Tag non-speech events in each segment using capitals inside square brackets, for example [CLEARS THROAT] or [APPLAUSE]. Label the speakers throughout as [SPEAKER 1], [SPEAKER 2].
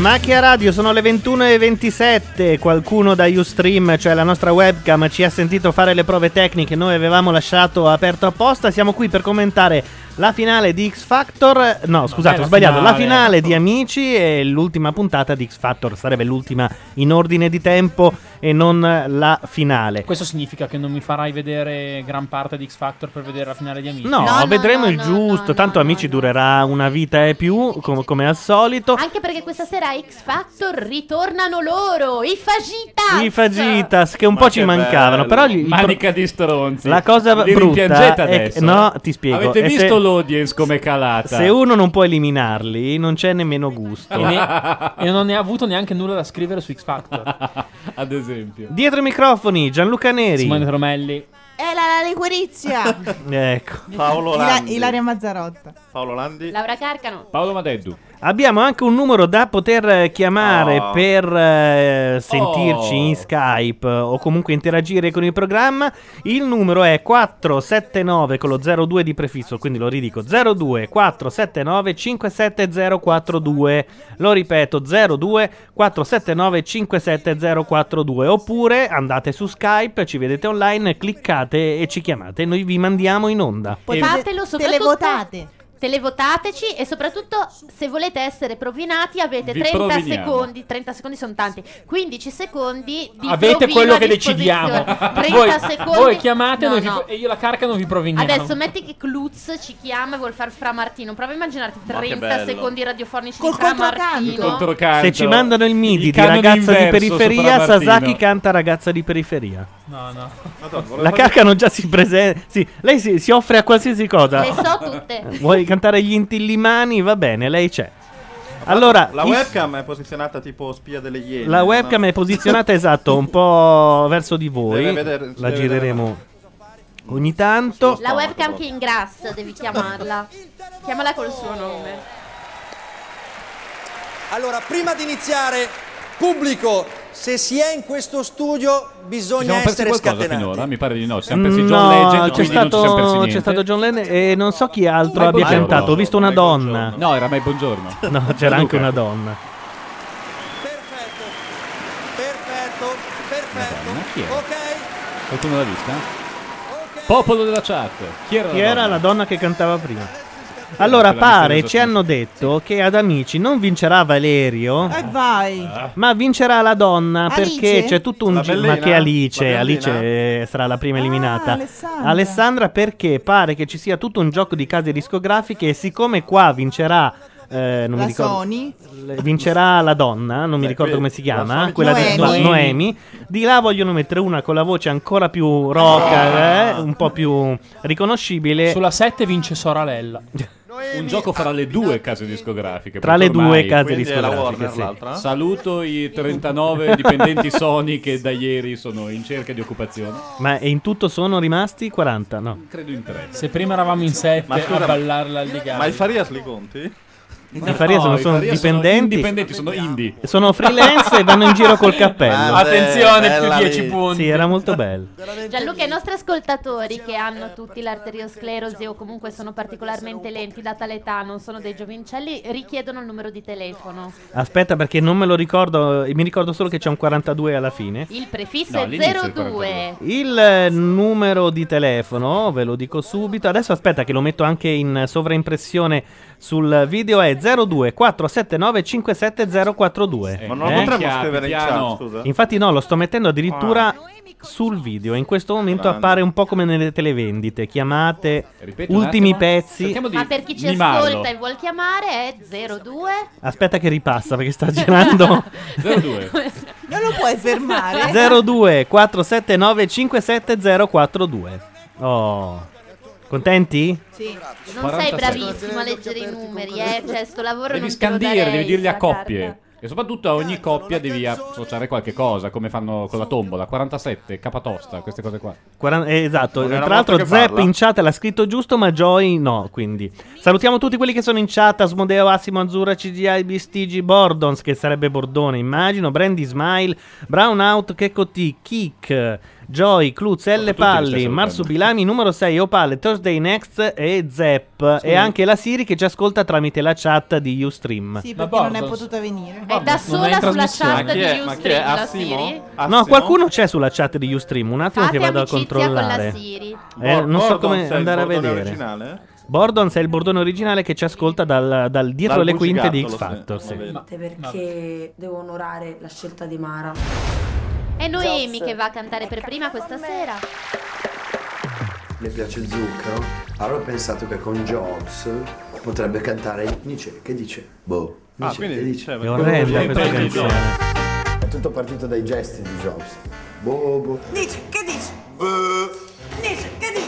[SPEAKER 1] Macchia Radio, sono le 21.27. Qualcuno da Ustream, cioè la nostra webcam, ci ha sentito fare le prove tecniche. Noi avevamo lasciato aperto apposta. Siamo qui per commentare la finale di X Factor. No, scusate,
[SPEAKER 2] è
[SPEAKER 1] ho
[SPEAKER 2] la
[SPEAKER 1] sbagliato. La
[SPEAKER 2] finale. ecco.
[SPEAKER 1] finale di Amici e l'ultima puntata di X Factor. Sarebbe l'ultima in ordine di tempo e non la finale.
[SPEAKER 2] Questo significa che non mi farai vedere gran parte di X Factor per vedere la finale di Amici?
[SPEAKER 1] No, vedremo il giusto. Tanto Amici durerà una vita e più, com- come al
[SPEAKER 3] Esatto.
[SPEAKER 1] solito.
[SPEAKER 4] Anche perché questa sera a X Factor ritornano loro, i Fagitas!
[SPEAKER 1] I Fagitas che un po' ci mancavano, però gli- il pro-
[SPEAKER 5] Manica di stronzi.
[SPEAKER 1] La cosa
[SPEAKER 5] Li
[SPEAKER 1] brutta
[SPEAKER 5] rimpiangete
[SPEAKER 1] è che-
[SPEAKER 5] adesso.
[SPEAKER 1] no, ti spiego.
[SPEAKER 5] Avete
[SPEAKER 1] E se-
[SPEAKER 5] visto l'audience com'è calata?
[SPEAKER 1] Se uno non può eliminarli, non c'è nemmeno gusto.
[SPEAKER 2] E, ne- e non ne ha avuto neanche nulla da scrivere su X Factor.
[SPEAKER 5] [LAUGHS] Ad esempio.
[SPEAKER 1] Dietro i microfoni, Gianluca Neri.
[SPEAKER 2] Simone Romelli.
[SPEAKER 3] È la, la liquirizia.
[SPEAKER 1] Ecco.
[SPEAKER 6] [LAUGHS] Paolo
[SPEAKER 3] Ila-
[SPEAKER 6] Landi.
[SPEAKER 3] Ilaria Mazzarotta.
[SPEAKER 6] Paolo Landi.
[SPEAKER 4] Laura Carcano.
[SPEAKER 5] Paolo Madeddu.
[SPEAKER 1] Abbiamo anche un numero da poter eh, chiamare
[SPEAKER 6] Oh.
[SPEAKER 1] per eh, sentirci
[SPEAKER 5] Oh.
[SPEAKER 1] in Skype eh, o comunque interagire con il programma. Il numero è 479 con lo 02 di prefisso, quindi lo ridico 02 479 57042. Lo ripeto 02 479 57042 oppure andate su Skype, ci vedete online, cliccate e ci chiamate, noi vi mandiamo in onda.
[SPEAKER 3] Poi
[SPEAKER 4] Fatelo
[SPEAKER 3] te-
[SPEAKER 4] soprattutto-
[SPEAKER 3] televotate.
[SPEAKER 4] Televotateci e soprattutto se volete essere provinati avete
[SPEAKER 5] Vi
[SPEAKER 4] 30
[SPEAKER 5] proviniamo.
[SPEAKER 4] secondi, 30 secondi sono tanti, 15 secondi di
[SPEAKER 2] Avete
[SPEAKER 4] provino
[SPEAKER 2] quello
[SPEAKER 4] a
[SPEAKER 2] che
[SPEAKER 4] disposizione.
[SPEAKER 2] decidiamo. [LAUGHS]
[SPEAKER 4] 30
[SPEAKER 2] voi,
[SPEAKER 4] secondi.
[SPEAKER 2] voi chiamate
[SPEAKER 4] No,
[SPEAKER 2] noi vi-
[SPEAKER 4] no.
[SPEAKER 2] e io la carca non vi proveniamo.
[SPEAKER 4] Adesso metti che Klutz ci chiama e vuol far fra Martino. Prova a immaginarti
[SPEAKER 6] Ma che
[SPEAKER 4] 30
[SPEAKER 6] bello.
[SPEAKER 4] secondi radiofonici
[SPEAKER 3] Col
[SPEAKER 4] di fra
[SPEAKER 3] controcanto.
[SPEAKER 4] Martino.
[SPEAKER 5] Il controcanto.
[SPEAKER 1] Se ci mandano il MIDI
[SPEAKER 5] Il
[SPEAKER 1] di
[SPEAKER 5] canone
[SPEAKER 1] ragazza di
[SPEAKER 5] inverso
[SPEAKER 1] periferia,
[SPEAKER 5] sopra Martino.
[SPEAKER 1] Sasaki canta ragazza di periferia.
[SPEAKER 2] No, no.
[SPEAKER 6] Madonna, volevo
[SPEAKER 1] La
[SPEAKER 6] fare-
[SPEAKER 1] carca non già si presenta. Sì, lei si, si offre a qualsiasi cosa.
[SPEAKER 4] Le so tutte.
[SPEAKER 1] [LAUGHS] Vuoi cantare gli intillimani? Va bene, lei c'è. Allora,
[SPEAKER 6] La
[SPEAKER 1] i-
[SPEAKER 6] webcam è posizionata tipo spia delle iene.
[SPEAKER 1] la webcam
[SPEAKER 6] no?
[SPEAKER 1] è
[SPEAKER 6] [LAUGHS]
[SPEAKER 5] [LAUGHS]
[SPEAKER 1] posizionata esatto, un po' verso di voi.
[SPEAKER 6] Deve vedere-
[SPEAKER 1] la
[SPEAKER 6] deve
[SPEAKER 1] gireremo ogni tanto.
[SPEAKER 4] La webcam che ingrassa, devi chiamarla. Chiamala col suo nome.
[SPEAKER 7] Allora, prima di iniziare, pubblico, se si è in questo studio
[SPEAKER 5] Ci
[SPEAKER 1] Diciamo,
[SPEAKER 7] bisogna
[SPEAKER 5] siamo persi
[SPEAKER 7] essere
[SPEAKER 5] qualcosa
[SPEAKER 7] scatenati.
[SPEAKER 5] finora? Mi pare di no. Ci siamo persi John
[SPEAKER 1] No,
[SPEAKER 5] Legend.
[SPEAKER 1] c'è
[SPEAKER 5] quindi non ci siamo persi
[SPEAKER 1] stato, c'è
[SPEAKER 5] niente.
[SPEAKER 1] stato John Lennon e non so chi altro
[SPEAKER 5] Ma
[SPEAKER 1] abbia
[SPEAKER 5] buongiorno.
[SPEAKER 1] cantato. Ho visto una
[SPEAKER 6] Ma
[SPEAKER 1] donna.
[SPEAKER 6] buongiorno.
[SPEAKER 5] No, era mai buongiorno.
[SPEAKER 1] No, c'era anche
[SPEAKER 5] Luca.
[SPEAKER 1] una donna.
[SPEAKER 7] Perfetto, perfetto, perfetto.
[SPEAKER 5] Madonna, chi è?
[SPEAKER 7] Ok,
[SPEAKER 5] Qualcuno l'ha vista?
[SPEAKER 7] ok.
[SPEAKER 5] Popolo della chat. Chi era
[SPEAKER 1] Chi
[SPEAKER 5] la
[SPEAKER 1] era
[SPEAKER 5] donna?
[SPEAKER 1] la donna che cantava prima? Allora,
[SPEAKER 5] Quella
[SPEAKER 1] pare
[SPEAKER 5] misteriosa
[SPEAKER 1] ci hanno detto che ad Amici non vincerà Valerio,
[SPEAKER 3] E
[SPEAKER 6] Eh?
[SPEAKER 3] vai.
[SPEAKER 1] ma vincerà la donna
[SPEAKER 3] Eh. Alice?
[SPEAKER 1] perché c'è tutto un
[SPEAKER 6] La
[SPEAKER 1] giro. Ma
[SPEAKER 6] bellina?
[SPEAKER 1] che Alice?
[SPEAKER 6] La
[SPEAKER 1] Alice
[SPEAKER 6] bellina?
[SPEAKER 1] eh, sarà la prima eliminata.
[SPEAKER 3] Ah, Alessandra.
[SPEAKER 1] Alessandra, perché pare che ci sia tutto un gioco di case discografiche e siccome qua vincerà. eh, non
[SPEAKER 3] la
[SPEAKER 1] mi ricordo,
[SPEAKER 3] Sony.
[SPEAKER 1] le- vincerà la donna, non mi
[SPEAKER 6] Eh,
[SPEAKER 1] ricordo
[SPEAKER 6] que-
[SPEAKER 1] come si
[SPEAKER 6] la
[SPEAKER 1] chiama,
[SPEAKER 6] solita-
[SPEAKER 1] quella di
[SPEAKER 3] Noemi.
[SPEAKER 1] Noemi. Di là vogliono mettere una con la voce ancora più rock,
[SPEAKER 3] Ah.
[SPEAKER 1] eh, un po' più riconoscibile.
[SPEAKER 2] Sulla 7
[SPEAKER 1] [LAUGHS]
[SPEAKER 2] vince Soralella.
[SPEAKER 5] Un gioco fra le due case discografiche.
[SPEAKER 1] Tra le
[SPEAKER 5] perché
[SPEAKER 1] due
[SPEAKER 5] ormai-
[SPEAKER 1] case
[SPEAKER 6] Quindi è la
[SPEAKER 1] discografiche,
[SPEAKER 6] Warner
[SPEAKER 1] sì.
[SPEAKER 6] l'altra?
[SPEAKER 5] Saluto i 39 [LAUGHS] dipendenti Sony che da ieri sono in cerca di occupazione.
[SPEAKER 1] Ma in tutto sono rimasti 40, no?
[SPEAKER 5] Credo in tre.
[SPEAKER 2] Se prima eravamo in 7
[SPEAKER 6] Ma scusa,
[SPEAKER 2] a ballarla al legale.
[SPEAKER 6] Ma i Farias li conti?
[SPEAKER 1] I Faria sono,
[SPEAKER 5] i
[SPEAKER 1] sono
[SPEAKER 5] Faria sono
[SPEAKER 1] dipendenti, sono,
[SPEAKER 5] indipendenti, sono indie.
[SPEAKER 1] freelance e vanno in giro col cappello.
[SPEAKER 6] Ah,
[SPEAKER 2] Attenzione, più
[SPEAKER 6] Bella
[SPEAKER 2] 10
[SPEAKER 6] lì.
[SPEAKER 2] punti.
[SPEAKER 1] Sì, era molto bello.
[SPEAKER 4] Gianluca, i nostri ascoltatori che
[SPEAKER 3] eh,
[SPEAKER 4] hanno tutti l'arteriosclerosi o comunque sono particolarmente lenti, data l'età, non sono
[SPEAKER 3] eh,
[SPEAKER 4] dei giovincelli, richiedono il numero di telefono.
[SPEAKER 1] Aspetta perché non me lo ricordo, mi ricordo solo che c'è un 42 alla fine.
[SPEAKER 4] Il prefisso
[SPEAKER 5] No, all'inizio
[SPEAKER 4] è
[SPEAKER 5] il 42.
[SPEAKER 4] 02.
[SPEAKER 1] Il eh, numero di telefono, ve lo dico subito. Adesso aspetta che lo metto anche in eh, sovraimpressione sul video è 024795702.
[SPEAKER 6] Ma non
[SPEAKER 5] Eh?
[SPEAKER 6] lo potremmo
[SPEAKER 5] Chiaro, Ah.
[SPEAKER 6] scrivere in
[SPEAKER 5] piano.
[SPEAKER 6] chat, scusa.
[SPEAKER 1] Infatti no, lo sto mettendo addirittura sul video. In questo momento
[SPEAKER 6] Grande.
[SPEAKER 1] appare un po' come nelle televendite. Chiamate
[SPEAKER 5] Ripeto un
[SPEAKER 1] ultimi
[SPEAKER 5] attimo.
[SPEAKER 1] pezzi.
[SPEAKER 5] Cerchiamo di
[SPEAKER 4] Ma per chi ci
[SPEAKER 5] mimarlo.
[SPEAKER 4] ascolta e vuol chiamare è 02.
[SPEAKER 1] Aspetta che ripassa perché sta girando
[SPEAKER 5] 02.
[SPEAKER 4] [LAUGHS]
[SPEAKER 3] Non lo puoi
[SPEAKER 1] [LAUGHS]
[SPEAKER 3] fermare.
[SPEAKER 1] 02479570242. Oh. Contenti?
[SPEAKER 3] Sì.
[SPEAKER 4] Non sei
[SPEAKER 5] 46.
[SPEAKER 4] bravissimo a leggere i numeri, eh? Cioè, sto lavoro
[SPEAKER 5] Devi
[SPEAKER 4] non te lo
[SPEAKER 5] scandire,
[SPEAKER 4] darei
[SPEAKER 5] devi dirli a
[SPEAKER 4] sulla
[SPEAKER 5] coppie.
[SPEAKER 4] carta. Cioè,
[SPEAKER 5] E soprattutto a ogni coppia devi associare qualche cosa, come fanno con la tombola. 47, capatosta, queste cose qua.
[SPEAKER 1] Quaran- eh, esatto,
[SPEAKER 5] Non è
[SPEAKER 1] tra
[SPEAKER 5] una
[SPEAKER 1] l'altro
[SPEAKER 5] volta che
[SPEAKER 1] Zepp
[SPEAKER 5] parla. [LAUGHS]
[SPEAKER 1] in chat l'ha scritto giusto, ma Joy no, quindi. Salutiamo tutti quelli che sono in chat, Asmodeo, Assimo, Azzurra, CGI, Bistigi, Bordons, che sarebbe Bordone immagino, Brandy Smile, Brownout, Checco T, Kick, Joy, Cluz, L Palli, Marsupilami, numero 6, Opale, Thursday Next e Zepp. E anche la Siri che ci ascolta tramite la chat di Ustream.
[SPEAKER 3] Sì, perché non è potuta venire.
[SPEAKER 4] È da sola sulla
[SPEAKER 6] Ma
[SPEAKER 4] chat
[SPEAKER 6] chi è?
[SPEAKER 4] di
[SPEAKER 6] Ma chi è? Ah,
[SPEAKER 4] Ustream la
[SPEAKER 6] Assimo?
[SPEAKER 4] Siri.
[SPEAKER 3] Ah,
[SPEAKER 1] No, qualcuno c'è sulla chat di Ustream, un attimo
[SPEAKER 4] Fate
[SPEAKER 1] che vado a
[SPEAKER 4] amicizia con
[SPEAKER 1] controllare.
[SPEAKER 4] la Siri.
[SPEAKER 1] Eh, non so
[SPEAKER 6] Bordons è
[SPEAKER 1] come
[SPEAKER 6] il
[SPEAKER 1] andare a
[SPEAKER 6] bordone
[SPEAKER 1] vedere.
[SPEAKER 6] originale?
[SPEAKER 1] Bordons è il bordone originale che ci ascolta dal, dal dietro
[SPEAKER 6] Dal
[SPEAKER 1] le quinte di X
[SPEAKER 6] bugigattolo, sì.
[SPEAKER 1] Factor. sì.
[SPEAKER 7] perché devo onorare la scelta di Mara.
[SPEAKER 4] È Noemi che va a cantare per prima questa sera.
[SPEAKER 8] Le piace il zucchero? Allora ho pensato che con Jobs potrebbe cantare Nietzsche, che dice? Boh.
[SPEAKER 6] Ah,
[SPEAKER 8] Nietzsche,
[SPEAKER 6] quindi
[SPEAKER 8] che
[SPEAKER 6] dice,
[SPEAKER 1] È orrenda questa canzone.
[SPEAKER 8] È tutto partito dai gesti di Jobs. Boh, boh.
[SPEAKER 7] Dice, che dici? Dice, che dici?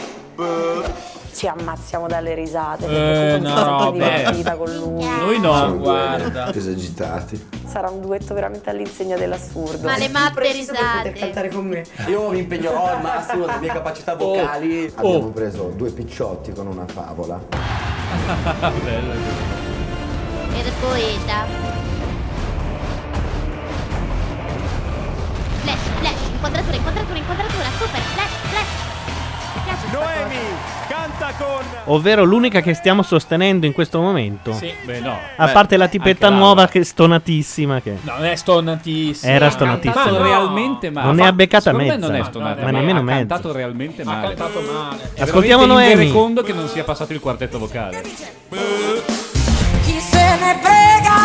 [SPEAKER 7] Ci ammazziamo dalle risate.
[SPEAKER 2] Eh,
[SPEAKER 7] perché
[SPEAKER 2] una
[SPEAKER 7] sono sempre
[SPEAKER 2] roba.
[SPEAKER 7] divertita con lui.
[SPEAKER 9] Eh.
[SPEAKER 2] Noi no, guarda.
[SPEAKER 8] esagitati.
[SPEAKER 7] Sarà un duetto veramente all'insegna dell'assurdo.
[SPEAKER 4] Ma le mappe risate.
[SPEAKER 7] cantare con me.
[SPEAKER 8] Io mi
[SPEAKER 7] oh,
[SPEAKER 8] impegnerò al massimo delle mie capacità vocali.
[SPEAKER 2] Abbiamo
[SPEAKER 8] preso due picciotti con una favola.
[SPEAKER 4] Il poeta. Flash, flash, inquadratura, inquadratura, inquadratura, super, flash, flash. Mi piace questa cosa.
[SPEAKER 5] canta con...
[SPEAKER 1] Ovvero l'unica che stiamo sostenendo in questo momento.
[SPEAKER 2] Sì.
[SPEAKER 5] Beh, no.
[SPEAKER 1] A
[SPEAKER 5] Beh,
[SPEAKER 1] parte la tipetta
[SPEAKER 5] anche Laura.
[SPEAKER 1] nuova che è stonatissima che
[SPEAKER 2] No, non è stonatissimo.
[SPEAKER 1] Era
[SPEAKER 2] Ha
[SPEAKER 1] stonatissimo.
[SPEAKER 5] Ma
[SPEAKER 2] cantato
[SPEAKER 1] no.
[SPEAKER 5] realmente male.
[SPEAKER 1] Non ne ha beccata
[SPEAKER 5] Secondo me
[SPEAKER 1] mezza.
[SPEAKER 5] non è
[SPEAKER 2] Ma
[SPEAKER 5] stonata,
[SPEAKER 2] no,
[SPEAKER 1] nemmeno
[SPEAKER 5] Ha
[SPEAKER 1] mezza.
[SPEAKER 5] cantato realmente
[SPEAKER 2] Ha
[SPEAKER 5] male.
[SPEAKER 2] cantato male.
[SPEAKER 5] È
[SPEAKER 1] Ascoltiamo
[SPEAKER 5] veramente
[SPEAKER 1] Noemi.
[SPEAKER 5] Il recondo che non sia passato il quartetto vocale.
[SPEAKER 7] Chi se ne frega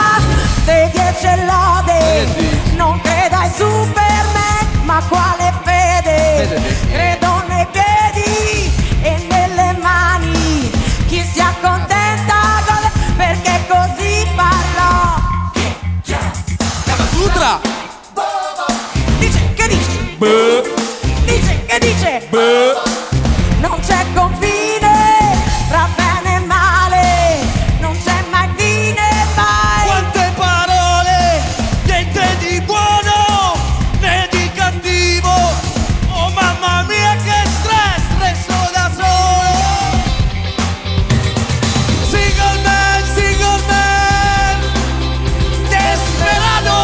[SPEAKER 7] dei dieci lodi? Non creda ai superman, ma quale fede? Credo nei piedi e nelle mani. Chi si accontenta gode, perché così parlò. Sutra! Dice che dice? Dice che dice? Non c'è confine tra bene e male, non c'è mai fine mai. Quante parole, niente di buono né di cattivo. Oh mamma mia che stress, resto da solo. Single man, single man, desperado.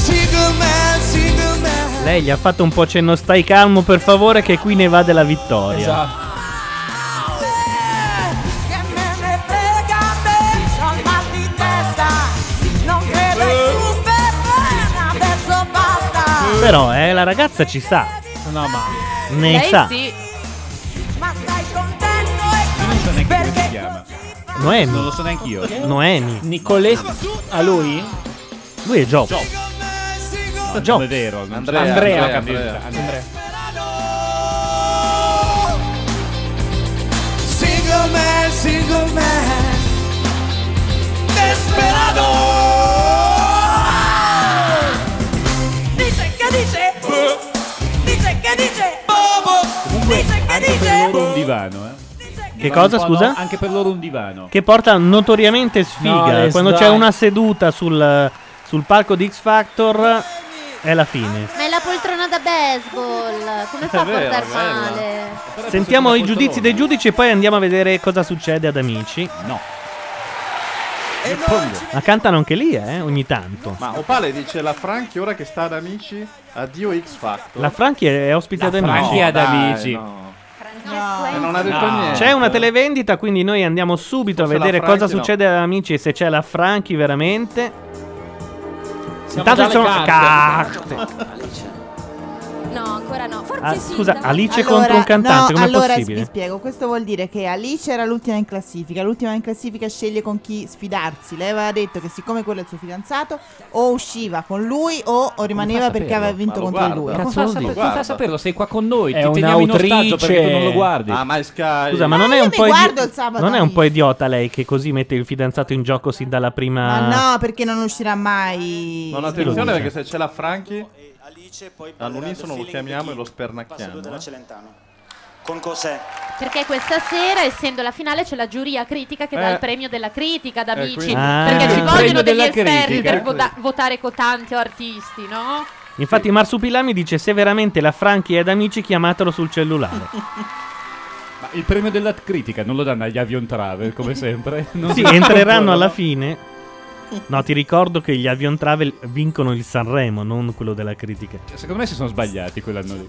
[SPEAKER 7] Single man, single man.
[SPEAKER 1] Lei gli ha fatto un po' cenno stai calmo per favore che qui ne va della vittoria.
[SPEAKER 2] Esatto.
[SPEAKER 7] Che me ne frega a me, c'ho il mal di testa Non credo in Superman, adesso basta
[SPEAKER 1] Però eh, la ragazza ci sa,
[SPEAKER 2] No, ma.
[SPEAKER 1] ne
[SPEAKER 4] Lei
[SPEAKER 1] sa.
[SPEAKER 4] sì.
[SPEAKER 7] Ma stai contento e
[SPEAKER 5] Non so neanche come si
[SPEAKER 7] perché
[SPEAKER 5] chiama. Non
[SPEAKER 1] Noemi,
[SPEAKER 5] lo so neanche io.
[SPEAKER 1] Noemi,
[SPEAKER 2] Nicoletti. A lui?
[SPEAKER 1] lui è Job.
[SPEAKER 5] Non è vero. non c'è-
[SPEAKER 2] Andrea.
[SPEAKER 5] non c'è la candidata.
[SPEAKER 2] Andrea.
[SPEAKER 7] Single man, single man Desperado Dice che dice Dice che dice Dice che
[SPEAKER 5] Anche per loro un
[SPEAKER 7] dice
[SPEAKER 5] divano, eh.
[SPEAKER 1] Che cosa,
[SPEAKER 5] Un po' no,
[SPEAKER 1] scusa?
[SPEAKER 5] Anche per loro un divano.
[SPEAKER 1] Che porta notoriamente sfiga.
[SPEAKER 2] No,
[SPEAKER 1] Quando
[SPEAKER 2] dai.
[SPEAKER 1] c'è una seduta sul, sul palco di X Factor è la fine.
[SPEAKER 4] Ma è la poltrona da baseball. Come fa a
[SPEAKER 6] vero,
[SPEAKER 4] portar
[SPEAKER 6] bella.
[SPEAKER 4] male?
[SPEAKER 1] Sentiamo i giudizi dei
[SPEAKER 5] giudici
[SPEAKER 1] giudici e poi andiamo a vedere cosa succede ad amici.
[SPEAKER 5] No.
[SPEAKER 10] Eh,
[SPEAKER 1] Ma cantano anche lì, eh, ogni tanto.
[SPEAKER 6] Ma Opale dice la Franchi ora che sta ad amici, addio X Factor.
[SPEAKER 1] La Franchi è è ospite ad amici.
[SPEAKER 5] Franchi
[SPEAKER 6] No,
[SPEAKER 5] ad
[SPEAKER 6] dai,
[SPEAKER 5] Amici.
[SPEAKER 6] no.
[SPEAKER 4] Francesco
[SPEAKER 6] E
[SPEAKER 4] è-
[SPEAKER 6] non ha detto
[SPEAKER 5] No.
[SPEAKER 6] niente.
[SPEAKER 1] C'è una televendita, quindi noi andiamo subito a
[SPEAKER 6] Forse la
[SPEAKER 1] vedere
[SPEAKER 6] Franchi
[SPEAKER 1] cosa
[SPEAKER 6] no.
[SPEAKER 1] succede ad amici e se c'è la Franchi veramente.
[SPEAKER 2] Siamo già
[SPEAKER 1] ci sono-
[SPEAKER 2] alle carte.
[SPEAKER 1] carte.
[SPEAKER 7] No, ancora no Forse
[SPEAKER 1] Ah, scusa, Alice
[SPEAKER 3] Allora,
[SPEAKER 1] contro un cantante,
[SPEAKER 3] no,
[SPEAKER 1] com'è
[SPEAKER 3] allora vi
[SPEAKER 1] possibile?
[SPEAKER 3] spiego, questo vuol dire che Alice era l'ultima in classifica, l'ultima in classifica sceglie con chi sfidarsi, lei aveva detto che siccome quello è il suo fidanzato o usciva con lui o, o rimaneva
[SPEAKER 5] fa
[SPEAKER 3] perché
[SPEAKER 5] saperlo?
[SPEAKER 3] aveva vinto
[SPEAKER 6] Ma lo
[SPEAKER 3] contro
[SPEAKER 6] guarda.
[SPEAKER 3] lui.
[SPEAKER 5] Come
[SPEAKER 6] Cazzo
[SPEAKER 5] fa a
[SPEAKER 6] vuol
[SPEAKER 5] saper-
[SPEAKER 6] dire?
[SPEAKER 5] come fa a
[SPEAKER 6] Guarda.
[SPEAKER 5] saperlo? Sei qua con noi.
[SPEAKER 2] È
[SPEAKER 5] Ti teniamo in ostaggio
[SPEAKER 2] un'autrice.
[SPEAKER 5] perché tu non lo guardi.
[SPEAKER 6] Ah, ma è Sky.
[SPEAKER 1] Scusa, ma non
[SPEAKER 3] Ma
[SPEAKER 1] è
[SPEAKER 3] io
[SPEAKER 1] un
[SPEAKER 3] mi
[SPEAKER 1] po'
[SPEAKER 3] guardo il sabato
[SPEAKER 1] non è un
[SPEAKER 3] lì.
[SPEAKER 1] po' idiota lei che così mette il fidanzato in gioco sin dalla prima
[SPEAKER 5] Ah.
[SPEAKER 3] Ma Ah, no, perché non uscirà mai.
[SPEAKER 6] Non
[SPEAKER 1] Chi lo
[SPEAKER 6] attenzione
[SPEAKER 1] dice?
[SPEAKER 6] perché se c'è la Franchi
[SPEAKER 10] Alice poi
[SPEAKER 6] all'unisono lo chiamiamo e lo
[SPEAKER 10] Passo
[SPEAKER 6] spernacchiamo.
[SPEAKER 10] della
[SPEAKER 6] eh.
[SPEAKER 10] Celentano.
[SPEAKER 11] Con cos'è?
[SPEAKER 4] Perché questa sera, essendo la finale, c'è la giuria critica che dà
[SPEAKER 11] Eh.
[SPEAKER 4] il premio della critica ad
[SPEAKER 11] Eh,
[SPEAKER 4] amici.
[SPEAKER 11] quindi-
[SPEAKER 1] Ah.
[SPEAKER 4] Perché ci
[SPEAKER 1] Il
[SPEAKER 4] vogliono
[SPEAKER 1] premio
[SPEAKER 4] degli
[SPEAKER 1] della
[SPEAKER 4] esperti
[SPEAKER 1] critica.
[SPEAKER 4] per vota- votare cotanti o artisti, no?
[SPEAKER 1] Infatti Marsupilami dice se veramente la Franchi è ad amici chiamatelo sul cellulare.
[SPEAKER 5] Ma il premio della critica non lo danno agli Avion Travel, come sempre. Non
[SPEAKER 1] sì,
[SPEAKER 5] so.
[SPEAKER 1] entreranno alla fine. No, ti ricordo che gli Avion Travel vincono il Sanremo, non quello della critica.
[SPEAKER 5] Secondo me si sono sbagliati quell'anno lì.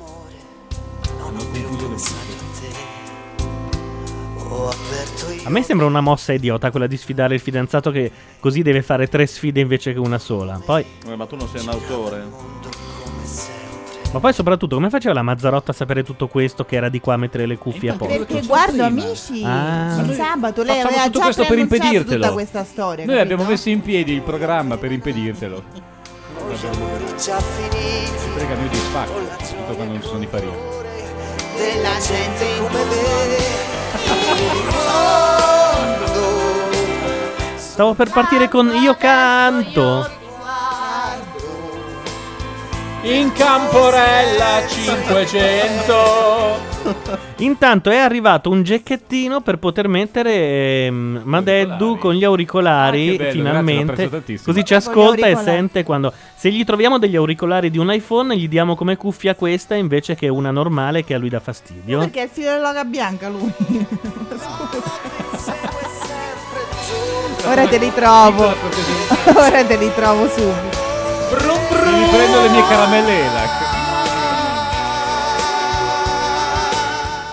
[SPEAKER 1] A me sembra una mossa idiota quella di sfidare il fidanzato che così deve fare tre sfide invece che una sola. Poi
[SPEAKER 6] Eh, Ma tu non sei un autore.
[SPEAKER 1] Ma poi soprattutto come faceva la Mazzarotta a sapere tutto questo che era di qua a mettere le cuffie a posto?
[SPEAKER 3] Perché guardo amici
[SPEAKER 1] Ah.
[SPEAKER 3] il sabato lei
[SPEAKER 5] Facciamo
[SPEAKER 3] aveva
[SPEAKER 5] tutto
[SPEAKER 3] già
[SPEAKER 5] questo per
[SPEAKER 3] preannunciato
[SPEAKER 5] impedirtelo.
[SPEAKER 3] tutta questa storia.
[SPEAKER 5] Noi
[SPEAKER 3] capito?
[SPEAKER 5] abbiamo messo in piedi il programma per impedirtelo.
[SPEAKER 12] Già finiti
[SPEAKER 5] Prega noi di spacco, tutto quando non ci sono i parenti.
[SPEAKER 12] della gente come me.
[SPEAKER 1] Stavo per partire con Io canto.
[SPEAKER 2] In Camporella 500.
[SPEAKER 1] Intanto è arrivato un gecchettino per poter mettere ehm, Madeddu con gli
[SPEAKER 5] Ah,
[SPEAKER 1] auricolari
[SPEAKER 5] che bello, grazie, l'ho
[SPEAKER 1] finalmente.
[SPEAKER 5] preso tantissimo.
[SPEAKER 1] Così ci
[SPEAKER 5] Con gli
[SPEAKER 1] ascolta e
[SPEAKER 5] auricolari.
[SPEAKER 1] sente quando se gli troviamo degli auricolari di un iPhone gli diamo come cuffia questa invece che una normale che a lui dà fastidio.
[SPEAKER 3] [LAUGHS] Perché è il filo della loga bianca lui. Ora te li trovo. [LAUGHS] Ora te li trovo subito.
[SPEAKER 5] Mi riprendo le mie caramelle [LAUGHS] Elac.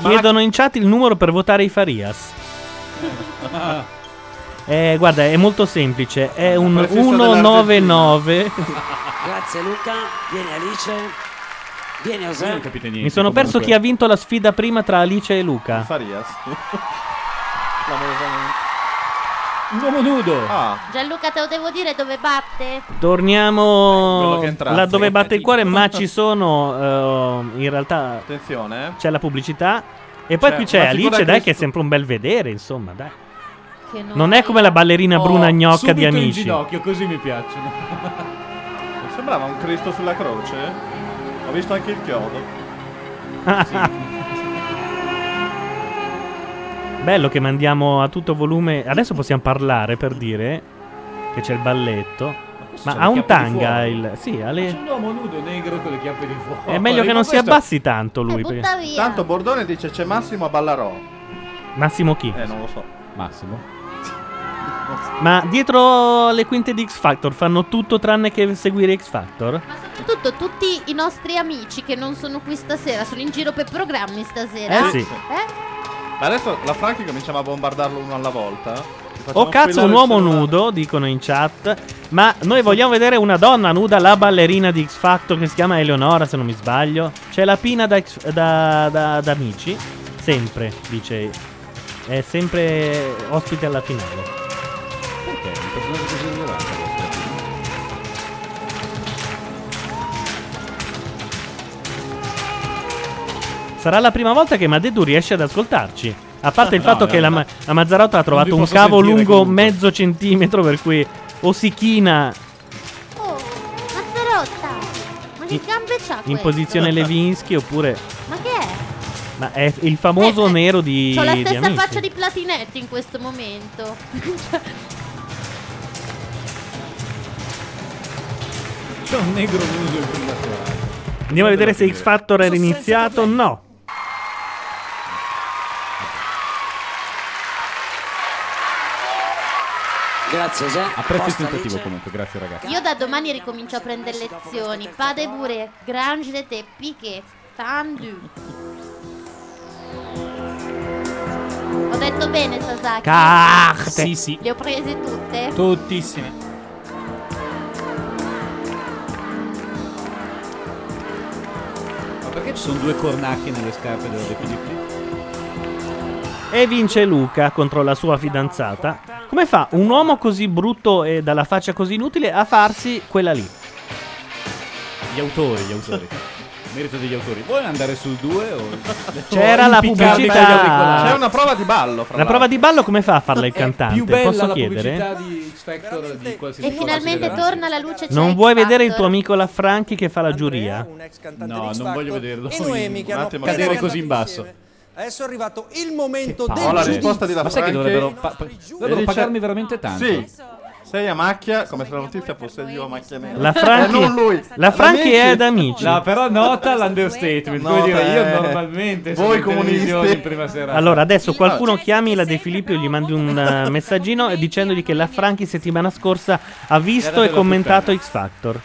[SPEAKER 1] Chiedono in chat il numero per votare i Farias. Eh, guarda, è molto semplice, è un
[SPEAKER 13] prefisso dell'Argentina.
[SPEAKER 1] 199.
[SPEAKER 5] [LAUGHS]
[SPEAKER 13] Grazie Luca, viene Alice, viene Osè.
[SPEAKER 5] Non capite niente.
[SPEAKER 1] Mi sono perso chi ha vinto la sfida prima tra Alice e Luca. [LAUGHS]
[SPEAKER 6] Farias.
[SPEAKER 5] Un uomo nudo.
[SPEAKER 6] Ah.
[SPEAKER 4] Gianluca, te lo devo dire dove batte?
[SPEAKER 1] Torniamo
[SPEAKER 6] Quello che Eh, è entrato.
[SPEAKER 1] là dove batte il cuore,
[SPEAKER 6] [LAUGHS]
[SPEAKER 1] ma ci sono eh, in realtà
[SPEAKER 6] Attenzione, eh.
[SPEAKER 1] c'è la pubblicità e poi
[SPEAKER 6] C'è
[SPEAKER 1] qui c'è
[SPEAKER 6] una
[SPEAKER 1] Alice,
[SPEAKER 6] figura
[SPEAKER 1] dai
[SPEAKER 6] questo-
[SPEAKER 1] che è sempre un bel vedere, insomma, dai.
[SPEAKER 4] Che non...
[SPEAKER 1] Non è come la ballerina
[SPEAKER 6] Oh,
[SPEAKER 1] bruna gnocca di
[SPEAKER 5] Oh, subito in
[SPEAKER 1] amici.
[SPEAKER 5] ginocchio, così mi piacciono.
[SPEAKER 6] Non sembrava un Cristo sulla croce? eh? Ho visto anche il chiodo.
[SPEAKER 1] [LAUGHS] Bello che mandiamo a tutto volume. Adesso possiamo parlare per dire che c'è il balletto. Ma
[SPEAKER 5] sono
[SPEAKER 1] ha
[SPEAKER 5] le
[SPEAKER 1] un
[SPEAKER 5] chiappe di
[SPEAKER 1] tanga
[SPEAKER 5] fuoco.
[SPEAKER 1] il sì, ha
[SPEAKER 5] Ma
[SPEAKER 1] le-
[SPEAKER 5] C'è un uomo nudo negro con le chiappe di fuoco.
[SPEAKER 6] Oh,
[SPEAKER 1] È meglio che non si abbassi tanto lui. perché-
[SPEAKER 6] Tanto Bordone dice c'è Massimo a Ballarò.
[SPEAKER 1] Massimo chi?
[SPEAKER 6] Eh, non lo so.
[SPEAKER 5] Massimo.
[SPEAKER 1] Ma dietro le quinte di X Factor fanno tutto tranne che seguire X Factor?
[SPEAKER 4] Soprattutto tutti i nostri amici che non sono qui stasera, sono in giro per programmi stasera.
[SPEAKER 6] Eh, sì.
[SPEAKER 4] Eh?
[SPEAKER 6] Ma adesso la Franchi cominciamo a bombardarlo uno alla volta. Ci facciamo
[SPEAKER 1] Oh cazzo,
[SPEAKER 6] squillare
[SPEAKER 1] un
[SPEAKER 6] il
[SPEAKER 1] uomo
[SPEAKER 6] cellulare.
[SPEAKER 1] nudo, dicono in chat. Ma noi vogliamo vedere una donna nuda, la ballerina di X Factor che si chiama Eleonora, se non mi sbaglio. C'è la pina da, X- da- da- da amici. Sempre, dice. È sempre ospite alla finale.
[SPEAKER 5] Perché? Un personaggio così rilevante adesso.
[SPEAKER 1] Sarà la prima volta che Madeddu riesce ad ascoltarci. A
[SPEAKER 5] [LAUGHS]
[SPEAKER 1] parte il
[SPEAKER 5] No,
[SPEAKER 1] fatto che la,
[SPEAKER 5] no,
[SPEAKER 1] Ma-
[SPEAKER 5] no.
[SPEAKER 1] la Mazzarotta ha trovato
[SPEAKER 5] vi
[SPEAKER 1] un
[SPEAKER 5] posso
[SPEAKER 1] cavo
[SPEAKER 5] sentire
[SPEAKER 1] lungo
[SPEAKER 5] comunque.
[SPEAKER 1] mezzo centimetro, per cui o si china
[SPEAKER 4] Oh, Mazzarotta! Ma che
[SPEAKER 1] In-
[SPEAKER 4] gambe c'ha
[SPEAKER 1] in
[SPEAKER 4] questo?
[SPEAKER 1] posizione Levinsky oppure.
[SPEAKER 4] Ma che è?
[SPEAKER 1] Ma è il famoso nero di.
[SPEAKER 4] C'ho la
[SPEAKER 1] di
[SPEAKER 4] stessa
[SPEAKER 1] Amici.
[SPEAKER 4] faccia di Platinetti in questo momento. [LAUGHS]
[SPEAKER 5] C'è un negro nudo in prima serata.
[SPEAKER 1] Andiamo a vedere se X Factor era iniziato. No.
[SPEAKER 13] Grazie Osè.
[SPEAKER 5] Apprezzo il
[SPEAKER 13] Posta
[SPEAKER 5] tentativo
[SPEAKER 13] Alice.
[SPEAKER 5] comunque, grazie ragazzi.
[SPEAKER 4] Io da domani ricomincio a prendere lezioni. Pade pure, grange de te, piquet, tandu. Ho detto bene, Sasaki.
[SPEAKER 2] Carte. Sì, sì.
[SPEAKER 4] Le ho prese tutte.
[SPEAKER 2] Tuttissime.
[SPEAKER 5] Ma perché ci sono due cornacchie nelle scarpe della DPGP?
[SPEAKER 1] E vince Luca contro la sua fidanzata. Come fa un uomo così brutto e dalla faccia così inutile a farsi quella lì?
[SPEAKER 5] Gli autori, gli autori. Merito degli autori. Vuoi andare sul 2 o...
[SPEAKER 1] C'era
[SPEAKER 5] o
[SPEAKER 1] la
[SPEAKER 5] impiccarti
[SPEAKER 1] pubblicità.
[SPEAKER 5] con gli auricolari?
[SPEAKER 1] C'è una prova di
[SPEAKER 6] ballo,
[SPEAKER 1] La prova di ballo come fa a farla il
[SPEAKER 5] Ah. È più
[SPEAKER 1] cantante?
[SPEAKER 5] bella
[SPEAKER 1] Posso
[SPEAKER 5] la
[SPEAKER 1] chiedere?
[SPEAKER 5] pubblicità di X Factor di qualsiasi
[SPEAKER 4] E finalmente
[SPEAKER 5] cosa
[SPEAKER 4] torna la luce. Cioè, c'è
[SPEAKER 1] Non
[SPEAKER 4] X
[SPEAKER 1] vuoi vedere il tuo
[SPEAKER 4] Factor.
[SPEAKER 1] amico La Franchi che fa la giuria?
[SPEAKER 5] No, non voglio vederlo.
[SPEAKER 7] e Noemi che
[SPEAKER 5] un
[SPEAKER 7] hanno
[SPEAKER 5] attimo,
[SPEAKER 7] appena
[SPEAKER 5] cadere
[SPEAKER 7] cantato
[SPEAKER 5] così in basso.
[SPEAKER 7] insieme. Adesso è arrivato il momento del
[SPEAKER 6] Ho la
[SPEAKER 7] giudizio.
[SPEAKER 6] risposta di La
[SPEAKER 5] Ma sai che
[SPEAKER 6] Franchi.
[SPEAKER 5] dovrebbero pa- pa-
[SPEAKER 6] E
[SPEAKER 5] dovrebbero
[SPEAKER 6] dice-
[SPEAKER 5] pagarmi veramente tanto.
[SPEAKER 6] Sì. Sei a macchia, come se la notizia fosse io a macchia nera.
[SPEAKER 1] La Franchi-
[SPEAKER 6] Eh, non lui.
[SPEAKER 1] la Franchi
[SPEAKER 6] Amici.
[SPEAKER 1] è ad amici.
[SPEAKER 5] No, però nota l'understatement. Come
[SPEAKER 6] Nota,
[SPEAKER 5] dire,
[SPEAKER 6] eh.
[SPEAKER 5] io normalmente sono
[SPEAKER 6] Voi
[SPEAKER 5] in televisione
[SPEAKER 6] comunisti.
[SPEAKER 5] in prima serata.
[SPEAKER 1] Allora, adesso qualcuno chiami la De Filippi o gli mandi
[SPEAKER 7] [LAUGHS]
[SPEAKER 1] un eh, messaggino e dicendogli che la Franchi settimana scorsa ha
[SPEAKER 6] Era
[SPEAKER 1] visto e
[SPEAKER 6] della
[SPEAKER 1] commentato X Factor.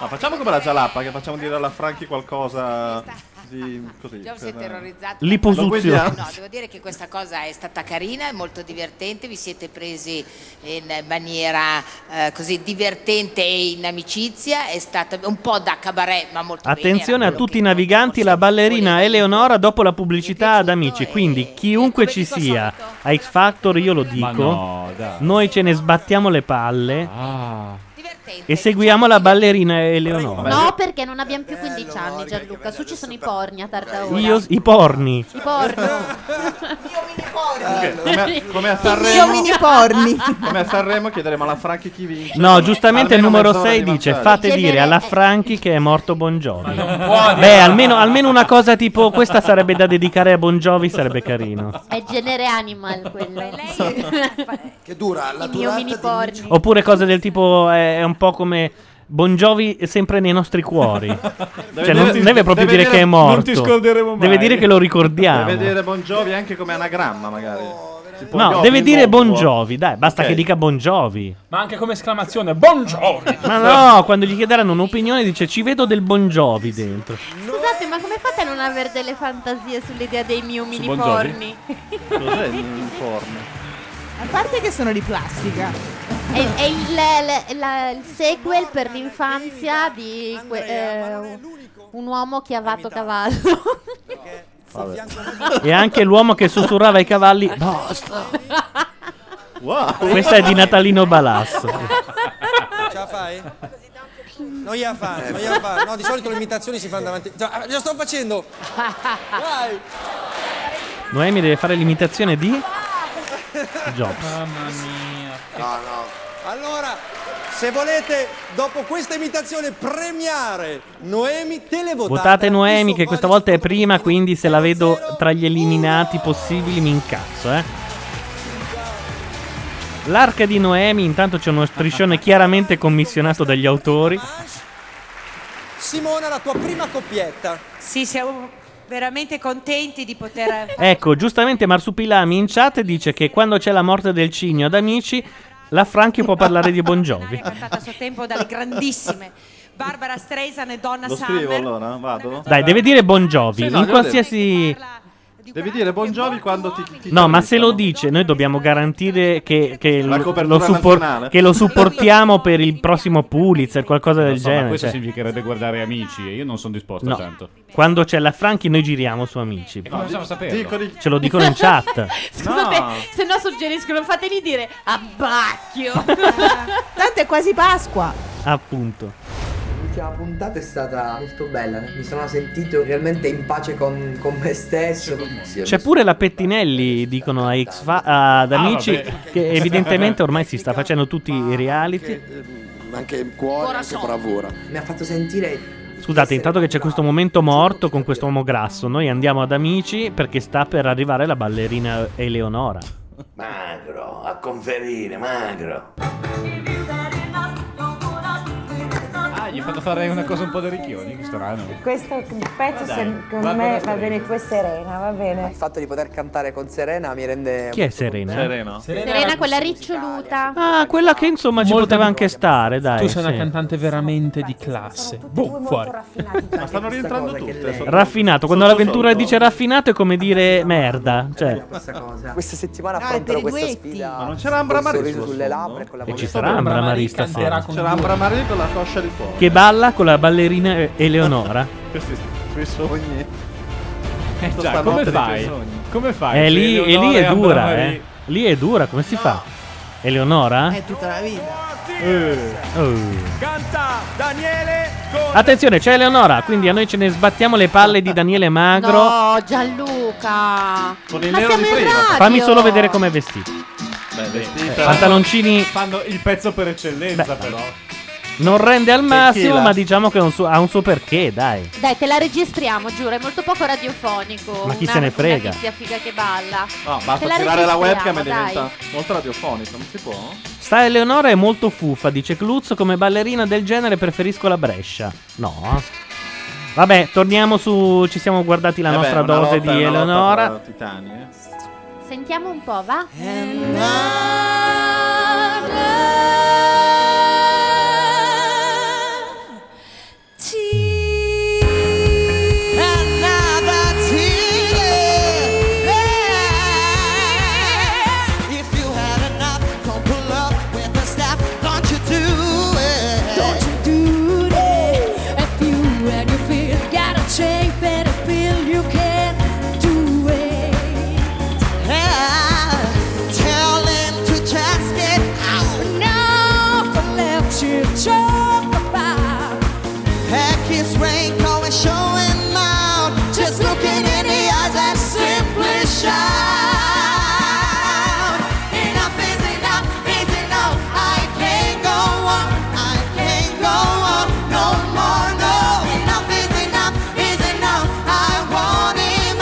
[SPEAKER 6] Ma facciamo come la Gialappa, che facciamo dire alla Franchi qualcosa di così.
[SPEAKER 11] Già si è terrorizzato.
[SPEAKER 6] L'iposuzio. Lo guidiamo?
[SPEAKER 11] No, devo dire che questa cosa è stata carina, è molto divertente. Vi siete presi in maniera eh, così divertente e in amicizia. È stata un po' da cabaret, ma molto
[SPEAKER 1] Attenzione a tutti i naviganti, la ballerina Eleonora dopo la pubblicità ad amici, quindi chiunque ci sia a X Factor io lo dico,
[SPEAKER 5] no, dai. Ah.
[SPEAKER 1] noi ce ne sbattiamo le palle e
[SPEAKER 4] diciamo
[SPEAKER 11] Divertente.
[SPEAKER 1] seguiamo la ballerina Eleonora.
[SPEAKER 4] No, perché non abbiamo più 15 anni, Gianluca. Su ci sono i porni a tarda ora.
[SPEAKER 1] Io, i porni.
[SPEAKER 4] I porno. [LAUGHS]
[SPEAKER 6] Come, come a
[SPEAKER 3] Io
[SPEAKER 6] Sanremo.
[SPEAKER 3] mini porni.
[SPEAKER 6] Come a Sanremo chiederemo alla Franchi chi vince.
[SPEAKER 1] No, giustamente il
[SPEAKER 6] Almeno
[SPEAKER 1] numero
[SPEAKER 6] mezz'ora
[SPEAKER 1] 6
[SPEAKER 6] di
[SPEAKER 1] dice
[SPEAKER 6] mangiare.
[SPEAKER 1] fate dire alla Franchi che è morto Bongiovi.
[SPEAKER 6] può
[SPEAKER 1] Beh, almeno, almeno una cosa tipo questa sarebbe da dedicare a Bongiovi, sarebbe carino.
[SPEAKER 4] È genere animal quello.
[SPEAKER 1] [LAUGHS]
[SPEAKER 7] che dura la
[SPEAKER 4] I mio
[SPEAKER 7] durata
[SPEAKER 4] mini
[SPEAKER 7] di
[SPEAKER 4] porni.
[SPEAKER 1] Oppure cose del tipo eh, è un po' come Bongiovi è sempre nei nostri cuori. cioè non
[SPEAKER 6] dire-
[SPEAKER 1] deve proprio dire,
[SPEAKER 6] deve dire-
[SPEAKER 1] che è morto.
[SPEAKER 6] non ti scorderemo mai.
[SPEAKER 1] Deve dire che lo
[SPEAKER 6] Deve
[SPEAKER 1] ricordiamo.
[SPEAKER 6] dire Bongiovi anche come anagramma, magari. Tipo
[SPEAKER 1] No,
[SPEAKER 6] Jovi,
[SPEAKER 1] deve dire
[SPEAKER 6] Mobuo.
[SPEAKER 1] Bongiovi, dai, basta
[SPEAKER 6] Ok.
[SPEAKER 1] che dica Bongiovi.
[SPEAKER 2] Ma anche come esclamazione, buongiorno!
[SPEAKER 6] Ah,
[SPEAKER 1] Ma no, quando gli chiederanno un'opinione dice ci vedo del Bongiovi dentro.
[SPEAKER 4] Scusate, ma come fate a non avere delle fantasie sull'idea dei mio mini
[SPEAKER 1] Bon
[SPEAKER 4] porni?
[SPEAKER 1] Jovi?
[SPEAKER 6] Cos'è il porno?
[SPEAKER 3] A parte che sono di plastica.
[SPEAKER 4] È, è il, l- la- il sequel per l'infanzia di que- eh, un uomo chiavato cavallo.
[SPEAKER 1] E anche l'uomo che sussurrava ai cavalli. Basta.
[SPEAKER 4] [LAUGHS]
[SPEAKER 6] Ah, Wow.
[SPEAKER 1] Questa è di Natalino Balasso.
[SPEAKER 7] Ce la fai? Non gliela fare, non gliela fare. No, di solito le imitazioni si fanno davanti. Già, Glielo sto facendo. Vai.
[SPEAKER 1] Noemi deve fare l'imitazione di Jobs.
[SPEAKER 2] Mamma mia.
[SPEAKER 7] No, no. Allora, se volete, dopo questa imitazione, premiare Noemi, televotate.
[SPEAKER 1] Votate Noemi che questa volta è prima, quindi se la vedo tra gli eliminati possibili mi incazzo, eh. L'arca di Noemi, intanto c'è uno striscione chiaramente commissionato dagli autori.
[SPEAKER 7] Simona, la tua prima coppietta.
[SPEAKER 9] Sì, siamo veramente contenti di
[SPEAKER 7] [LAUGHS]
[SPEAKER 9] poter...
[SPEAKER 1] Ecco, giustamente Marsupilami in chat dice che quando c'è la morte del cigno ad amici, la Franchi può parlare di Bongiovi.
[SPEAKER 9] a suo tempo dalle grandissime Barbara Streisand e Donna
[SPEAKER 6] Lo
[SPEAKER 9] Summer.
[SPEAKER 6] scrivo allora, vado?
[SPEAKER 1] Dai, deve dire Bongiovi,
[SPEAKER 6] Sì, no,
[SPEAKER 1] in
[SPEAKER 6] glielo
[SPEAKER 1] qualsiasi...
[SPEAKER 6] Devi dire Bongiovi quando ti, ti
[SPEAKER 1] No, ma se lo dice, noi dobbiamo garantire che, che
[SPEAKER 6] La
[SPEAKER 1] lo,
[SPEAKER 6] copertura
[SPEAKER 1] lo suppor-
[SPEAKER 6] nazionale.
[SPEAKER 1] che lo supportiamo per il prossimo Pulitzer, qualcosa del
[SPEAKER 5] Insomma,
[SPEAKER 1] genere.
[SPEAKER 5] questo
[SPEAKER 1] cioè,
[SPEAKER 5] significherebbe guardare amici e io non sono disposto
[SPEAKER 1] no.
[SPEAKER 5] a tanto.
[SPEAKER 1] Quando c'è la Franchi, noi giriamo su Amici.
[SPEAKER 5] come possiamo saperlo? Dicono-
[SPEAKER 1] Ce lo dicono in
[SPEAKER 6] [LAUGHS]
[SPEAKER 1] chat.
[SPEAKER 4] Scusate,
[SPEAKER 1] No.
[SPEAKER 4] se no suggeriscono, fateli dire abbacchio.
[SPEAKER 3] [LAUGHS] Tanto è quasi Pasqua.
[SPEAKER 1] Appunto.
[SPEAKER 14] L'ultima puntata è stata molto bella, mi sono sentito realmente in pace con, con me stesso.
[SPEAKER 1] C'è pure la Pettinelli, dicono a X Fa- ad
[SPEAKER 14] Ah,
[SPEAKER 1] Amici,
[SPEAKER 14] vabbè.
[SPEAKER 1] che evidentemente ormai si sta facendo tutti i reality.
[SPEAKER 14] anche il cuore, anche bravura. Mi ha fatto sentire
[SPEAKER 1] Scusate, intanto che c'è questo momento morto con quest'uomo grasso, noi andiamo ad Amici perché sta per arrivare la ballerina Eleonora.
[SPEAKER 14] magro, a conferire, magro.
[SPEAKER 5] Ah, gli ho fatto fare una cosa un po' da ricchioni, che strano.
[SPEAKER 15] Questo pezzo
[SPEAKER 5] Dai,
[SPEAKER 15] secondo
[SPEAKER 5] Barbara
[SPEAKER 15] me va
[SPEAKER 5] Streisand.
[SPEAKER 15] bene, tu e Serena, va bene.
[SPEAKER 14] Il fatto di poter cantare con Serena mi rende...
[SPEAKER 1] Chi è Serena?
[SPEAKER 5] Serena.
[SPEAKER 4] Serena quella riccioluta.
[SPEAKER 1] Ah, quella che insomma ci poteva anche stare, dai.
[SPEAKER 2] Tu sei una
[SPEAKER 1] sì.
[SPEAKER 2] cantante veramente di classe. Boh, fuori.
[SPEAKER 6] Ma stanno rientrando tutte. sotto-
[SPEAKER 1] Raffinato, quando
[SPEAKER 6] sotto
[SPEAKER 1] l'avventura
[SPEAKER 6] sotto.
[SPEAKER 1] dice raffinato è come dire merda.
[SPEAKER 5] Eh.
[SPEAKER 1] Cioè,
[SPEAKER 14] Questa settimana
[SPEAKER 16] Ah,
[SPEAKER 3] No, è per
[SPEAKER 14] affronterò
[SPEAKER 3] i
[SPEAKER 14] questa
[SPEAKER 3] duetti.
[SPEAKER 14] sfida.
[SPEAKER 6] Ma non c'era Ambra
[SPEAKER 14] col
[SPEAKER 6] Mari
[SPEAKER 14] sorriso
[SPEAKER 6] sullo
[SPEAKER 14] sulle
[SPEAKER 6] sfondo?
[SPEAKER 14] labbra e con la
[SPEAKER 1] e ci
[SPEAKER 14] voce-
[SPEAKER 1] sarà Ambra Marie stasera.
[SPEAKER 6] C'era Ambra Marie con la coscia di fuori.
[SPEAKER 1] Che balla con la ballerina E- Eleonora.
[SPEAKER 6] Questi quei sogni. Questa
[SPEAKER 5] già,
[SPEAKER 6] stanotte
[SPEAKER 5] come
[SPEAKER 6] dei tuoi
[SPEAKER 5] fai?
[SPEAKER 6] sogni. Eh,
[SPEAKER 5] Come fai?
[SPEAKER 1] E Eh, lì, e lì è dura,
[SPEAKER 5] Marie.
[SPEAKER 1] eh. Lì è dura, come si fa?
[SPEAKER 16] Eh,
[SPEAKER 1] Eleonora?
[SPEAKER 3] È tutta la vita.
[SPEAKER 1] Eh, Oh.
[SPEAKER 17] Canta Daniele con
[SPEAKER 1] Attenzione, c'è Eleonora, quindi a noi ce ne sbattiamo le palle di Daniele Magro.
[SPEAKER 4] No, Gianluca.
[SPEAKER 1] Con
[SPEAKER 4] Ma siamo in radio.
[SPEAKER 1] Fammi solo vedere com'è vestito.
[SPEAKER 5] Beh,
[SPEAKER 1] Eh, Pantaloncini.
[SPEAKER 5] Fanno il pezzo per eccellenza, però.
[SPEAKER 1] Non rende al massimo,
[SPEAKER 4] Tequila.
[SPEAKER 1] ma diciamo che ha un suo- ha un suo perché, dai.
[SPEAKER 4] Dai, te la registriamo, giuro, è molto poco radiofonico.
[SPEAKER 1] Ma chi
[SPEAKER 4] Una-
[SPEAKER 1] se ne frega?
[SPEAKER 4] Una tizia figa che balla.
[SPEAKER 6] No,
[SPEAKER 4] Te
[SPEAKER 6] basta tirare la
[SPEAKER 4] registriamo,
[SPEAKER 6] webcam e
[SPEAKER 4] dai.
[SPEAKER 6] diventa molto radiofonica, non si può?
[SPEAKER 1] Sta Eleonora è molto fuffa, dice Cluzzo. Come ballerina del genere preferisco la Brescia. No. Vabbè, torniamo su. Ci siamo guardati la
[SPEAKER 6] Eh beh,
[SPEAKER 1] nostra
[SPEAKER 6] una
[SPEAKER 1] dose
[SPEAKER 6] lotta-
[SPEAKER 1] di
[SPEAKER 6] una lotta
[SPEAKER 1] Eleonora.
[SPEAKER 6] tra titani, eh.
[SPEAKER 4] Sentiamo un po', va?
[SPEAKER 7] If you had enough, don't pull up with the staff. Don't you do it. Don't you do it. If you and your fear got a change, better feel you can do it. Yeah. Tell them to just get out. Now for left you talk about. Heck, it's rain going, showing out. Just looking in the eyes and simply shout. Enough is enough is enough. I can't go on. I can't go on no more. No. Enough is enough is enough. I want him.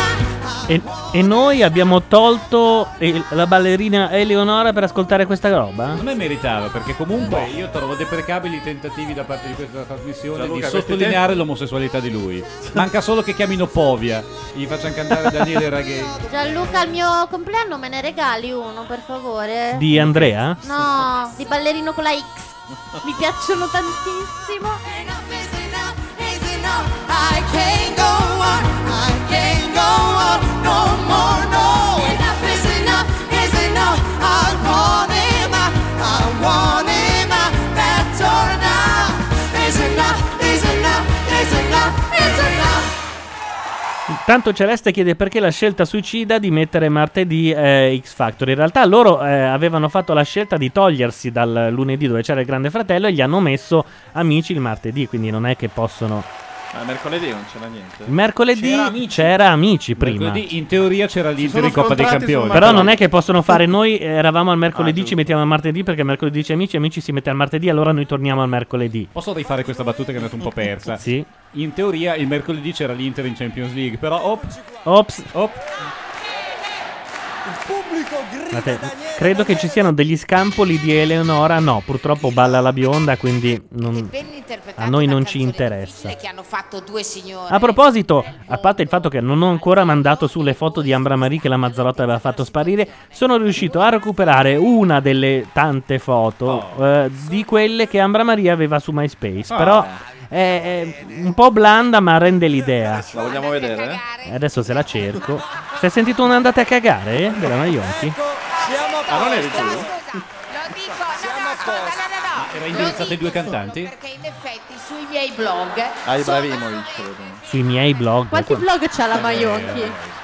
[SPEAKER 6] eh.
[SPEAKER 1] E, e noi abbiamo tolto eh, la ballerina Eleonora per ascoltare questa roba?
[SPEAKER 5] Non me meritava, perché
[SPEAKER 1] Boh.
[SPEAKER 5] comunque io trovo deprecabili i tentativi da parte di questa trasmissione
[SPEAKER 1] Gianluca,
[SPEAKER 5] di
[SPEAKER 1] questi
[SPEAKER 5] sottolineare
[SPEAKER 1] te-
[SPEAKER 5] l'omosessualità di lui. Manca solo che chiamino Povia, gli facciano cantare Daniele Raghei.
[SPEAKER 4] Gianluca, al mio compleanno me ne regali uno, per
[SPEAKER 1] [LAUGHS]
[SPEAKER 4] favore.
[SPEAKER 1] Di Andrea?
[SPEAKER 4] No, di ballerino con la X. Mi piacciono tantissimo.
[SPEAKER 7] Is enough. I can't go on. I can't go on no more. No. Enough is enough is enough. I want him. I want him. That's all now. Is enough is enough is enough is enough.
[SPEAKER 1] Intanto Celeste chiede perché la scelta suicida di mettere martedì eh, X Factor. In realtà loro eh, avevano fatto la scelta di togliersi dal lunedì dove c'era il Grande Fratello e gli hanno messo amici il martedì, quindi non è che possono.
[SPEAKER 6] Ma Eh, mercoledì non c'era niente.
[SPEAKER 1] Il mercoledì c'era amici, prima.
[SPEAKER 5] Mercoledì Ecco, in teoria c'era l'Inter in Coppa dei
[SPEAKER 6] scontrati
[SPEAKER 5] Campioni. Ah,
[SPEAKER 1] Però non è che possono fare noi eh, eravamo al mercoledì, ci mettiamo al martedì perché mercoledì c'è amici, amici si mette al martedì, allora noi torniamo al mercoledì.
[SPEAKER 5] Posso rifare questa battuta che è andata un po' persa?
[SPEAKER 1] Sì.
[SPEAKER 5] In teoria il mercoledì c'era l'Inter in Champions League, però op,
[SPEAKER 1] ops,
[SPEAKER 5] op.
[SPEAKER 18] Il pubblico grida
[SPEAKER 1] Guardate, credo che ci siano degli scampoli di Eleonora, no, purtroppo balla la bionda, quindi non- a noi non ci interessa.
[SPEAKER 19] che hanno fatto due signori.
[SPEAKER 1] A proposito, a parte il fatto che non ho ancora mandato su le foto di Ambra Marie che la Mazzarotta aveva fatto sparire, sono riuscito a recuperare una delle tante foto eh, di quelle che Ambra Marie aveva su MySpace.
[SPEAKER 6] Ah.
[SPEAKER 1] Però è, è un po' blanda, ma rende l'idea.
[SPEAKER 6] La vogliamo vedere?
[SPEAKER 1] Adesso se la cerco. Si è sentito un'andata a cagare eh, della Maionchi?
[SPEAKER 4] Ecco.
[SPEAKER 18] Siamo a
[SPEAKER 6] Ah, non eri tu?
[SPEAKER 5] Era indirizzata ai due cantanti?
[SPEAKER 11] Ah,
[SPEAKER 19] Perché in effetti sui miei blog
[SPEAKER 6] Ah,
[SPEAKER 19] sono-
[SPEAKER 6] Ibrahimovic, credo.
[SPEAKER 1] Sui miei blog.
[SPEAKER 4] Quanti blog c'ha la Maionchi?
[SPEAKER 19] Eh,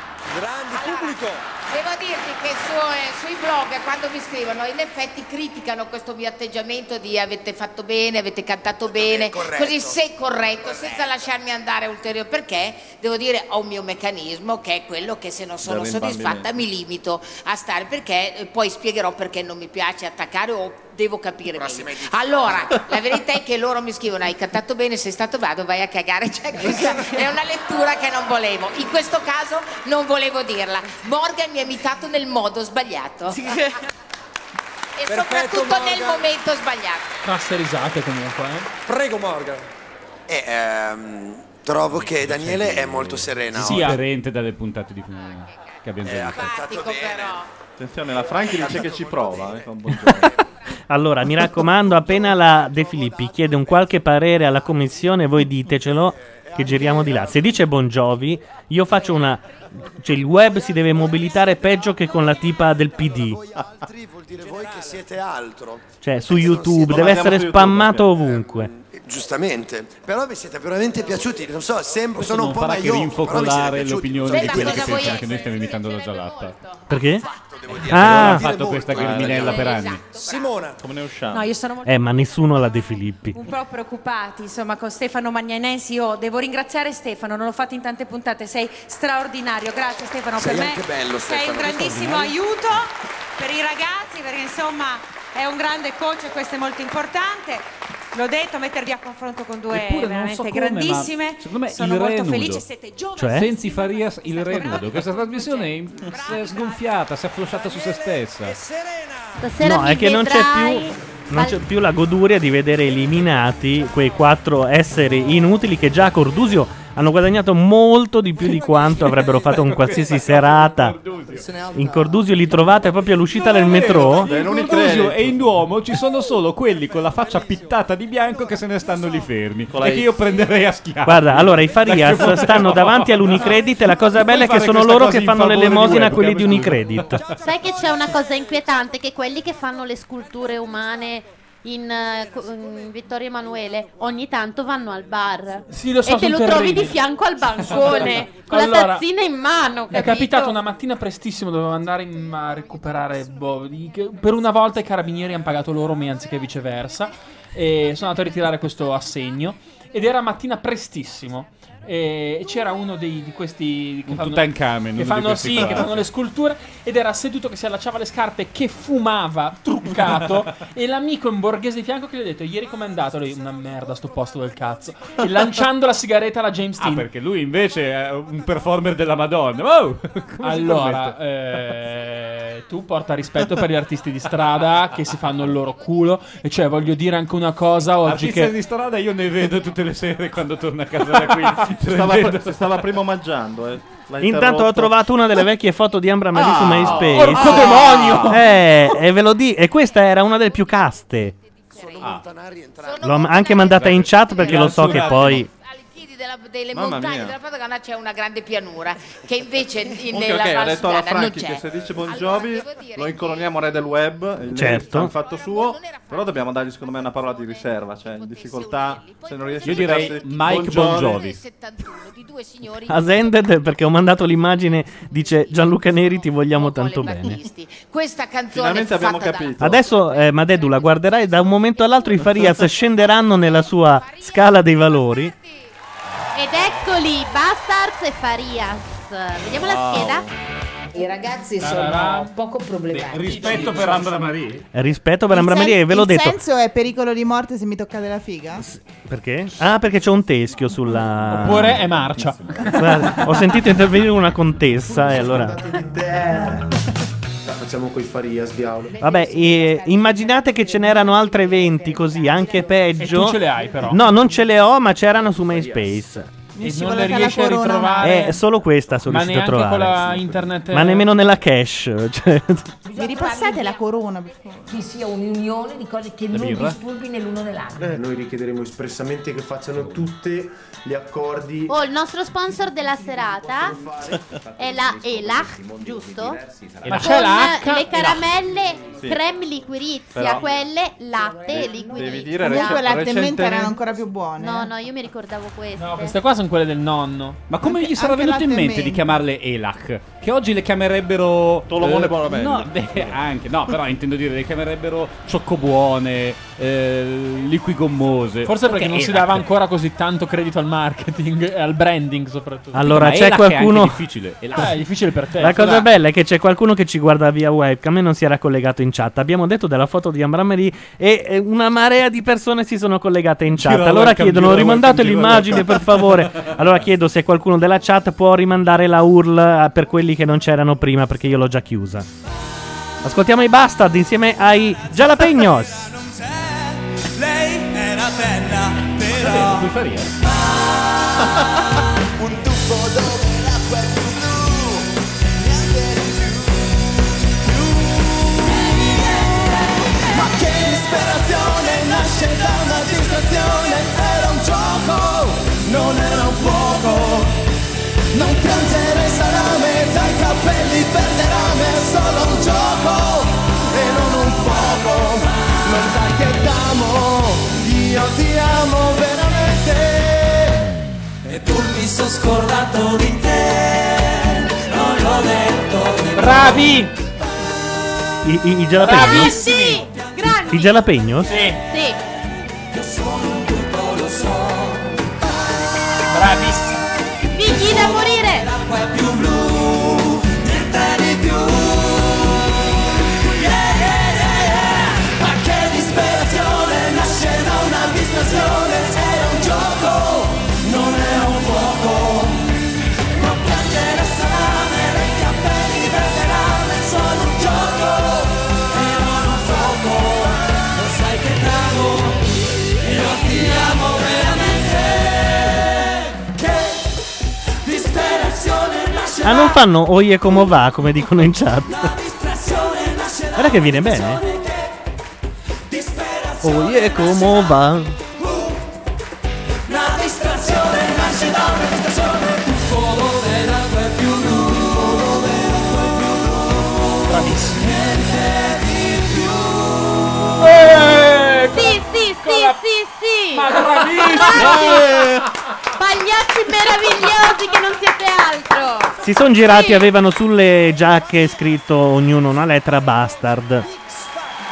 [SPEAKER 19] Devo dirti che su- eh, sui blog quando mi scrivono in effetti criticano questo mio atteggiamento di avete fatto bene, avete cantato bene,
[SPEAKER 9] corretto.
[SPEAKER 19] così se corretto, senza lasciarmi andare ulteriore perché devo dire ho un mio meccanismo che è quello che se non sono
[SPEAKER 9] Del
[SPEAKER 19] soddisfatta
[SPEAKER 9] rimbambimento.
[SPEAKER 19] mi limito a stare perché eh, poi spiegherò perché non mi piace attaccare o devo capire meglio. Allora, la verità è che loro mi scrivono hai cantato bene, sei stato bravo, vai a cagare, [LAUGHS] cioè questa è una lettura che non volevo. In questo caso non volevo dirla. Morgan mi ha imitato nel modo sbagliato. [LAUGHS] E soprattutto nel momento sbagliato.
[SPEAKER 2] Classe risate comunque. eh.
[SPEAKER 18] Prego Morgan.
[SPEAKER 8] E, ehm, trovo che Daniele è molto serena.
[SPEAKER 5] Sì,
[SPEAKER 8] oggi.
[SPEAKER 5] aderente dalle puntate di che
[SPEAKER 8] Eh,
[SPEAKER 5] abbiamo già visto.
[SPEAKER 6] Attenzione, la Franchi dice che ci prova. eh, con Bongiorno.
[SPEAKER 1] Allora, mi raccomando, appena la De Filippi chiede un qualche parere alla commissione, voi ditecelo che giriamo di là. Se dice Bongiovi, io faccio una... Cioè, il web si deve mobilitare peggio che con la tipa del PD.
[SPEAKER 8] Altri vuol dire voi che siete altro.
[SPEAKER 1] Cioè, su YouTube, deve essere spammato ovunque.
[SPEAKER 8] Giustamente, però vi siete veramente piaciuti. Non so, sembro, sono un
[SPEAKER 5] non
[SPEAKER 8] po'
[SPEAKER 5] farà che
[SPEAKER 8] maiocco, però mi siete
[SPEAKER 5] rinfocolare
[SPEAKER 8] piaciuti.
[SPEAKER 5] l'opinione
[SPEAKER 8] Sì,
[SPEAKER 5] di
[SPEAKER 8] ma
[SPEAKER 5] quelli che
[SPEAKER 8] cosa vuoi
[SPEAKER 5] pensano che noi stiamo imitando la giallata.
[SPEAKER 1] Perché?
[SPEAKER 5] Ah, ha
[SPEAKER 1] Ah,
[SPEAKER 5] fatto questa criminella per anni.
[SPEAKER 18] Simona,
[SPEAKER 6] come ne usciamo?
[SPEAKER 9] No, io sono molto...
[SPEAKER 1] eh, ma nessuno la De Filippi.
[SPEAKER 9] Un po' preoccupati, insomma, con Stefano Magnanesi. Io devo ringraziare Stefano, non l'ho fatto in tante puntate, sei straordinario. Grazie Stefano
[SPEAKER 8] Sei
[SPEAKER 9] per me.
[SPEAKER 8] anche bello,
[SPEAKER 9] sei
[SPEAKER 8] Stefano,
[SPEAKER 9] un grandissimo
[SPEAKER 8] straordinario.
[SPEAKER 9] aiuto per i ragazzi, perché insomma è un grande coach e questo è molto importante. L'ho detto, mettervi a confronto con due
[SPEAKER 5] Eppure non
[SPEAKER 9] veramente
[SPEAKER 5] so come,
[SPEAKER 9] grandissime.
[SPEAKER 5] ma secondo me
[SPEAKER 9] Sono
[SPEAKER 5] il re
[SPEAKER 9] molto
[SPEAKER 5] nudo.
[SPEAKER 9] felice, siete giovani.
[SPEAKER 5] Cioè? Senzi Farias il re nudo. Questa trasmissione è in- si è sgonfiata, si è afflosciata su se stessa.
[SPEAKER 4] Stasera
[SPEAKER 1] No,
[SPEAKER 4] mi
[SPEAKER 1] è che non c'è
[SPEAKER 4] vedrai-
[SPEAKER 1] Non c'è più la goduria di vedere eliminati quei quattro esseri inutili che già a Cordusio hanno guadagnato molto di più di quanto avrebbero fatto con qualsiasi serata. In Cordusio li trovate proprio all'uscita del metro?
[SPEAKER 5] Eh, In Cordusio e in Duomo ci sono solo quelli con la faccia pittata di bianco che se ne stanno lì fermi. E che io prenderei a schiaffi.
[SPEAKER 1] Ah. Guarda, allora i
[SPEAKER 5] Perché
[SPEAKER 1] Farias
[SPEAKER 5] proprio-
[SPEAKER 1] stanno davanti all'Unicredit e la cosa bella è che
[SPEAKER 5] fare
[SPEAKER 1] sono
[SPEAKER 5] questa
[SPEAKER 1] loro
[SPEAKER 5] cosa
[SPEAKER 1] che
[SPEAKER 5] in
[SPEAKER 1] fanno
[SPEAKER 5] favore di
[SPEAKER 1] l'elemosina a
[SPEAKER 5] webcam,
[SPEAKER 1] quelli di
[SPEAKER 5] scusa.
[SPEAKER 1] Unicredit.
[SPEAKER 4] Sai che c'è una cosa inquietante? Che quelli che fanno le sculture umane in, eh, co- in Vittorio Emanuele ogni tanto vanno al bar
[SPEAKER 2] Sì, lo so,
[SPEAKER 4] e te
[SPEAKER 2] sono
[SPEAKER 4] lo trovi
[SPEAKER 2] terribili.
[SPEAKER 4] di fianco al bancone con
[SPEAKER 2] [LAUGHS]
[SPEAKER 4] la
[SPEAKER 2] Allora,
[SPEAKER 4] tazzina in mano.
[SPEAKER 2] Mi è
[SPEAKER 4] capito?
[SPEAKER 2] capitato una mattina prestissimo, dovevo andare in- a recuperare boh, di- che- Per una volta i carabinieri hanno pagato loro me anziché viceversa. E sono andato a ritirare questo assegno. Ed era mattina prestissimo. E c'era uno dei- di questi che
[SPEAKER 5] Un
[SPEAKER 2] fanno,
[SPEAKER 5] Tutankhamen, uno
[SPEAKER 2] che
[SPEAKER 5] di
[SPEAKER 2] fanno,
[SPEAKER 5] questi
[SPEAKER 2] sì,
[SPEAKER 5] qua.
[SPEAKER 2] che fanno le sculture ed era seduto che si allacciava le scarpe che fumava truccato e l'amico in borghese di fianco che gli ha detto ieri com'è andato lui una merda sto posto del cazzo e lanciando la sigaretta alla James
[SPEAKER 5] Ah,
[SPEAKER 2] Dean
[SPEAKER 5] perché lui invece è un performer della Madonna. Wow! [LAUGHS] Come si
[SPEAKER 2] allora,
[SPEAKER 5] permette?
[SPEAKER 2] eh, tu porta rispetto per gli artisti di strada che si fanno il loro culo. E cioè, voglio dire anche una cosa oggi
[SPEAKER 5] Artista
[SPEAKER 2] che.
[SPEAKER 5] di strada io ne vedo tutte le sere quando torno a casa da [LAUGHS] qui.
[SPEAKER 6] Si stava, si stava prima mangiando, eh. L'ha
[SPEAKER 1] Intanto ho
[SPEAKER 6] interrotto.
[SPEAKER 1] trovato una delle vecchie foto di Ambra
[SPEAKER 5] Ah,
[SPEAKER 1] Masi su MySpace.
[SPEAKER 6] orco demonio!
[SPEAKER 1] Eh, e ve lo di- e questa era una delle più caste.
[SPEAKER 20] Sono
[SPEAKER 1] Ah.
[SPEAKER 20] montanari entrambi.
[SPEAKER 1] L'ho anche mandata in chat perché lo so che poi.
[SPEAKER 19] piedi della- delle
[SPEAKER 1] Mamma
[SPEAKER 19] montagne
[SPEAKER 1] mia.
[SPEAKER 19] della Padagana c'è una grande pianura
[SPEAKER 6] [LAUGHS]
[SPEAKER 19] che invece in-
[SPEAKER 6] Ok,
[SPEAKER 19] nella
[SPEAKER 6] ok, ho
[SPEAKER 19] Val
[SPEAKER 6] detto alla
[SPEAKER 19] Sudana non
[SPEAKER 6] Franchi che
[SPEAKER 19] c'è.
[SPEAKER 6] se dice Bon Jovi lo incoloniamo re del web, il
[SPEAKER 1] Certo.
[SPEAKER 6] fa il fatto suo, però dobbiamo dargli secondo me una parola di riserva, cioè in difficoltà, se non riesce
[SPEAKER 5] Io
[SPEAKER 6] a
[SPEAKER 5] direi
[SPEAKER 6] citarsi
[SPEAKER 5] Mike Bon Jovi.
[SPEAKER 19] 71 di due signori
[SPEAKER 1] Asended perché ho mandato l'immagine, dice Gianluca Neri ti vogliamo tanto bene.
[SPEAKER 19] battisti. Questa canzone
[SPEAKER 6] Finalmente
[SPEAKER 19] fu
[SPEAKER 6] abbiamo
[SPEAKER 19] fatta da-
[SPEAKER 6] capito.
[SPEAKER 1] Adesso eh, Madeddu la guarderai da un momento all'altro i Farias scenderanno nella sua scala dei valori. eh,
[SPEAKER 4] Ed eccoli, Bastards e Farias. Vediamo la
[SPEAKER 1] Wow.
[SPEAKER 4] scheda.
[SPEAKER 19] I ragazzi
[SPEAKER 5] Tararà.
[SPEAKER 19] sono poco problematici.
[SPEAKER 5] Rispetto per Ambra Marie.
[SPEAKER 1] Rispetto per Ambra Maria, e ve l'ho
[SPEAKER 3] il
[SPEAKER 1] detto.
[SPEAKER 3] senso è pericolo di morte se mi toccate la figa?
[SPEAKER 1] Perché? Ah, perché c'è un teschio sulla.
[SPEAKER 2] Oppure è marcia.
[SPEAKER 1] Guarda, ho sentito intervenire una contessa e allora.
[SPEAKER 21] La facciamo coi Farias, diavolo.
[SPEAKER 1] Vabbè, e immaginate che ce n'erano altre 20 così, anche peggio.
[SPEAKER 21] E tu ce le hai, però.
[SPEAKER 1] No, non ce le ho, ma c'erano su MySpace.
[SPEAKER 2] E non le riesci a ritrovare.
[SPEAKER 1] Eh, solo questa sono
[SPEAKER 2] ma
[SPEAKER 1] riuscito a
[SPEAKER 2] neanche
[SPEAKER 1] trovare.
[SPEAKER 2] con la internet. eh,
[SPEAKER 1] Ma nemmeno nella cache. [LAUGHS] Cioè,
[SPEAKER 3] Mi ripassate la corona, per favore.
[SPEAKER 22] Che sia un'unione di cose che non
[SPEAKER 21] birra?
[SPEAKER 22] disturbi né l'uno né l'altro.
[SPEAKER 21] Eh, noi richiederemo espressamente che facciano tutti gli accordi.
[SPEAKER 4] Oh, il nostro sponsor della serata è la Elach, giusto?
[SPEAKER 21] Ma
[SPEAKER 4] Con eh,
[SPEAKER 21] c'è la
[SPEAKER 6] H?
[SPEAKER 4] le caramelle
[SPEAKER 6] Sì.
[SPEAKER 4] creme liquirizia,
[SPEAKER 6] Però-
[SPEAKER 4] quelle latte e liquirizia.
[SPEAKER 6] Devi dire
[SPEAKER 3] Comunque
[SPEAKER 6] rece-
[SPEAKER 3] latte e menta erano
[SPEAKER 6] recentemente...
[SPEAKER 3] ancora più buone.
[SPEAKER 4] No, no, io mi ricordavo queste.
[SPEAKER 2] Queste qua sono quelle del nonno.
[SPEAKER 5] Ma come gli sarà
[SPEAKER 4] anche
[SPEAKER 5] venuto in
[SPEAKER 4] latte e
[SPEAKER 5] mente di
[SPEAKER 4] menta.
[SPEAKER 5] chiamarle Elac? Che oggi le chiamerebbero. eh,
[SPEAKER 6] Tolomone Bonabello.
[SPEAKER 5] No, beh, anche, no, però intendo dire, le chiamerebbero cioccobuone, eh, liquigommose.
[SPEAKER 2] Forse perché non si
[SPEAKER 5] Elac?
[SPEAKER 2] dava ancora così tanto credito al marketing e al branding, soprattutto.
[SPEAKER 1] Allora,
[SPEAKER 2] Ma
[SPEAKER 1] c'è
[SPEAKER 2] Elac è anche
[SPEAKER 1] qualcuno-
[SPEAKER 5] difficile. Elac-
[SPEAKER 2] Ah, è difficile per te.
[SPEAKER 1] la cosa
[SPEAKER 2] scusa.
[SPEAKER 1] bella è che c'è qualcuno che ci guarda via webcam e non si era collegato in chat. Abbiamo detto della foto di Ambra Marie e eh, una marea di persone si sono collegate in chat.
[SPEAKER 5] Gira la
[SPEAKER 1] allora
[SPEAKER 5] webcam,
[SPEAKER 1] chiedono:
[SPEAKER 5] gira la
[SPEAKER 1] rimandate
[SPEAKER 5] webcam, gira la
[SPEAKER 1] l'immagine per
[SPEAKER 5] webcam."
[SPEAKER 1] favore.
[SPEAKER 2] [LAUGHS]
[SPEAKER 1] Allora chiedo se qualcuno della chat può rimandare la URL eh, per quelli che non c'erano prima perché io l'ho già chiusa. Ascoltiamo i Bastard insieme ai Jalapenos.
[SPEAKER 7] Lei era bella,
[SPEAKER 5] Eh,
[SPEAKER 7] però.
[SPEAKER 5] Come faria?
[SPEAKER 7] Un tuffo dove l'acqua è più blu. Ma che ispirazione nasce da una distrazione Era un gioco, non era un fuoco Non piangere salame, tra i capelli per le rame È solo un gioco e non un fuoco Lo sai che t'amo, io ti amo veramente E tu mi sono scordato di te Non l'ho detto
[SPEAKER 2] Bravi!
[SPEAKER 1] I, i, i
[SPEAKER 4] Ah,
[SPEAKER 1] Jalapenos?
[SPEAKER 4] sì! Grandi!
[SPEAKER 1] I Jalapenos?
[SPEAKER 4] Sì.
[SPEAKER 2] Bravissimi.
[SPEAKER 4] Figli da morire!
[SPEAKER 7] L'acqua è più blu, niente di più. Yeah, yeah, yeah, yeah. Ma che disperazione nasce da una disperazione.
[SPEAKER 1] Ah, non fanno oie come va, come dicono in chat. Guarda che viene bene. Oie come va.
[SPEAKER 17] Una distrazione nasce da una distrazione. Un fuoco dell'acqua è più blu. Un fuoco dell'acqua è più blu. Bravissimo. Niente di più.
[SPEAKER 5] Eh,
[SPEAKER 4] Sì, sì, sì, sì, sì.
[SPEAKER 17] Ma bravissimo!
[SPEAKER 4] Infatti, Pagliacci meravigliosi che non siete altro.
[SPEAKER 1] Si sono girati, avevano sulle giacche scritto ognuno una lettera bastard.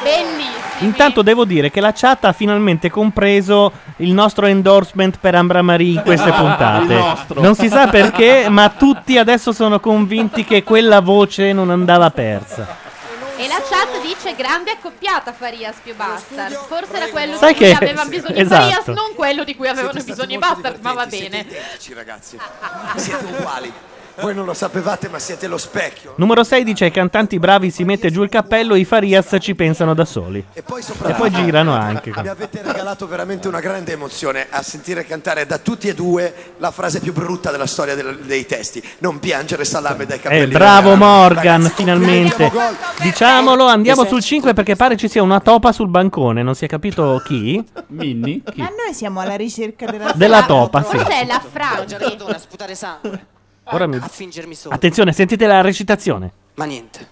[SPEAKER 4] Bellissimo.
[SPEAKER 1] Intanto devo dire che la chat ha finalmente compreso il nostro endorsement per Ambra Marie in queste puntate.
[SPEAKER 23] [LAUGHS] Il nostro.
[SPEAKER 1] Non si sa perché, ma tutti adesso sono convinti che quella voce non andava persa.
[SPEAKER 4] E la chat dice grande accoppiata Farias più Bastard. Forse era quello
[SPEAKER 1] Sai
[SPEAKER 4] di cui
[SPEAKER 1] che-
[SPEAKER 4] avevano bisogno
[SPEAKER 1] esatto.
[SPEAKER 4] i Farias, non quello di cui avevano
[SPEAKER 8] Siete
[SPEAKER 4] bisogno
[SPEAKER 8] stati
[SPEAKER 4] i
[SPEAKER 8] molto
[SPEAKER 4] Bastard, ma va bene.
[SPEAKER 8] Dici ragazzi, siete uguali. Voi non lo sapevate, ma siete lo specchio.
[SPEAKER 1] Numero 6 dice ai cantanti bravi si mette giù il cappello, i Farias ci pensano da soli. E
[SPEAKER 8] poi,
[SPEAKER 1] girano anche.
[SPEAKER 8] Mi avete regalato veramente una grande emozione a sentire cantare da tutti e due la frase più brutta della storia del- dei testi. Non piangere salame dai capelli.
[SPEAKER 1] Eh, bravo
[SPEAKER 8] ragazzi.
[SPEAKER 1] Morgan,
[SPEAKER 8] Ragazzi,
[SPEAKER 1] finalmente.
[SPEAKER 8] complimenti, abbiamo
[SPEAKER 1] Diciamolo, andiamo
[SPEAKER 8] Che
[SPEAKER 1] sul 5 perché pare ci sia una topa sul bancone, non si è capito chi? Minni?
[SPEAKER 3] Ma noi siamo alla ricerca della,
[SPEAKER 1] [LAUGHS] Della topa, sì.
[SPEAKER 3] Forse
[SPEAKER 4] è la
[SPEAKER 3] Franchi.
[SPEAKER 19] Ho già Cioè, una a sputare sangue.
[SPEAKER 1] Ora mi-
[SPEAKER 19] A fingermi solo.
[SPEAKER 1] Attenzione, sentite la recitazione.
[SPEAKER 19] Ma niente.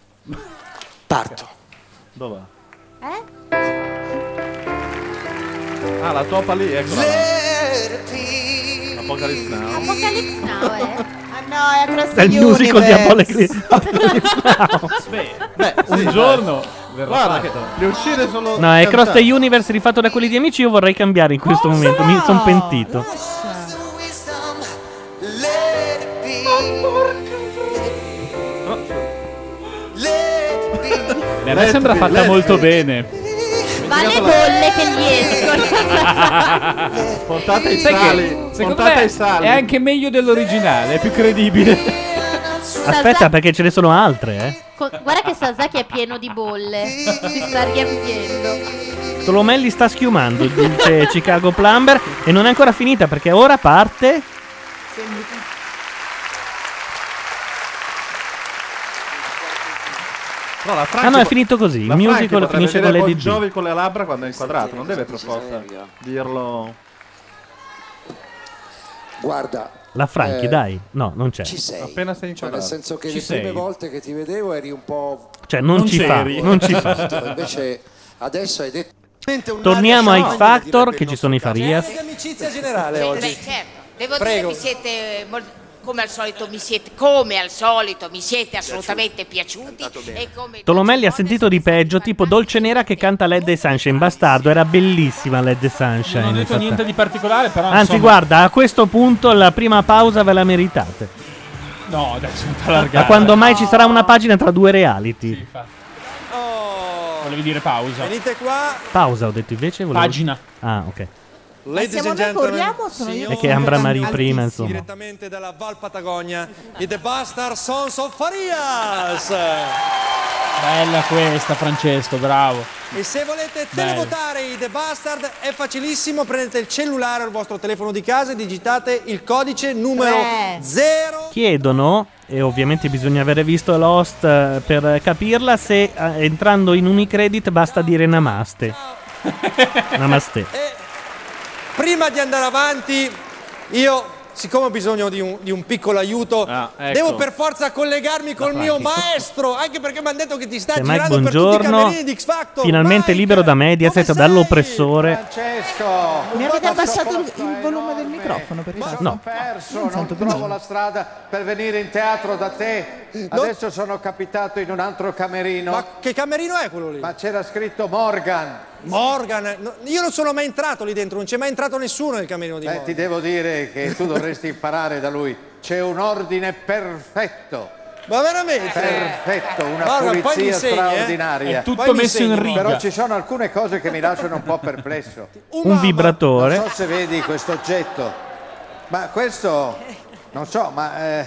[SPEAKER 19] Parto.
[SPEAKER 6] Dov'è? Eh? Ah, la topa lì, eccola. là. Apocalypse Now.
[SPEAKER 4] Apocalypse Now,
[SPEAKER 6] [LAUGHS]
[SPEAKER 4] eh?
[SPEAKER 3] Ah no, è Across
[SPEAKER 1] È il
[SPEAKER 3] the
[SPEAKER 1] musical di
[SPEAKER 3] Universe.
[SPEAKER 1] Apocalypse
[SPEAKER 3] [LAUGHS]
[SPEAKER 1] Now.
[SPEAKER 6] Beh,
[SPEAKER 1] un
[SPEAKER 6] sì,
[SPEAKER 1] giorno
[SPEAKER 6] beh.
[SPEAKER 1] verrà
[SPEAKER 6] Guarda
[SPEAKER 1] fatto.
[SPEAKER 6] che le uscite sono
[SPEAKER 1] No, è Cross the
[SPEAKER 6] cantate.
[SPEAKER 1] Universe rifatto da quelli di amici, io vorrei cambiare in questo momento, mi sono pentito.
[SPEAKER 5] Beh, Eh, a me sembra fatta molto [LAUGHS] bene.
[SPEAKER 4] Ma le bolle che gli escono.
[SPEAKER 6] Portate i
[SPEAKER 5] Sai che,
[SPEAKER 6] sali.
[SPEAKER 5] secondo
[SPEAKER 6] Portate
[SPEAKER 5] me
[SPEAKER 6] i sali.
[SPEAKER 5] È anche meglio dell'originale, è più credibile.
[SPEAKER 1] Aspetta perché ce ne sono altre, eh.
[SPEAKER 4] Co- guarda che Sasaki è pieno di bolle. Si sta riempiendo.
[SPEAKER 1] Tolomelli sta schiumando, dice Chicago Plumber. E non è ancora finita perché ora parte.
[SPEAKER 6] No, la Franchi
[SPEAKER 1] Ah, no, è
[SPEAKER 6] po-
[SPEAKER 1] finito così.
[SPEAKER 6] la
[SPEAKER 1] Il
[SPEAKER 6] Franchi
[SPEAKER 1] musical
[SPEAKER 6] potrebbe
[SPEAKER 1] finisce
[SPEAKER 6] dire
[SPEAKER 1] con Lady
[SPEAKER 6] Bon
[SPEAKER 1] Di.
[SPEAKER 6] Jovi con le labbra quando è inquadrato, non deve per forza dirlo.
[SPEAKER 24] Guarda,
[SPEAKER 1] La Franchi,
[SPEAKER 24] Eh,
[SPEAKER 1] dai. No, non c'è.
[SPEAKER 24] ci sei.
[SPEAKER 6] Appena sei
[SPEAKER 24] Cioè,
[SPEAKER 6] inquadrato.
[SPEAKER 24] nel senso che
[SPEAKER 1] Ci
[SPEAKER 24] le prime
[SPEAKER 1] sei.
[SPEAKER 24] volte che ti vedevo eri un po'.
[SPEAKER 1] Cioè, non Non ci fa, c'eri. non ci fa.
[SPEAKER 24] [LAUGHS] Esatto, Invece adesso hai detto.
[SPEAKER 1] Torniamo ai
[SPEAKER 24] Un'area
[SPEAKER 1] Factor, che ci sono i
[SPEAKER 24] C'è
[SPEAKER 1] Farias.
[SPEAKER 24] un'amicizia generale
[SPEAKER 11] Beh,
[SPEAKER 24] oggi.
[SPEAKER 11] beh, certo. Devo
[SPEAKER 24] Prego.
[SPEAKER 11] dire mi siete mol- come al solito mi siete come al solito mi siete assolutamente piaciuti e come
[SPEAKER 1] Tolomelli ha sentito di peggio, tipo Dolce Nera che canta Led e Sunshine. Bastardo, era bellissima Led e Sunshine.
[SPEAKER 2] Non ho detto
[SPEAKER 1] infatti.
[SPEAKER 2] niente di particolare, però.
[SPEAKER 1] Anzi,
[SPEAKER 2] insomma-
[SPEAKER 1] guarda, a questo punto la prima pausa ve la meritate.
[SPEAKER 2] No, adesso non ti
[SPEAKER 1] Ma
[SPEAKER 2] allargare. Ah.
[SPEAKER 1] quando mai ci sarà una pagina tra due reality?
[SPEAKER 2] Volevi dire pausa.
[SPEAKER 24] Venite qua.
[SPEAKER 1] Pausa, ho detto invece. volevo-
[SPEAKER 2] Pagina.
[SPEAKER 1] Ah, ok.
[SPEAKER 24] Ladies
[SPEAKER 3] siamo noi
[SPEAKER 24] and
[SPEAKER 3] che
[SPEAKER 24] gentlemen,
[SPEAKER 3] urliamo o sono io
[SPEAKER 1] È che Ambra Marie prima, insomma.
[SPEAKER 24] direttamente dalla Val Patagonia, i The Bastard Sons of Farias.
[SPEAKER 2] Bella questa, Francesco, bravo.
[SPEAKER 24] E se volete
[SPEAKER 2] Bello.
[SPEAKER 24] televotare i The Bastard è facilissimo, prendete il cellulare o il vostro telefono di casa e digitate il codice numero 0.
[SPEAKER 1] Chiedono, e ovviamente bisogna aver visto Lost eh, per eh, capirla, se eh, entrando in Unicredit basta dire
[SPEAKER 24] [LAUGHS]
[SPEAKER 1] namaste. namaste.
[SPEAKER 24] Eh, Prima di andare avanti, io, siccome ho bisogno di un, di un piccolo aiuto, devo per forza collegarmi col mio maestro, anche perché mi hanno detto che ti sta
[SPEAKER 1] Se Cioè, Mike
[SPEAKER 24] girando per tutti i
[SPEAKER 1] Buongiorno,
[SPEAKER 24] camerini di X Factor.
[SPEAKER 1] finalmente libero da Mediaset,
[SPEAKER 24] Eh,
[SPEAKER 1] dall'oppressore.
[SPEAKER 25] Francesco!
[SPEAKER 3] Mi avete abbassato il, il
[SPEAKER 19] eh,
[SPEAKER 3] volume del microfono per caso?
[SPEAKER 1] No.
[SPEAKER 25] perso,
[SPEAKER 3] Non
[SPEAKER 25] non,
[SPEAKER 3] sento più
[SPEAKER 25] trovo
[SPEAKER 3] niente.
[SPEAKER 25] la strada per venire in teatro da te. Adesso sono capitato in un altro camerino. Ma
[SPEAKER 24] che camerino è quello lì?
[SPEAKER 25] Ma c'era scritto Morgan.
[SPEAKER 24] Morgan, eh, no, io non sono mai entrato lì dentro, non c'è mai entrato nessuno nel camerino di
[SPEAKER 25] Beh,
[SPEAKER 24] Morgan.
[SPEAKER 25] ti devo dire che tu dovresti imparare da lui. C'è un ordine perfetto.
[SPEAKER 24] Ma veramente?
[SPEAKER 25] Perfetto, una
[SPEAKER 24] Morgan, poi mi
[SPEAKER 25] pulizia
[SPEAKER 24] insegni, eh?
[SPEAKER 25] straordinaria.
[SPEAKER 24] È tutto Poi mi messo in insegni, riga.
[SPEAKER 25] Però ci sono alcune cose che mi lasciano un po' perplesso.
[SPEAKER 1] Un vibratore.
[SPEAKER 25] Non so se vedi questo oggetto, ma questo non so, ma eh,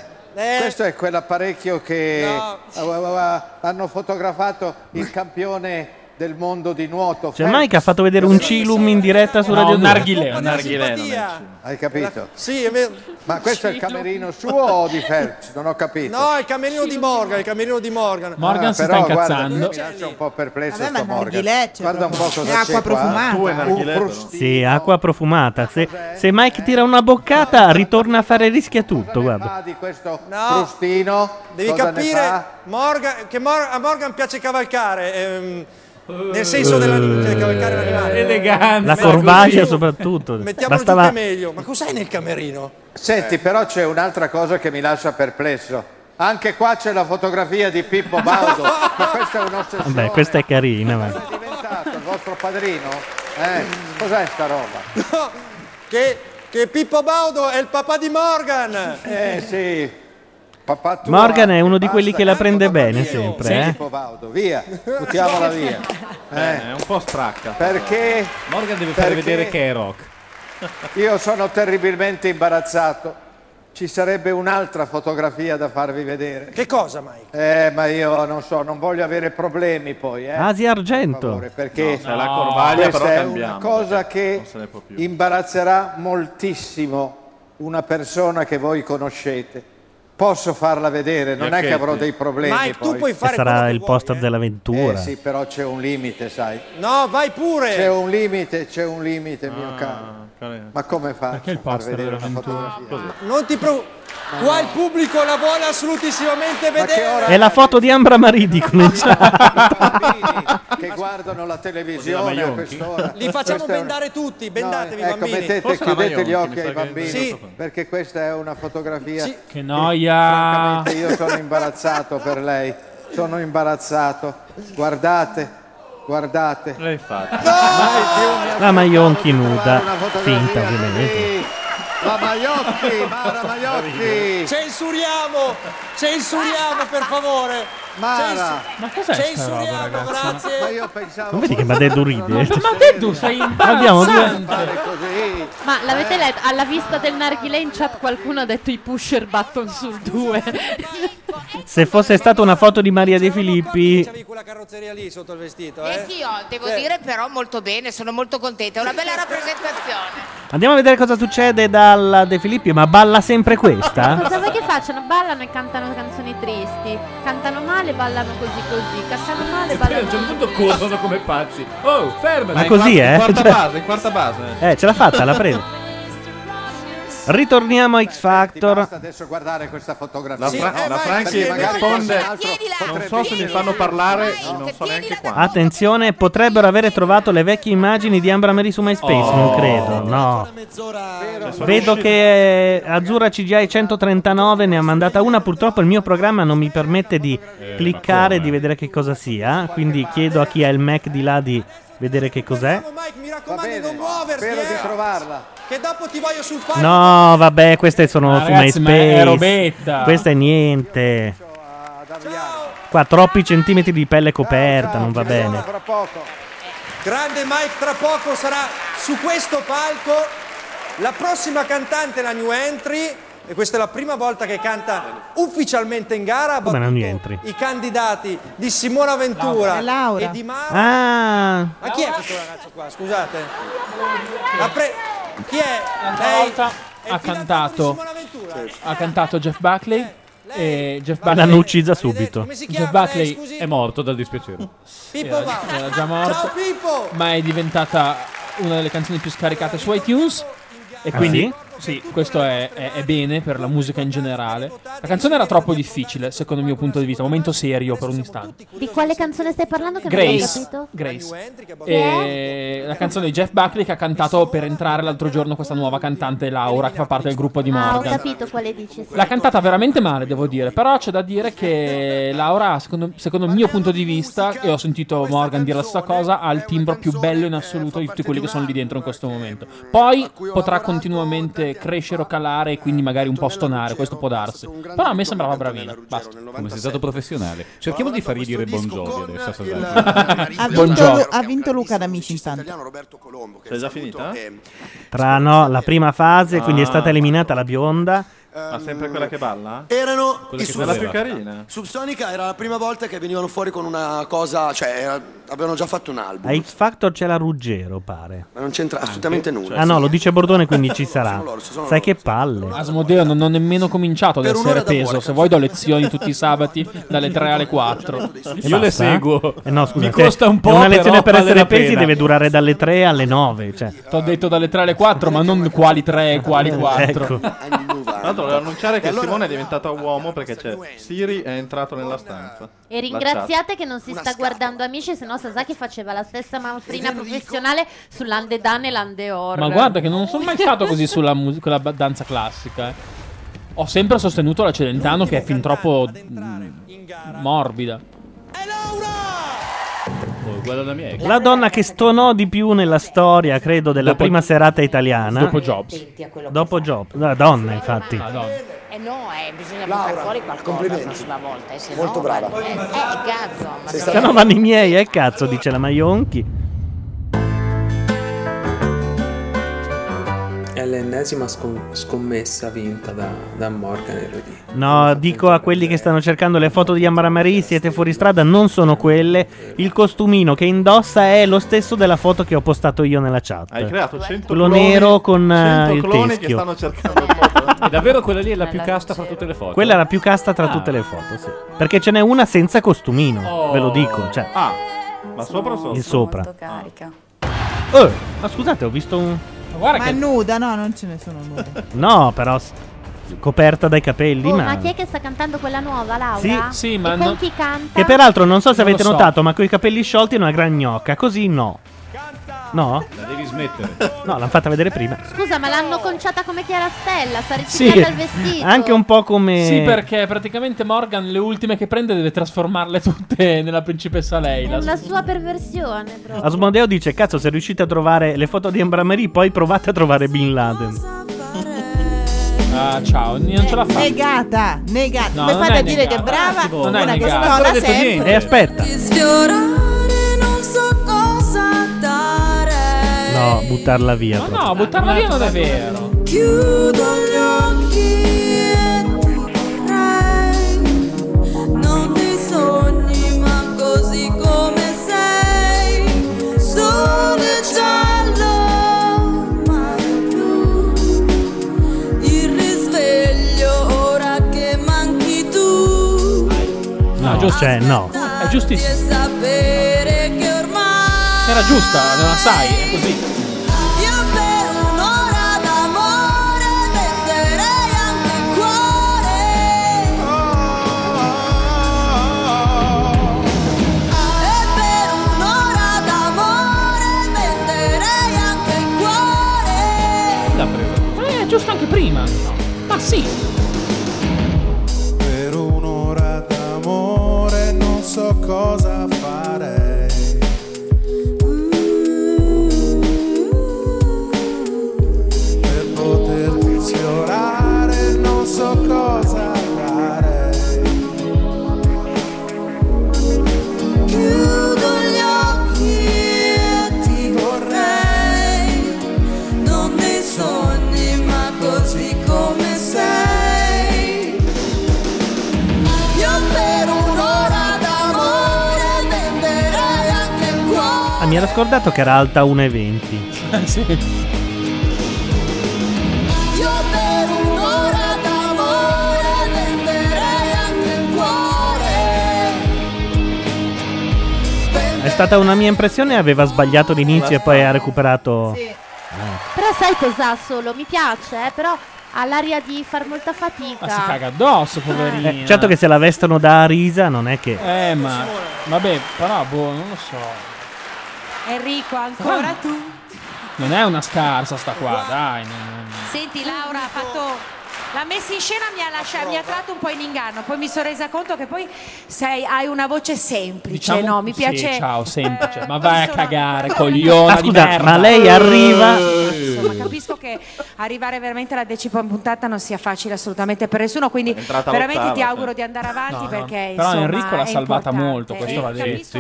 [SPEAKER 25] questo è quell'apparecchio che ah, ah, ah, ah, hanno fotografato il campione del mondo di nuoto.
[SPEAKER 1] Cioè, Mike ha fatto vedere un Cilum in diretta su
[SPEAKER 25] No,
[SPEAKER 1] Radio
[SPEAKER 25] un
[SPEAKER 1] 2.
[SPEAKER 25] narghilè, un narghilè, non è il Hai capito?
[SPEAKER 24] Sì, è vero.
[SPEAKER 25] Ma questo è il
[SPEAKER 24] Cilum.
[SPEAKER 25] camerino suo o di Phelps? Non ho capito.
[SPEAKER 24] No, il camerino di Morgan, il camerino di Morgan.
[SPEAKER 25] Ah, però, Guarda, mi lascia un po' perplesso sto Morgan. Guarda un po' cosa c'è qua.
[SPEAKER 1] Sì, acqua profumata. Se, se Mike tira una boccata, ritorna a fare rischia tutto. Guarda.
[SPEAKER 25] di questo
[SPEAKER 24] No.
[SPEAKER 25] frustino.
[SPEAKER 24] Devi
[SPEAKER 25] cosa ne
[SPEAKER 24] capire
[SPEAKER 25] fa?
[SPEAKER 24] Morgan- che Mor- a Morgan piace cavalcare. ehm, nel senso della cioè, cavalcare l'animale.
[SPEAKER 1] Eh, La
[SPEAKER 25] corvacia
[SPEAKER 1] corvacia, soprattutto.
[SPEAKER 25] Mettiamolo
[SPEAKER 1] Bastava
[SPEAKER 25] tutti
[SPEAKER 24] meglio. Ma cos'hai nel camerino?
[SPEAKER 25] Senti, però c'è un'altra cosa che mi lascia perplesso. Anche qua c'è la fotografia di Pippo
[SPEAKER 24] [LAUGHS]
[SPEAKER 25] Baudo. ma questo è un ossessione.
[SPEAKER 1] Vabbè, questa è carina. ma-
[SPEAKER 25] Il vostro padrino? Eh, cos'è sta roba?
[SPEAKER 24] Che, che Pippo Baudo è il papà di Morgan.
[SPEAKER 25] Eh sì. Papà tuo,
[SPEAKER 1] Morgan è uno di
[SPEAKER 25] basta,
[SPEAKER 1] quelli che la
[SPEAKER 25] cazzo,
[SPEAKER 1] prende
[SPEAKER 25] papà
[SPEAKER 1] bene
[SPEAKER 25] mio.
[SPEAKER 1] sempre. eh.
[SPEAKER 25] Pippo Baudo, via. Buttiamola via. Eh,
[SPEAKER 6] è un po' stracca.
[SPEAKER 25] Perché?
[SPEAKER 6] Morgan deve
[SPEAKER 25] fare
[SPEAKER 6] fare vedere
[SPEAKER 25] vedere che
[SPEAKER 6] che è rock.
[SPEAKER 25] Io sono terribilmente imbarazzato. Ci sarebbe un'altra fotografia da farvi vedere.
[SPEAKER 24] Che cosa, Mike?
[SPEAKER 25] Eh, ma io non so, non voglio avere problemi poi, eh.
[SPEAKER 1] Asia Argento.
[SPEAKER 25] perché
[SPEAKER 6] No, se la Corvaglia
[SPEAKER 25] questa
[SPEAKER 6] però
[SPEAKER 25] è
[SPEAKER 6] cambiamo,
[SPEAKER 25] una cosa che imbarazzerà moltissimo una persona che voi conoscete. Posso farla vedere, Eh, non è che avrò dei problemi. poi.
[SPEAKER 1] E sarà il poster
[SPEAKER 25] Eh
[SPEAKER 1] dell'avventura.
[SPEAKER 25] sì, però c'è un limite, sai.
[SPEAKER 24] No, vai pure.
[SPEAKER 25] C'è un limite, c'è un limite,
[SPEAKER 6] Ah,
[SPEAKER 25] mio caro. Ma come fa a far
[SPEAKER 6] poster
[SPEAKER 25] vedere una
[SPEAKER 6] dell'avventura?
[SPEAKER 25] fotografia?
[SPEAKER 24] Non ti preoccupare. Qua il pubblico la vuole assolutissimamente vedere. [LAUGHS]
[SPEAKER 1] È la foto di Ambra
[SPEAKER 25] [LAUGHS]
[SPEAKER 1] Maridi con il
[SPEAKER 25] che guardano la
[SPEAKER 6] Con
[SPEAKER 25] televisione
[SPEAKER 6] la
[SPEAKER 25] a
[SPEAKER 6] Maionchi.
[SPEAKER 25] quest'ora.
[SPEAKER 24] Li facciamo
[SPEAKER 25] Questa è una-
[SPEAKER 24] bendare tutti, bendatevi
[SPEAKER 25] ecco,
[SPEAKER 24] bambini.
[SPEAKER 25] mettete,
[SPEAKER 2] Forse la
[SPEAKER 25] chiudete gli
[SPEAKER 2] Maionchi,
[SPEAKER 25] occhi
[SPEAKER 2] mi sa
[SPEAKER 25] ai
[SPEAKER 2] che-
[SPEAKER 25] bambini,
[SPEAKER 2] Sì.
[SPEAKER 25] perché questa è una fotografia.
[SPEAKER 2] Che noia.
[SPEAKER 25] francamente, Io sono imbarazzato per lei, sono imbarazzato. Guardate, guardate.
[SPEAKER 6] Lei fa.
[SPEAKER 1] [LAUGHS] La Maionchi nuda,
[SPEAKER 25] una fotografia
[SPEAKER 1] finta ovviamente.
[SPEAKER 25] La Maiocchi, Mara Maiocchi.
[SPEAKER 24] Censuriamo, censuriamo per favore.
[SPEAKER 25] Mara.
[SPEAKER 2] Ma
[SPEAKER 1] Cioè,
[SPEAKER 2] cos'è sta
[SPEAKER 24] Censuriamo,
[SPEAKER 2] roba, ragazzi?
[SPEAKER 24] grazie.
[SPEAKER 25] Ma io pensavo
[SPEAKER 1] Non vedi che Madeddu
[SPEAKER 25] Ma- [LAUGHS]
[SPEAKER 1] ride?
[SPEAKER 25] ma
[SPEAKER 2] Madeddu
[SPEAKER 5] [LAUGHS]
[SPEAKER 2] sei
[SPEAKER 1] Abbiamo due-
[SPEAKER 25] fare così.
[SPEAKER 4] Ma l'avete letto? Alla vista del narghilè in chat qualcuno ha detto i pusher button sul 2.
[SPEAKER 1] Se fosse stata una foto di Maria De Filippi,
[SPEAKER 24] Quella carrozzeria lì sotto il vestito,
[SPEAKER 11] E
[SPEAKER 24] eh.
[SPEAKER 11] anch'io devo
[SPEAKER 24] Sì.
[SPEAKER 11] dire però molto bene, sono molto contenta, è una bella rappresentazione.
[SPEAKER 1] andiamo a vedere cosa succede dalla De Filippi, ma balla sempre questa?
[SPEAKER 4] [LAUGHS]
[SPEAKER 25] [LAUGHS]
[SPEAKER 4] Cosa vuoi che facciano? Ballano e cantano canzoni tristi. Cantano male, ballano così così. Cantano male,
[SPEAKER 6] a
[SPEAKER 4] ballano
[SPEAKER 6] un
[SPEAKER 4] così.
[SPEAKER 6] certo punto corrono come pazzi. Oh, fermati!
[SPEAKER 1] Ma così, eh?
[SPEAKER 6] In quarta
[SPEAKER 1] Cioè-
[SPEAKER 6] base, in quarta base.
[SPEAKER 1] Eh, ce l'ha fatta, la prendo. Ritorniamo a X Factor.
[SPEAKER 25] Basta adesso guardare questa fotografia. Eh,
[SPEAKER 6] La, Fra- la Franchi risponde. Non so se mi fanno parlare, non so neanche quando.
[SPEAKER 1] Attenzione, potrebbero avere trovato le vecchie immagini di Ambra Mary su MySpace, non
[SPEAKER 6] Oh.
[SPEAKER 1] credo, no. Vedo
[SPEAKER 6] Adesso riuscite-
[SPEAKER 1] che eh, Azzurra CGI 139 ne ha mandata una, purtroppo il mio programma non mi permette di
[SPEAKER 6] Eh,
[SPEAKER 1] cliccare
[SPEAKER 6] ma
[SPEAKER 1] e
[SPEAKER 6] come?
[SPEAKER 1] di vedere che cosa sia, quindi chiedo a chi ha il Mac di là di vedere che cos'è.
[SPEAKER 24] Mike, mi raccomando, non muoverti. Spero di
[SPEAKER 25] trovarla.
[SPEAKER 24] Che dopo ti voglio sul palco.
[SPEAKER 1] No, vabbè, queste sono
[SPEAKER 2] Ma
[SPEAKER 1] su
[SPEAKER 2] ragazzi, ma
[SPEAKER 1] MySpace.
[SPEAKER 2] è robetta.
[SPEAKER 1] Questa è niente. Qua troppi centimetri di pelle coperta, non va bene.
[SPEAKER 24] Grande Mike, tra poco sarà su questo palco la prossima cantante, la new entry. E questa è la prima volta che canta ufficialmente in gara. Ha
[SPEAKER 1] Come
[SPEAKER 24] battuto
[SPEAKER 1] non new entry?
[SPEAKER 24] I candidati di Simona Ventura
[SPEAKER 3] Laura. Laura.
[SPEAKER 24] e di Mara.
[SPEAKER 1] Ah,
[SPEAKER 24] Ma chi è questo ragazzo qua? Scusate. La pre- chi è?
[SPEAKER 2] L'altra
[SPEAKER 24] Lei?
[SPEAKER 2] volta ha cantato, ha cantato Jeff
[SPEAKER 24] Eh,
[SPEAKER 2] Buckley. E Jeff Buckley
[SPEAKER 1] l'hanno uccisa subito.
[SPEAKER 2] Jeff Buckley
[SPEAKER 24] scusi?
[SPEAKER 2] è morto dal dispiacere.
[SPEAKER 24] Pippo va.
[SPEAKER 2] Era già morto,
[SPEAKER 24] Ciao Pippo!
[SPEAKER 2] ma è diventata una delle canzoni più scaricate su iTunes. E
[SPEAKER 1] Ah,
[SPEAKER 2] quindi, sì, questo è, è- è bene per la musica in generale. La canzone era troppo difficile, secondo il mio punto di vista. Un momento serio per un istante.
[SPEAKER 4] Di quale canzone stai parlando che
[SPEAKER 2] Grace,
[SPEAKER 4] non ho capito?
[SPEAKER 2] Grace.
[SPEAKER 4] Che
[SPEAKER 2] E la canzone di Jeff Buckley che ha cantato per entrare l'altro giorno questa nuova cantante Laura che fa parte del gruppo di
[SPEAKER 4] Ah, ho
[SPEAKER 2] Morgan.
[SPEAKER 4] capito quale dici. sì.
[SPEAKER 2] L'ha cantata veramente male, devo dire. Però c'è da dire che Laura, secondo, secondo il mio punto di vista, e ho sentito Morgan dire la stessa cosa, ha il timbro più bello in assoluto di tutti quelli che sono lì dentro in questo momento. Poi potrà continuamente crescere o calare e quindi magari un po' stonare, questo può darsi. Però a me sembrava bravina. Basta.
[SPEAKER 20] Come sei stato professionale. Cerchiamo di fargli dire buongiorno adesso. a
[SPEAKER 6] eh,
[SPEAKER 3] Ha
[SPEAKER 19] [LAUGHS]
[SPEAKER 20] Sasaki.
[SPEAKER 3] vinto, Lu- ha vinto Luca D'Amici intanto.
[SPEAKER 6] È già finita?
[SPEAKER 1] Tra no, la prima fase, quindi è
[SPEAKER 6] Ah.
[SPEAKER 1] stata eliminata la bionda.
[SPEAKER 6] Ma sempre
[SPEAKER 25] ehm,
[SPEAKER 6] quella che balla?
[SPEAKER 8] Erano
[SPEAKER 6] Quella
[SPEAKER 8] i
[SPEAKER 6] che
[SPEAKER 8] Sub-
[SPEAKER 6] ballava. La più carina.
[SPEAKER 8] Subsonica era la prima volta che venivano fuori con una cosa, cioè era- avevano già fatto un album,
[SPEAKER 1] A X Factor c'è la Ruggero, pare.
[SPEAKER 8] ma non c'entra assolutamente
[SPEAKER 2] Eh,
[SPEAKER 8] nulla.
[SPEAKER 14] cioè,
[SPEAKER 1] Ah no, lo dice Bordone, quindi
[SPEAKER 2] [LAUGHS]
[SPEAKER 1] ci sarà.
[SPEAKER 8] loro, sono
[SPEAKER 1] Sai Eh, che palle.
[SPEAKER 2] Asmodeo non ho nemmeno cominciato ad
[SPEAKER 1] Per
[SPEAKER 2] essere
[SPEAKER 1] un'ora da
[SPEAKER 2] teso.
[SPEAKER 1] buona,
[SPEAKER 2] Se vuoi do lezioni tutti i sabati dalle 3 alle 4.
[SPEAKER 1] E basta? Eh no, scusa,
[SPEAKER 2] Mi
[SPEAKER 1] te-
[SPEAKER 2] costa un po'.
[SPEAKER 1] Una lezione
[SPEAKER 2] però
[SPEAKER 1] per
[SPEAKER 2] vale
[SPEAKER 1] essere
[SPEAKER 2] la
[SPEAKER 1] pesi
[SPEAKER 2] pena.
[SPEAKER 1] deve durare dalle 3 alle 9. Cioè.
[SPEAKER 2] T'ho detto dalle 3 alle 4, ma non quali 3 e quali
[SPEAKER 1] Ecco.
[SPEAKER 2] 4.
[SPEAKER 6] Tra l'altro volevo annunciare che Simone è diventato uomo perché c'è Siri è entrato nella stanza.
[SPEAKER 4] E ringraziate che non si sta guardando amici, se no Sasaki faceva la stessa manfrina professionale sull'Ande Dan e l'Ande Or.
[SPEAKER 2] Ma guarda che non sono mai stato così sulla mus- quella ba- danza classica. eh. Ho sempre sostenuto la Celentano che è fin troppo mm, morbida.
[SPEAKER 5] Oh, guarda la
[SPEAKER 6] Cioè,
[SPEAKER 5] mia.
[SPEAKER 1] La donna che stonò di più nella storia, credo, della
[SPEAKER 5] Dopo-
[SPEAKER 1] prima serata italiana.
[SPEAKER 5] dopo
[SPEAKER 2] Jobs.
[SPEAKER 1] Dopo Jobs. La donna, infatti.
[SPEAKER 19] Eh no, eh, bisogna
[SPEAKER 8] Laura,
[SPEAKER 19] buttare fuori qualcosa la prossima volta. eh, se
[SPEAKER 8] Molto
[SPEAKER 19] no,
[SPEAKER 8] brava.
[SPEAKER 19] guarda, Eh, eh, cazzo, ma
[SPEAKER 8] Sei
[SPEAKER 19] se
[SPEAKER 1] Se
[SPEAKER 19] no-
[SPEAKER 1] no vanno i miei, eh, cazzo, dice la Maionchi.
[SPEAKER 7] È l'ennesima scom- scommessa vinta da, da Morgan e Rudy.
[SPEAKER 1] No, dico a quelli che stanno cercando le foto di Amaramari, siete fuori strada, non sono quelle. Il costumino che indossa è lo stesso della foto che ho postato io nella chat.
[SPEAKER 6] Hai creato 100
[SPEAKER 1] Quello
[SPEAKER 6] cloni,
[SPEAKER 1] nero con eh,
[SPEAKER 6] 100
[SPEAKER 1] il
[SPEAKER 6] cloni che
[SPEAKER 1] teschio.
[SPEAKER 6] stanno cercando
[SPEAKER 5] [LAUGHS]
[SPEAKER 6] foto.
[SPEAKER 26] È davvero quella lì è la più casta fra tutte le foto.
[SPEAKER 1] Quella è la più casta tra tutte le foto, sì. Perché ce n'è una senza costumino,
[SPEAKER 26] Oh.
[SPEAKER 1] ve lo dico. Cioè,
[SPEAKER 6] Ah, ma sopra o sotto?
[SPEAKER 1] il sopra.
[SPEAKER 3] Molto carica.
[SPEAKER 1] Oh, ma scusate, ho visto un...
[SPEAKER 3] Ma è nuda, no, non ce ne sono
[SPEAKER 1] [LAUGHS]
[SPEAKER 3] nude.
[SPEAKER 1] No, però... s- Coperta dai capelli,
[SPEAKER 4] Oh,
[SPEAKER 1] ma...
[SPEAKER 4] ma chi è che sta cantando quella nuova, Laura?
[SPEAKER 1] Sì, sì,
[SPEAKER 4] E
[SPEAKER 1] ma
[SPEAKER 4] con
[SPEAKER 1] non-
[SPEAKER 4] chi canta?
[SPEAKER 1] Che peraltro non so se
[SPEAKER 4] Non lo
[SPEAKER 1] avete
[SPEAKER 4] so.
[SPEAKER 1] notato, ma con i capelli sciolti è una gran gnocca, così no. No?
[SPEAKER 26] La devi smettere.
[SPEAKER 1] No, l'hanno fatta vedere prima.
[SPEAKER 4] Scusa, ma l'hanno conciata come Chiara Stella, sta
[SPEAKER 1] Sì,
[SPEAKER 4] riciclata il vestito.
[SPEAKER 1] anche un po' come...
[SPEAKER 2] Sì, perché praticamente Morgan le ultime che prende deve trasformarle tutte nella principessa
[SPEAKER 4] È
[SPEAKER 2] Leila.
[SPEAKER 4] una sua perversione, proprio.
[SPEAKER 1] Asmodeo dice, cazzo, se riuscite a trovare le foto di Ambra Marie, poi provate a trovare Bin Laden.
[SPEAKER 2] Ah, ciao, non ce la fa.
[SPEAKER 3] Negata, negata.
[SPEAKER 2] No,
[SPEAKER 3] Come
[SPEAKER 2] non
[SPEAKER 3] fate
[SPEAKER 2] è
[SPEAKER 3] Eh, a dire
[SPEAKER 2] negata.
[SPEAKER 3] che è brava?
[SPEAKER 2] Non è
[SPEAKER 3] una che
[SPEAKER 2] negata.
[SPEAKER 3] stona
[SPEAKER 2] Non ha detto
[SPEAKER 3] sempre.
[SPEAKER 2] niente.
[SPEAKER 1] E aspetta.
[SPEAKER 14] Sfiorare non so cosa dare.
[SPEAKER 1] No, buttarla via. proprio.
[SPEAKER 2] No, buttarla via non è vero.
[SPEAKER 14] Chiudo gli occhi e vorrei non ti sogni ma così come sei. Sole giallo, ma tu il risveglio ora che manchi tu.
[SPEAKER 1] No, Cioè, no.
[SPEAKER 14] È
[SPEAKER 2] giustissimo.
[SPEAKER 14] sapere che ormai
[SPEAKER 2] Era giusta, non la sai, è così.
[SPEAKER 14] io per un'ora d'amore metterei anche il cuore. E per un'ora d'amore metterei anche il cuore.
[SPEAKER 2] L'ha presa. Eh, giusto anche prima. Ma sì.
[SPEAKER 27] Per un'ora d'amore non so cosa farei. Per poterti sfiorare non so cosa farei.
[SPEAKER 14] Chiudo gli occhi e ti vorrei, non dei sogni ma così come sei. Io per un'ora d'amore tenderei anche il cuore.
[SPEAKER 1] Ah, mi era scordato che era alta 1,20.
[SPEAKER 14] Io per un'ora d'amore tenderei anche il cuore.
[SPEAKER 1] È stata una mia impressione, aveva sbagliato l'inizio e poi ha recuperato...
[SPEAKER 4] Però sai cos'ha solo? Mi piace, eh, però ha l'aria di far molta fatica.
[SPEAKER 2] Ma Ah, si caga addosso, poverina.
[SPEAKER 1] Eh, certo che se la vestono da Arisa non è che...
[SPEAKER 2] Eh, ma. Vabbè, però, boh, non lo so.
[SPEAKER 9] Enrico, ancora tu.
[SPEAKER 2] Non è una scarsa sta qua, dai. non-
[SPEAKER 9] Senti, Laura ha fatto. La messa in scena mi ha, lascia- mi ha tratto un po' in inganno, poi mi sono resa conto che poi sei, hai una voce semplice, no? Mi
[SPEAKER 2] Diciamo sì,
[SPEAKER 9] piace.
[SPEAKER 2] ciao, semplice. Ma vai a cagare, cogliona.
[SPEAKER 1] Ah,
[SPEAKER 2] di
[SPEAKER 1] scusa,
[SPEAKER 2] merda. Eh.
[SPEAKER 1] ma lei arriva-
[SPEAKER 9] Insomma, capisco che arrivare veramente alla decima puntata non sia facile assolutamente per nessuno, quindi
[SPEAKER 2] entrata
[SPEAKER 9] veramente ti
[SPEAKER 2] all'ottava,
[SPEAKER 9] auguro
[SPEAKER 2] sì.
[SPEAKER 9] di andare avanti
[SPEAKER 2] No, no,
[SPEAKER 9] perché
[SPEAKER 2] Però
[SPEAKER 9] Eh, insomma,
[SPEAKER 2] Enrico l'ha
[SPEAKER 9] è
[SPEAKER 2] salvata
[SPEAKER 9] importante.
[SPEAKER 2] molto,
[SPEAKER 1] eh,
[SPEAKER 2] questo va detto.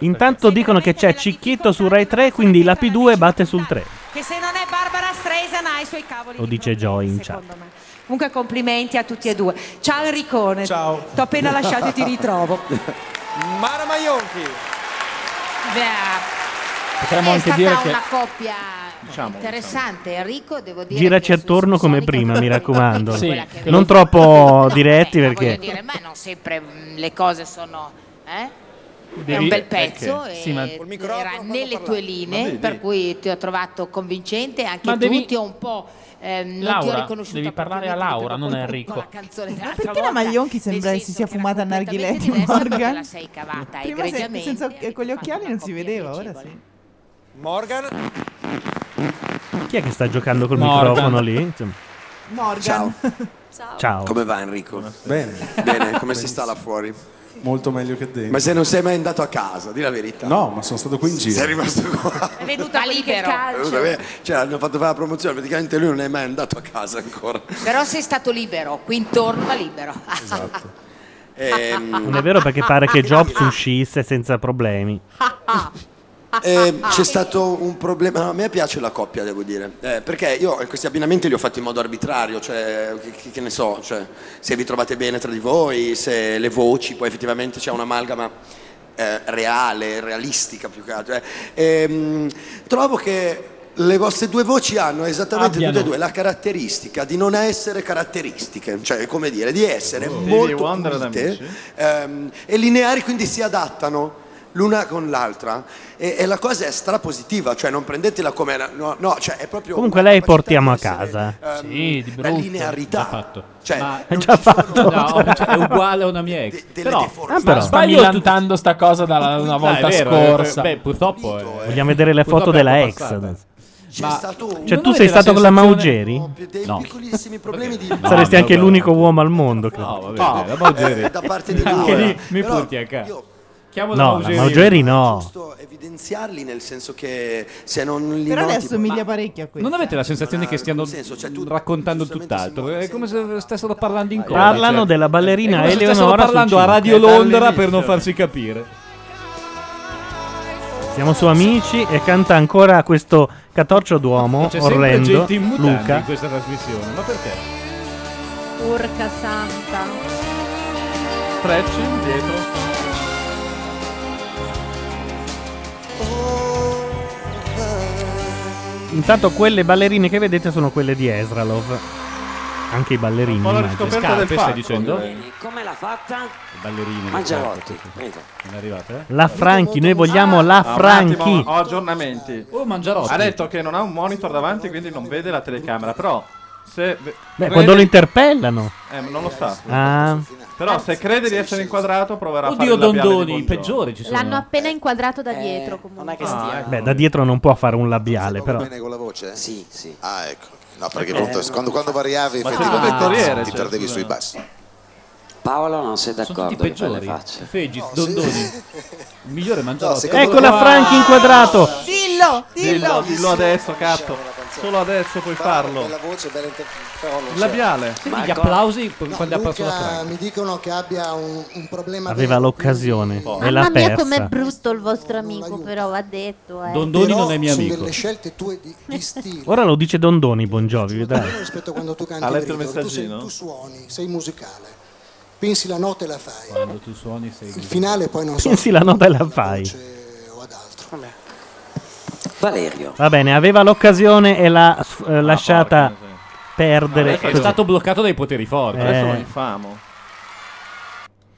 [SPEAKER 1] Intanto dicono che c'è Cicchetto su Rai 3, quindi la P2 batte sul 3.
[SPEAKER 9] Che se non è Barbara Streisand ha i suoi cavoli.
[SPEAKER 1] Lo dice Joy in chat.
[SPEAKER 9] Comunque complimenti a tutti e due. Ciao Enricone. Ciao. T'ho appena lasciato e ti ritrovo.
[SPEAKER 1] [LAUGHS]
[SPEAKER 24] Mara Maionchi.
[SPEAKER 11] Potremmo
[SPEAKER 1] Potremmo anche
[SPEAKER 11] è
[SPEAKER 1] dire
[SPEAKER 11] stata
[SPEAKER 1] che-
[SPEAKER 11] una coppia
[SPEAKER 1] Diciamo,
[SPEAKER 11] interessante. Enrico, devo dire.
[SPEAKER 1] Giraci
[SPEAKER 11] che
[SPEAKER 1] attorno come prima, mi raccomando.
[SPEAKER 11] Sì. Quella che-
[SPEAKER 1] Non troppo diretti
[SPEAKER 11] voglio
[SPEAKER 1] perché
[SPEAKER 11] dire, ma non sempre mm, le cose sono. eh? È
[SPEAKER 1] Devi-
[SPEAKER 11] un bel pezzo
[SPEAKER 1] perché?
[SPEAKER 11] e
[SPEAKER 1] Sì, ma-
[SPEAKER 11] era nelle tue linee,
[SPEAKER 1] Ma devi-
[SPEAKER 11] per cui ti ho trovato convincente, anche
[SPEAKER 2] Ma
[SPEAKER 11] tu
[SPEAKER 2] devi-
[SPEAKER 11] ti ho un po'. ehm, non ti ho
[SPEAKER 2] Laura,
[SPEAKER 11] riconosciuto
[SPEAKER 2] devi parlare a Laura, non a Enrico.
[SPEAKER 11] canzone della
[SPEAKER 3] Perché la Maglionchi sembra si sia fumata a Narghiletti Morgan?
[SPEAKER 11] la sei cavata
[SPEAKER 3] Prima se-
[SPEAKER 11] egregiamente.
[SPEAKER 3] senza- eh, con gli occhiali non si vedeva, ora sì.
[SPEAKER 24] Morgan.
[SPEAKER 1] chi è che sta giocando col
[SPEAKER 24] Morgan.
[SPEAKER 1] microfono lì? Insomma,
[SPEAKER 3] Morgan. [LAUGHS]
[SPEAKER 8] Ciao.
[SPEAKER 1] Ciao.
[SPEAKER 8] Come va Enrico?
[SPEAKER 1] Bene.
[SPEAKER 8] Bene, come si sta là fuori?
[SPEAKER 14] Molto meglio che dentro.
[SPEAKER 8] Ma se non sei mai andato a casa, di la verità.
[SPEAKER 14] No, ma sono stato qui in giro.
[SPEAKER 8] Sei rimasto qua.
[SPEAKER 9] È venuta libero.
[SPEAKER 19] Ah,
[SPEAKER 8] Cioè, hanno fatto fare la promozione, praticamente lui non è mai andato a casa ancora.
[SPEAKER 11] Però sei stato libero, qui intorno ma libero.
[SPEAKER 28] Esatto.
[SPEAKER 11] [LAUGHS]
[SPEAKER 8] Ehm,
[SPEAKER 1] Non è vero perché pare che Jobs uscisse senza problemi.
[SPEAKER 8] Eh, c'è stato un problema. no, a me piace la coppia, devo dire. Eh, perché io eh, questi abbinamenti li ho fatti in modo arbitrario, cioè che, che- che ne so, cioè, se vi trovate bene tra di voi, se le voci, poi effettivamente c'è un'amalgama eh, reale, realistica più che altro. eh. Ehm, trovo che le vostre due voci hanno esattamente
[SPEAKER 14] Abbiano.
[SPEAKER 8] tutte e due la caratteristica di non essere caratteristiche, cioè come dire, di essere
[SPEAKER 13] Oh.
[SPEAKER 6] Stevie
[SPEAKER 8] molto
[SPEAKER 6] Wonder ad
[SPEAKER 8] pulite,
[SPEAKER 6] amici.
[SPEAKER 8] ehm, e lineari, quindi si adattano l'una con l'altra. E, e la cosa è strapositiva, cioè non prendetela come una- no, no, cioè è proprio
[SPEAKER 1] Comunque lei portiamo a casa.
[SPEAKER 8] sì, di la linearità. Cioè, [LAUGHS]
[SPEAKER 5] [LAUGHS]
[SPEAKER 1] Ma- È già fatto.
[SPEAKER 5] [LAUGHS] No, cioè, è uguale a una mia ex. però,
[SPEAKER 1] Ah, però.
[SPEAKER 2] Sta
[SPEAKER 5] Sbaglio
[SPEAKER 2] millantando sta cosa [LAUGHS] dalla una
[SPEAKER 5] Ah,
[SPEAKER 2] volta
[SPEAKER 5] è vero,
[SPEAKER 2] scorsa.
[SPEAKER 5] eh, Beh, purtroppo. eh.
[SPEAKER 1] Vogliamo vedere le
[SPEAKER 5] Purtroppo
[SPEAKER 1] foto
[SPEAKER 5] è
[SPEAKER 1] della ex.
[SPEAKER 5] passata.
[SPEAKER 1] adesso.
[SPEAKER 8] C'è stato un-
[SPEAKER 1] Cioè,
[SPEAKER 8] Non
[SPEAKER 1] tu
[SPEAKER 8] avete
[SPEAKER 1] sei
[SPEAKER 8] la
[SPEAKER 1] stato con la
[SPEAKER 8] sensazione-
[SPEAKER 1] Maugeri?
[SPEAKER 8] dei piccolissimi problemi
[SPEAKER 1] [LAUGHS]
[SPEAKER 8] di
[SPEAKER 1] Saresti anche
[SPEAKER 5] No, vabbè.
[SPEAKER 1] l'unico uomo al mondo. credo.
[SPEAKER 5] No, vabbè, dai, la Maugeri.
[SPEAKER 8] cioè, Eh, da parte di
[SPEAKER 5] [LAUGHS] Anche
[SPEAKER 8] lui.
[SPEAKER 5] lì mi
[SPEAKER 8] Però
[SPEAKER 5] porti a casa. Chiamo la
[SPEAKER 1] No, la
[SPEAKER 5] Maugeri.
[SPEAKER 1] Maugeri no.
[SPEAKER 8] giusto evidenziarli nel senso che se non li
[SPEAKER 3] Però le
[SPEAKER 8] noti-
[SPEAKER 3] assomiglia parecchio a questo.
[SPEAKER 5] Non avete la sensazione che stiano raccontando tutt'altro? È come se stessero parlando in coda.
[SPEAKER 1] Parlano
[SPEAKER 5] cioè.
[SPEAKER 1] della ballerina
[SPEAKER 5] È come se stessero
[SPEAKER 1] Eleonora
[SPEAKER 5] parlando a
[SPEAKER 1] Succinchi.
[SPEAKER 5] Radio
[SPEAKER 1] Eh,
[SPEAKER 5] Londra
[SPEAKER 1] dall'inizio.
[SPEAKER 5] per non farsi capire.
[SPEAKER 1] Siamo su Amici e canta ancora questo catorcio d'uomo
[SPEAKER 5] C'è sempre
[SPEAKER 1] Oh, orrendo.
[SPEAKER 5] gente in mutande in
[SPEAKER 1] Luca.
[SPEAKER 5] questa trasmissione. Ma perché?
[SPEAKER 4] Urca santa.
[SPEAKER 5] Frecce dietro.
[SPEAKER 1] Intanto quelle ballerine che vedete sono quelle di Esralov. Anche i ballerini.
[SPEAKER 5] po' la
[SPEAKER 1] immagino.
[SPEAKER 5] riscoperta del Scarpe, stai fatto, dicendo? direi.
[SPEAKER 15] Bene, Come l'ha fatta?
[SPEAKER 5] Ballerine.
[SPEAKER 15] Mangiarotti.
[SPEAKER 5] Non è arrivata? eh?
[SPEAKER 1] La Franchi, noi vogliamo la
[SPEAKER 6] Ah, un attimo,
[SPEAKER 1] Franchi.
[SPEAKER 6] ho aggiornamenti.
[SPEAKER 5] Oh, Mangiarotti.
[SPEAKER 6] Ha detto che non ha un monitor davanti, quindi non vede la telecamera. Però, se. ve-
[SPEAKER 1] Beh,
[SPEAKER 6] crede-
[SPEAKER 1] quando lo interpellano.
[SPEAKER 6] Eh, ma non lo sta.
[SPEAKER 1] Ah.
[SPEAKER 6] Però, se crede di essere inquadrato, proverà
[SPEAKER 5] Oddio,
[SPEAKER 6] a fare il labiale
[SPEAKER 5] Dondoni,
[SPEAKER 6] di
[SPEAKER 5] i peggiori ci
[SPEAKER 4] L'hanno appena inquadrato
[SPEAKER 28] Eh,
[SPEAKER 4] da dietro comunque. Non è che
[SPEAKER 6] stia.
[SPEAKER 1] Beh, da dietro non può fare un labiale, però.
[SPEAKER 28] con la voce? Sì, sì. Ah, ecco. No, perché appunto, quando, quando variavi
[SPEAKER 15] Ma sei
[SPEAKER 28] effettivamente
[SPEAKER 15] un avventoriere,
[SPEAKER 28] ti
[SPEAKER 15] cioè,
[SPEAKER 28] perdevi
[SPEAKER 15] scusa.
[SPEAKER 28] sui bassi.
[SPEAKER 15] Paolo non sei d'accordo
[SPEAKER 5] tutti
[SPEAKER 15] che fai le
[SPEAKER 5] peggiori.
[SPEAKER 15] facce.
[SPEAKER 5] [LAUGHS] Fegis, Dondoni. Il migliore Mangiarotti.
[SPEAKER 1] Ecco la Franchi inquadrato.
[SPEAKER 3] Dillo,
[SPEAKER 6] Dillo,
[SPEAKER 3] dillo.
[SPEAKER 6] dillo adesso, cazzo. Solo adesso puoi farlo.
[SPEAKER 28] Bella voce, bella inter- però non
[SPEAKER 6] Il
[SPEAKER 28] c'è. ecco,
[SPEAKER 6] labiale.
[SPEAKER 5] Senti gli applausi p-
[SPEAKER 28] No,
[SPEAKER 5] quando ha perso la
[SPEAKER 28] Luca,
[SPEAKER 5] Franchi.
[SPEAKER 28] Mi dicono che abbia un, un problema.
[SPEAKER 1] Aveva l'occasione e l'ha
[SPEAKER 4] Mamma mia, com'è
[SPEAKER 1] persa.
[SPEAKER 4] brutto il vostro amico, però va detto. Eh.
[SPEAKER 1] Dondoni Però non è mio sono amico.
[SPEAKER 28] delle scelte tue di, di stile
[SPEAKER 1] Ora lo dice Dondoni, Bongiovi, vedrai.
[SPEAKER 28] rispetto a quando tu canti.
[SPEAKER 1] Ha letto
[SPEAKER 28] per
[SPEAKER 1] il
[SPEAKER 28] idolo. Tu sei-
[SPEAKER 1] messaggino?
[SPEAKER 28] Tu, suoni, sei musicale, pensi la nota e la fai.
[SPEAKER 5] Quando tu suoni sei...
[SPEAKER 28] Il finale poi non so.
[SPEAKER 1] Pensi la nota e la fai.
[SPEAKER 15] Valerio.
[SPEAKER 1] Va bene, aveva l'occasione e
[SPEAKER 6] Ah,
[SPEAKER 1] l'ha s- eh, lasciata perdere.
[SPEAKER 5] È stato bloccato dai poteri forti.
[SPEAKER 1] Eh. ecco. Adesso lo
[SPEAKER 5] infamo.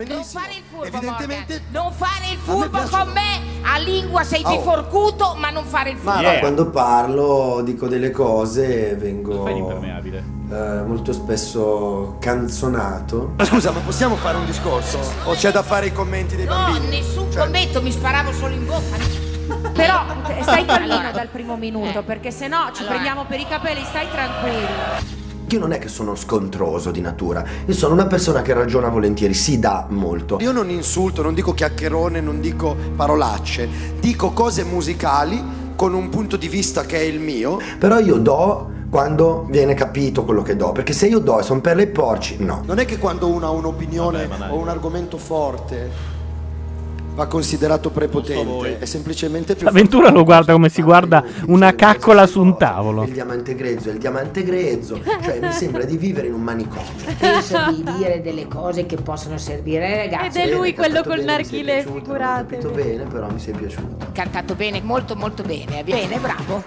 [SPEAKER 11] Non fare il furbo, Evidentemente... Non fare il furbo con me. A lingua sei
[SPEAKER 28] Oh.
[SPEAKER 11] biforcuto, ma non fare il furbo.
[SPEAKER 28] Ma quando parlo dico delle cose vengo eh, molto spesso canzonato.
[SPEAKER 8] Ma scusa, ma possiamo fare un discorso? O c'è da fare i commenti dei
[SPEAKER 11] No,
[SPEAKER 8] bambini?
[SPEAKER 11] nessun
[SPEAKER 28] Cioè,
[SPEAKER 11] commento, mi sparavo solo in bocca.
[SPEAKER 9] [LAUGHS] Però eh, stai
[SPEAKER 11] Allora. Eh.
[SPEAKER 9] calmino dal primo minuto, perché se no ci
[SPEAKER 11] Allora.
[SPEAKER 9] prendiamo per i capelli, stai tranquillo.
[SPEAKER 28] Io non è che sono scontroso di natura, io sono una persona che ragiona volentieri, si dà molto.
[SPEAKER 8] Io non insulto, non dico chiacchierone, non dico parolacce, dico cose musicali con un punto di vista che è il mio.
[SPEAKER 28] Però io do quando viene capito quello che do, perché se io do e sono per le porci, no.
[SPEAKER 8] Non è che quando uno ha un'opinione o un argomento forte
[SPEAKER 27] va considerato prepotente, è semplicemente più
[SPEAKER 1] L'avventura lo guarda come si guarda una caccola su un tavolo.
[SPEAKER 8] Il diamante grezzo è il diamante grezzo, cioè mi sembra di vivere in un [LAUGHS] manicomio. Pensa
[SPEAKER 19] di dire delle cose che possono servire ai
[SPEAKER 4] Ed
[SPEAKER 19] ragazzi.
[SPEAKER 4] è lui quello col
[SPEAKER 8] bene, mi sei
[SPEAKER 4] narghile,
[SPEAKER 8] Tutto
[SPEAKER 4] figurate.
[SPEAKER 8] bene, però mi sei piaciuto.
[SPEAKER 19] Cantato bene, molto molto bene. Bene, bravo.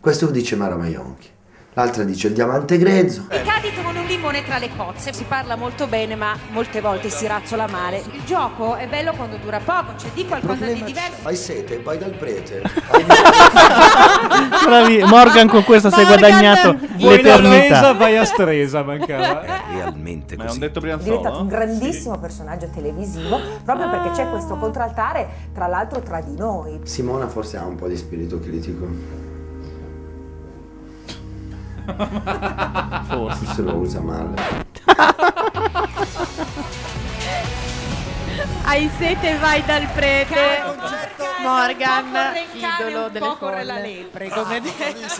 [SPEAKER 8] Questo dice Mara Maionchi. L'altra dice il diamante grezzo.
[SPEAKER 9] E cadi come un limone tra le cozze. Si parla molto bene, ma molte volte si razzola male. Il gioco è bello quando dura poco, cioè di qualcosa di diverso.
[SPEAKER 8] Fai sete, vai dal prete.
[SPEAKER 1] Bravi, Morgan con questo si è
[SPEAKER 8] Morgan,
[SPEAKER 1] guadagnato
[SPEAKER 5] Vuoi la
[SPEAKER 1] l'eternità.
[SPEAKER 5] resa, vai a Stresa, mancava.
[SPEAKER 6] Realmente Ma è un detto
[SPEAKER 29] [LAUGHS] È diventato un
[SPEAKER 6] Brianzolo?
[SPEAKER 29] grandissimo personaggio televisivo proprio perché c'è
[SPEAKER 9] Ah.
[SPEAKER 29] questo contraltare, tra l'altro tra di noi.
[SPEAKER 8] Simona forse ha un po' di spirito critico. Forse se lo usa male.
[SPEAKER 4] Hai sete, vai dal prete. Morgan, idolo delle folle.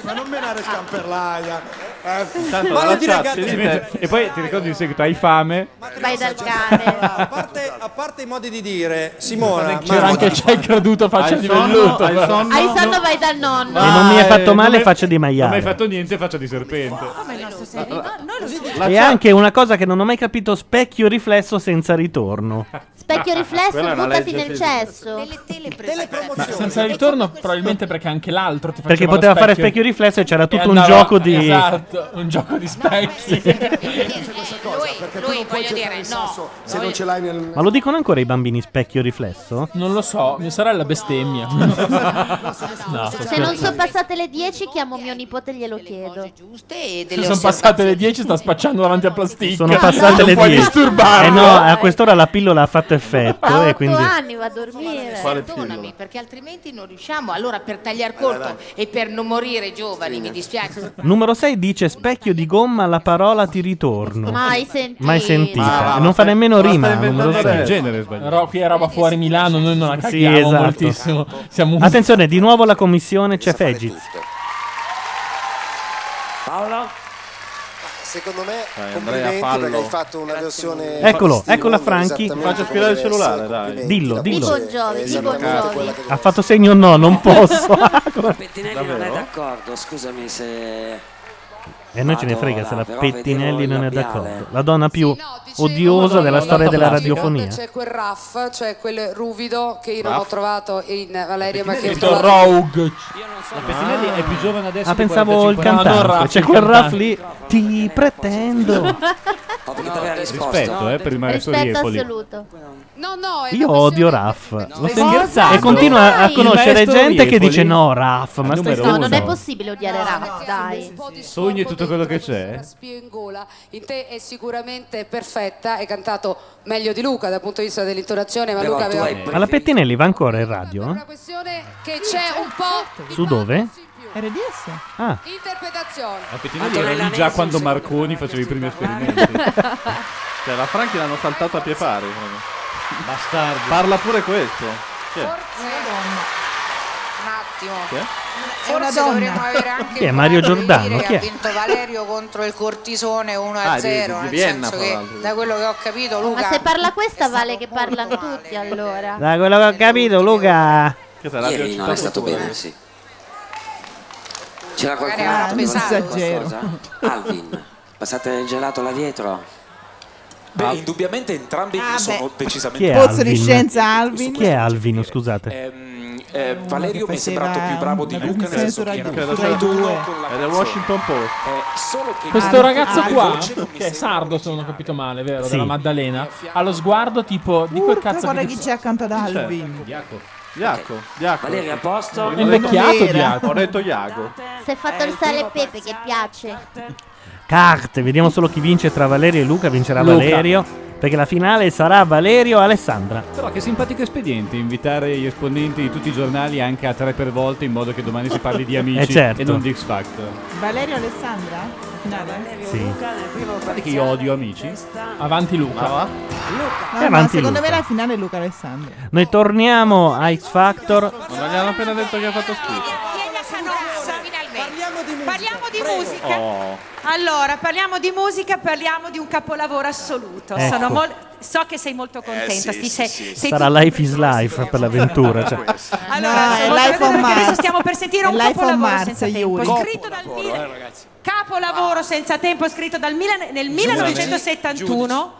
[SPEAKER 16] Ma non menare scamperlaia.
[SPEAKER 14] Eh,
[SPEAKER 5] Tanto
[SPEAKER 16] Ma
[SPEAKER 5] la
[SPEAKER 16] lo dire
[SPEAKER 5] chat
[SPEAKER 16] gatto
[SPEAKER 5] si diventa- E poi ti ricordi in seguito, hai fame?
[SPEAKER 4] Vai dal cane.
[SPEAKER 8] A
[SPEAKER 24] parte, Ah, a parte i modi di dire, Simona,
[SPEAKER 5] C'era
[SPEAKER 24] ma-
[SPEAKER 5] anche c'hai [LAUGHS] creduto faccia
[SPEAKER 24] Hai
[SPEAKER 5] di
[SPEAKER 24] sonno?
[SPEAKER 5] velluto.
[SPEAKER 24] Hai
[SPEAKER 5] però.
[SPEAKER 4] Hai sonno, vai dal nonno.
[SPEAKER 1] E non mi hai fatto
[SPEAKER 5] Eh,
[SPEAKER 1] male,
[SPEAKER 5] non mi-
[SPEAKER 1] faccia di
[SPEAKER 5] Non mi hai
[SPEAKER 1] maiale.
[SPEAKER 5] fatto niente, faccia di serpente.
[SPEAKER 4] Come il nostro
[SPEAKER 24] Ah,
[SPEAKER 4] serino? Noi lo
[SPEAKER 1] E anche una cosa che non ho mai capito, specchio riflesso senza ritorno.
[SPEAKER 4] Specchio riflesso,
[SPEAKER 1] Quella è una
[SPEAKER 4] buttati
[SPEAKER 1] legge
[SPEAKER 4] nel
[SPEAKER 1] fisica.
[SPEAKER 4] cesso.
[SPEAKER 2] Ma senza ritorno, probabilmente perché anche l'altro ti faceva
[SPEAKER 1] Perché
[SPEAKER 2] lo Eh,
[SPEAKER 1] poteva fare specchio riflesso e c'era tutto un
[SPEAKER 2] andava-
[SPEAKER 1] gioco di...
[SPEAKER 2] Esatto, un gioco di [LAUGHS] specchi.
[SPEAKER 8] Perché tu non puoi cercare il sasso se non ce l'hai nel...
[SPEAKER 1] Ma lo dicono ancora i bambini specchio riflesso?
[SPEAKER 2] Non lo so, mia sorella bestemmia. [LAUGHS]
[SPEAKER 8] No,
[SPEAKER 4] Se non sono passate le 10, chiamo mio nipote e glielo chiedo. Giuste e
[SPEAKER 2] Se sono passate le 10 sta spacciando davanti a plastica.
[SPEAKER 1] Sono passate
[SPEAKER 2] Non
[SPEAKER 1] le
[SPEAKER 2] puoi
[SPEAKER 1] 10.
[SPEAKER 2] disturbarlo.
[SPEAKER 1] Eh no, a quest'ora la pillola ha fatto effetto e quindi...
[SPEAKER 19] anni va a dormire.
[SPEAKER 1] Quale
[SPEAKER 19] Perdonami,
[SPEAKER 1] pillola?
[SPEAKER 19] perché altrimenti non riusciamo. Allora, per tagliar corto e per non morire giovani,
[SPEAKER 1] [LAUGHS]
[SPEAKER 19] mi dispiace.
[SPEAKER 1] Numero 6 dice specchio di gomma, la parola ti ritorno.
[SPEAKER 4] Mai sentito.
[SPEAKER 1] Mai
[SPEAKER 2] Ma
[SPEAKER 1] sentita.
[SPEAKER 2] va, ma
[SPEAKER 1] non fa
[SPEAKER 2] stai-
[SPEAKER 1] nemmeno
[SPEAKER 2] ma stai
[SPEAKER 1] rima. eh,
[SPEAKER 2] inventando
[SPEAKER 1] Numero
[SPEAKER 2] adesso.
[SPEAKER 1] 6.
[SPEAKER 2] Ro- qui è roba fuori Milano, noi non la
[SPEAKER 1] Sì,
[SPEAKER 2] cacchiamo moltissimo.
[SPEAKER 1] esatto.
[SPEAKER 2] Siamo un-
[SPEAKER 1] Attenzione, di nuovo la commissione c'è Fegiz.
[SPEAKER 27] Paolo? Secondo me,
[SPEAKER 6] Dai, Andrea,
[SPEAKER 27] complimenti
[SPEAKER 6] fallo.
[SPEAKER 27] perché hai fatto una versione...
[SPEAKER 1] Eccolo,
[SPEAKER 27] stile
[SPEAKER 1] eccola
[SPEAKER 27] mondo,
[SPEAKER 1] Franchi.
[SPEAKER 27] esattamente come deve essere, complimenti.
[SPEAKER 1] Dillo,
[SPEAKER 27] Di
[SPEAKER 1] dillo.
[SPEAKER 27] Bongiovi, di Bongiovi. Quella che-
[SPEAKER 1] Ha fatto segno no, non
[SPEAKER 5] [LAUGHS]
[SPEAKER 1] posso.
[SPEAKER 5] ah,
[SPEAKER 11] Pettinelli non è d'accordo, scusami se...
[SPEAKER 1] E noi ce ne frega se la Pettinelli non è d'accordo. La donna più odiosa
[SPEAKER 23] Odioso
[SPEAKER 1] della storia della radiofonia.
[SPEAKER 23] C'è quel raff, cioè quel ruvido che io non ho trovato in Valeria, ma che ho
[SPEAKER 2] Questo
[SPEAKER 23] trovato.
[SPEAKER 2] Rogue.
[SPEAKER 5] La Pettinelli è più giovane adesso.
[SPEAKER 1] Ah,
[SPEAKER 5] di
[SPEAKER 1] pensavo il
[SPEAKER 5] 45 anni.
[SPEAKER 1] cantante.
[SPEAKER 5] Ah, no,
[SPEAKER 1] C'è
[SPEAKER 5] il
[SPEAKER 1] quel
[SPEAKER 5] cantante.
[SPEAKER 1] raff lì. Ti pretendo.
[SPEAKER 5] Rispetto, eh, per il maestro
[SPEAKER 4] Rispetto
[SPEAKER 5] Riepoli.
[SPEAKER 4] assoluto.
[SPEAKER 1] Io odio Raff. Lo
[SPEAKER 4] Ma
[SPEAKER 1] stai
[SPEAKER 4] cosa?
[SPEAKER 1] scherzando? E
[SPEAKER 4] Ma
[SPEAKER 1] continua a
[SPEAKER 4] dai!
[SPEAKER 1] conoscere
[SPEAKER 5] Il maestro
[SPEAKER 1] gente che
[SPEAKER 5] Riepoli.
[SPEAKER 1] dice no, Raff. Ma stai
[SPEAKER 5] numero
[SPEAKER 4] No, non è
[SPEAKER 1] scherzando?
[SPEAKER 4] possibile odiare Raff, dai.
[SPEAKER 5] Sogni tutto quello che c'è.
[SPEAKER 23] Spio in gola, in te è sicuramente perfetta, hai cantato meglio di Luca dal punto di vista dell'intonazione,
[SPEAKER 11] Eh,
[SPEAKER 23] ma Luca aveva una
[SPEAKER 1] Ma la Pettinelli va ancora in radio?
[SPEAKER 23] questione che c'è un po' di
[SPEAKER 1] Su dove?
[SPEAKER 3] RDS?
[SPEAKER 1] Ah.
[SPEAKER 23] interpretazione.
[SPEAKER 5] La Pettinelli era lì già quando Marconi faceva i primi esperimenti.
[SPEAKER 23] [LAUGHS]
[SPEAKER 6] Cioè, la Franchi l'hanno saltato a pie pari. proprio.
[SPEAKER 5] Bastardi.
[SPEAKER 6] Parla pure questo. Chi è?
[SPEAKER 23] Un attimo.
[SPEAKER 6] Chi è?
[SPEAKER 23] Forse
[SPEAKER 3] donna.
[SPEAKER 23] dovremmo avere anche
[SPEAKER 1] Chi è?
[SPEAKER 23] il
[SPEAKER 1] Mario
[SPEAKER 23] coraggio di
[SPEAKER 1] Giordano?
[SPEAKER 23] dire
[SPEAKER 1] Chi
[SPEAKER 23] che
[SPEAKER 1] è?
[SPEAKER 23] ha vinto Valerio contro il Cortisone 1
[SPEAKER 1] Ah, di-
[SPEAKER 23] 0,
[SPEAKER 1] di
[SPEAKER 23] nel
[SPEAKER 1] Vienna,
[SPEAKER 23] senso
[SPEAKER 1] fra
[SPEAKER 23] che
[SPEAKER 1] l'altro.
[SPEAKER 23] da quello che ho capito Luca
[SPEAKER 4] Ma se parla questa vale che parlano tutti allora.
[SPEAKER 1] Da quello che ho capito, Luca.
[SPEAKER 11] Ieri non è stato bene, sì. C'era
[SPEAKER 23] Magari
[SPEAKER 11] qualcuno
[SPEAKER 23] avranno
[SPEAKER 11] che voleva dire
[SPEAKER 23] pensato.
[SPEAKER 11] qualcosa? Alvin, passate il gelato là dietro.
[SPEAKER 30] Beh, indubbiamente entrambi sono
[SPEAKER 1] Chi
[SPEAKER 30] decisamente
[SPEAKER 1] è
[SPEAKER 3] Pozzo
[SPEAKER 1] Alvin?
[SPEAKER 3] di scienza Alvin.
[SPEAKER 1] Chi è Alvin? Scusate.
[SPEAKER 30] Ehm, eh, Valerio mi è sembrato più bravo di Luca nel senso che era
[SPEAKER 6] Credo
[SPEAKER 30] più
[SPEAKER 6] sia-
[SPEAKER 30] autuno con la
[SPEAKER 6] È del
[SPEAKER 30] canzone.
[SPEAKER 6] Washington Post.
[SPEAKER 30] Eh, solo che
[SPEAKER 2] Questo ragazzo
[SPEAKER 30] la
[SPEAKER 2] qua,
[SPEAKER 30] voce non mi
[SPEAKER 2] che è sardo se non ho capito male, vero?
[SPEAKER 1] Sì.
[SPEAKER 2] Della Maddalena, ha lo sguardo tipo di quel
[SPEAKER 3] Porca,
[SPEAKER 2] cazzo
[SPEAKER 3] guarda
[SPEAKER 2] che
[SPEAKER 3] chi c'è accanto ad
[SPEAKER 2] Chi c'è?
[SPEAKER 3] Alvin.
[SPEAKER 6] Iaco, Iaco.
[SPEAKER 11] Valerio, a posto?
[SPEAKER 6] Ho
[SPEAKER 2] È invecchiato
[SPEAKER 6] detto-
[SPEAKER 2] Iaco.
[SPEAKER 6] Ho detto Iago.
[SPEAKER 4] Si è fatto il sale e pepe che piace.
[SPEAKER 1] Carte, vediamo solo chi vince tra Valerio e Luca. Vincerà
[SPEAKER 5] Luca.
[SPEAKER 1] Valerio. Perché la finale sarà Valerio-Alessandra.
[SPEAKER 5] Però che simpatico espediente invitare gli esponenti di tutti i giornali anche a tre per volta in modo che domani si
[SPEAKER 1] [LAUGHS]
[SPEAKER 5] parli di amici
[SPEAKER 1] Eh, certo.
[SPEAKER 5] e non di X Factor.
[SPEAKER 3] Valerio Alessandra? No, Valerio
[SPEAKER 5] Sì. Guarda che io odio amici.
[SPEAKER 2] Avanti Luca.
[SPEAKER 3] No, no,
[SPEAKER 1] avanti
[SPEAKER 3] secondo
[SPEAKER 1] Luca.
[SPEAKER 3] me la finale è Luca Alessandra.
[SPEAKER 1] Noi torniamo a X Factor.
[SPEAKER 6] Ma non gli hanno appena detto che ha fatto schifo.
[SPEAKER 23] Parliamo di musica. Parliamo di
[SPEAKER 9] musica.
[SPEAKER 6] Oh,
[SPEAKER 9] Allora, parliamo di musica, parliamo di un capolavoro assoluto.
[SPEAKER 1] Ecco.
[SPEAKER 9] Sono mol- so che sei molto contenta. sti- sei- sei
[SPEAKER 1] Sarà
[SPEAKER 9] tu-
[SPEAKER 1] Life is Life per l'avventura. cioè.
[SPEAKER 9] Allora, sono
[SPEAKER 3] è Life
[SPEAKER 9] molto
[SPEAKER 3] on
[SPEAKER 9] contenta perché adesso
[SPEAKER 3] Mars.
[SPEAKER 9] stiamo per sentire
[SPEAKER 3] È
[SPEAKER 9] un
[SPEAKER 3] Life on
[SPEAKER 9] capolavoro
[SPEAKER 3] Mars,
[SPEAKER 9] senza tempo.
[SPEAKER 3] Yuri.
[SPEAKER 9] Scritto dal Milan. Capolavoro senza tempo, scritto dal Milan nel 1971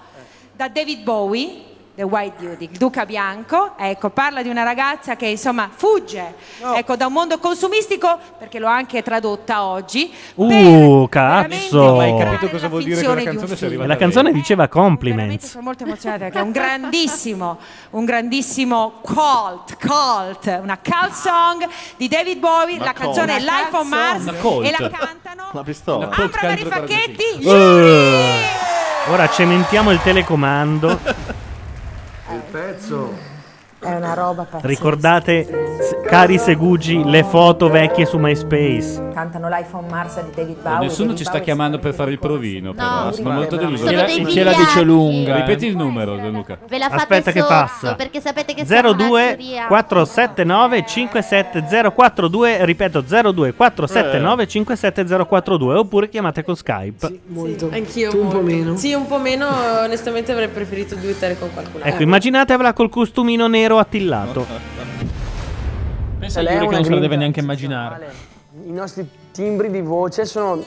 [SPEAKER 9] da David Bowie. The White Dude, il Duca Bianco, ecco, parla di una ragazza che insomma fugge ecco, da un mondo consumistico, perché l'ho anche tradotta oggi,
[SPEAKER 1] Uh, cazzo.
[SPEAKER 5] Ma hai capito cosa vuol dire
[SPEAKER 9] finzione
[SPEAKER 5] quella
[SPEAKER 9] di un
[SPEAKER 5] canzone? se arriva
[SPEAKER 1] E
[SPEAKER 5] da
[SPEAKER 1] la
[SPEAKER 5] lei?
[SPEAKER 1] canzone diceva compliments.
[SPEAKER 9] Sono molto emozionata perché è un grandissimo, un grandissimo cult, cult, una cult song di David Bowie,
[SPEAKER 6] Una
[SPEAKER 9] la canzone è
[SPEAKER 6] cult.
[SPEAKER 9] Life on Mars e la
[SPEAKER 6] cantano la pistola.
[SPEAKER 9] Ambra Varifacchetti,
[SPEAKER 1] Uh, Ora cementiamo il telecomando.
[SPEAKER 12] Il pezzo
[SPEAKER 31] È una roba pazzesca.
[SPEAKER 1] Ricordate, s- cari Segugi, le foto vecchie su MySpace.
[SPEAKER 31] Cantano Life on Mars di David
[SPEAKER 5] No,
[SPEAKER 31] Bowie.
[SPEAKER 5] nessuno
[SPEAKER 31] David
[SPEAKER 5] ci sta
[SPEAKER 31] Bowie-
[SPEAKER 5] chiamando per fare il provino, però. Sono molto deluso.
[SPEAKER 4] Sono dei
[SPEAKER 5] Ce la
[SPEAKER 4] vigliacchi.
[SPEAKER 5] dice lunga.
[SPEAKER 4] eh.
[SPEAKER 5] Ripeti il numero, Gianluca.
[SPEAKER 4] Ve la fate
[SPEAKER 1] Aspetta che
[SPEAKER 4] sotto,
[SPEAKER 1] passa.
[SPEAKER 4] perché sapete che siamo una
[SPEAKER 1] 02
[SPEAKER 4] giuria.
[SPEAKER 1] 479 57042 ripeto 02 479 57042 oppure chiamate con Skype.
[SPEAKER 16] Molto. Anch'io
[SPEAKER 1] Tu un po'
[SPEAKER 16] molto.
[SPEAKER 1] meno?
[SPEAKER 16] Sì, un po' meno. Onestamente avrei preferito duettare con qualcun altro.
[SPEAKER 1] Ecco, immaginatevela col costumino nero attillato.
[SPEAKER 2] Pensa
[SPEAKER 16] Lei
[SPEAKER 2] Yuri che
[SPEAKER 16] è una
[SPEAKER 2] non se la deve
[SPEAKER 16] gringa
[SPEAKER 2] neanche immaginare.
[SPEAKER 16] I nostri timbri di voce sono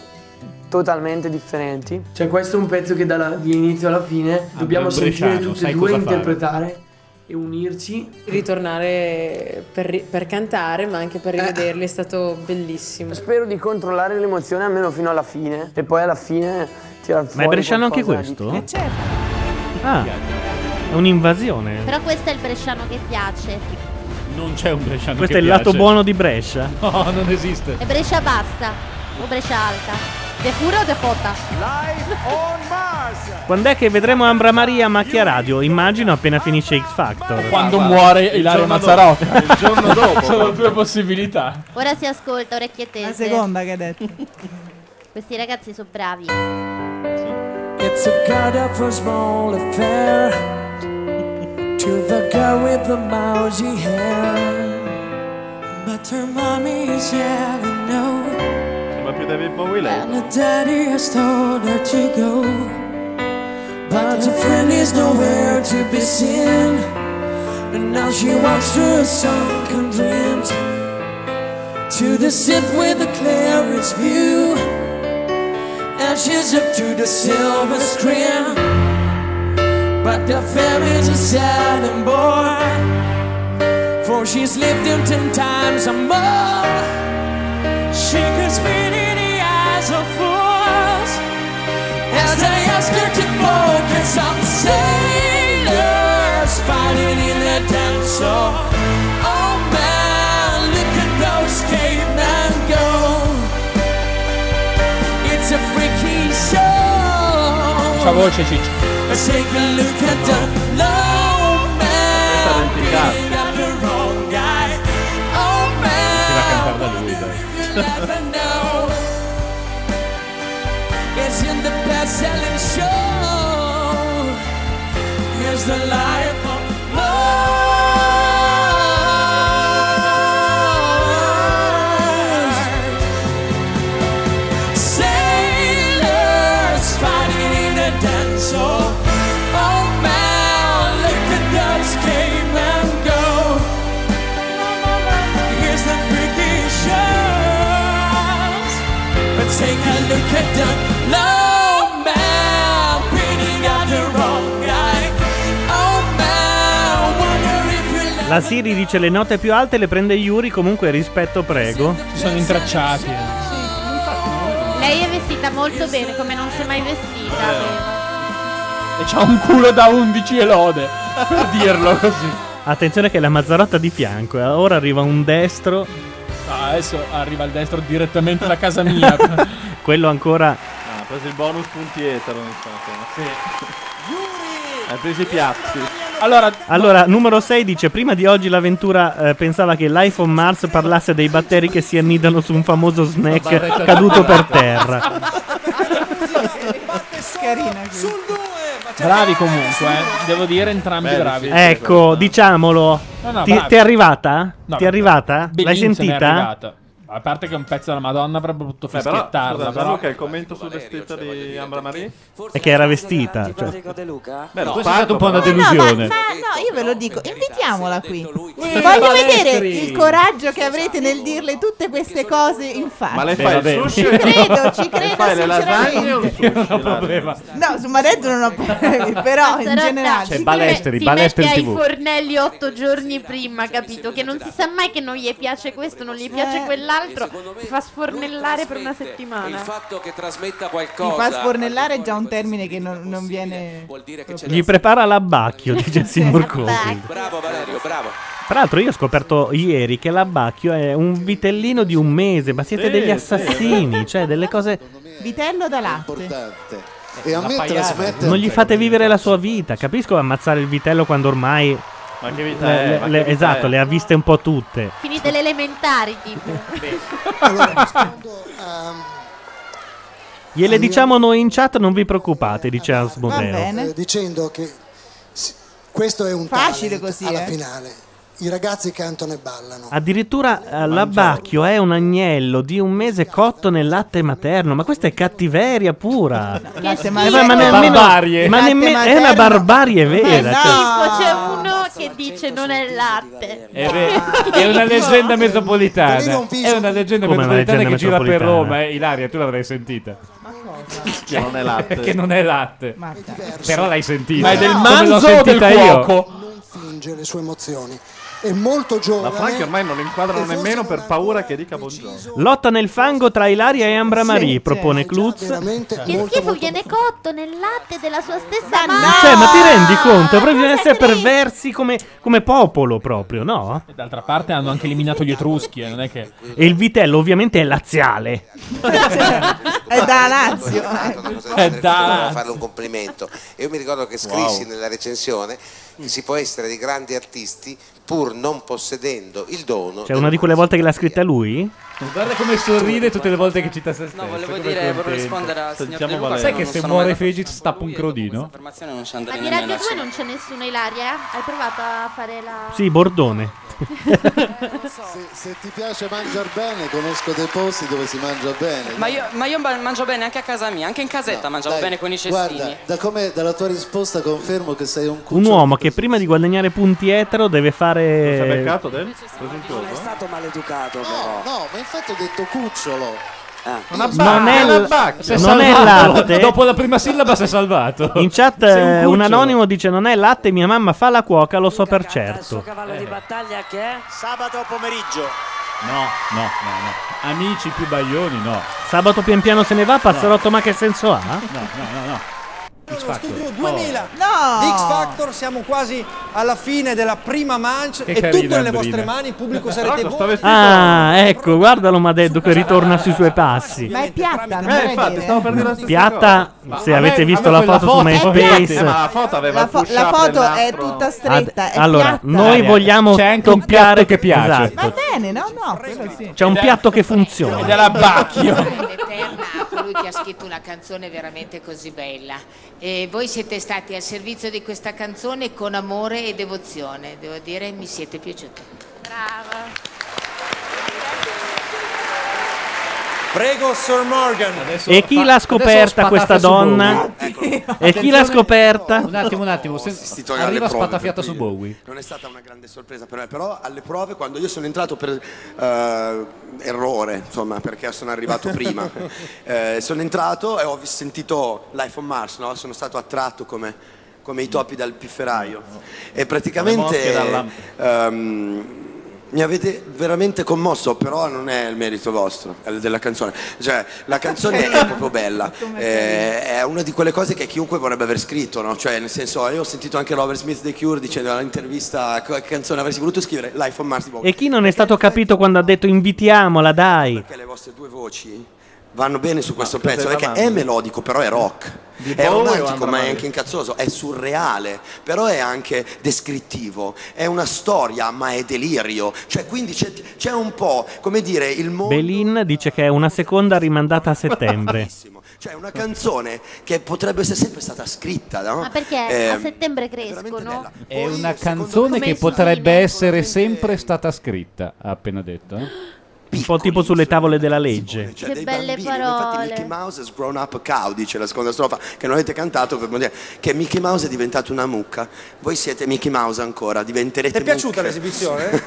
[SPEAKER 16] totalmente differenti. Cioè, questo è un pezzo che dall'inizio alla
[SPEAKER 1] Ah,
[SPEAKER 16] fine dobbiamo sentire
[SPEAKER 5] Bresciano,
[SPEAKER 16] tutti e
[SPEAKER 5] sai
[SPEAKER 16] due,
[SPEAKER 5] cosa fare.
[SPEAKER 16] interpretare e unirci. Ritornare per, ri- per cantare, ma anche per rivederli è [LAUGHS] stato bellissimo. Spero di controllare l'emozione almeno fino alla fine e poi alla fine tirar fuori
[SPEAKER 1] Ma è bresciano anche
[SPEAKER 16] qualcosa di
[SPEAKER 1] questo?
[SPEAKER 7] Eh,
[SPEAKER 16] più.
[SPEAKER 1] Ah, è un'invasione.
[SPEAKER 4] Però questo è il bresciano che piace.
[SPEAKER 5] Non c'è un bresciano.
[SPEAKER 1] Questo è
[SPEAKER 5] che
[SPEAKER 1] il lato
[SPEAKER 5] piace.
[SPEAKER 1] buono di Brescia.
[SPEAKER 5] [LAUGHS] No, non esiste.
[SPEAKER 4] E Brescia basta. O Brescia alta. De cura o de fotta?
[SPEAKER 1] Quando è che vedremo Ambra Maria a macchia radio? Immagino appena finisce X Factor.
[SPEAKER 2] Quando muore Ilario Mazzarotta. [LAUGHS] Sono
[SPEAKER 1] due
[SPEAKER 2] due possibilità.
[SPEAKER 4] Ora si ascolta, orecchie tese.
[SPEAKER 3] La seconda che ha detto.
[SPEAKER 4] Questi ragazzi sono bravi.
[SPEAKER 7] It's a god awful small affair to the girl with the mousy hair. But her mommy is yelling no,
[SPEAKER 6] Sembra più David Bowie lei.
[SPEAKER 7] and her daddy has told her to go. But her friend is nowhere to be seen, and now she walks through sunken dreams to the sip with the clearest view. And she's up to the silver screen. But the family's a sad and bored. For she's lived him ten times or more. She could spit in the eyes of fools. As they ask her to focus on the sailors fighting in the dance hall. Oh man, look at those cavemen go. It's a freaking show.
[SPEAKER 2] C'ha voce Ciccio.
[SPEAKER 7] Let's take a look at the low man. Being up the wrong guy. Oh man,
[SPEAKER 5] Deve cantare da lui, dai.
[SPEAKER 7] you'll never know. It's in the best-selling show. Here's the life of Mars. Sailors fighting in the dance hall. Oh man, look at those cavemen go. Here's the freaky shows. But take a look at the low man beating out the wrong guy. Oh man, wonder if you'll
[SPEAKER 1] La Siri dice le note più alte le prende Yuri, comunque rispetto prego.
[SPEAKER 2] Ci sono intracciati.
[SPEAKER 4] Lei è vestita molto bene, come non si è mai vestita.
[SPEAKER 2] E c'ha un culo da 11 e lode. Per dirlo così.
[SPEAKER 1] Attenzione che è la Mazzarotta di fianco, eh. ora arriva un destro,
[SPEAKER 2] [LAUGHS] Ah, adesso arriva il destro direttamente da casa [LAUGHS] mia.
[SPEAKER 1] quello ancora
[SPEAKER 6] Ah, ha preso il bonus punti etero, non so. Sì. Hai preso i piatti.
[SPEAKER 2] Allora,
[SPEAKER 1] Allora, numero 6 dice: Prima di oggi l'avventura eh, pensava che l'iPhone Mars parlasse dei batteri che si annidano su un famoso snack caduto per terra.
[SPEAKER 28] Sul due, ma c'è
[SPEAKER 2] Bravi comunque, eh. Devo dire entrambi bravi.
[SPEAKER 1] Ecco, diciamolo.
[SPEAKER 2] No, no,
[SPEAKER 1] ti,
[SPEAKER 2] bravi.
[SPEAKER 1] ti è arrivata?
[SPEAKER 2] No,
[SPEAKER 1] ti è arrivata? L'hai
[SPEAKER 2] Bellin se n'è
[SPEAKER 1] sentita?
[SPEAKER 2] arrivata. A parte che è un pezzo della Madonna avrebbe potuto
[SPEAKER 6] Beh, però,
[SPEAKER 2] fischiettarla. Eh,
[SPEAKER 6] scusa,
[SPEAKER 2] però-
[SPEAKER 6] Gianluca, il commento sul vestito di Ambra Marie?
[SPEAKER 1] È che era vestita. cioè.
[SPEAKER 6] Beh,
[SPEAKER 1] No,
[SPEAKER 6] tu sei
[SPEAKER 1] parlo,
[SPEAKER 6] stato un po' una
[SPEAKER 1] però.
[SPEAKER 6] delusione.
[SPEAKER 3] Ma no, io ve lo dico, invitiamola qui. Voglio
[SPEAKER 17] Palestri!
[SPEAKER 3] vedere il coraggio che avrete nel dirle tutte queste cose in faccia.
[SPEAKER 6] Ma lei
[SPEAKER 17] Beh,
[SPEAKER 6] fa
[SPEAKER 1] Eh,
[SPEAKER 17] vabbè.
[SPEAKER 6] il sushi?
[SPEAKER 17] Ci credo,
[SPEAKER 3] ci
[SPEAKER 6] credo fai le lasagne o il sushi?
[SPEAKER 3] No, su Maretto non ho [LAUGHS] problemi, però in
[SPEAKER 4] Mazzarota,
[SPEAKER 1] Ah,
[SPEAKER 3] generale.
[SPEAKER 1] Cioè,
[SPEAKER 4] ti
[SPEAKER 5] Balestri,
[SPEAKER 4] metti-
[SPEAKER 5] Balestri
[SPEAKER 4] Ti metti
[SPEAKER 5] TV.
[SPEAKER 4] ai fornelli otto giorni prima, capito? Che non si sa mai che non gli piace questo, non gli
[SPEAKER 13] Eh,
[SPEAKER 4] piace quell'altro. Ti fa sfornellare per una
[SPEAKER 13] Il
[SPEAKER 4] settimana.
[SPEAKER 13] fatto che trasmetta
[SPEAKER 3] Mi fa
[SPEAKER 13] qualcosa
[SPEAKER 3] sfornellare è già un termine che non, non viene.
[SPEAKER 1] Gli prepara l'abbacchio, dice il signor Covid.
[SPEAKER 13] Bravo Valerio, bravo.
[SPEAKER 1] Tra l'altro io ho scoperto ieri che l'abbacchio è un vitellino di un mese, ma siete
[SPEAKER 3] Sì,
[SPEAKER 1] degli
[SPEAKER 3] sì.
[SPEAKER 1] assassini, cioè delle cose...
[SPEAKER 3] Vitello da latte.
[SPEAKER 20] E a
[SPEAKER 3] La
[SPEAKER 20] me
[SPEAKER 3] paiana.
[SPEAKER 20] trasmette
[SPEAKER 1] Non gli fate vivere la sua vita, capisco ammazzare il vitello quando ormai...
[SPEAKER 6] Ma che vita
[SPEAKER 1] le-
[SPEAKER 6] è?
[SPEAKER 1] le-
[SPEAKER 6] Ma che
[SPEAKER 1] le-
[SPEAKER 6] vita
[SPEAKER 1] esatto,
[SPEAKER 6] è?
[SPEAKER 1] le ha viste un po' tutte.
[SPEAKER 4] Finite le elementari, tipo. [LAUGHS]
[SPEAKER 1] Gliele diciamo noi in chat, non vi preoccupate, dice Asmodeo.
[SPEAKER 20] eh, dicendo che s- questo è un
[SPEAKER 3] Facile
[SPEAKER 20] talent
[SPEAKER 3] così,
[SPEAKER 20] alla
[SPEAKER 3] eh.
[SPEAKER 20] finale. I ragazzi cantano e ballano.
[SPEAKER 1] Addirittura eh, l'abbacchio è un agnello di un mese cotto nel latte materno, ma questa è cattiveria pura.
[SPEAKER 3] Latte
[SPEAKER 1] Eh, ma,
[SPEAKER 3] materno.
[SPEAKER 1] nemmeno-
[SPEAKER 3] Barbarie.
[SPEAKER 1] ma
[SPEAKER 3] Latte
[SPEAKER 1] nemmeno- è una
[SPEAKER 3] materno.
[SPEAKER 1] barbarie vera.
[SPEAKER 4] Ma
[SPEAKER 1] cioè-
[SPEAKER 4] schifo, Oh, c'è uno che dice non è il latte.
[SPEAKER 5] È, ve- è una leggenda metropolitana. È una leggenda
[SPEAKER 1] Ah. Come una
[SPEAKER 5] metropolitana
[SPEAKER 1] leggenda
[SPEAKER 5] che gira per
[SPEAKER 1] metropolitana?
[SPEAKER 5] Roma. eh. Ilaria, tu l'avrai sentita.
[SPEAKER 6] Che non è latte.
[SPEAKER 5] [LAUGHS] che non è latte. Però l'hai sentita.
[SPEAKER 20] Ma è del
[SPEAKER 5] Come l'ho
[SPEAKER 20] manzo o del
[SPEAKER 5] sentita io.
[SPEAKER 20] Non finge le sue emozioni. È molto
[SPEAKER 6] Ma
[SPEAKER 20] giovane.
[SPEAKER 6] Franchi ormai non lo inquadrano nemmeno per paura che dica buongiorno.
[SPEAKER 1] Lotta nel fango tra Ilaria e Ambra Marie,
[SPEAKER 6] sì.
[SPEAKER 1] propone Cluz.
[SPEAKER 4] Che schifo viene cotto nel latte della sua stessa
[SPEAKER 1] Cioè, ma
[SPEAKER 4] mamma.
[SPEAKER 1] ti rendi conto? Proprio bisogna essere perversi come, come popolo, proprio, no?
[SPEAKER 2] E D'altra parte hanno anche eliminato gli etruschi, eh, non è che...
[SPEAKER 1] E il vitello, ovviamente, è laziale.
[SPEAKER 3] È da Lazio.
[SPEAKER 19] È
[SPEAKER 3] eh.
[SPEAKER 19] da...
[SPEAKER 3] da-
[SPEAKER 19] farle un complimento. E io mi ricordo che scrissi nella recensione che si può essere dei grandi artisti pur non possedendo il dono.
[SPEAKER 1] Cioè, una di quelle volte che l'ha scritta lui?
[SPEAKER 5] Guarda come sorride tutte le volte che cita se stesso.
[SPEAKER 25] No, volevo
[SPEAKER 5] come
[SPEAKER 25] dire,
[SPEAKER 5] contento.
[SPEAKER 25] volevo rispondere al signor De Luca,
[SPEAKER 5] Sai
[SPEAKER 25] che
[SPEAKER 5] che
[SPEAKER 25] non
[SPEAKER 5] se
[SPEAKER 25] sono
[SPEAKER 5] muore
[SPEAKER 25] mai
[SPEAKER 5] Fegit stappa un crodino?
[SPEAKER 25] Affermazione non ci andrei
[SPEAKER 4] Ma di
[SPEAKER 25] nemmeno
[SPEAKER 4] Radio
[SPEAKER 25] a
[SPEAKER 4] 2
[SPEAKER 25] cena.
[SPEAKER 4] non c'è nessuno, Ilaria? eh? Hai provato a fare la... [LAUGHS]
[SPEAKER 1] Sì, Bordone.
[SPEAKER 20] Se, se ti piace mangiare bene, conosco dei posti dove si mangia bene.
[SPEAKER 25] Ma io, ma io ba- mangio bene anche a casa mia, anche in casetta mangiavo
[SPEAKER 20] Dai,
[SPEAKER 25] bene con i cestini.
[SPEAKER 20] Guarda, da come- dalla tua risposta confermo che sei un
[SPEAKER 5] Cioè,
[SPEAKER 1] Un uomo che prima di guadagnare punti etero deve
[SPEAKER 20] Cosa hai
[SPEAKER 1] fare.
[SPEAKER 6] Fatto
[SPEAKER 20] beccato?
[SPEAKER 6] del?
[SPEAKER 20] Non è stato maleducato, però. No, ma infatti ho detto cucciolo.
[SPEAKER 25] Ah.
[SPEAKER 1] Non è, l-
[SPEAKER 5] Si è
[SPEAKER 1] non è
[SPEAKER 5] salvato.
[SPEAKER 1] latte.
[SPEAKER 5] Dopo la prima sillaba si è salvato.
[SPEAKER 1] In chat
[SPEAKER 5] Sei un
[SPEAKER 1] eh, un,
[SPEAKER 5] cucciolo.
[SPEAKER 1] anonimo dice: Non è latte, mia mamma fa la cuoca, lo so per certo.
[SPEAKER 16] cavallo di battaglia che è?
[SPEAKER 27] Sabato pomeriggio.
[SPEAKER 5] No, no, no, no. Amici più baglioni, no.
[SPEAKER 1] Sabato pian piano se ne va, Pazzarotto, ma che senso ha?
[SPEAKER 5] No, no, no, no.
[SPEAKER 1] X
[SPEAKER 24] Studio
[SPEAKER 1] Factor.
[SPEAKER 24] 2000
[SPEAKER 3] No!
[SPEAKER 24] di X Factor siamo quasi alla fine della prima mancia
[SPEAKER 1] Che
[SPEAKER 24] è
[SPEAKER 1] carina,
[SPEAKER 24] tutto nelle
[SPEAKER 1] Andrina.
[SPEAKER 24] vostre mani il pubblico sarete
[SPEAKER 6] Rocco, sta
[SPEAKER 24] voi
[SPEAKER 6] vestito-
[SPEAKER 1] Ah, ecco, guardalo Madeddu che ritorna sui suoi passi.
[SPEAKER 3] Ma è piatta, non
[SPEAKER 6] Eh,
[SPEAKER 3] vorrei
[SPEAKER 6] infatti,
[SPEAKER 3] dire.
[SPEAKER 6] stavo per dire la stessa
[SPEAKER 1] Piatta,
[SPEAKER 6] cosa. Ma
[SPEAKER 1] se
[SPEAKER 6] a me-
[SPEAKER 1] avete
[SPEAKER 6] a me
[SPEAKER 1] visto la
[SPEAKER 6] quella
[SPEAKER 1] foto su MySpace.
[SPEAKER 6] Eh, ma la foto aveva
[SPEAKER 3] La,
[SPEAKER 6] il
[SPEAKER 3] fo-
[SPEAKER 6] push
[SPEAKER 3] la
[SPEAKER 6] up
[SPEAKER 3] foto è
[SPEAKER 6] dell'altro.
[SPEAKER 3] tutta stretta. è
[SPEAKER 1] Allora,
[SPEAKER 3] piatta.
[SPEAKER 1] noi vogliamo
[SPEAKER 5] C'è anche un
[SPEAKER 1] toccare
[SPEAKER 5] piatto che piace.
[SPEAKER 1] Esatto.
[SPEAKER 3] Va bene, no, no, quello sì.
[SPEAKER 1] C'è un piatto che funziona.
[SPEAKER 5] ed è l'abbacchio.
[SPEAKER 19] L'eterna a colui che ha scritto una canzone veramente così bella. E voi siete stati al servizio di questa canzone con amore e devozione. Devo dire, mi siete piaciuti.
[SPEAKER 4] Brava.
[SPEAKER 24] prego Sir Morgan
[SPEAKER 1] E chi l'ha scoperta questa donna? Ecco. E chi l'ha scoperta?
[SPEAKER 5] Un attimo, un attimo. se-
[SPEAKER 8] assistito alle
[SPEAKER 5] Arriva
[SPEAKER 8] prove,
[SPEAKER 5] spattafiata su
[SPEAKER 8] quindi
[SPEAKER 5] Bowie.
[SPEAKER 8] Non è stata una grande sorpresa per me, però alle prove quando io sono entrato per eh, errore, insomma, perché sono
[SPEAKER 5] [LAUGHS]
[SPEAKER 8] arrivato prima, eh, sono entrato e ho vis- sentito Life on Mars, no? sono stato attratto come, come i topi dal pifferaio e praticamente
[SPEAKER 6] Come mosche
[SPEAKER 8] ehm, mi avete veramente commosso, però non è il merito vostro, è della canzone. Cioè, la canzone
[SPEAKER 5] [LAUGHS]
[SPEAKER 8] è proprio bella. eh, è una di quelle cose che chiunque vorrebbe aver scritto, no? Cioè, nel senso, io ho sentito anche Robert Smith The Cure dicendo all'intervista che canzone avresti voluto scrivere, Life on Mars di Bowie.
[SPEAKER 1] E chi non è stato capito quando ha detto invitiamola, dai?
[SPEAKER 8] Perché le vostre due voci vanno bene su questo
[SPEAKER 6] cosa
[SPEAKER 8] pezzo,
[SPEAKER 6] stai
[SPEAKER 8] perché è
[SPEAKER 6] parlando?
[SPEAKER 8] melodico, però è rock.
[SPEAKER 6] Di
[SPEAKER 8] È
[SPEAKER 6] Bowie o
[SPEAKER 8] romantico,
[SPEAKER 6] Andrea
[SPEAKER 8] ma è
[SPEAKER 6] Maria?
[SPEAKER 8] anche incazzoso, è surreale, però è anche descrittivo. È una storia, ma è delirio. Cioè, quindi c'è, c'è un po', come dire, il mondo.
[SPEAKER 1] Belin dice che è una seconda rimandata a settembre.
[SPEAKER 8] Cioè, una canzone che potrebbe essere sempre stata scritta, no?
[SPEAKER 4] Ma perché
[SPEAKER 8] Eh,
[SPEAKER 4] a settembre crescono?
[SPEAKER 5] È una canzone
[SPEAKER 4] Come
[SPEAKER 5] che
[SPEAKER 4] esprime,
[SPEAKER 5] potrebbe essere sempre stata scritta, ha appena detto. eh.
[SPEAKER 1] Un po' tipo sulle tavole della legge.
[SPEAKER 8] Cioè,
[SPEAKER 4] Che
[SPEAKER 8] dei
[SPEAKER 4] belle
[SPEAKER 8] bambini, ma Infatti
[SPEAKER 4] parole.
[SPEAKER 8] Mickey Mouse has grown up a cow, dice la seconda strofa, che non avete cantato per dire che Mickey Mouse è diventato una mucca. Voi siete Mickey Mouse ancora, diventerete
[SPEAKER 24] Ti è piaciuta
[SPEAKER 8] mucche. [LAUGHS]
[SPEAKER 24] l'esibizione?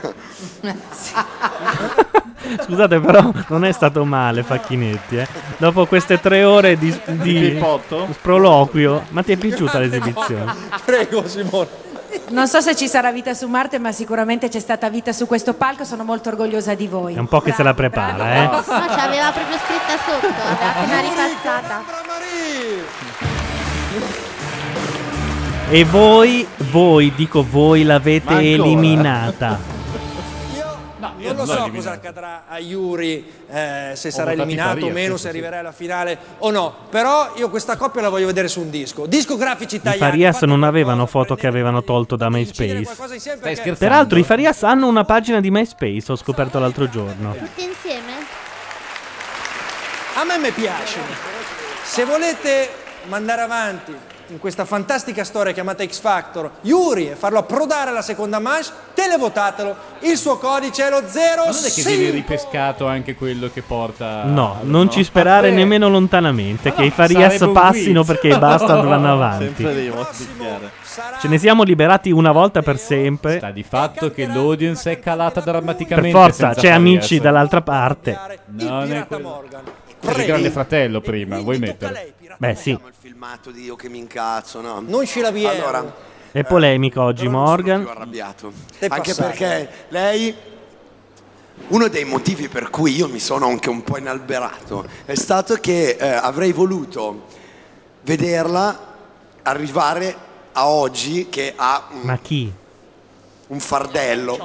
[SPEAKER 1] Scusate, però non è stato male, Facchinetti. eh. Dopo queste tre ore di, di
[SPEAKER 24] Pippotto?
[SPEAKER 1] sproloquio, ma ti è piaciuta l'esibizione?
[SPEAKER 24] Prego, Simone.
[SPEAKER 9] Non so se ci sarà vita su Marte, ma sicuramente c'è stata vita su questo palco. Sono molto orgogliosa di voi.
[SPEAKER 1] È un po' che se la prepara, eh.
[SPEAKER 4] No, ce l'aveva proprio scritta sotto, l'aveva appena ripassata.
[SPEAKER 1] E voi, voi, dico voi, l'avete
[SPEAKER 24] Ma ancora?
[SPEAKER 1] eliminata.
[SPEAKER 24] Non lo so cosa accadrà a Yuri, eh, se Ho sarà votato eliminato o Italia, meno, sì, se sì, arriverà alla finale o no. Però io questa coppia la voglio vedere su un disco. Discografici
[SPEAKER 1] I
[SPEAKER 24] italiani.
[SPEAKER 1] Farias non avevano foto che avevano tolto da MySpace.
[SPEAKER 24] Stai
[SPEAKER 1] Peraltro, i Farias hanno una pagina di MySpace, ho scoperto l'altro giorno.
[SPEAKER 4] Tutti insieme?
[SPEAKER 24] A me mi piace. Se volete mandare avanti in questa fantastica storia chiamata X Factor, Yuri e farlo approdare alla seconda manche, televotatelo. Il suo codice è lo 0
[SPEAKER 5] non è che viene ripescato anche quello che porta.
[SPEAKER 1] No, non ci sperare
[SPEAKER 5] Ah, Vabbè.
[SPEAKER 1] nemmeno lontanamente che i
[SPEAKER 5] sarebbe
[SPEAKER 1] Farias
[SPEAKER 5] un
[SPEAKER 1] passino
[SPEAKER 5] quiz.
[SPEAKER 1] perché basta andranno avanti.
[SPEAKER 6] Sempre lì, mozzichiare.
[SPEAKER 1] Ce ne siamo liberati una volta per sempre.
[SPEAKER 5] Sta di fatto che l'audience è calata
[SPEAKER 1] Per
[SPEAKER 5] drammaticamente.
[SPEAKER 1] forza,
[SPEAKER 5] senza
[SPEAKER 1] c'è amici
[SPEAKER 5] Farias.
[SPEAKER 1] dall'altra parte.
[SPEAKER 5] Non è quello. C'era il grande fratello prima, vuoi mettere?
[SPEAKER 1] Beh, sì,
[SPEAKER 8] filmato di io che mi incazzo, no?
[SPEAKER 24] Non ce l'avevi.
[SPEAKER 8] Allora,
[SPEAKER 1] è polemico oggi Morgan.
[SPEAKER 8] arrabbiato.
[SPEAKER 24] Te
[SPEAKER 8] Anche
[SPEAKER 24] passare.
[SPEAKER 8] perché lei, uno dei motivi per cui io mi sono anche un po' inalberato, è stato che eh, avrei voluto vederla arrivare a oggi che ha un,
[SPEAKER 1] Ma chi?
[SPEAKER 8] un fardello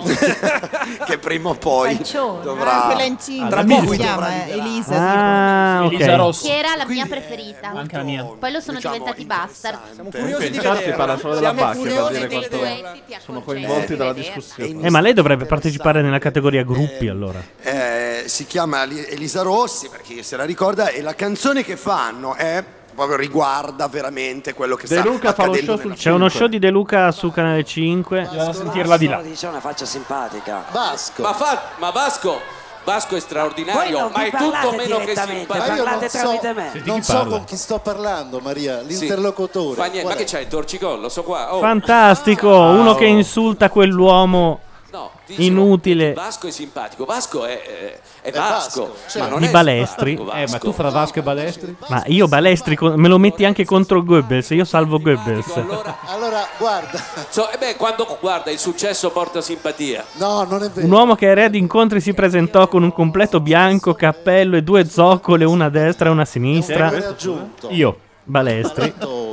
[SPEAKER 8] [LAUGHS] che prima o poi dovrà...
[SPEAKER 3] Ah, quella incinta,
[SPEAKER 8] tra
[SPEAKER 3] come
[SPEAKER 8] poco
[SPEAKER 3] si
[SPEAKER 8] dovrà
[SPEAKER 3] chiama?
[SPEAKER 8] liberare.
[SPEAKER 3] Elisa.
[SPEAKER 1] Ah, ok.
[SPEAKER 4] Che era la mia preferita.
[SPEAKER 32] Anche la mia.
[SPEAKER 4] Poi lo sono diventati bastard. Siamo
[SPEAKER 6] Diciamo curiosi di Infatti vederla. parla solo della Siamo pacca, per curiosi dire di quanto- vederla. Sono coinvolti dalla discussione.
[SPEAKER 1] Eh, ma lei dovrebbe partecipare nella categoria gruppi allora.
[SPEAKER 8] Eh, si chiama Eli- Elisa Rossi, per chi se la ricorda, e la canzone che fanno è proprio riguarda veramente quello che sta accadendo nella
[SPEAKER 1] C'è uno show di De Luca su Canale 5. Bisogna sentirla di là.
[SPEAKER 11] C'è una faccia simpatica.
[SPEAKER 8] Vasco.
[SPEAKER 12] Ma, fa- ma Vasco, Vasco è
[SPEAKER 11] Voi
[SPEAKER 12] straordinario,
[SPEAKER 11] non
[SPEAKER 12] ma
[SPEAKER 11] vi
[SPEAKER 12] è tutto
[SPEAKER 11] parlate
[SPEAKER 12] meno che
[SPEAKER 11] direttamente,
[SPEAKER 25] Ma io
[SPEAKER 12] simpatico. chi
[SPEAKER 25] non so, non so
[SPEAKER 12] parla?
[SPEAKER 25] con chi sto parlando, Maria,
[SPEAKER 12] Sì.
[SPEAKER 25] l'interlocutore.
[SPEAKER 12] Fa niente, ma
[SPEAKER 25] Qual
[SPEAKER 12] che
[SPEAKER 25] è?
[SPEAKER 12] c'è il torcicollo? So qua. Oh.
[SPEAKER 1] Fantastico, uno che insulta quell'uomo
[SPEAKER 12] No, dicevo,
[SPEAKER 1] inutile.
[SPEAKER 12] Vasco è simpatico. Vasco è, eh, è
[SPEAKER 25] Vasco,
[SPEAKER 12] Vasco,
[SPEAKER 25] certo.
[SPEAKER 12] ma non
[SPEAKER 1] Di
[SPEAKER 12] è
[SPEAKER 1] Balestri.
[SPEAKER 12] simpatico,
[SPEAKER 5] Eh, ma
[SPEAKER 12] Vasco.
[SPEAKER 5] tu fra Vasco e Balestri?
[SPEAKER 1] Ma io Balestri con- me lo metti anche contro Goebbels, io salvo Goebbels.
[SPEAKER 25] Allora, guarda.
[SPEAKER 12] So, eh beh, quando guarda, il successo porta simpatia.
[SPEAKER 25] No, non è
[SPEAKER 1] Un
[SPEAKER 25] vero.
[SPEAKER 1] uomo che ai re di incontri si presentò con un completo bianco, cappello e due zoccole, una a destra e una a sinistra.
[SPEAKER 25] Chi è questo, scusa?
[SPEAKER 1] Io. Balestri.
[SPEAKER 25] Tanto,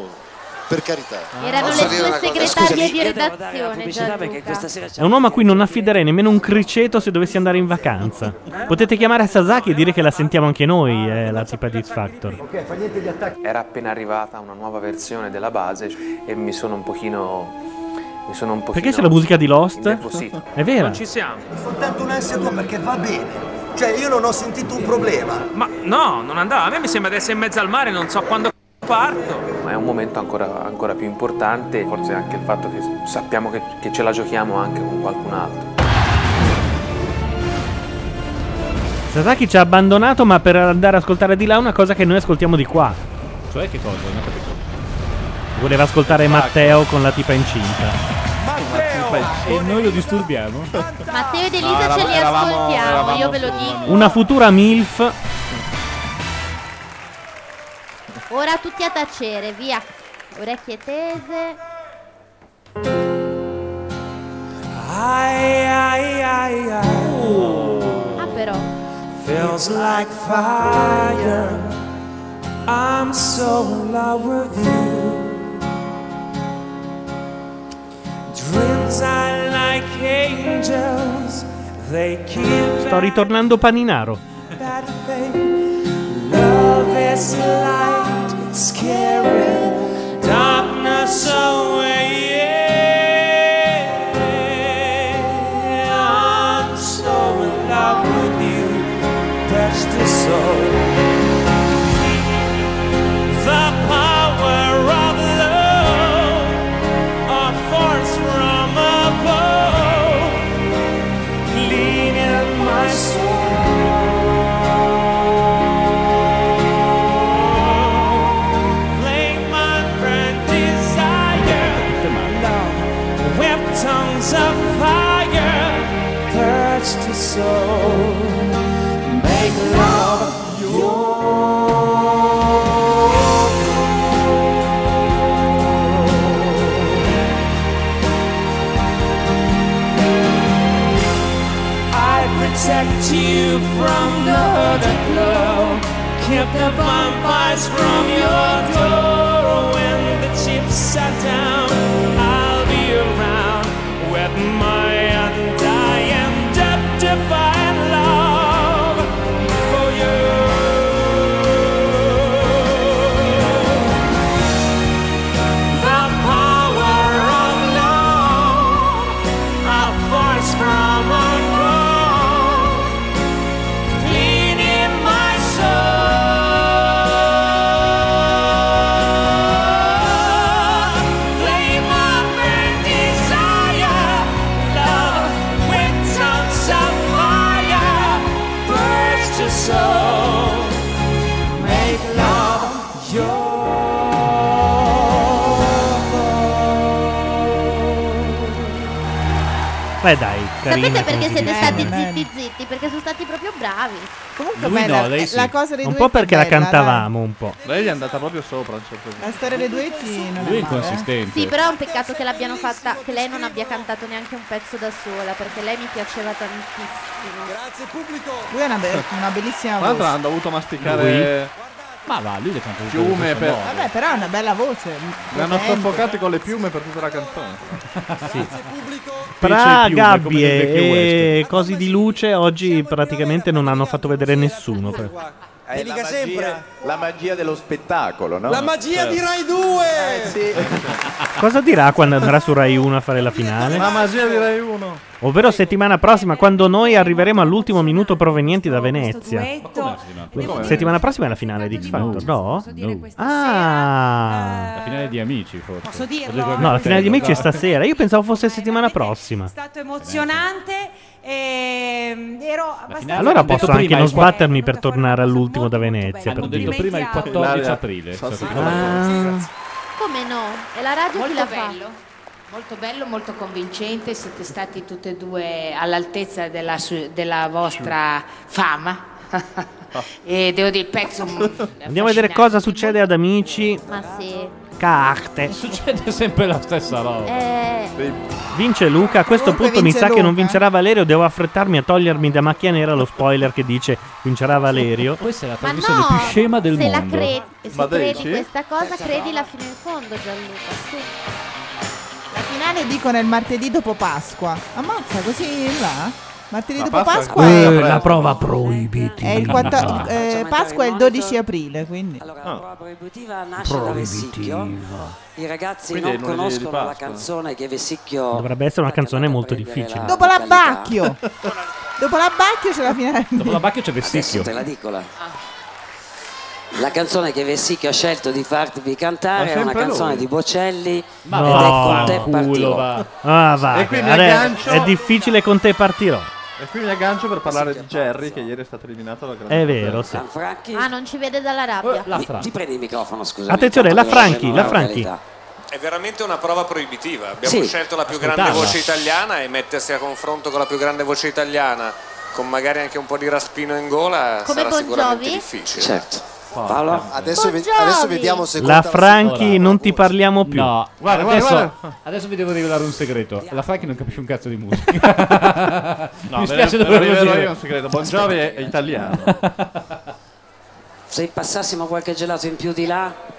[SPEAKER 25] Per carità.
[SPEAKER 1] Ah.
[SPEAKER 4] Erano
[SPEAKER 11] Posso
[SPEAKER 4] le
[SPEAKER 11] dire una
[SPEAKER 4] sue
[SPEAKER 11] cosa?
[SPEAKER 4] segretarie
[SPEAKER 11] Scusami,
[SPEAKER 4] di
[SPEAKER 11] io devo dare la
[SPEAKER 4] redazione.
[SPEAKER 11] pubblicità perché
[SPEAKER 4] Gianluca.
[SPEAKER 11] questa sera
[SPEAKER 1] È un uomo a cui non affiderei nemmeno un criceto se dovessi andare in vacanza. Potete chiamare Sasaki e dire che la sentiamo anche noi, eh, la tipa di X Factor.
[SPEAKER 13] Ok, fa niente di attacchi. Era appena arrivata una nuova versione della base e mi sono un pochino. Mi sono un pochino.
[SPEAKER 1] Perché c'è la musica di Lost?
[SPEAKER 13] Innervosito.
[SPEAKER 1] È vera.
[SPEAKER 13] siamo.
[SPEAKER 8] Soltanto un S2 perché va bene. Cioè io non ho sentito un problema.
[SPEAKER 2] Ma no, non andava. A me mi sembra di essere in mezzo al mare, non so quando c***o parto.
[SPEAKER 13] Ma è un momento ancora, ancora più importante, forse anche il fatto che sappiamo che, che ce la giochiamo anche con qualcun altro.
[SPEAKER 1] Sasaki ci ha abbandonato, ma per andare ad ascoltare di là una cosa che noi ascoltiamo di qua.
[SPEAKER 5] Cioè, che cosa? Non ho capito.
[SPEAKER 1] Voleva ascoltare Matteo con la tipa incinta.
[SPEAKER 5] E noi lo disturbiamo? Ah,
[SPEAKER 4] Matteo ed
[SPEAKER 5] No,
[SPEAKER 4] Elisa
[SPEAKER 5] eravamo-
[SPEAKER 4] ce li
[SPEAKER 5] eravamo-
[SPEAKER 4] ascoltiamo,
[SPEAKER 5] eravamo
[SPEAKER 4] io ve lo
[SPEAKER 5] su-
[SPEAKER 4] dico.
[SPEAKER 1] Una futura MILF.
[SPEAKER 4] Ora tutti a tacere, via. Orecchie tese.
[SPEAKER 7] Ai, ai, ai, ai.
[SPEAKER 4] Ah però.
[SPEAKER 7] Feels like fire. I'm so in love with you. Dreams are like angels. They keep
[SPEAKER 1] Sto ritornando paninaro.
[SPEAKER 7] that thing. Love is light, scaring darkness away. Yeah, I'm so in love with you, touch the soul. The power of love, a force from above, leading my soul. of fire touched his soul. Make love your I protect you from the hurt and blow. Keep the vampires from your door. When the chips are down, I'll be around with my undying, debt defying love for you. The power of love, a force from above, cleaning my soul. Flame of burning desire, love, with tongues of fire, burns your soul. Make love
[SPEAKER 1] Beh Eh, dai, carina.
[SPEAKER 4] Sapete
[SPEAKER 1] come si
[SPEAKER 4] perché
[SPEAKER 3] Eh,
[SPEAKER 4] siete
[SPEAKER 1] dice.
[SPEAKER 4] stati zitti zitti? Perché sono stati proprio bravi.
[SPEAKER 3] Comunque
[SPEAKER 1] Lui
[SPEAKER 3] bella,
[SPEAKER 1] no, lei sì.
[SPEAKER 3] la cosa dei
[SPEAKER 1] un
[SPEAKER 3] duetti
[SPEAKER 1] po' perché
[SPEAKER 3] è
[SPEAKER 1] la
[SPEAKER 3] bella,
[SPEAKER 1] cantavamo un po'.
[SPEAKER 6] Lei è andata proprio sopra a un certo punto.
[SPEAKER 3] La storia dei duetti non
[SPEAKER 1] Lui è
[SPEAKER 3] è male, eh.
[SPEAKER 1] inconsistente.
[SPEAKER 4] Sì, però è un peccato che l'abbiano fatta, che lei non abbia cantato neanche un pezzo da sola, perché lei mi piaceva tantissimo.
[SPEAKER 33] Grazie pubblico.
[SPEAKER 3] Lui è una, be- una bellissima
[SPEAKER 6] Tra l'altro
[SPEAKER 3] voce.
[SPEAKER 6] hanno dovuto masticare
[SPEAKER 5] Ma va, lui le canta tutte le
[SPEAKER 6] piume
[SPEAKER 5] cose
[SPEAKER 6] per...
[SPEAKER 5] buone.
[SPEAKER 3] Vabbè, però è una bella voce.
[SPEAKER 6] Le hanno
[SPEAKER 3] potente.
[SPEAKER 6] soffocati con le piume per tutta
[SPEAKER 1] [LAUGHS]
[SPEAKER 6] la canzone.
[SPEAKER 1] Tra
[SPEAKER 6] Picce di piume, come
[SPEAKER 1] gabbie
[SPEAKER 6] nel vecchio
[SPEAKER 1] e cosi di luce oggi praticamente non hanno fatto vedere nessuno. per- Eh,
[SPEAKER 8] È la magia, la magia dello spettacolo, no?
[SPEAKER 33] La
[SPEAKER 5] Certo.
[SPEAKER 33] magia di
[SPEAKER 8] Eh.
[SPEAKER 1] Certo.
[SPEAKER 33] Rai 2.
[SPEAKER 1] Cosa dirà quando andrà su Rai 1 a fare la finale?
[SPEAKER 6] La magia di Rai 1.
[SPEAKER 1] Ovvero settimana prossima, quando noi arriveremo all'ultimo minuto provenienti da Venezia. Settimana prossima è la finale di X Factor, no? Ah!
[SPEAKER 5] La finale di Amici, forse.
[SPEAKER 9] Posso dirlo?
[SPEAKER 1] No, la finale di Amici è stasera. Io pensavo fosse settimana prossima.
[SPEAKER 11] Esatto,
[SPEAKER 9] stato emozionante. ehm, ero abbastanza
[SPEAKER 1] Allora
[SPEAKER 5] detto
[SPEAKER 1] posso
[SPEAKER 5] prima
[SPEAKER 1] anche non
[SPEAKER 5] il quatt-
[SPEAKER 1] sbattermi per tornare all'ultimo da Venezia.
[SPEAKER 5] Hanno
[SPEAKER 1] Per
[SPEAKER 5] detto
[SPEAKER 1] dire.
[SPEAKER 5] prima il 14 aprile. cioè, è stato detto.
[SPEAKER 1] Ah.
[SPEAKER 4] Come no? E la radio chi
[SPEAKER 19] Molto
[SPEAKER 4] la fa?
[SPEAKER 19] bello, molto bello, molto convincente, siete stati tutti e due all'altezza della, su- della vostra fama. [LAUGHS] e devo dire,
[SPEAKER 24] [LAUGHS]
[SPEAKER 19] il pezzo...
[SPEAKER 1] Andiamo a vedere cosa succede ad Amici.
[SPEAKER 4] Ma sì.
[SPEAKER 1] Carte.
[SPEAKER 5] Succede sempre la stessa roba.
[SPEAKER 4] Eh,
[SPEAKER 1] Vince Luca. A questo
[SPEAKER 5] Comunque
[SPEAKER 1] punto mi
[SPEAKER 5] vince
[SPEAKER 1] sa che non
[SPEAKER 5] Luca.
[SPEAKER 1] vincerà Valerio. Devo affrettarmi a togliermi da macchia nera lo spoiler che dice vincerà Valerio.
[SPEAKER 5] Questa è la
[SPEAKER 4] ma no,
[SPEAKER 1] trasmissione più scema del
[SPEAKER 4] se
[SPEAKER 1] mondo.
[SPEAKER 4] La credi, se
[SPEAKER 1] Ma
[SPEAKER 4] credi
[SPEAKER 1] dici?
[SPEAKER 4] questa cosa, credila fino in fondo, Gianluca. Sì.
[SPEAKER 3] La finale dicono il martedì dopo Pasqua. Ammazza, così in là? Martedì
[SPEAKER 1] Ma
[SPEAKER 3] dopo
[SPEAKER 1] basta-
[SPEAKER 3] Pasqua
[SPEAKER 1] Eh,
[SPEAKER 3] è...
[SPEAKER 1] la prova proibita.
[SPEAKER 3] è il 14 eh, Pasqua è il 12 aprile, quindi...
[SPEAKER 8] Ah.
[SPEAKER 11] prova proibitiva nasce da Vessicchio. I ragazzi
[SPEAKER 1] Quindi è
[SPEAKER 11] non
[SPEAKER 1] lunedì di
[SPEAKER 11] conoscono la
[SPEAKER 1] Pasqua.
[SPEAKER 11] canzone che Vessicchio
[SPEAKER 1] Dovrebbe essere una canzone molto difficile.
[SPEAKER 3] Dopo l'abbacchio! Dopo l'abbacchio c'è la finale.
[SPEAKER 1] Dopo l'abbacchio c'è
[SPEAKER 11] Adesso te la dico la. La canzone che Vessicchio ha scelto di farvi cantare
[SPEAKER 1] Ma
[SPEAKER 11] è una
[SPEAKER 1] sempre
[SPEAKER 11] canzone
[SPEAKER 1] lui.
[SPEAKER 11] di Bocelli ed è con
[SPEAKER 1] No,
[SPEAKER 11] te partito.
[SPEAKER 1] Ah, va.
[SPEAKER 6] E qui mi
[SPEAKER 1] Adesso
[SPEAKER 6] aggancio-
[SPEAKER 1] È difficile con te partirò.
[SPEAKER 6] E qui mi aggancio per parlare di Jerry che ieri è stato eliminato dalla grande
[SPEAKER 1] È vero, sì.
[SPEAKER 6] fratello.
[SPEAKER 4] Ah, non ci vede dalla rabbia.
[SPEAKER 1] Eh,
[SPEAKER 11] Mi- ti prendi il microfono, scusa.
[SPEAKER 1] Attenzione, la Franchi, la Franchi.
[SPEAKER 24] È veramente una prova proibitiva. Abbiamo
[SPEAKER 11] Sì.
[SPEAKER 24] scelto la più
[SPEAKER 1] Ascoltarla.
[SPEAKER 24] grande voce italiana e mettersi a confronto con la più grande voce italiana, con magari anche un po' di raspino in gola,
[SPEAKER 4] Come
[SPEAKER 24] sarà
[SPEAKER 4] Bon
[SPEAKER 24] sicuramente
[SPEAKER 4] Jovi?
[SPEAKER 24] difficile.
[SPEAKER 5] Certo.
[SPEAKER 11] Paolo?
[SPEAKER 34] Adesso, ve-
[SPEAKER 4] Buongiorno.
[SPEAKER 34] adesso vediamo se
[SPEAKER 1] La
[SPEAKER 34] conta
[SPEAKER 1] Franchi, non ti parliamo più.
[SPEAKER 5] No,
[SPEAKER 34] Guarda, guarda,
[SPEAKER 5] adesso,
[SPEAKER 34] guarda.
[SPEAKER 5] adesso vi devo rivelare un segreto. La Franchi non capisce un cazzo
[SPEAKER 1] [LAUGHS]
[SPEAKER 5] di musica.
[SPEAKER 6] No,
[SPEAKER 5] Mi
[SPEAKER 6] ve- ve
[SPEAKER 5] spiace
[SPEAKER 6] lo
[SPEAKER 5] doverlo
[SPEAKER 6] rivelo
[SPEAKER 5] dire.
[SPEAKER 6] io un segreto. Bon Jovi è- è italiano.
[SPEAKER 11] Se passassimo qualche gelato in più di là.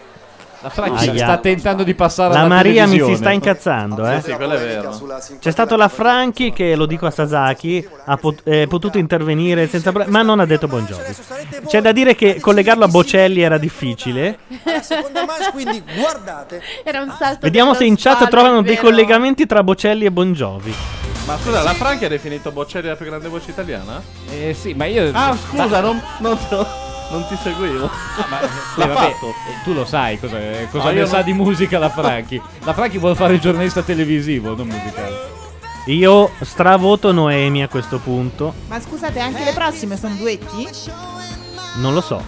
[SPEAKER 5] La
[SPEAKER 11] Franchi
[SPEAKER 1] Aia.
[SPEAKER 5] sta tentando di passare
[SPEAKER 1] La
[SPEAKER 5] alla
[SPEAKER 1] Maria mi si
[SPEAKER 5] televisione.
[SPEAKER 1] sta incazzando, eh.
[SPEAKER 6] Sì, sì, quello è vero.
[SPEAKER 1] C'è stato la Franchi che, lo dico a Sasaki, ha pot- è potuto intervenire senza pro- ma non ha detto buongiorno. C'è da dire che collegarlo a Bocelli era difficile.
[SPEAKER 33] Alla seconda manche, quindi guardate.
[SPEAKER 4] Era un salto.
[SPEAKER 1] Vediamo se in chat trovano dei collegamenti tra Bocelli e Bongiovi.
[SPEAKER 6] Ma scusa, la Franchi ha definito Bocelli la più grande voce italiana?
[SPEAKER 5] Eh sì, ma io.
[SPEAKER 6] Ah, scusa, non, non, non ti seguivo.
[SPEAKER 5] ma
[SPEAKER 6] l'ha
[SPEAKER 5] Eh, vabbè,
[SPEAKER 6] fatto.
[SPEAKER 5] eh, tu lo sai cosa, eh, cosa
[SPEAKER 6] No,
[SPEAKER 5] ne
[SPEAKER 6] io
[SPEAKER 5] sa
[SPEAKER 6] non-
[SPEAKER 5] di musica la Franchi. La Franchi vuole fare il giornalista televisivo, non musicale.
[SPEAKER 1] Io stravoto Noemi a questo punto.
[SPEAKER 3] Ma scusate, anche le prossime sono duetti?
[SPEAKER 1] Non lo so.
[SPEAKER 3] O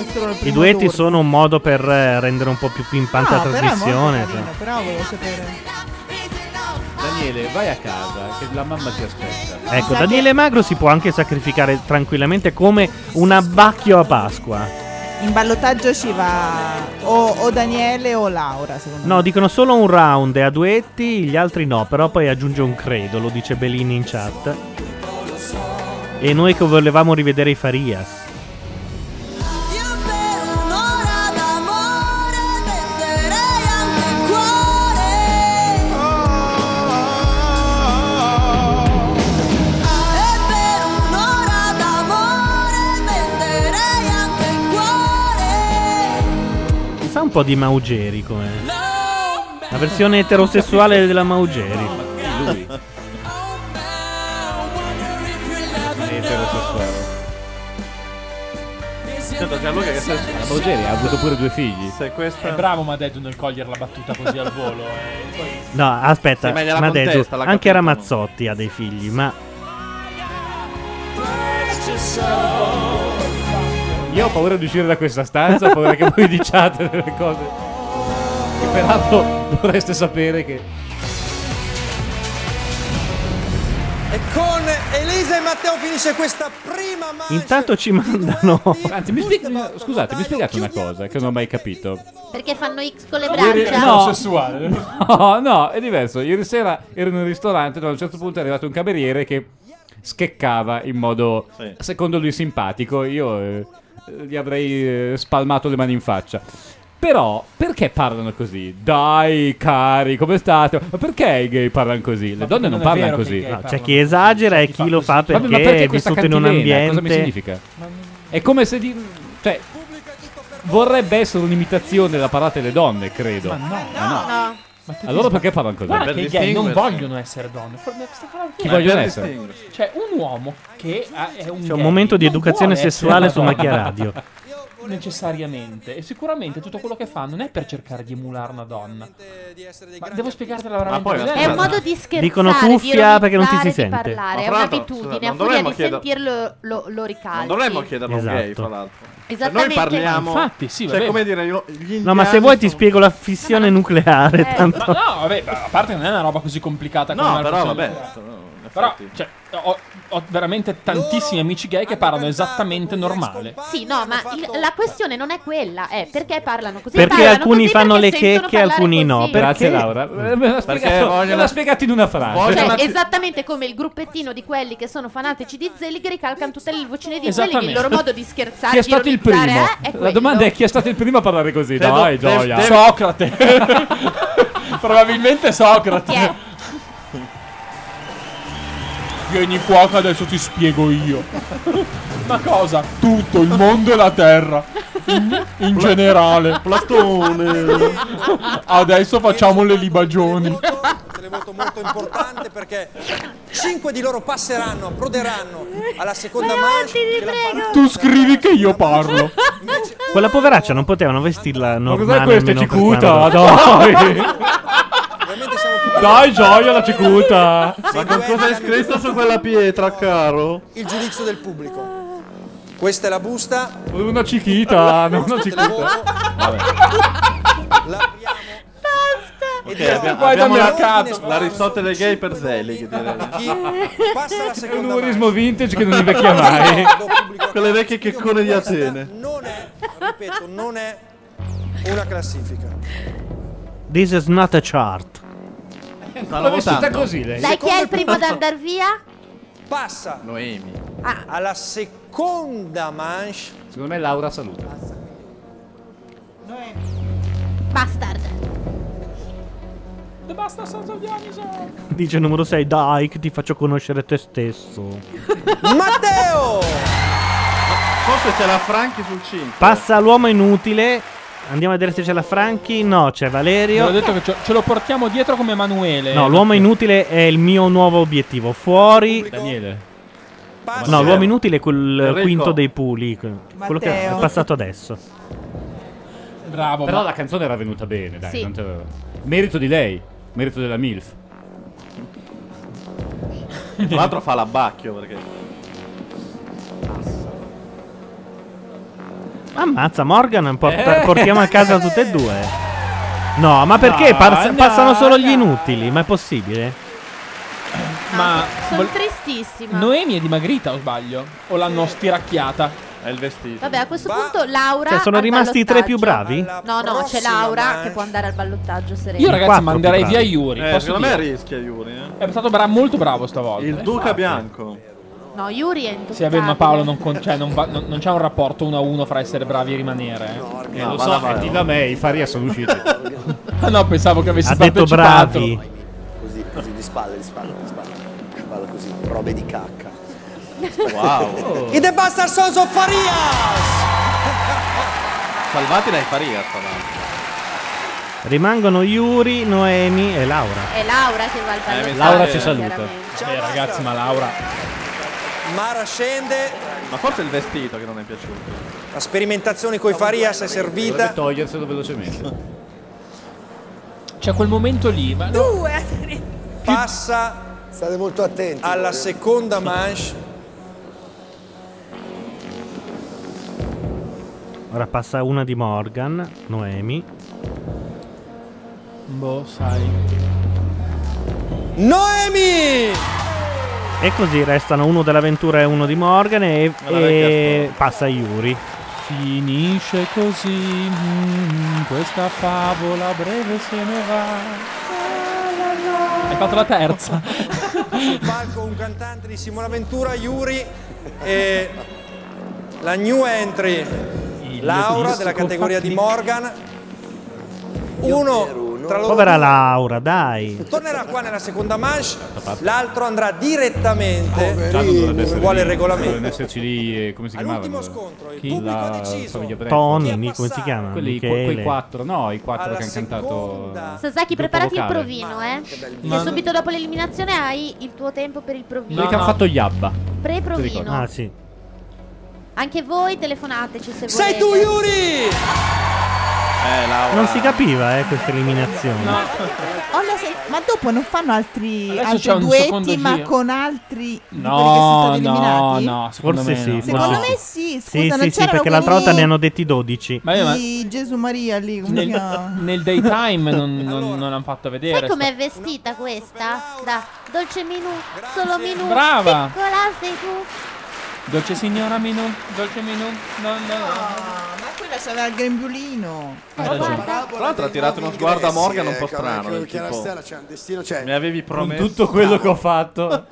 [SPEAKER 3] è solo il
[SPEAKER 1] I
[SPEAKER 3] primo
[SPEAKER 1] duetti
[SPEAKER 3] turno?
[SPEAKER 1] sono un modo per eh, rendere un po' più pimpante
[SPEAKER 3] No,
[SPEAKER 1] la
[SPEAKER 3] Ah, però è molto
[SPEAKER 1] trasmissione.
[SPEAKER 3] carino,
[SPEAKER 1] cioè.
[SPEAKER 3] però volevo sapere.
[SPEAKER 5] Daniele, vai a casa, che la mamma ti aspetta.
[SPEAKER 1] Ecco, Daniele Magro si può anche sacrificare tranquillamente come un abbacchio a Pasqua.
[SPEAKER 3] In ballottaggio ci va o, o Daniele o Laura, secondo
[SPEAKER 1] No, dicono solo un round è a duetti, gli altri no, però poi aggiunge un credo, lo dice Bellini in chat. E noi che volevamo rivedere i Farias.
[SPEAKER 17] Un'ora d'amore venderei anche il cuore.
[SPEAKER 1] Mi fa un po' di Maugeri come. La versione eterosessuale della Maugeri.
[SPEAKER 5] Lui.
[SPEAKER 2] Certo,
[SPEAKER 5] Certo,
[SPEAKER 6] Sento Gianluca che sei-
[SPEAKER 5] La
[SPEAKER 2] "Boh,
[SPEAKER 5] Baugeri ha avuto pure due figli.
[SPEAKER 6] Se questa...
[SPEAKER 2] È bravo Madeddu nel cogliere la battuta così al volo. eh. Poi-
[SPEAKER 1] No, aspetta,
[SPEAKER 2] Sì, ma nella
[SPEAKER 1] ma
[SPEAKER 2] contesta,
[SPEAKER 1] adesso,
[SPEAKER 2] l'ha
[SPEAKER 1] anche
[SPEAKER 2] capito.
[SPEAKER 1] Ramazzotti ha dei figli, ma
[SPEAKER 5] Io ho paura di uscire da questa stanza, ho paura che voi diciate delle cose. Che peraltro dovreste sapere che.
[SPEAKER 24] E con Elisa e Matteo finisce questa prima ma-
[SPEAKER 1] intanto ci mandano.
[SPEAKER 5] Anzi, mi spieg- mi- scusate, mi spiegate una cosa che non ho mai capito.
[SPEAKER 4] Perché fanno X con le
[SPEAKER 5] Ieri-
[SPEAKER 4] braccia?
[SPEAKER 5] sessuale. No, no, è diverso. Ieri sera ero in un ristorante, dove a un certo punto è arrivato un cameriere che scheccava in modo, secondo lui, simpatico. Io eh, gli avrei eh, spalmato le mani in faccia. Però, perché parlano così? Dai, cari, come state? Ma perché i gay parlano così? Le donne non,
[SPEAKER 1] non è vero
[SPEAKER 5] parlano
[SPEAKER 1] che i
[SPEAKER 5] così.
[SPEAKER 1] gay No, Ah, c'è chi esagera e chi lo fa
[SPEAKER 5] Vabbè, ma
[SPEAKER 1] perché, è
[SPEAKER 5] questa
[SPEAKER 1] vissuto in un
[SPEAKER 5] cantilena?
[SPEAKER 1] ambiente.
[SPEAKER 5] Cosa mi significa? È come se di... Cioè, vorrebbe essere un'imitazione della parata delle donne, credo.
[SPEAKER 2] Ma no.
[SPEAKER 5] Ma no.
[SPEAKER 2] No. Ma tu ti
[SPEAKER 5] Allora
[SPEAKER 2] sbagli.
[SPEAKER 5] perché parlano così?
[SPEAKER 2] Guarda
[SPEAKER 5] Per
[SPEAKER 2] che i gay non
[SPEAKER 5] distinguersi.
[SPEAKER 2] vogliono essere donne. For- sta parlando
[SPEAKER 5] Chi
[SPEAKER 2] di-
[SPEAKER 5] vogliono
[SPEAKER 2] Eh, per
[SPEAKER 5] essere?
[SPEAKER 2] distinguersi. Cioè, un uomo che ha- è un
[SPEAKER 1] C'è un
[SPEAKER 2] gay
[SPEAKER 1] momento di
[SPEAKER 2] non
[SPEAKER 1] educazione
[SPEAKER 2] vuole essere
[SPEAKER 1] sessuale su
[SPEAKER 2] una
[SPEAKER 1] Macchia
[SPEAKER 2] donna.
[SPEAKER 1] Radio.
[SPEAKER 2] [LAUGHS] Necessariamente. E sicuramente tutto quello che fanno non è per cercare di emulare una donna. Ma devo spiegartela veramente.
[SPEAKER 6] poi,
[SPEAKER 2] bene?
[SPEAKER 4] È un modo di scherzare,
[SPEAKER 1] Dicono
[SPEAKER 4] di
[SPEAKER 1] cuffia perché non ti
[SPEAKER 4] ironizzare,
[SPEAKER 1] si
[SPEAKER 4] di
[SPEAKER 1] sente.
[SPEAKER 4] parlare,
[SPEAKER 6] Ma
[SPEAKER 4] è
[SPEAKER 6] fra l'altro,
[SPEAKER 4] un'abitudine,
[SPEAKER 6] scusa, non
[SPEAKER 4] a furia di
[SPEAKER 6] dovremmo chieder-
[SPEAKER 4] sentirlo lo, lo
[SPEAKER 6] Non
[SPEAKER 4] ricalchi.
[SPEAKER 6] dovremmo chiederlo a un gay,
[SPEAKER 1] Esatto.
[SPEAKER 6] fra l'altro. Se noi
[SPEAKER 4] Ah, Esattamente.
[SPEAKER 6] parliamo...
[SPEAKER 4] Infatti,
[SPEAKER 2] sì, va
[SPEAKER 6] cioè,
[SPEAKER 2] bene.
[SPEAKER 6] come dire, io- gli indiani
[SPEAKER 1] No, ma se vuoi ti spiego la fissione nucleare.
[SPEAKER 2] Eh,
[SPEAKER 1] tanto.
[SPEAKER 2] [LAUGHS] ma no, vabbè, ma a parte che non è una roba così complicata
[SPEAKER 6] No,
[SPEAKER 2] come
[SPEAKER 6] però,
[SPEAKER 2] Marco Cello.
[SPEAKER 6] vabbè,
[SPEAKER 2] Però, cioè, ho, ho veramente tantissimi amici gay che parlano esattamente normale.
[SPEAKER 4] Sì, no, ma il- la questione non è quella, è perché parlano così.
[SPEAKER 1] Perché
[SPEAKER 4] parlano
[SPEAKER 1] alcuni
[SPEAKER 4] così
[SPEAKER 1] fanno
[SPEAKER 4] perché
[SPEAKER 1] le
[SPEAKER 4] sentono
[SPEAKER 1] checche e
[SPEAKER 4] parlare
[SPEAKER 1] alcuni
[SPEAKER 4] così. Cioè,
[SPEAKER 1] no. Perché?
[SPEAKER 5] Grazie, Laura. Me l'ha spiegato,
[SPEAKER 1] vogliono-
[SPEAKER 5] me l'ha spiegato in una frase.
[SPEAKER 4] Cioè, esattamente come il gruppettino di quelli che sono fanatici di Zelig che ricalcano tutte le vocine di Zelig, il
[SPEAKER 5] Esattamente.
[SPEAKER 4] loro modo di scherzare,
[SPEAKER 5] Chi è stato il
[SPEAKER 4] ironizzare,
[SPEAKER 5] primo?
[SPEAKER 4] eh, è
[SPEAKER 5] La
[SPEAKER 4] quello.
[SPEAKER 5] domanda è chi è stato il [LAUGHS] primo a parlare così?
[SPEAKER 2] Credo-
[SPEAKER 5] Dai,
[SPEAKER 2] credo-
[SPEAKER 5] gioia.
[SPEAKER 2] credo- Socrate. [LAUGHS] Probabilmente Socrate.
[SPEAKER 4] Chi è?
[SPEAKER 2] Vieni qua che adesso ti spiego io. Ma cosa? Tutto il mondo e la terra. In, in
[SPEAKER 5] [LAUGHS]
[SPEAKER 2] generale. Platone.
[SPEAKER 24] Ah.
[SPEAKER 2] Adesso facciamo le libagioni.
[SPEAKER 24] molto importante perché cinque di loro passeranno, approderanno alla seconda manche.
[SPEAKER 2] Tu scrivi che io parlo.
[SPEAKER 1] [LAUGHS] Quella poveraccia non potevano vestirla normale.
[SPEAKER 5] questa
[SPEAKER 1] almeno per
[SPEAKER 5] cicuta?
[SPEAKER 1] quanto- [LAUGHS]
[SPEAKER 5] Dai! Dai, gioia la cicuta.
[SPEAKER 6] Ma con cosa è scritto su quella pietra, caro?
[SPEAKER 24] Il giudizio del pubblico. Questa è la busta.
[SPEAKER 5] Una
[SPEAKER 24] [LAUGHS]
[SPEAKER 5] cichita, non una cicuta.
[SPEAKER 6] Ok,
[SPEAKER 24] direi-
[SPEAKER 6] abbiamo,
[SPEAKER 24] Vai da
[SPEAKER 6] abbiamo
[SPEAKER 24] mercato.
[SPEAKER 6] la, la risotta dei gay per Zelig,
[SPEAKER 24] Chi
[SPEAKER 6] direi.
[SPEAKER 24] passa la
[SPEAKER 5] È un
[SPEAKER 24] seconda manche.
[SPEAKER 5] umorismo vintage che non
[SPEAKER 24] [LAUGHS]
[SPEAKER 5] invecchia mai.
[SPEAKER 6] Quelle vecchie checcone di Atene.
[SPEAKER 24] Ripeto, non è una classifica.
[SPEAKER 1] This is not a chart.
[SPEAKER 24] Stanno votando.
[SPEAKER 4] Dai, chi è il primo ad andare via?
[SPEAKER 24] Passa
[SPEAKER 6] Noemi.
[SPEAKER 24] alla seconda manche.
[SPEAKER 5] Secondo me Laura saluta.
[SPEAKER 4] Bastard.
[SPEAKER 2] The Bastard Sons of Dionysus.
[SPEAKER 1] Dice numero 6, dai, che ti faccio conoscere te stesso.
[SPEAKER 24] Matteo!
[SPEAKER 6] Forse c'è la Franchi sul 5.
[SPEAKER 1] Passa l'uomo inutile. Andiamo a vedere se c'è la Franchi. No, c'è
[SPEAKER 2] Ve l'ho
[SPEAKER 1] Valerio.
[SPEAKER 2] detto che ce- ce lo portiamo dietro come Emanuele.
[SPEAKER 5] Eh,
[SPEAKER 1] No, l'uomo inutile è il mio nuovo obiettivo. Fuori.
[SPEAKER 5] Daniele.
[SPEAKER 1] No, l'uomo inutile è quel eh,
[SPEAKER 2] Enrico.
[SPEAKER 1] quinto dei puli. que- Quello che è
[SPEAKER 2] Matteo.
[SPEAKER 1] passato adesso.
[SPEAKER 2] Bravo.
[SPEAKER 5] Però
[SPEAKER 2] ma-
[SPEAKER 5] la canzone era venuta bene, dai.
[SPEAKER 2] Sì.
[SPEAKER 5] non te- Merito di lei, merito della MILF.
[SPEAKER 6] Tra l'altro fa l'abbacchio perché.
[SPEAKER 1] Ammazza, Morgan. por-
[SPEAKER 6] Eh.
[SPEAKER 1] Portiamo a casa tutte e due. No, ma perché
[SPEAKER 5] No,
[SPEAKER 1] Pars-
[SPEAKER 5] no,
[SPEAKER 1] passano solo gli inutili? Ma è possibile?
[SPEAKER 2] Ma
[SPEAKER 4] Sono
[SPEAKER 2] vol-
[SPEAKER 4] tristissima.
[SPEAKER 2] Noemi è dimagrita o sbaglio? O l'hanno stiracchiata?
[SPEAKER 6] È il vestito.
[SPEAKER 4] Vabbè, a questo punto Laura.
[SPEAKER 2] Cioè, sono
[SPEAKER 4] al
[SPEAKER 2] rimasti i tre più
[SPEAKER 4] ballottaggio.
[SPEAKER 2] bravi?
[SPEAKER 4] No, no, c'è
[SPEAKER 6] prossima
[SPEAKER 4] Laura
[SPEAKER 6] mancia.
[SPEAKER 4] che può andare al ballottaggio sereno.
[SPEAKER 2] Io, ragazzi, manderei via Yuri.
[SPEAKER 6] Eh,
[SPEAKER 2] posso
[SPEAKER 6] secondo me
[SPEAKER 2] dire.
[SPEAKER 6] rischia Yuri. eh.
[SPEAKER 2] È stato bra- molto bravo stavolta. eh.
[SPEAKER 6] Il Duca Bianco.
[SPEAKER 4] No, Yuri è intoccato.
[SPEAKER 2] Sì, vabbè, ma Paolo non, con- cioè, non va- non- non c'è un rapporto uno a uno fra essere bravi e rimanere. eh.
[SPEAKER 5] Eh, lo so, eh, di da me i Faria sono
[SPEAKER 6] [LAUGHS]
[SPEAKER 5] usciti.
[SPEAKER 2] [LAUGHS] Ah, no, pensavo che avessi
[SPEAKER 5] Ha detto
[SPEAKER 2] partecipato.
[SPEAKER 5] bravi.
[SPEAKER 8] Così, così, di spalle, di spalle, di spalle. Di spalle così, robe di cacca.
[SPEAKER 6] Wow.
[SPEAKER 24] I The Bastard Sons of Faria!
[SPEAKER 6] Salvati dai Faria stavolta.
[SPEAKER 1] Rimangono Yuri, Noemi e Laura.
[SPEAKER 4] È Laura che va al
[SPEAKER 24] Eh,
[SPEAKER 6] Eh,
[SPEAKER 4] ballottaggio. chiaramente.
[SPEAKER 2] Eh, ragazzi, ma Laura.
[SPEAKER 24] Mara scende.
[SPEAKER 6] Ma forse è il vestito che non è piaciuto.
[SPEAKER 24] La sperimentazione coi Farias è
[SPEAKER 5] Dovrebbe
[SPEAKER 24] servita.
[SPEAKER 5] toglierselo velocemente.
[SPEAKER 2] C'è quel momento lì, ma no.
[SPEAKER 24] Passa. State molto attenti. Alla seconda manche.
[SPEAKER 1] Ora passa una di Morgan, Noemi.
[SPEAKER 2] Boh, sai.
[SPEAKER 24] Noemi!
[SPEAKER 1] E così restano uno dell'avventura e uno di Morgan e, e passa Yuri.
[SPEAKER 2] Finisce così, mm, questa favola breve se ne va. Hai fatto la terza.
[SPEAKER 24] Sul palco un cantante di Simona Ventura, Yuri e la new entry, Laura della categoria di Morgan. Uno tra loro
[SPEAKER 1] Povera
[SPEAKER 24] due
[SPEAKER 1] Laura, dai.
[SPEAKER 24] tornerà qua nella seconda manche, l'altro andrà direttamente,
[SPEAKER 5] Già non dovrebbe essere
[SPEAKER 24] vuole il
[SPEAKER 5] lì,
[SPEAKER 24] regolamento.
[SPEAKER 5] Dovrebbe esserci lì, eh, come si chiamava? L'ultimo
[SPEAKER 24] scontro,
[SPEAKER 5] il Chi? La famiglia Brescia.
[SPEAKER 1] Tony, mi- come si chiama?
[SPEAKER 5] Quelli, que-
[SPEAKER 1] Michele.
[SPEAKER 5] quei quattro, no, i quattro che hanno cantato.
[SPEAKER 4] Sasaki,
[SPEAKER 5] gruppo
[SPEAKER 4] preparati
[SPEAKER 5] vocale.
[SPEAKER 4] il provino, eh.
[SPEAKER 5] Ma-
[SPEAKER 4] Che subito dopo l'eliminazione hai il tuo tempo per il provino.
[SPEAKER 5] Quelli che hanno fatto gli Abba.
[SPEAKER 4] Pre-provino.
[SPEAKER 5] Ti ricordi?
[SPEAKER 4] Ah,
[SPEAKER 1] sì.
[SPEAKER 4] Anche voi telefonateci se volete.
[SPEAKER 24] Sei tu Yuri!
[SPEAKER 6] Eh, Laura.
[SPEAKER 1] Non si capiva, eh, questa eliminazione.
[SPEAKER 3] Ho la se- Oh, ma dopo non fanno altri,
[SPEAKER 2] Adesso
[SPEAKER 3] altri
[SPEAKER 2] c'è un
[SPEAKER 3] duetti,
[SPEAKER 2] secondo
[SPEAKER 3] ma
[SPEAKER 2] giro.
[SPEAKER 3] con altri di quelli che sono
[SPEAKER 2] No,
[SPEAKER 3] stati
[SPEAKER 2] no,
[SPEAKER 3] eliminati?
[SPEAKER 2] no, secondo
[SPEAKER 1] Forse
[SPEAKER 2] me
[SPEAKER 1] sì,
[SPEAKER 2] no.
[SPEAKER 1] forse Secondo
[SPEAKER 3] me sì, scusa,
[SPEAKER 1] sì,
[SPEAKER 3] non
[SPEAKER 1] sì, sì,
[SPEAKER 3] c'erano
[SPEAKER 1] perché l'altra
[SPEAKER 3] quelli-
[SPEAKER 1] volta ne hanno detti 12.
[SPEAKER 2] Ma io- ma-
[SPEAKER 3] Di Gesù Maria lì, come si
[SPEAKER 2] Nel,
[SPEAKER 3] chiama?
[SPEAKER 2] nel daytime non, non, non hanno fatto vedere.
[SPEAKER 4] Sai com'è vestita questa? Da dolce minù, solo minù.
[SPEAKER 2] Brava.
[SPEAKER 4] Piccola sei tu.
[SPEAKER 2] sta- Dolce signora Minu, dolce Minu. No, no,
[SPEAKER 3] Ah, Ma quella c'aveva il grembiulino.
[SPEAKER 6] Tra l'altro ha tirato uno sguardo a Morgan
[SPEAKER 8] eh,
[SPEAKER 6] un po' strano. del
[SPEAKER 8] Chiara
[SPEAKER 6] tipo,
[SPEAKER 8] Stella c'è un destino, cioè.
[SPEAKER 6] Mi avevi promesso.
[SPEAKER 5] tutto quello che ho fatto.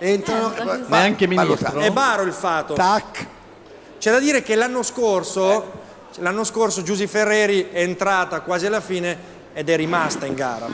[SPEAKER 8] Entrano.
[SPEAKER 6] Neanche
[SPEAKER 8] Parlo
[SPEAKER 6] ministro.
[SPEAKER 8] tanto.
[SPEAKER 24] Certo. È Baro il fato.
[SPEAKER 8] Tac.
[SPEAKER 24] C'è da dire che l'anno scorso, l'anno scorso Giusy Ferreri è entrata quasi alla fine ed è rimasta in gara.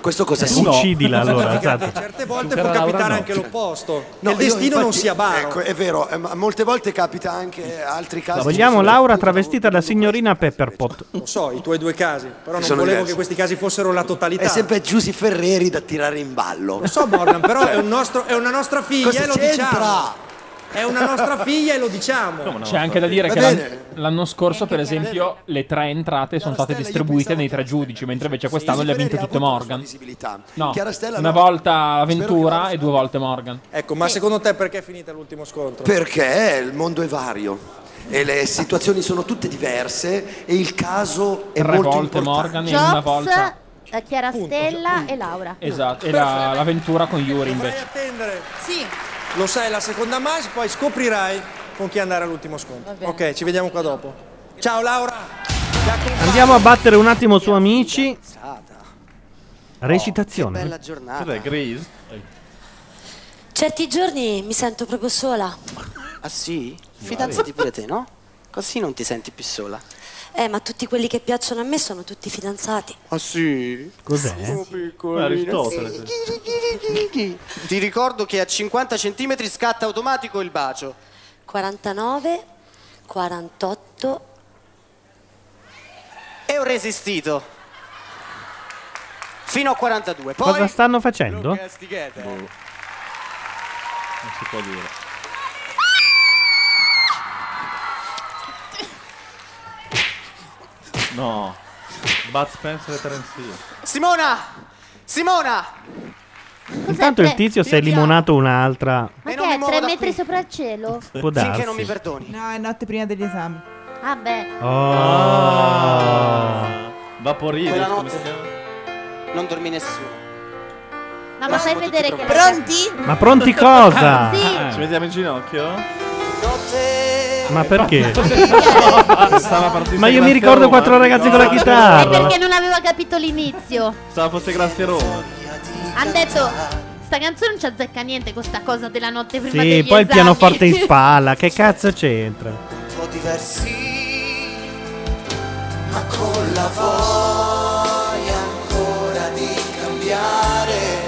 [SPEAKER 8] Questo cosa
[SPEAKER 1] Eh, Uccidila allora, esatto.
[SPEAKER 24] Certe volte
[SPEAKER 8] Supera
[SPEAKER 24] può
[SPEAKER 8] Laura
[SPEAKER 24] capitare
[SPEAKER 8] no.
[SPEAKER 24] anche l'opposto.
[SPEAKER 8] Cioè. No,
[SPEAKER 24] che il destino
[SPEAKER 8] io, infatti,
[SPEAKER 24] non sia Baro.
[SPEAKER 8] Ecco, è vero, eh, ma molte volte capita anche eh, altri casi.
[SPEAKER 1] Vogliamo Laura travestita da signorina Pepperpot.
[SPEAKER 24] Lo so, i tuoi due casi, però non
[SPEAKER 8] Sono
[SPEAKER 24] volevo
[SPEAKER 8] diversi.
[SPEAKER 24] che questi casi fossero la totalità.
[SPEAKER 8] È sempre Giusy Ferreri da tirare in ballo.
[SPEAKER 24] Lo so, Morgan, però è, un nostro- è una nostra figlia
[SPEAKER 8] Cioè, Cosa
[SPEAKER 24] e lo
[SPEAKER 8] c'entra?
[SPEAKER 24] diciamo. È una nostra figlia e lo diciamo.
[SPEAKER 2] C'è anche da dire
[SPEAKER 24] Va
[SPEAKER 2] che l'an-
[SPEAKER 24] bene.
[SPEAKER 2] l'anno scorso, per esempio, le tre entrate sono state distribuite nei tre giudici, mentre invece quest'anno le ha vinte tutte Morgan. No,
[SPEAKER 24] Chiara Stella
[SPEAKER 2] una
[SPEAKER 24] no.
[SPEAKER 2] volta Ventura e due volte Morgan.
[SPEAKER 24] Ecco, ma secondo te perché è finita l'ultimo scontro?
[SPEAKER 8] Perché il mondo è vario e le situazioni sono tutte diverse e il caso è
[SPEAKER 2] Tre
[SPEAKER 8] molto
[SPEAKER 2] volte
[SPEAKER 8] importante.
[SPEAKER 2] Morgan in una volta.
[SPEAKER 4] Jobs, eh, Chiara Stella e Laura.
[SPEAKER 2] Esatto, e la, la Ventura con Yuri invece.
[SPEAKER 24] Attendere.
[SPEAKER 4] Sì.
[SPEAKER 24] Lo sai, la seconda manche, poi scoprirai con chi andare all'ultimo scontro. Ok, ci vediamo qua dopo. Ciao
[SPEAKER 3] [LAUGHS]
[SPEAKER 24] Laura.
[SPEAKER 1] Andiamo a battere un attimo su Amici. Recitazione.
[SPEAKER 7] Bella giornata.
[SPEAKER 6] Cos'è, Grease?
[SPEAKER 7] Certi giorni mi sento proprio sola.
[SPEAKER 25] Ah sì? Fidanzati pure te, no? Così non ti senti più sola.
[SPEAKER 7] Eh, ma tutti quelli che piacciono a me sono tutti fidanzati.
[SPEAKER 25] Ah sì?
[SPEAKER 1] Cos'è?
[SPEAKER 25] piccolino.
[SPEAKER 6] Aristotele.
[SPEAKER 25] Ti ricordo che a 50 cm scatta automatico il bacio.
[SPEAKER 7] 49, 48.
[SPEAKER 25] E ho resistito. Fino a 42. Poi...
[SPEAKER 1] Cosa stanno facendo?
[SPEAKER 25] Castighete.
[SPEAKER 6] Non Boh. si può dire. No. Bud Spencer e Terence Hill.
[SPEAKER 25] Simona! Simona!
[SPEAKER 1] Intanto il tizio si è limonato un'altra.
[SPEAKER 4] Ma
[SPEAKER 25] E
[SPEAKER 4] che
[SPEAKER 25] non mi
[SPEAKER 4] è?
[SPEAKER 25] muovo
[SPEAKER 4] Tre
[SPEAKER 25] da
[SPEAKER 4] metri
[SPEAKER 25] qui.
[SPEAKER 4] sopra il cielo?
[SPEAKER 1] Può darsi.
[SPEAKER 25] perdoni.
[SPEAKER 3] No, è notte prima degli esami.
[SPEAKER 4] Ah beh.
[SPEAKER 1] Oh.
[SPEAKER 6] Vaporino.
[SPEAKER 25] Quella
[SPEAKER 6] come
[SPEAKER 25] notte
[SPEAKER 6] si chiama?
[SPEAKER 25] non dormì nessuno.
[SPEAKER 4] No, ma fai vedere che...
[SPEAKER 3] Pronti?
[SPEAKER 1] Ma pronti cosa?
[SPEAKER 6] Ci mettiamo in ginocchio?
[SPEAKER 1] Ma perché?
[SPEAKER 6] [LAUGHS] Stava partendo
[SPEAKER 1] Ma io
[SPEAKER 6] Grazie
[SPEAKER 1] mi ricordo
[SPEAKER 6] Roma.
[SPEAKER 1] quattro ragazzi con la
[SPEAKER 6] No.
[SPEAKER 4] È
[SPEAKER 1] chitarra.
[SPEAKER 4] perché non aveva capito l'inizio.
[SPEAKER 6] Stava forse grazie Roma.
[SPEAKER 4] Hanno detto, sta canzone non ci azzecca niente con sta cosa della notte prima degli
[SPEAKER 1] Sì, poi il
[SPEAKER 4] esami."
[SPEAKER 1] pianoforte
[SPEAKER 4] [LAUGHS]
[SPEAKER 1] in spalla, che cazzo c'entra?
[SPEAKER 17] po' diversi, ma con la voglia ancora di cambiare.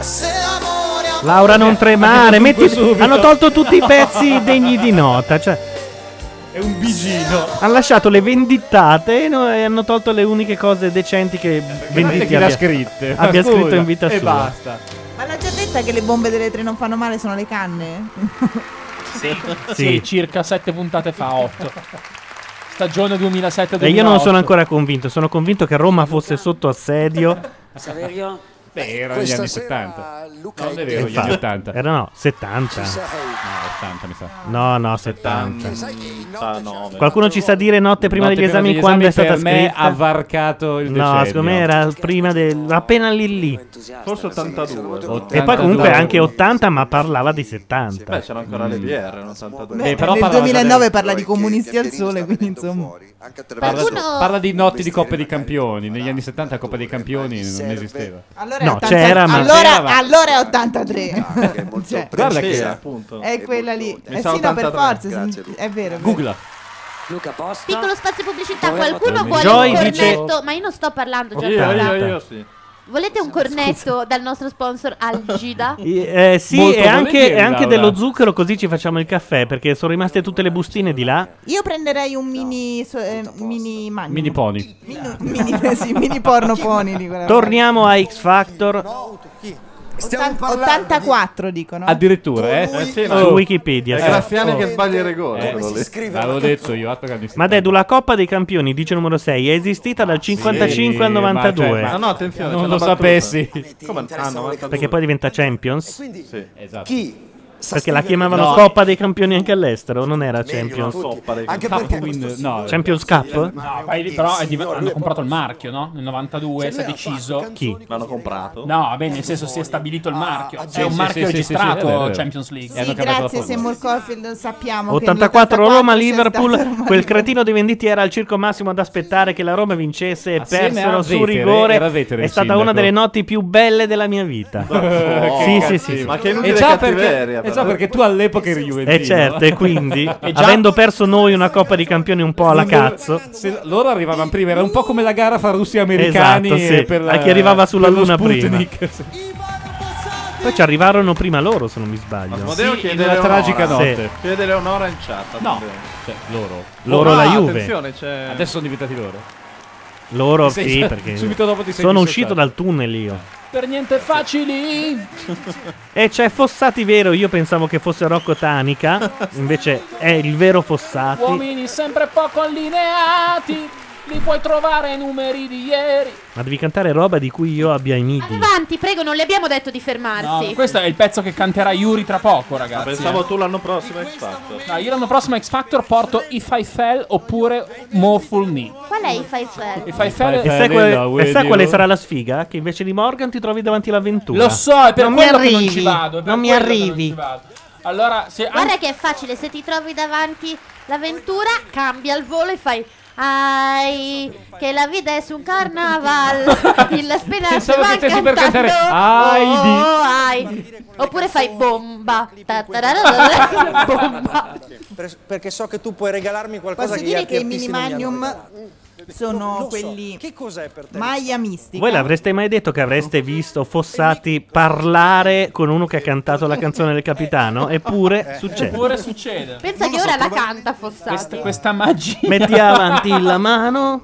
[SPEAKER 17] Se amore
[SPEAKER 1] Laura non tremare,
[SPEAKER 17] Abbiamo
[SPEAKER 1] metti...
[SPEAKER 17] tutto subito.
[SPEAKER 1] hanno tolto tutti i pezzi degni di nota, cioè
[SPEAKER 2] È un bigino.
[SPEAKER 1] hanno lasciato le vendittate e no- e hanno tolto le uniche cose decenti che
[SPEAKER 5] guardate
[SPEAKER 1] Venditti
[SPEAKER 5] chi l'ha
[SPEAKER 1] abbia,
[SPEAKER 5] scritte, ma
[SPEAKER 1] abbia
[SPEAKER 5] Ah, scusa,
[SPEAKER 1] scritto in vita
[SPEAKER 5] e
[SPEAKER 1] sua.
[SPEAKER 5] basta.
[SPEAKER 3] Ma l'ho già detta che le bombe delle tre non fanno male, sono le canne?
[SPEAKER 24] [LAUGHS]
[SPEAKER 2] Sì, circa 7 puntate fa, 8. Stagione 2007-2008.
[SPEAKER 1] E Eh, io non sono ancora convinto, sono convinto che Roma fosse sotto assedio.
[SPEAKER 15] Saverio?
[SPEAKER 2] Eh,
[SPEAKER 5] Beh, era negli
[SPEAKER 15] Questa
[SPEAKER 5] anni
[SPEAKER 15] sera
[SPEAKER 5] 70.
[SPEAKER 15] Luca
[SPEAKER 5] non è
[SPEAKER 15] è
[SPEAKER 5] vero, gli
[SPEAKER 1] Infatti,
[SPEAKER 5] anni 80.
[SPEAKER 1] Era no, 70.
[SPEAKER 5] Ci sei? No, 80 mi sa.
[SPEAKER 1] No, no, 70.
[SPEAKER 6] Nove.
[SPEAKER 1] Qualcuno ci sa dire notte prima
[SPEAKER 5] Notte
[SPEAKER 1] degli
[SPEAKER 5] prima
[SPEAKER 1] esami
[SPEAKER 5] degli
[SPEAKER 1] quando
[SPEAKER 5] esami
[SPEAKER 1] è stata
[SPEAKER 5] per me
[SPEAKER 1] scritta?
[SPEAKER 5] ha varcato il
[SPEAKER 1] No,
[SPEAKER 5] decennio.
[SPEAKER 1] secondo me era prima del appena lì lì.
[SPEAKER 6] Forse 82.
[SPEAKER 1] E poi comunque anche 80, ma parlava di Eh, 70.
[SPEAKER 6] Beh, c'era ancora le BR, non 82.
[SPEAKER 3] Beh, nel 2009 parla di comunisti al sole, quindi insomma.
[SPEAKER 5] Parla,
[SPEAKER 3] Qualcuno-
[SPEAKER 5] parla di notti di Coppa dei Campioni. Negli anni 70 Coppa dei Campioni non esisteva.
[SPEAKER 3] Allora, è 80 allora, allora è 83. Cioè,
[SPEAKER 5] Guarda che
[SPEAKER 3] sì,
[SPEAKER 5] era.
[SPEAKER 6] appunto.
[SPEAKER 3] È quella lì.
[SPEAKER 5] Mi
[SPEAKER 3] Eh
[SPEAKER 5] sa
[SPEAKER 3] sì, no, per
[SPEAKER 5] 83.
[SPEAKER 3] forza.
[SPEAKER 5] Grazie,
[SPEAKER 3] sì, è vero. è vero.
[SPEAKER 5] Googla.
[SPEAKER 15] Luca Posta.
[SPEAKER 4] Piccolo spazio pubblicità,
[SPEAKER 15] Doveva
[SPEAKER 4] qualcuno
[SPEAKER 15] tornare.
[SPEAKER 4] vuole
[SPEAKER 1] Joy
[SPEAKER 4] un
[SPEAKER 1] dice-
[SPEAKER 4] cornetto? Ma io non sto parlando, Gianluca.
[SPEAKER 7] Eh.
[SPEAKER 1] io, io
[SPEAKER 6] sì.
[SPEAKER 4] Volete un cornetto dal nostro sponsor Algida?
[SPEAKER 1] Eh, [LAUGHS] sì,
[SPEAKER 5] Molto
[SPEAKER 1] e anche,
[SPEAKER 5] volentieri,
[SPEAKER 1] e anche
[SPEAKER 5] Laura.
[SPEAKER 1] dello zucchero, così ci facciamo il caffè, perché sono rimaste tutte le bustine di là.
[SPEAKER 3] Io prenderei un mini. so- eh, mini magnum.
[SPEAKER 1] Mini pony.
[SPEAKER 3] Mini, mini, eh, sì, [LAUGHS] mini porno pony. di quella roba.
[SPEAKER 1] Torniamo a X Factor.
[SPEAKER 3] Ottan- 84 dicono.
[SPEAKER 5] Addirittura, eh?
[SPEAKER 1] Eh sì, ma- Su Wikipedia, sì.
[SPEAKER 6] Graziani che sbaglia il rigore.
[SPEAKER 5] Eh,
[SPEAKER 6] quello lì.
[SPEAKER 5] l'avevo detto io, altro che
[SPEAKER 3] [LAUGHS]
[SPEAKER 5] anni
[SPEAKER 1] Ma Dedu, la Coppa dei Campioni, dice numero 6, è esistita dal 55 al
[SPEAKER 5] ma cioè,
[SPEAKER 1] 92.
[SPEAKER 5] ma-
[SPEAKER 6] Ah, No, no, attenzione.
[SPEAKER 5] Non
[SPEAKER 6] c'è
[SPEAKER 5] lo
[SPEAKER 6] una battuta.
[SPEAKER 5] sapessi.
[SPEAKER 6] Come? Ah, 92.
[SPEAKER 1] Perché poi diventa Champions.
[SPEAKER 6] Sì.
[SPEAKER 5] Esatto.
[SPEAKER 6] Chi?
[SPEAKER 1] Perché la chiamavano
[SPEAKER 5] No.
[SPEAKER 1] Coppa dei Campioni anche all'estero, non era
[SPEAKER 6] Meglio una
[SPEAKER 1] Champions.
[SPEAKER 6] coppa dei
[SPEAKER 5] Anche
[SPEAKER 6] campioni.
[SPEAKER 5] perché- Win- no.
[SPEAKER 1] Champions Cup?
[SPEAKER 2] No, poi lì però è div- hanno comprato il marchio, no? Nel 92 si è deciso.
[SPEAKER 1] Chi?
[SPEAKER 6] L'hanno comprato?
[SPEAKER 2] No, vabbè, nel senso si è stabilito il marchio.
[SPEAKER 6] ah,
[SPEAKER 2] È
[SPEAKER 6] sì,
[SPEAKER 2] un
[SPEAKER 6] sì,
[SPEAKER 2] marchio
[SPEAKER 6] sì, sì,
[SPEAKER 2] registrato
[SPEAKER 6] sì, sì, è vero, è vero.
[SPEAKER 2] Champions League.
[SPEAKER 6] Sì,
[SPEAKER 3] Sì, grazie, Seymour Caulfield sappiamo. che
[SPEAKER 1] 84
[SPEAKER 3] nell'84
[SPEAKER 1] Roma
[SPEAKER 3] c'è stato
[SPEAKER 1] Liverpool,
[SPEAKER 3] Roma-
[SPEAKER 1] quel cretino di Venditti era al circo massimo ad aspettare che la Roma vincesse e
[SPEAKER 5] Assieme
[SPEAKER 1] persero
[SPEAKER 5] a
[SPEAKER 1] su
[SPEAKER 5] Vetere,
[SPEAKER 1] rigore.
[SPEAKER 5] era Vetere
[SPEAKER 1] È
[SPEAKER 5] il
[SPEAKER 1] stata
[SPEAKER 5] sindaco.
[SPEAKER 1] una delle notti più belle della mia
[SPEAKER 5] [LAUGHS]
[SPEAKER 1] vita.
[SPEAKER 5] [LAUGHS] Che
[SPEAKER 1] sì, sì,
[SPEAKER 5] cattivo.
[SPEAKER 1] sì, sì.
[SPEAKER 5] Ma che
[SPEAKER 1] E
[SPEAKER 5] inutile
[SPEAKER 1] già
[SPEAKER 5] cattiveria,
[SPEAKER 1] perché-
[SPEAKER 5] E già perché tu all'epoca eri Juventino.
[SPEAKER 1] E certo, e quindi,
[SPEAKER 5] [LAUGHS] E già-
[SPEAKER 1] avendo perso noi una Coppa dei Campioni un po' alla cazzo,
[SPEAKER 5] Se loro arrivavano prima, era un po' come la gara fra russi e americani.
[SPEAKER 1] Esatto, sì.
[SPEAKER 5] eh, per la-
[SPEAKER 1] A chi arrivava sulla
[SPEAKER 5] per lo
[SPEAKER 1] luna
[SPEAKER 5] Sputnik.
[SPEAKER 1] poi ci arrivarono prima loro, se non mi sbaglio.
[SPEAKER 6] Asmodeo chiede
[SPEAKER 1] una
[SPEAKER 6] Leonora.
[SPEAKER 1] tragica notte.
[SPEAKER 6] Sì. Chiede Leonora in chat.
[SPEAKER 5] No.
[SPEAKER 6] Asmodeo.
[SPEAKER 5] Cioè, loro.
[SPEAKER 1] Loro
[SPEAKER 6] Oh,
[SPEAKER 1] la
[SPEAKER 6] no,
[SPEAKER 1] Juve.
[SPEAKER 6] Attenzione, c'è...
[SPEAKER 5] Adesso sono diventati loro.
[SPEAKER 1] Loro
[SPEAKER 5] Sì,
[SPEAKER 1] sì,
[SPEAKER 2] [LAUGHS]
[SPEAKER 5] cioè,
[SPEAKER 1] perché
[SPEAKER 5] subito dopo ti sei
[SPEAKER 1] sono
[SPEAKER 5] dissoziato.
[SPEAKER 1] uscito dal tunnel io.
[SPEAKER 2] Per niente facili. [LAUGHS]
[SPEAKER 1] E c'è Fossati vero, io pensavo che fosse Rocco
[SPEAKER 2] [LAUGHS]
[SPEAKER 1] Tanica, invece è il vero Fossati.
[SPEAKER 2] Uomini sempre poco allineati. Li puoi trovare i numeri di ieri.
[SPEAKER 1] Ma devi cantare roba di cui io abbia i midi.
[SPEAKER 4] Avanti, prego, non le abbiamo detto di
[SPEAKER 2] No,
[SPEAKER 4] fermarsi.
[SPEAKER 2] questo è il pezzo che canterà Yuri tra poco, ragazzi. eh.
[SPEAKER 6] Pensavo tu l'anno prossimo X Factor.
[SPEAKER 2] No, io l'anno prossimo a X Factor porto If I Fell oppure Moful Me.
[SPEAKER 4] Qual è il Faisal?
[SPEAKER 2] If I Fell
[SPEAKER 1] E sai, quale, e sai quale sarà la sfiga? Che invece di Morgan ti trovi davanti l'avventura.
[SPEAKER 2] Lo so, è per
[SPEAKER 1] Non mi
[SPEAKER 2] quello che non
[SPEAKER 1] arrivi,
[SPEAKER 2] ci vado. è per
[SPEAKER 1] non mi
[SPEAKER 2] quello che
[SPEAKER 1] arrivi.
[SPEAKER 2] non ci vado. Allora, se
[SPEAKER 4] Guarda
[SPEAKER 2] anche-
[SPEAKER 4] che è facile, se ti trovi davanti l'avventura, cambia il volo e fai. Ai, che la vita è su
[SPEAKER 5] [LAUGHS]
[SPEAKER 4] un carnaval. Il speranza
[SPEAKER 5] Pensavo
[SPEAKER 4] va
[SPEAKER 5] che stessi
[SPEAKER 4] cantando.
[SPEAKER 5] per cantare Ai
[SPEAKER 4] Oh,
[SPEAKER 5] di-
[SPEAKER 4] oh, ai. Oppure fai bomba.
[SPEAKER 3] Ah,
[SPEAKER 5] [LAUGHS]
[SPEAKER 4] Ta-ta-ra-ra-ra-ra. bomba.
[SPEAKER 24] Per- perché so che tu puoi regalarmi qualcosa
[SPEAKER 3] Posso
[SPEAKER 24] che gli
[SPEAKER 3] dire
[SPEAKER 24] altri
[SPEAKER 3] che i mini
[SPEAKER 24] artisti non mi hanno
[SPEAKER 3] magnum sono
[SPEAKER 24] so.
[SPEAKER 3] quelli. Che
[SPEAKER 24] cos'è per te?
[SPEAKER 3] Maglia mistica.
[SPEAKER 1] Voi l'avreste mai detto che avreste visto Fossati parlare con uno che ha cantato la canzone del capitano?
[SPEAKER 3] Eh.
[SPEAKER 2] Eh,
[SPEAKER 1] Eppure succede.
[SPEAKER 2] Oppure succede.
[SPEAKER 4] Pensa che ora la canta Fossati.
[SPEAKER 2] Questa magia.
[SPEAKER 1] Metti avanti la mano.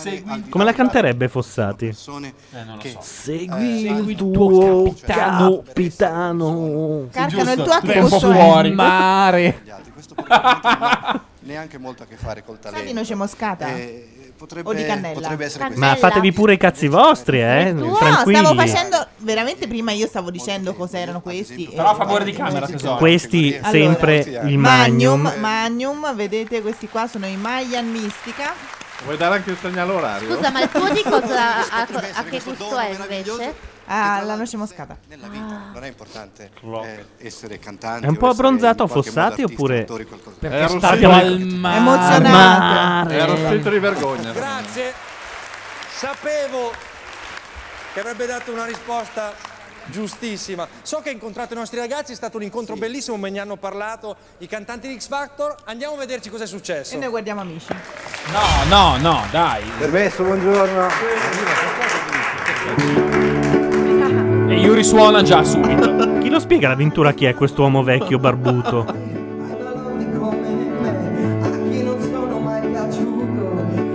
[SPEAKER 2] Segui
[SPEAKER 1] Come la canterebbe Fossati? Segui il tuo capitano. capitano.
[SPEAKER 3] Carcano il tuo
[SPEAKER 1] Tempo
[SPEAKER 3] acquedottone.
[SPEAKER 1] fuori.
[SPEAKER 5] Mare.
[SPEAKER 3] [LAUGHS]
[SPEAKER 16] neanche molto a che fare col
[SPEAKER 3] Di
[SPEAKER 16] talento. Eh,
[SPEAKER 3] noce moscata.
[SPEAKER 16] potrebbe,
[SPEAKER 3] o di cannella.
[SPEAKER 16] potrebbe essere questo.
[SPEAKER 1] Ma fatevi pure i cazzi vostri, eh?
[SPEAKER 3] No,
[SPEAKER 1] Tranquilli.
[SPEAKER 3] stavo facendo. Veramente prima io stavo dicendo cos'erano questi. eh,
[SPEAKER 2] Però a favore di camera, tesoro.
[SPEAKER 1] Questi
[SPEAKER 3] Allora,
[SPEAKER 1] sempre
[SPEAKER 3] eh.
[SPEAKER 1] il
[SPEAKER 3] Magnum,
[SPEAKER 1] Magnum.
[SPEAKER 3] Magnum, vedete questi qua sono i Maglia Mistica.
[SPEAKER 6] Vuoi dare anche il segnale orario?
[SPEAKER 4] Scusa, ma il tuo di cosa a, a che gusto è invece?
[SPEAKER 3] Ah, la noce moscata.
[SPEAKER 35] Nella vita non è importante eh, essere
[SPEAKER 1] È
[SPEAKER 35] cantanti.
[SPEAKER 1] un po'
[SPEAKER 35] o essere
[SPEAKER 1] abbronzato
[SPEAKER 35] in qualche modo
[SPEAKER 1] Fossati
[SPEAKER 35] artisti,
[SPEAKER 1] oppure.
[SPEAKER 35] attori, qualcosa.
[SPEAKER 1] Perché sta al mare. Emozionato.
[SPEAKER 35] Era rossito
[SPEAKER 6] di vergogna.
[SPEAKER 24] Grazie. Sapevo che avrebbe dato una risposta giustissima. So che ha incontrato i nostri ragazzi, è stato un incontro bellissimo, me ne hanno parlato i cantanti di X Factor. Andiamo a vederci cosa è successo.
[SPEAKER 3] E noi guardiamo amici.
[SPEAKER 2] No, no, no, dai. Permesso, buongiorno. E Yuri suona già subito.
[SPEAKER 1] [LAUGHS] Chi lo spiega l'avventura chi è quest'uomo vecchio barbuto?
[SPEAKER 36] chi non sono mai piaciuto,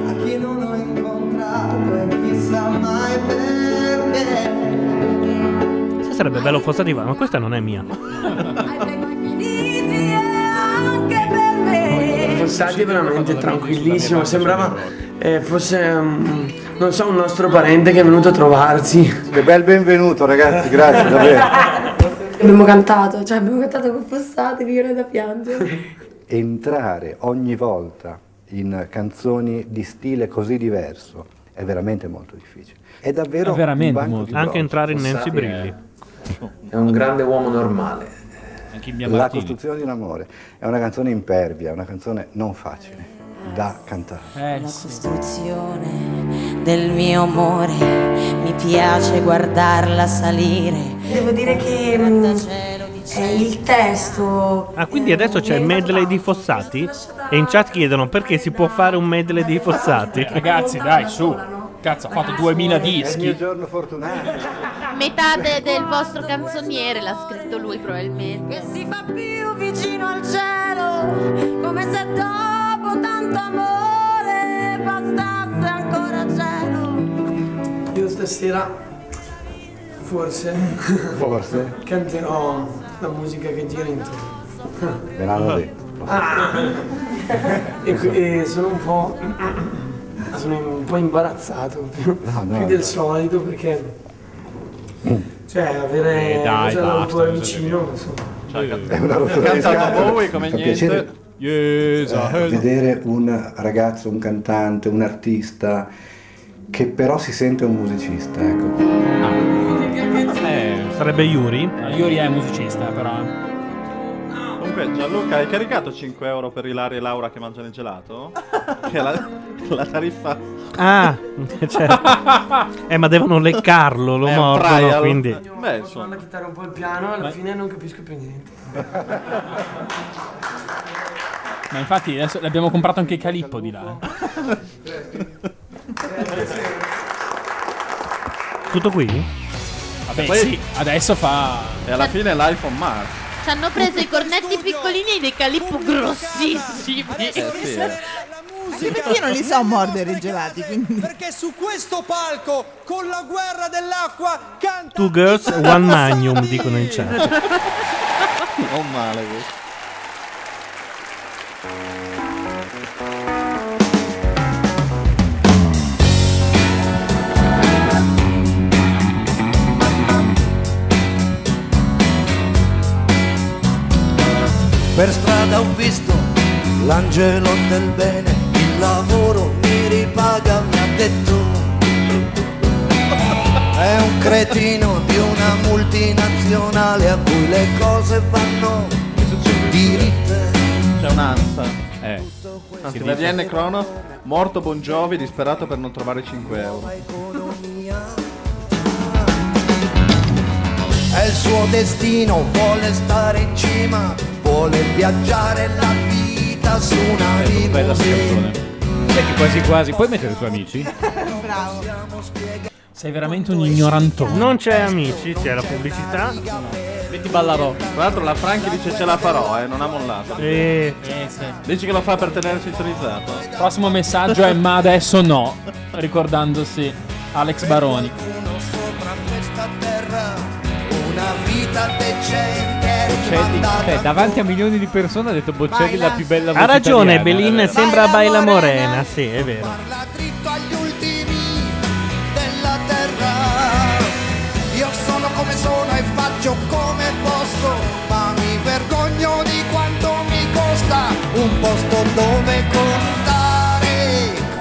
[SPEAKER 36] a chi non ho incontrato e chissà mai perché.
[SPEAKER 1] Se sarebbe bello Fossati ma questa non è mia.
[SPEAKER 7] Fossati è veramente tranquillissimo, sembrava eh, fosse, mm, non so, un nostro parente che è venuto a trovarsi. Che bel benvenuto ragazzi,
[SPEAKER 21] [LAUGHS]
[SPEAKER 7] grazie davvero.
[SPEAKER 37] Abbiamo cantato, cioè abbiamo cantato con Fossati, mi viene da
[SPEAKER 1] [LAUGHS]
[SPEAKER 37] piangere.
[SPEAKER 25] entrare ogni volta in canzoni di stile così diverso è veramente molto difficile. È davvero
[SPEAKER 1] È Ah, veramente
[SPEAKER 25] un banco
[SPEAKER 1] molto
[SPEAKER 25] di eh,
[SPEAKER 1] Anche
[SPEAKER 25] prova.
[SPEAKER 1] entrare in
[SPEAKER 25] Fossati
[SPEAKER 1] Nancy
[SPEAKER 25] è-
[SPEAKER 1] Brilli.
[SPEAKER 25] È un grande uomo normale.
[SPEAKER 1] Anche
[SPEAKER 25] La costruzione di un amore è una canzone impervia, una canzone non facile da cantare.
[SPEAKER 2] Eh,
[SPEAKER 14] costruzione del mio amore, mi piace guardarla salire.
[SPEAKER 9] Devo dire che mm, eh, il testo
[SPEAKER 1] Ah, quindi adesso c'è il medley di Fossati? E in chat chiedono perché si può fare un medley di Fossati.
[SPEAKER 2] [LAUGHS] Ragazzi, dai, su. Cazzo, ha fatto 2000
[SPEAKER 25] È il mio
[SPEAKER 2] dischi.
[SPEAKER 25] giorno fortunato.
[SPEAKER 4] Metà de- del vostro canzoniere l'ha scritto lui probabilmente.
[SPEAKER 14] si fa più vicino al cielo, come se dopo tanto amore bastasse ancora cielo.
[SPEAKER 7] Io stasera forse,
[SPEAKER 25] Forse,
[SPEAKER 7] canterò la musica che gira intorno.
[SPEAKER 25] me l'hanno detto.
[SPEAKER 7] Ah. e, qui- e sono un po'. sono un po' imbarazzato più,
[SPEAKER 25] No, no,
[SPEAKER 7] più del
[SPEAKER 25] no.
[SPEAKER 7] solito perché. cioè, avere
[SPEAKER 25] Eh, dai,
[SPEAKER 7] Rosanna un
[SPEAKER 25] basta,
[SPEAKER 7] po'
[SPEAKER 25] bisogna
[SPEAKER 7] vicino, insomma.
[SPEAKER 25] Cioè, È una rottura di
[SPEAKER 7] Cantando
[SPEAKER 25] scatole.
[SPEAKER 7] voi come
[SPEAKER 25] Fa
[SPEAKER 7] niente.
[SPEAKER 25] piacere, eh, vedere un ragazzo, un cantante, un artista che però si sente un musicista, ecco.
[SPEAKER 1] Sarebbe Yuri?
[SPEAKER 2] Eh, Yuri è musicista, però.
[SPEAKER 1] eh.
[SPEAKER 6] Comunque, Gianluca, hai caricato 5 euro per Ilaria e Laura che mangiano il gelato? che è la, la tariffa.
[SPEAKER 1] Ah, [LAUGHS]
[SPEAKER 2] [LAUGHS]
[SPEAKER 1] certo. Eh, ma devono leccarlo, lo
[SPEAKER 6] È un
[SPEAKER 1] mordono,
[SPEAKER 6] trial.
[SPEAKER 1] quindi...
[SPEAKER 7] Beh, insomma. chitarra un po' il piano, alla fine non capisco più
[SPEAKER 25] [LAUGHS]
[SPEAKER 7] niente.
[SPEAKER 2] Ma infatti adesso l'abbiamo comprato anche Calippo di là. eh.
[SPEAKER 7] Eh,
[SPEAKER 1] Tutto qui?
[SPEAKER 2] Vabbè,
[SPEAKER 6] Poi-
[SPEAKER 2] sì, adesso fa.
[SPEAKER 6] E alla fine è l'iPhone Mars.
[SPEAKER 4] Ci hanno preso i cornetti piccolini e dei calippo grossissimi.
[SPEAKER 6] Eh,
[SPEAKER 3] Anche perché io non li so mordere i gelati, quindi...
[SPEAKER 24] Perché su questo palco, con la guerra dell'acqua, canta
[SPEAKER 1] Two girls, one magnum, dicono in
[SPEAKER 6] Cioè.
[SPEAKER 1] chat.
[SPEAKER 6] Non male questo.
[SPEAKER 8] Per strada ho visto l'angelo del bene, il lavoro mi ripaga, mi ha detto. È un cretino di una multinazionale a cui le cose vanno diritte.
[SPEAKER 6] C'è un'ansia.
[SPEAKER 5] Eh.
[SPEAKER 6] Anzi,
[SPEAKER 8] Si
[SPEAKER 6] la
[SPEAKER 8] dice-
[SPEAKER 6] DN Cronos, morto Bon Jovi, disperato per non trovare 5 euro.
[SPEAKER 8] È il suo destino, vuole stare in cima, vuole viaggiare la vita su una
[SPEAKER 5] Bella sta
[SPEAKER 8] limousine.
[SPEAKER 5] canzone. Sai che quasi quasi. Puoi mettere i tuoi amici?
[SPEAKER 2] Sei veramente un ignorantone.
[SPEAKER 1] Non c'è amici, c'è la pubblicità.
[SPEAKER 6] Metti ballarò. Tra l'altro la Franchi dice ce la farò, eh, non ha mollato.
[SPEAKER 1] Sì.
[SPEAKER 6] Dici che lo fa per tenere sintonizzato.
[SPEAKER 2] Prossimo messaggio è ma adesso no. Ricordandosi Alex Baroni.
[SPEAKER 8] Uno sopra questa terra, una vita decente
[SPEAKER 5] Cioè,
[SPEAKER 8] rimandata.
[SPEAKER 5] cioè, davanti a milioni di persone ha detto Boccelli la più bella voce
[SPEAKER 1] Ha ragione,
[SPEAKER 5] italiana.
[SPEAKER 1] Belin, sembra Baila Morena, sì, è vero.
[SPEAKER 8] della terra. Io sono come sono e faccio come posso, ma mi vergogno di quanto mi costa un posto dove contare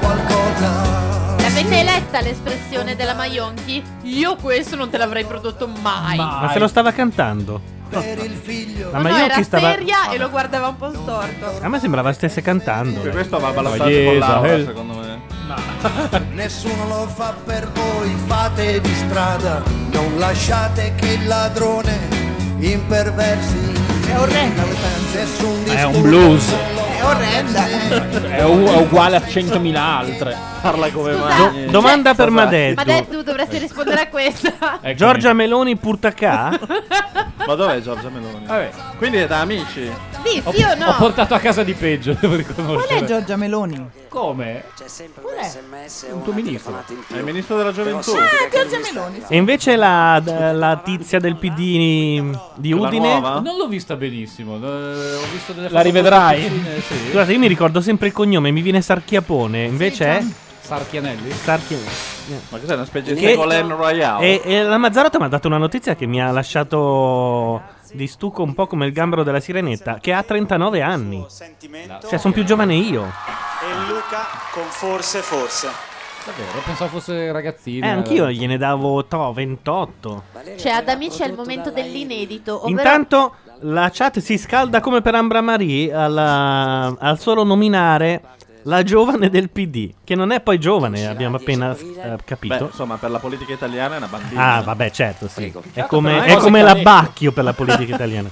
[SPEAKER 8] qualcosa.
[SPEAKER 4] L'avete letta ricordate l'espressione della Maionchi? Io questo non te l'avrei prodotto mai.
[SPEAKER 1] Ma se lo stava cantando.
[SPEAKER 4] Per il figlio.
[SPEAKER 1] Ma
[SPEAKER 4] Ma no,
[SPEAKER 1] Maionchi
[SPEAKER 4] era
[SPEAKER 1] stava-
[SPEAKER 4] seria e lo guardava un po' storto.
[SPEAKER 1] A me sembrava stesse cantando.
[SPEAKER 6] Per questo va a
[SPEAKER 1] ballare
[SPEAKER 6] ballare con Laura,
[SPEAKER 1] eh.
[SPEAKER 6] secondo me.
[SPEAKER 8] [LAUGHS]
[SPEAKER 38] Nessuno lo fa per voi, fatevi strada, non lasciate che il ladrone imperversi. È orrenda Nessun
[SPEAKER 2] È un blues.
[SPEAKER 38] È orrenda.
[SPEAKER 2] È, u- è uguale a 100.000 altre. Parla come
[SPEAKER 4] Scusa, cioè,
[SPEAKER 1] domanda per Madeddu.
[SPEAKER 4] Ma adesso tu dovresti rispondere a questa.
[SPEAKER 1] Giorgia Meloni purtacà?
[SPEAKER 6] [LAUGHS] Ma dov'è Giorgia Meloni? Quindi è da amici.
[SPEAKER 4] Sì, sì o
[SPEAKER 5] Ho
[SPEAKER 4] no?
[SPEAKER 5] portato a casa di peggio, devo
[SPEAKER 3] Qual è
[SPEAKER 5] riconoscere.
[SPEAKER 3] Giorgia Meloni?
[SPEAKER 5] Come?
[SPEAKER 15] C'è sempre
[SPEAKER 3] Qual
[SPEAKER 15] un
[SPEAKER 3] è?
[SPEAKER 15] sms o
[SPEAKER 5] Un
[SPEAKER 15] una
[SPEAKER 5] tuo ministro.
[SPEAKER 15] telefonata in più.
[SPEAKER 6] È il ministro della gioventù. Cioè,
[SPEAKER 3] Ah, Giorgia Meloni.
[SPEAKER 1] E invece la, la tizia del PD di Udine?
[SPEAKER 5] Non l'ho vista benissimo. eh, ho visto delle
[SPEAKER 1] La
[SPEAKER 5] foto
[SPEAKER 1] rivedrai?
[SPEAKER 5] molto vicine,
[SPEAKER 1] Scusate, io mi ricordo sempre il cognome, mi viene Sarchiapone, invece è
[SPEAKER 5] Sì. Sarchianelli?
[SPEAKER 1] Sarchianelli.
[SPEAKER 6] Ma cos'è una specie di Golem
[SPEAKER 1] E,
[SPEAKER 6] Royale?
[SPEAKER 1] e la Mazzarotta mi ha dato una notizia che mi ha lasciato di stucco un po' come il gambero della sirenetta, che ha 39 anni. Cioè, sono più giovane io.
[SPEAKER 12] E Luca con forse forse.
[SPEAKER 5] Davvero, pensavo fosse ragazzino.
[SPEAKER 1] Eh, anch'io gliene davo to, 28.
[SPEAKER 4] Cioè, ad amici è il momento dell'inedito. Ovvero
[SPEAKER 1] Intanto la chat si scalda come per Ambra Marie alla- al solo nominare la giovane del PD, che non è poi giovane, abbiamo appena eh,
[SPEAKER 6] Beh,
[SPEAKER 1] capito.
[SPEAKER 6] insomma, per la politica italiana è una bandita.
[SPEAKER 1] Ah, vabbè, certo, sì. È
[SPEAKER 6] Peccato
[SPEAKER 1] come,
[SPEAKER 6] però,
[SPEAKER 1] è
[SPEAKER 6] cosa
[SPEAKER 1] come
[SPEAKER 6] che ha
[SPEAKER 1] la
[SPEAKER 6] detto.
[SPEAKER 1] Bacchio per la politica italiana.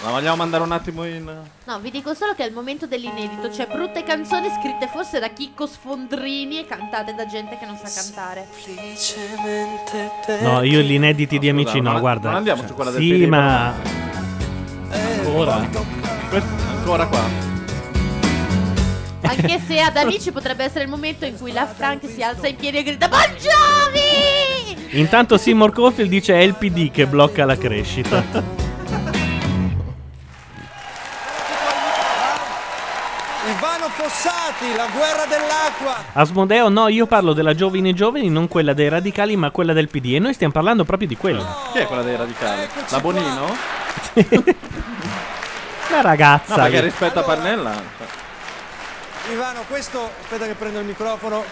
[SPEAKER 6] Ma vogliamo mandare un attimo in.
[SPEAKER 4] No, vi dico solo che è il momento dell'inedito. C'è brutte canzoni scritte forse da Chicco Sfondrini e cantate da gente che non sa cantare.
[SPEAKER 1] No, io gli inediti di amici no,
[SPEAKER 6] ma-
[SPEAKER 1] guarda.
[SPEAKER 6] ma andiamo
[SPEAKER 1] cioè,
[SPEAKER 6] su quella del
[SPEAKER 1] Sì,
[SPEAKER 6] PD,
[SPEAKER 1] ma
[SPEAKER 6] Ancora? Ancora qua.
[SPEAKER 4] Anche se ad amici potrebbe essere il momento in cui la Frank si alza in piedi e grida Buongiorno!
[SPEAKER 1] intanto Seymour Cofield dice è il PD che blocca la crescita.
[SPEAKER 24] [LAUGHS]
[SPEAKER 6] [LAUGHS]
[SPEAKER 24] Ivano Fossati, la guerra dell'acqua.
[SPEAKER 1] Asmodeo, no, io parlo della giovine giovani, non quella dei radicali, ma quella del PD e noi stiamo parlando proprio di
[SPEAKER 6] [LAUGHS]
[SPEAKER 1] quella.
[SPEAKER 6] Chi è quella dei radicali? La Bonino?
[SPEAKER 1] La ragazza.
[SPEAKER 6] No, perché
[SPEAKER 1] lì.
[SPEAKER 6] rispetto a Pannella. cioè,
[SPEAKER 24] Ivano, questo, aspetta che prendo il microfono,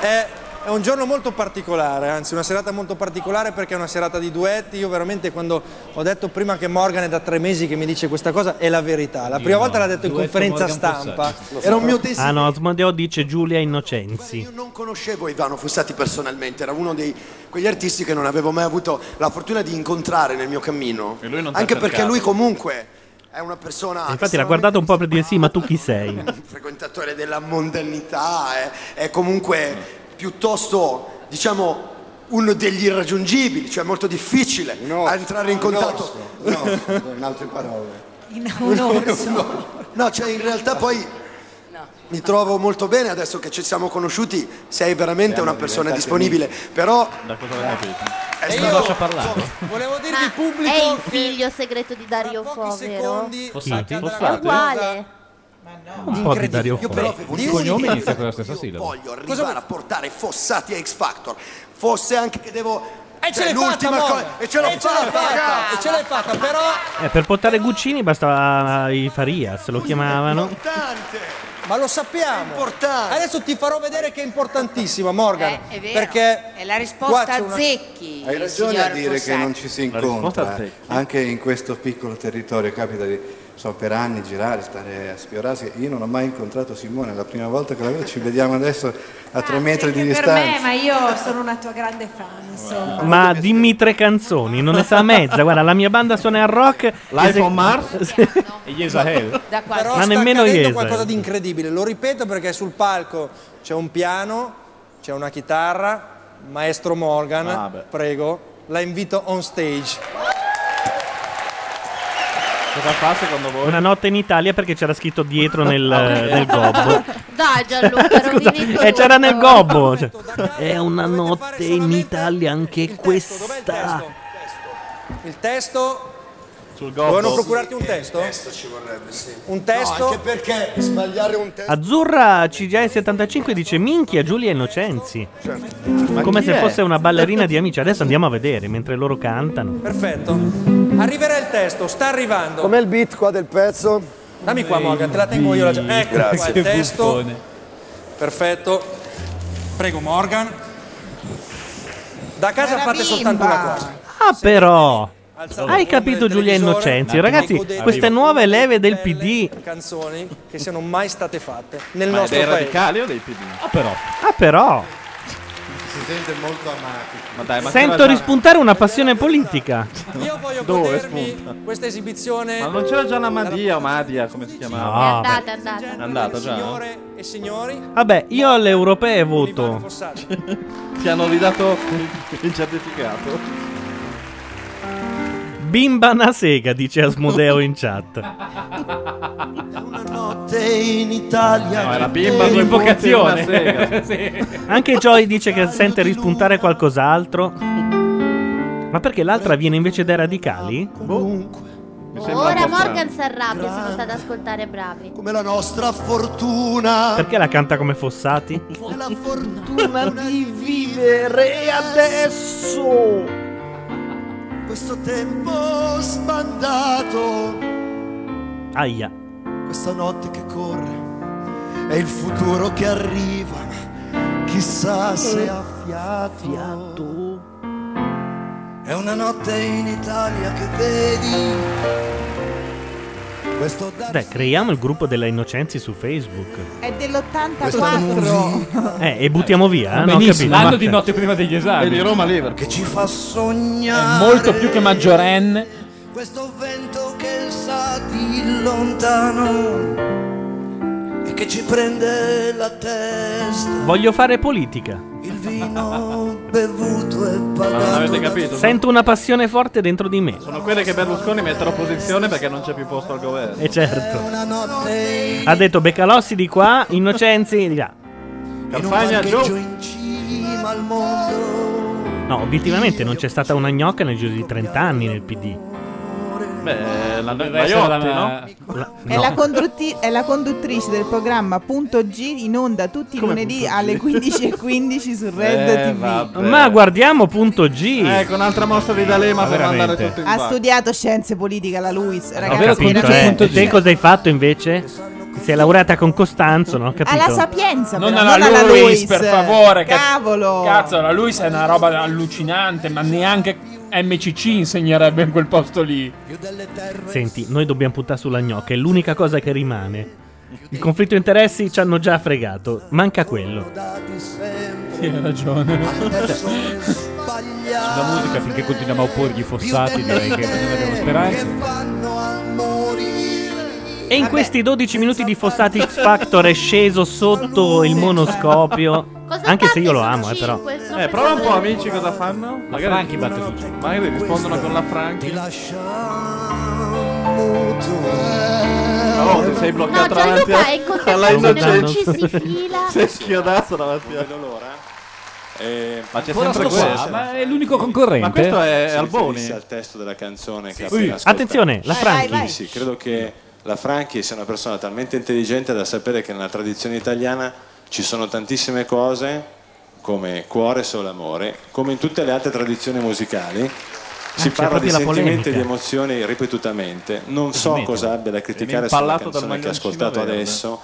[SPEAKER 24] è, è un giorno molto particolare, anzi una serata molto particolare perché è una serata di duetti, io veramente quando ho detto prima che Morgan è da tre mesi che mi dice questa cosa è la verità, la prima volta l'ha detto in
[SPEAKER 6] Duetto
[SPEAKER 24] conferenza
[SPEAKER 6] Morgan
[SPEAKER 24] stampa,
[SPEAKER 8] Fossati.
[SPEAKER 24] era un mio
[SPEAKER 1] Ah
[SPEAKER 24] desiderio.
[SPEAKER 1] no, Asmodeo dice Giulia Innocenzi.
[SPEAKER 8] Non conoscevo Ivano Fossati personalmente, era uno dei quegli artisti che non avevo mai avuto la fortuna di incontrare nel mio cammino.
[SPEAKER 6] non t'ha
[SPEAKER 8] Anche perché
[SPEAKER 6] cercato.
[SPEAKER 8] lui comunque è una persona
[SPEAKER 1] Infatti l'ha guardato un po' per dire sì, ma tu chi sei?
[SPEAKER 8] frequentatore della mondanità, è, è comunque piuttosto, diciamo, uno degli irraggiungibili, cioè molto difficile a entrare in [LAUGHS] contatto.
[SPEAKER 16] No, in altre parole.
[SPEAKER 8] [LAUGHS] No, cioè in realtà poi mi trovo molto bene adesso che ci siamo conosciuti, sei veramente
[SPEAKER 6] Siamo
[SPEAKER 8] una persona
[SPEAKER 6] diventati
[SPEAKER 8] disponibile, però
[SPEAKER 6] Da cosa l'hai capito?
[SPEAKER 8] è
[SPEAKER 6] io-
[SPEAKER 8] stato...
[SPEAKER 24] Volevo dirvi
[SPEAKER 4] Ma
[SPEAKER 24] pubblico
[SPEAKER 4] è il
[SPEAKER 24] che-
[SPEAKER 4] figlio segreto di Dario Fo, vero?
[SPEAKER 5] Fossati?
[SPEAKER 4] È uguale.
[SPEAKER 5] Ah,
[SPEAKER 1] Un po' di Dario
[SPEAKER 8] Io
[SPEAKER 1] Fo.
[SPEAKER 8] però avevo
[SPEAKER 5] Il
[SPEAKER 8] l'idea
[SPEAKER 5] cognome
[SPEAKER 8] che
[SPEAKER 5] inizia con la stessa sillaba.
[SPEAKER 8] voglio arrivare a portare Fossati a X Factor, fosse anche che devo...
[SPEAKER 24] E Eh, ce
[SPEAKER 8] cioè,
[SPEAKER 24] l'hai fatta,
[SPEAKER 8] l'ultima
[SPEAKER 24] Morgan!
[SPEAKER 8] cosa- E ce l'ho
[SPEAKER 24] E ce l'hai fatta,
[SPEAKER 8] fatta!
[SPEAKER 24] e ce l'hai fatta, però...
[SPEAKER 1] Eh, per portare Guccini bastava ah, i Farias, lo chiamavano.
[SPEAKER 24] Ma lo sappiamo. Adesso ti farò vedere che è importantissima, Morgan.
[SPEAKER 11] Eh, è vero.
[SPEAKER 24] Perché
[SPEAKER 11] È la risposta
[SPEAKER 24] qua c'è una-
[SPEAKER 11] a Zecchi.
[SPEAKER 27] Hai ragione a
[SPEAKER 11] signor
[SPEAKER 27] dire che
[SPEAKER 11] Fossati.
[SPEAKER 27] non ci si
[SPEAKER 6] La risposta
[SPEAKER 27] incontra,
[SPEAKER 6] è
[SPEAKER 27] eh. anche in questo piccolo territorio capita di so, per anni girare, stare a sfiorarsi. Io non ho mai incontrato Simone, è la prima volta che la vedo, ci vediamo adesso a
[SPEAKER 6] Ah,
[SPEAKER 27] tre metri di
[SPEAKER 11] Per
[SPEAKER 27] distanza.
[SPEAKER 11] me, ma io sono una tua grande fan, insomma.
[SPEAKER 1] Ma dimmi tre canzoni, non ne sa mezza. Guarda, la mia banda suona il rock.
[SPEAKER 6] Life
[SPEAKER 1] Ese- [LAUGHS]
[SPEAKER 6] on Mars?
[SPEAKER 1] e
[SPEAKER 5] gli Esahel.
[SPEAKER 11] [LAUGHS] Da qua.
[SPEAKER 24] Però
[SPEAKER 1] Ma
[SPEAKER 24] sta
[SPEAKER 1] nemmeno
[SPEAKER 24] accadendo
[SPEAKER 1] Iesa.
[SPEAKER 24] qualcosa di incredibile, lo ripeto perché sul palco c'è un piano, c'è una chitarra, maestro Morgan,
[SPEAKER 6] Ah, beh.
[SPEAKER 24] prego, la invito on stage.
[SPEAKER 6] Cosa fa secondo voi?
[SPEAKER 1] Una notte in Italia perché c'era scritto dietro nel, nel gobbo.
[SPEAKER 4] Dai Gianluca,
[SPEAKER 1] [LAUGHS] Scusa,
[SPEAKER 4] rovini
[SPEAKER 1] eh, c'era
[SPEAKER 4] tutto.
[SPEAKER 1] nel gobbo. cioè. È una notte in Italia anche questa.
[SPEAKER 24] Il testo...
[SPEAKER 6] Sul
[SPEAKER 24] Dovevano procurarti un testo?
[SPEAKER 8] Un Eh, testo ci vorrebbe, sì.
[SPEAKER 24] Un testo?
[SPEAKER 8] No, anche perché sbagliare un testo...
[SPEAKER 1] Azzurra CGI75 dice minchia Giulia Innocenzi.
[SPEAKER 24] Certo. Ma
[SPEAKER 1] Come
[SPEAKER 24] chi
[SPEAKER 1] se
[SPEAKER 24] è?
[SPEAKER 1] fosse una ballerina di amici. Adesso andiamo a vedere mentre loro cantano.
[SPEAKER 24] Perfetto. Arriverà il testo, sta arrivando.
[SPEAKER 16] Com'è il beat qua del pezzo?
[SPEAKER 24] Dammi qua Morgan, te la tengo io la Ecco qua il
[SPEAKER 16] Grazie.
[SPEAKER 24] testo. Perfetto. Prego Morgan. Da casa
[SPEAKER 3] Era
[SPEAKER 24] fate
[SPEAKER 3] bimba.
[SPEAKER 24] soltanto una cosa.
[SPEAKER 1] Ah, però.
[SPEAKER 24] Alzate
[SPEAKER 1] Hai
[SPEAKER 24] il
[SPEAKER 1] capito
[SPEAKER 24] volume del
[SPEAKER 1] Giulia
[SPEAKER 24] televisore,
[SPEAKER 1] Innocenzi,
[SPEAKER 24] attimo, Eh,
[SPEAKER 1] ragazzi,
[SPEAKER 24] godetevi
[SPEAKER 1] queste nuove leve del PD.
[SPEAKER 24] Canzoni che siano mai state fatte nel
[SPEAKER 6] Ma
[SPEAKER 24] nostro
[SPEAKER 6] dei
[SPEAKER 24] paese.
[SPEAKER 6] radicali o dei PD?
[SPEAKER 1] Ah però. Ah però.
[SPEAKER 39] Si sente molto amati.
[SPEAKER 6] Ma dai, ma
[SPEAKER 1] Sento
[SPEAKER 6] c'era già-
[SPEAKER 1] rispuntare una passione politica.
[SPEAKER 24] Io voglio
[SPEAKER 6] Dove
[SPEAKER 24] godermi questa esibizione.
[SPEAKER 6] Ma non c'era già la Madia o Madia, come si
[SPEAKER 1] No. È
[SPEAKER 6] chiamava?
[SPEAKER 1] andata,
[SPEAKER 24] è
[SPEAKER 4] andata.
[SPEAKER 6] È andata già? eh?
[SPEAKER 24] Signore e signori,
[SPEAKER 1] Vabbè, io alle europee voto.
[SPEAKER 6] Ti hanno ridato il certificato.
[SPEAKER 1] Bimba na sega, dice Asmodeo in chat.
[SPEAKER 7] Te in Italia.
[SPEAKER 6] No,
[SPEAKER 7] era
[SPEAKER 6] bimba due
[SPEAKER 1] Invocazione.
[SPEAKER 6] punti e una sega.
[SPEAKER 1] Anche Joy dice che sente rispuntare qualcos'altro. Ma perché l'altra viene invece dai radicali?
[SPEAKER 4] Ora Morgan si arrabbia se non state ad ascoltare bravi.
[SPEAKER 7] Come la nostra fortuna.
[SPEAKER 1] Perché la canta come Fossati?
[SPEAKER 7] Come la fortuna di vivere adesso. Questo tempo sbandato.
[SPEAKER 1] Aia.
[SPEAKER 7] Questa notte che corre. È il futuro che arriva. Chissà se ha fiato. È una notte in Italia che vedi. Questo
[SPEAKER 1] Dai, creiamo il gruppo della Innocenzi su Facebook.
[SPEAKER 3] È dell'84.
[SPEAKER 1] Eh, e buttiamo via, eh? Non ho
[SPEAKER 2] Benissimo.
[SPEAKER 1] capito.
[SPEAKER 2] L'anno di notte prima degli esami.
[SPEAKER 6] E di Roma Liverpool.
[SPEAKER 7] Che ci fa
[SPEAKER 2] È
[SPEAKER 7] sognare.
[SPEAKER 2] molto più che maggiorenne.
[SPEAKER 7] Questo vento che sa di lontano e che ci prende la testa.
[SPEAKER 1] Voglio fare politica.
[SPEAKER 7] Il vino bevuto e
[SPEAKER 6] Ma non
[SPEAKER 7] pagato.
[SPEAKER 6] avete capito?
[SPEAKER 1] Sento una passione forte dentro di me.
[SPEAKER 6] Sono quelle che Berlusconi mette all'opposizione perché non c'è più posto al governo.
[SPEAKER 1] E certo.
[SPEAKER 7] Una notte
[SPEAKER 1] Ha detto Beccalossi di qua, Innocenzi di là.
[SPEAKER 7] in un
[SPEAKER 6] Campagna,
[SPEAKER 7] parcheggio
[SPEAKER 6] giù.
[SPEAKER 7] in cima al mondo.
[SPEAKER 1] No, obiettivamente non c'è stata una gnocca nel giro di 30 anni nel PD.
[SPEAKER 6] Beh, la
[SPEAKER 1] Deve essere
[SPEAKER 6] Maiotti,
[SPEAKER 1] la-
[SPEAKER 6] no?
[SPEAKER 1] La-
[SPEAKER 3] È,
[SPEAKER 1] no.
[SPEAKER 3] la condutti- è la conduttrice del programma Punto G in onda tutti i
[SPEAKER 1] Come
[SPEAKER 3] lunedì
[SPEAKER 1] Punto G?
[SPEAKER 3] alle 15.15 su Red
[SPEAKER 1] Eh,
[SPEAKER 3] TV.
[SPEAKER 1] vabbè. Ma guardiamo punto G.
[SPEAKER 6] Ecco, un'altra mossa di D'Alema
[SPEAKER 1] Ma
[SPEAKER 6] per mandare
[SPEAKER 1] veramente?
[SPEAKER 6] tutto in
[SPEAKER 3] Ha
[SPEAKER 6] va.
[SPEAKER 3] studiato scienze politiche alla Luis,
[SPEAKER 1] Ho
[SPEAKER 3] ragazzi.
[SPEAKER 1] capito,
[SPEAKER 3] veramente.
[SPEAKER 1] eh. Te cosa hai fatto invece? Ti sei laureata con Costanzo, non ho capito.
[SPEAKER 3] Alla Sapienza,
[SPEAKER 2] Non
[SPEAKER 3] però,
[SPEAKER 2] alla
[SPEAKER 3] non alla
[SPEAKER 2] Luis,
[SPEAKER 3] Luis.
[SPEAKER 2] per favore, che-
[SPEAKER 3] Cavolo.
[SPEAKER 2] Cazzo, la Luis è una roba allucinante, ma neanche MCC insegnerebbe in quel posto lì.
[SPEAKER 1] Senti, noi dobbiamo puntare sulla gnocca, è l'unica cosa che rimane. Il conflitto di interessi ci hanno già fregato, manca quello.
[SPEAKER 7] Sì,
[SPEAKER 2] hai
[SPEAKER 5] [LAUGHS]
[SPEAKER 2] ragione.
[SPEAKER 5] Sulla musica finché continuiamo a opporgli fossati direi che non abbiamo speranza.
[SPEAKER 1] E in questi 12 minuti di Fossati X Factor è sceso sotto il monoscopio. Anche se io lo amo, eh, però.
[SPEAKER 6] Eh, prova un po', amici, cosa fanno? Magari
[SPEAKER 1] Franchi batte su.
[SPEAKER 6] Magari rispondono con la Franchi. Oh, ti sei bloccato
[SPEAKER 7] No,
[SPEAKER 6] davanti
[SPEAKER 7] Gianluca,
[SPEAKER 6] a-
[SPEAKER 7] è contento
[SPEAKER 6] alla
[SPEAKER 7] che
[SPEAKER 6] innocenza.
[SPEAKER 7] non ci si fila.
[SPEAKER 6] Sei schiodato davanti a... Ma c'è
[SPEAKER 5] Ancora
[SPEAKER 6] sempre
[SPEAKER 5] sto qua,
[SPEAKER 6] questo.
[SPEAKER 5] ma è l'unico concorrente.
[SPEAKER 6] Ma questo è
[SPEAKER 20] Si riferisse
[SPEAKER 6] Alboni.
[SPEAKER 20] al testo della canzone che
[SPEAKER 5] Sì.
[SPEAKER 20] ha
[SPEAKER 5] Ui,
[SPEAKER 20] appena ascoltato.
[SPEAKER 5] attenzione, la Vai, Franchi. vai, vai.
[SPEAKER 20] Sì, credo che la Franchi sia una persona talmente intelligente da sapere che nella tradizione italiana ci sono tantissime cose come cuore, solo amore, come in tutte le altre tradizioni musicali. Si
[SPEAKER 1] c'è
[SPEAKER 20] parla di
[SPEAKER 1] proprio la
[SPEAKER 20] sentimenti e di
[SPEAKER 1] polemica.
[SPEAKER 20] emozioni ripetutamente. Non so cosa abbia da criticare sulla
[SPEAKER 6] impallato dal
[SPEAKER 20] canzone che ha
[SPEAKER 6] maglioncino
[SPEAKER 20] ascoltato
[SPEAKER 6] verde.
[SPEAKER 20] adesso.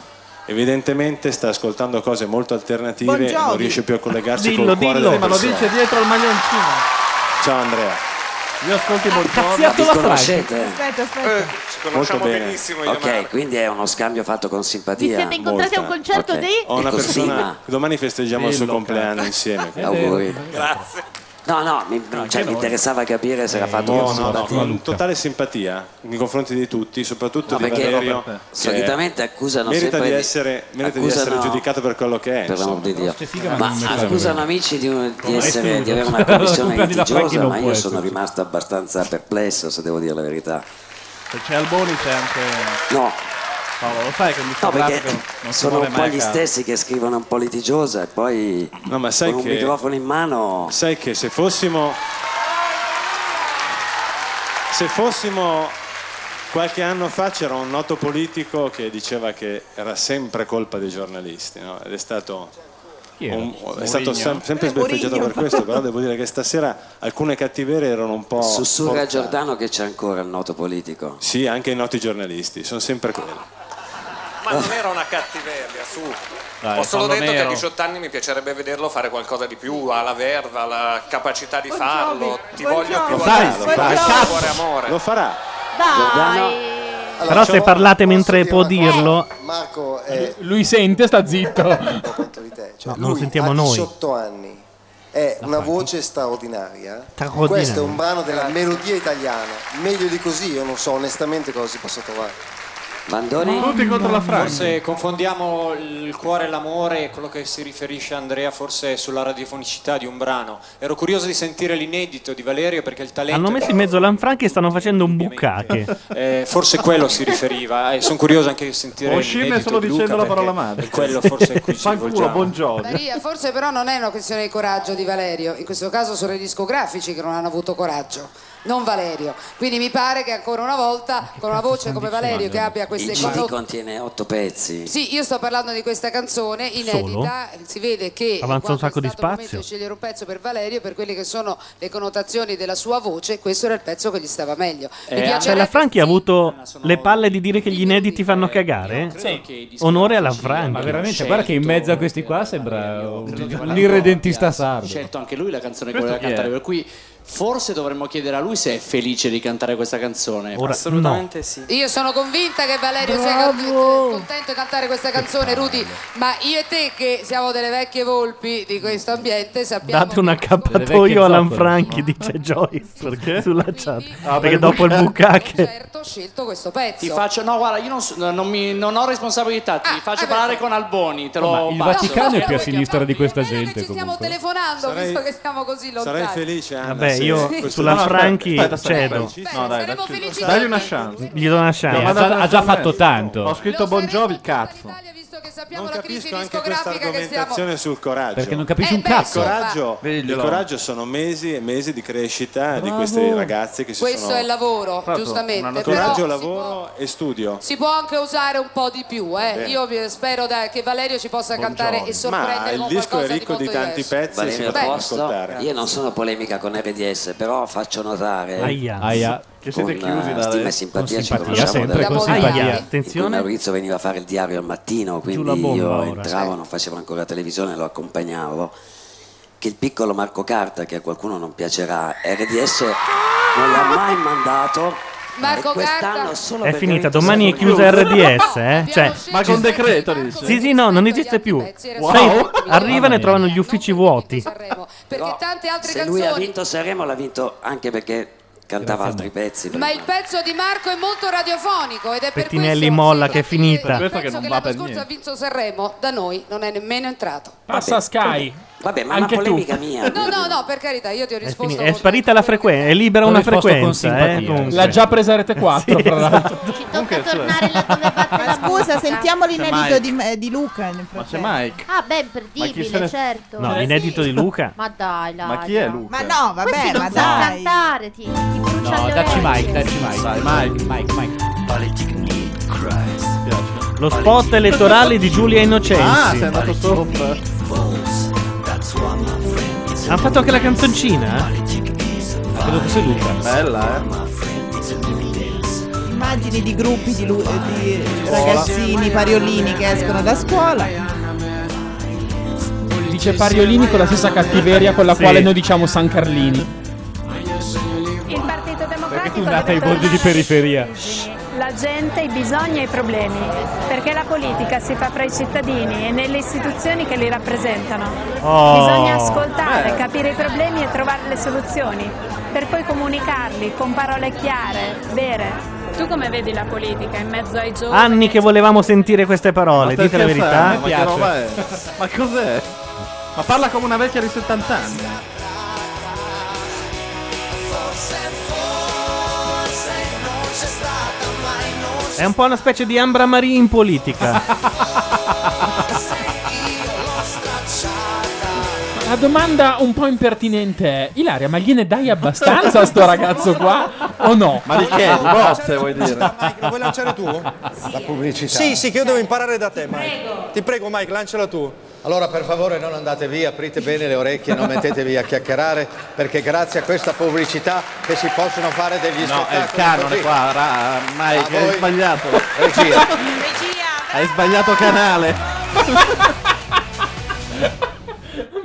[SPEAKER 20] Evidentemente sta ascoltando cose molto alternative
[SPEAKER 6] Bon
[SPEAKER 20] e non
[SPEAKER 6] Jovi.
[SPEAKER 20] riesce più a collegarsi
[SPEAKER 6] Dillo,
[SPEAKER 20] col cuore
[SPEAKER 6] dillo.
[SPEAKER 20] delle
[SPEAKER 6] Sì, ma lo
[SPEAKER 20] persone.
[SPEAKER 6] dice dietro al maglioncino.
[SPEAKER 20] Ciao Andrea.
[SPEAKER 6] Io ascolti molto.
[SPEAKER 3] Cazziato Aspetta,
[SPEAKER 11] la
[SPEAKER 3] aspetta.
[SPEAKER 11] Molto
[SPEAKER 20] conosciamo
[SPEAKER 11] bene.
[SPEAKER 20] benissimo io e
[SPEAKER 11] Ok,
[SPEAKER 20] Marco.
[SPEAKER 11] quindi è uno scambio fatto con
[SPEAKER 4] Vi
[SPEAKER 11] simpatia.
[SPEAKER 4] siete incontrati a un
[SPEAKER 11] molta.
[SPEAKER 4] concerto
[SPEAKER 11] Ok.
[SPEAKER 4] di...
[SPEAKER 20] Ho una
[SPEAKER 11] E così,
[SPEAKER 20] persona.
[SPEAKER 11] ma-
[SPEAKER 20] Domani festeggiamo il suo
[SPEAKER 11] Dillo,
[SPEAKER 20] compleanno insieme.
[SPEAKER 11] Eh, [LAUGHS] Auguri.
[SPEAKER 20] Grazie.
[SPEAKER 11] No, no, mi, cioè, mi interessava capire se era fatto
[SPEAKER 20] Eh, No,
[SPEAKER 11] con
[SPEAKER 20] no, no,
[SPEAKER 11] simpatia.
[SPEAKER 20] con totale simpatia nei confronti di tutti, soprattutto
[SPEAKER 11] No,
[SPEAKER 20] di
[SPEAKER 11] perché
[SPEAKER 20] Valerio.
[SPEAKER 11] vabbè,
[SPEAKER 20] che
[SPEAKER 11] solitamente accusano
[SPEAKER 20] merita
[SPEAKER 11] sempre
[SPEAKER 20] di
[SPEAKER 11] di-
[SPEAKER 20] essere, merita di
[SPEAKER 11] accusano-
[SPEAKER 20] essere giudicato per quello che è.
[SPEAKER 11] Per l'amor di Dio.
[SPEAKER 20] figa,
[SPEAKER 11] Ma
[SPEAKER 20] ma non mi
[SPEAKER 11] accusano
[SPEAKER 20] sembra.
[SPEAKER 11] amici di, un- di
[SPEAKER 20] Come
[SPEAKER 11] essere-
[SPEAKER 20] studio.
[SPEAKER 11] di avere una
[SPEAKER 6] [LAUGHS]
[SPEAKER 11] commissione
[SPEAKER 20] Comprati la Franchi
[SPEAKER 11] litigiosa,
[SPEAKER 20] non
[SPEAKER 11] ma
[SPEAKER 20] può
[SPEAKER 11] io sono
[SPEAKER 20] esserci.
[SPEAKER 11] rimasto abbastanza perplesso, se devo dire la verità.
[SPEAKER 6] Se c'è Alboni c'è anche...
[SPEAKER 11] No,
[SPEAKER 6] Paolo, lo sai che mi
[SPEAKER 11] no
[SPEAKER 6] sono
[SPEAKER 11] perché
[SPEAKER 6] non si
[SPEAKER 11] sono
[SPEAKER 6] muove
[SPEAKER 11] un po'
[SPEAKER 6] mai
[SPEAKER 11] gli
[SPEAKER 6] a casa.
[SPEAKER 11] stessi che scrivono un po' litigiosa e poi
[SPEAKER 20] No, ma sai
[SPEAKER 11] con
[SPEAKER 20] che-
[SPEAKER 11] un microfono in mano...
[SPEAKER 20] Sai che se fossimo. Se fossimo qualche anno fa c'era un noto politico che diceva che era sempre colpa dei giornalisti, no? Ed è stato.
[SPEAKER 5] Chi era?
[SPEAKER 20] un-
[SPEAKER 5] Mourinho?
[SPEAKER 20] è stato sem- sempre
[SPEAKER 5] Eh,
[SPEAKER 20] sbeffeggiato per
[SPEAKER 5] Mourinho.
[SPEAKER 20] questo, però devo dire che stasera alcune cattiverie erano un po'.
[SPEAKER 11] Sussurra a
[SPEAKER 20] forzate.
[SPEAKER 11] Giordano che c'è ancora il noto politico.
[SPEAKER 20] Sì, anche i noti giornalisti, sono sempre quelli.
[SPEAKER 40] Ma non era una cattiveria, su.
[SPEAKER 16] Dai,
[SPEAKER 40] Ho solo
[SPEAKER 16] fallo
[SPEAKER 40] detto che a
[SPEAKER 16] nero.
[SPEAKER 40] 18 anni mi piacerebbe vederlo fare qualcosa di più, ha la verva, la capacità di farlo. Ti voglio più
[SPEAKER 20] Lo farà,
[SPEAKER 40] adesso,
[SPEAKER 20] lo farà.
[SPEAKER 40] adesso,
[SPEAKER 20] Cazzo.
[SPEAKER 40] cuore amore.
[SPEAKER 20] Lo farà.
[SPEAKER 1] Però se parlate mentre può dirlo,
[SPEAKER 8] Marco, eh,
[SPEAKER 2] Lui sente, sta zitto.
[SPEAKER 8] cioè,
[SPEAKER 1] no, non lo sentiamo
[SPEAKER 8] a
[SPEAKER 1] noi.
[SPEAKER 8] 18 anni è una voce straordinaria.
[SPEAKER 1] Straordinaria.
[SPEAKER 8] Questo è un brano della melodia italiana. Meglio di così, io non so onestamente cosa si possa trovare.
[SPEAKER 11] Mandoni?
[SPEAKER 5] Forse confondiamo il cuore e l'amore e quello che si riferisce Andrea forse sulla radiofonicità di un brano. Ero curioso di sentire l'inedito di Valerio perché il talento...
[SPEAKER 1] Hanno messo in mezzo l'anfranchi e stanno facendo un buccache.
[SPEAKER 5] Eh, forse quello si riferiva e sono curioso anche di sentire
[SPEAKER 1] Ho
[SPEAKER 6] scimmie
[SPEAKER 5] l'inedito
[SPEAKER 6] solo
[SPEAKER 5] di
[SPEAKER 6] dicendo
[SPEAKER 5] Luca
[SPEAKER 6] la parola
[SPEAKER 5] perché
[SPEAKER 6] madre.
[SPEAKER 5] è quello forse
[SPEAKER 7] Eh,
[SPEAKER 5] a cui ci
[SPEAKER 6] Fanculo,
[SPEAKER 5] rivolgiamo.
[SPEAKER 16] Maria,
[SPEAKER 23] forse però non è una questione di coraggio di Valerio, in questo caso sono i discografici che non hanno avuto coraggio, non Valerio. Quindi mi pare che ancora una volta con una voce come Valerio che abbia
[SPEAKER 11] Il
[SPEAKER 23] queste
[SPEAKER 11] CD
[SPEAKER 23] connotazioni.
[SPEAKER 11] contiene otto pezzi.
[SPEAKER 23] Sì, io sto parlando di questa canzone inedita, si vede che
[SPEAKER 11] Avanza un
[SPEAKER 23] quando è
[SPEAKER 11] sacco di
[SPEAKER 23] stato il momento
[SPEAKER 11] spazio.
[SPEAKER 23] di scegliere un pezzo per Valerio per quelle che sono le connotazioni della sua voce, questo era il pezzo che gli stava meglio.
[SPEAKER 7] Eh,
[SPEAKER 11] Eh,
[SPEAKER 23] Mi piacerebbe-
[SPEAKER 1] Bella Franchi ha avuto le palle di dire che gli inediti
[SPEAKER 23] eh,
[SPEAKER 1] fanno cagare? Onore alla Franchi.
[SPEAKER 7] Ma veramente, guarda che in mezzo a questi qua sembra un, un Cioè, irredentista
[SPEAKER 16] Ha
[SPEAKER 7] sardo.
[SPEAKER 16] scelto anche lui la canzone che
[SPEAKER 7] Questo
[SPEAKER 16] voleva
[SPEAKER 7] chi è?
[SPEAKER 16] cantare, per cui forse dovremmo chiedere a lui se è felice di cantare questa canzone.
[SPEAKER 7] Ora,
[SPEAKER 16] Assolutamente sì.
[SPEAKER 23] Io sono convinta che Valerio sia cont- contento di cantare questa canzone, Rudy, ma io e te che siamo delle vecchie volpi di questo ambiente sappiamo
[SPEAKER 1] Date un accappatoio a Lanfranchi, dice Joyce sulla chat.
[SPEAKER 23] Ah,
[SPEAKER 16] per
[SPEAKER 1] perché
[SPEAKER 16] il
[SPEAKER 1] dopo il
[SPEAKER 23] [LAUGHS]
[SPEAKER 1] bucacche.
[SPEAKER 16] buccache.
[SPEAKER 23] che ho scelto questo pezzo.
[SPEAKER 16] Ti faccio, no, guarda, io non, so- non mi- non ho responsabilità.
[SPEAKER 15] Ah,
[SPEAKER 16] Ti faccio parlare con Alboni. Te lo
[SPEAKER 7] Ma il
[SPEAKER 16] bacio.
[SPEAKER 7] Vaticano è più a sinistra di questa gente.
[SPEAKER 23] Stiamo
[SPEAKER 7] Comunque.
[SPEAKER 23] telefonando
[SPEAKER 20] Sarei-
[SPEAKER 23] visto che siamo così lontani.
[SPEAKER 20] Sarei felice, Anna,
[SPEAKER 1] Vabbè,
[SPEAKER 20] se-
[SPEAKER 1] io
[SPEAKER 20] questo-
[SPEAKER 1] sulla
[SPEAKER 20] No, aspetta,
[SPEAKER 1] Franchi
[SPEAKER 20] aspetta, aspetta,
[SPEAKER 1] cedo.
[SPEAKER 20] aspetta.
[SPEAKER 6] No, dai, dacci-
[SPEAKER 23] felici
[SPEAKER 6] dagli una chance.
[SPEAKER 1] Gli do una chance.
[SPEAKER 6] L'ho
[SPEAKER 1] Ha
[SPEAKER 6] mandata
[SPEAKER 1] già-
[SPEAKER 6] a
[SPEAKER 1] ha già
[SPEAKER 6] sms.
[SPEAKER 1] fatto tanto.
[SPEAKER 6] Ho scritto Bon Jovi, cazzo.
[SPEAKER 23] Sappiamo la crisi
[SPEAKER 20] anche questa
[SPEAKER 23] discografica che siamo.
[SPEAKER 20] argomentazione sul coraggio
[SPEAKER 7] Perché non capisci
[SPEAKER 23] Eh,
[SPEAKER 7] un
[SPEAKER 20] il
[SPEAKER 7] cazzo.
[SPEAKER 20] coraggio, il
[SPEAKER 7] Vediglielo.
[SPEAKER 20] coraggio sono mesi e mesi di crescita di
[SPEAKER 23] Bravo.
[SPEAKER 20] questi ragazzi che si
[SPEAKER 23] Questo
[SPEAKER 20] sono
[SPEAKER 23] è il lavoro,
[SPEAKER 20] Tra l'altro,
[SPEAKER 23] giustamente.
[SPEAKER 20] una-
[SPEAKER 23] Però
[SPEAKER 20] coraggio
[SPEAKER 23] si
[SPEAKER 20] lavoro e studio
[SPEAKER 23] Si può anche usare un po' di più, eh.
[SPEAKER 20] Bene.
[SPEAKER 23] Io vi- spero da- che Valerio ci possa cantare e
[SPEAKER 20] ma
[SPEAKER 23] sorprendere
[SPEAKER 20] il
[SPEAKER 23] con
[SPEAKER 20] disco è
[SPEAKER 23] qualcosa
[SPEAKER 20] ricco
[SPEAKER 23] di,
[SPEAKER 20] di,
[SPEAKER 23] molto
[SPEAKER 20] tanti
[SPEAKER 23] diverso.
[SPEAKER 20] pezzi e si
[SPEAKER 11] Valerio
[SPEAKER 20] possono
[SPEAKER 11] Posto,
[SPEAKER 20] ascoltare
[SPEAKER 11] io non sono polemica con RDS, però faccio notare
[SPEAKER 1] Aia.
[SPEAKER 7] Aia.
[SPEAKER 11] Che
[SPEAKER 7] siete chiusi da
[SPEAKER 11] eh, stima e
[SPEAKER 7] adesso.
[SPEAKER 11] simpatia,
[SPEAKER 7] Con
[SPEAKER 11] ci
[SPEAKER 7] simpatia,
[SPEAKER 11] conosciamo
[SPEAKER 7] sempre
[SPEAKER 11] da
[SPEAKER 7] con
[SPEAKER 11] molti
[SPEAKER 7] simpatia.
[SPEAKER 11] anni,
[SPEAKER 7] Attenzione.
[SPEAKER 11] in cui Maurizio veniva a fare il diario al mattino
[SPEAKER 7] la
[SPEAKER 11] quindi
[SPEAKER 7] bomba
[SPEAKER 11] io
[SPEAKER 7] ora.
[SPEAKER 11] entravo, non facevo ancora televisione lo accompagnavo che il piccolo Marco Carta che a qualcuno non piacerà RDS
[SPEAKER 23] [LAUGHS]
[SPEAKER 11] non l'ha mai mandato
[SPEAKER 23] Marco
[SPEAKER 11] e quest'anno
[SPEAKER 23] Carta.
[SPEAKER 11] solo
[SPEAKER 1] È
[SPEAKER 11] perché
[SPEAKER 1] finita,
[SPEAKER 11] mi
[SPEAKER 1] domani è
[SPEAKER 11] sono
[SPEAKER 1] chiusa
[SPEAKER 23] [LAUGHS]
[SPEAKER 11] venuto.
[SPEAKER 1] RDS, eh? Cioè,
[SPEAKER 6] Ma
[SPEAKER 1] ci-
[SPEAKER 6] con decreto dice.
[SPEAKER 1] Sì, sì, no, non esiste più.
[SPEAKER 23] Wow.
[SPEAKER 1] Sai, arrivano e trovano gli uffici vuoti.
[SPEAKER 23] Perché tante altre
[SPEAKER 11] se lui ha
[SPEAKER 23] canzoni.
[SPEAKER 11] vinto Sanremo l'ha vinto anche perché cantava altri pezzi
[SPEAKER 23] Ma il pezzo di Marco è molto radiofonico ed è per
[SPEAKER 1] Pettinelli
[SPEAKER 23] questo
[SPEAKER 1] molla che è finita.
[SPEAKER 23] il pezzo che l'anno scorso ha vinto Sanremo da noi non è nemmeno entrato.
[SPEAKER 1] Passa Sky.
[SPEAKER 11] Vabbè, ma
[SPEAKER 1] Anche
[SPEAKER 11] una polemica
[SPEAKER 1] tu.
[SPEAKER 20] Eh,
[SPEAKER 11] mia.
[SPEAKER 23] No, no, no, per carità, io ti ho
[SPEAKER 1] È,
[SPEAKER 23] risposto.
[SPEAKER 1] fini- è sparita la frequenza, è libera
[SPEAKER 7] Ho
[SPEAKER 1] una
[SPEAKER 7] risposto con
[SPEAKER 1] frequenza. eh,
[SPEAKER 7] simpatia.
[SPEAKER 1] comunque. esatto.
[SPEAKER 7] L'ha già
[SPEAKER 1] [LAUGHS]
[SPEAKER 7] presa
[SPEAKER 1] Rete
[SPEAKER 7] 4, fra l'altro.
[SPEAKER 3] Ma scusa, sentiamo l'inedito
[SPEAKER 7] Mike.
[SPEAKER 3] di, eh, di Luca. nel frattempo.
[SPEAKER 7] Mike.
[SPEAKER 4] Ah, beh,
[SPEAKER 3] Ma chi se
[SPEAKER 4] imperdibile,
[SPEAKER 3] ne-
[SPEAKER 4] certo.
[SPEAKER 1] No, l'inedito di Luca.
[SPEAKER 4] Ma dai, là.
[SPEAKER 3] Ma chi è Luca? Ma no, vabbè,
[SPEAKER 4] Questi non
[SPEAKER 3] ma
[SPEAKER 4] sa
[SPEAKER 3] dai.
[SPEAKER 4] cantare, ti, ti brucia
[SPEAKER 7] No,
[SPEAKER 4] le
[SPEAKER 7] dacci
[SPEAKER 4] orecchie.
[SPEAKER 7] Mike, dacci Mike. Dai, Mike, Mike, Mike.
[SPEAKER 1] Lo spot elettorale di Giulia
[SPEAKER 7] Ah,
[SPEAKER 1] Innocenzi.
[SPEAKER 7] sei andato
[SPEAKER 1] sopra. Hanno fatto anche la canzoncina? eh? Credo fosse Luca.
[SPEAKER 6] Bella, eh.
[SPEAKER 3] Immagini di gruppi di, lu- eh, di ragazzini pariolini che escono da scuola.
[SPEAKER 2] Dice Pariolini con la stessa cattiveria con la
[SPEAKER 7] Sì.
[SPEAKER 2] quale noi diciamo San Carlini.
[SPEAKER 9] Il Partito
[SPEAKER 7] Perché tu
[SPEAKER 9] Democratico
[SPEAKER 7] nata ai
[SPEAKER 9] deve
[SPEAKER 7] bordi di
[SPEAKER 9] tornare
[SPEAKER 7] periferia.
[SPEAKER 9] la gente, i bisogni e i problemi, perché la politica si fa fra i cittadini e nelle istituzioni che li rappresentano.
[SPEAKER 1] Oh.
[SPEAKER 9] Bisogna ascoltare,
[SPEAKER 3] Eh.
[SPEAKER 1] Beh.
[SPEAKER 9] capire i problemi e trovare le soluzioni, per poi comunicarli con parole chiare, vere. Tu come vedi la politica in mezzo ai giovani?
[SPEAKER 1] Anni che volevamo sentire queste parole,
[SPEAKER 6] Ma
[SPEAKER 1] dite la
[SPEAKER 6] stai scherzando?
[SPEAKER 1] verità.
[SPEAKER 6] Ma che roba è? Ma cos'è? Ma parla come una vecchia di 70 anni.
[SPEAKER 1] È un po' una specie di Ambra Marie in
[SPEAKER 6] [LAUGHS]
[SPEAKER 1] politica.
[SPEAKER 2] La domanda un po' impertinente è: Ilaria, ma gliene dai abbastanza a sto ragazzo qua? O no?
[SPEAKER 6] Ma di che? Di botte vuoi dire?
[SPEAKER 24] Mike, la vuoi lanciare tu?
[SPEAKER 25] La pubblicità.
[SPEAKER 24] Sì, sì, che io devo imparare da te, Mike. Ti prego, Mike, lanciala tu.
[SPEAKER 25] Allora per favore non andate via, aprite bene le orecchie, non mettetevi a chiacchierare perché grazie a questa pubblicità che si possono fare degli
[SPEAKER 6] No,
[SPEAKER 25] spettacoli
[SPEAKER 6] è il canone
[SPEAKER 25] così.
[SPEAKER 6] qua, ra- Mike,
[SPEAKER 25] A
[SPEAKER 6] hai
[SPEAKER 25] Ah, voi-
[SPEAKER 6] sbagliato.
[SPEAKER 25] [LAUGHS] Regia.
[SPEAKER 9] Regia!
[SPEAKER 6] Hai sbagliato canale.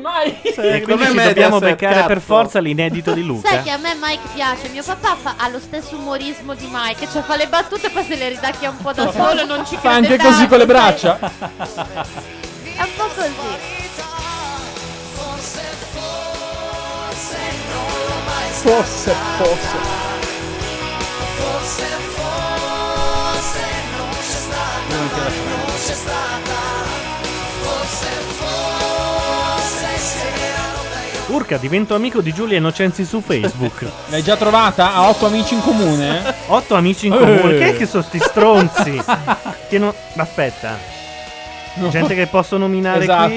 [SPEAKER 2] Mai.
[SPEAKER 1] e quindi ci
[SPEAKER 6] Mediaset,
[SPEAKER 1] dobbiamo beccare
[SPEAKER 6] cazzo.
[SPEAKER 1] per forza l'inedito di
[SPEAKER 4] Sai
[SPEAKER 1] Luca.
[SPEAKER 4] che a me Mike piace, mio papà fa- ha lo stesso umorismo di Mike, cioè fa le battute e poi se le ridacchia un po' da solo, non ci crede
[SPEAKER 2] Fa anche
[SPEAKER 4] tanto,
[SPEAKER 2] così con le braccia.
[SPEAKER 4] sai, È un po' così.
[SPEAKER 7] Forse, forse, non l'ho mai
[SPEAKER 2] Forse, forse.
[SPEAKER 7] Forse, forse, non c'è stata, non c'è stata. Forse, forse, se erano
[SPEAKER 1] Urca, divento amico di Giulia Innocenzi su Facebook.
[SPEAKER 2] [LAUGHS] L'hai già trovata? Ha otto amici in comune?
[SPEAKER 1] [LAUGHS]
[SPEAKER 2] Eh.
[SPEAKER 1] Otto amici in comune. Che è che sono sti
[SPEAKER 2] [LAUGHS]
[SPEAKER 1] stronzi? che non... Ma aspetta. Gente che posso nominare
[SPEAKER 2] Esatto.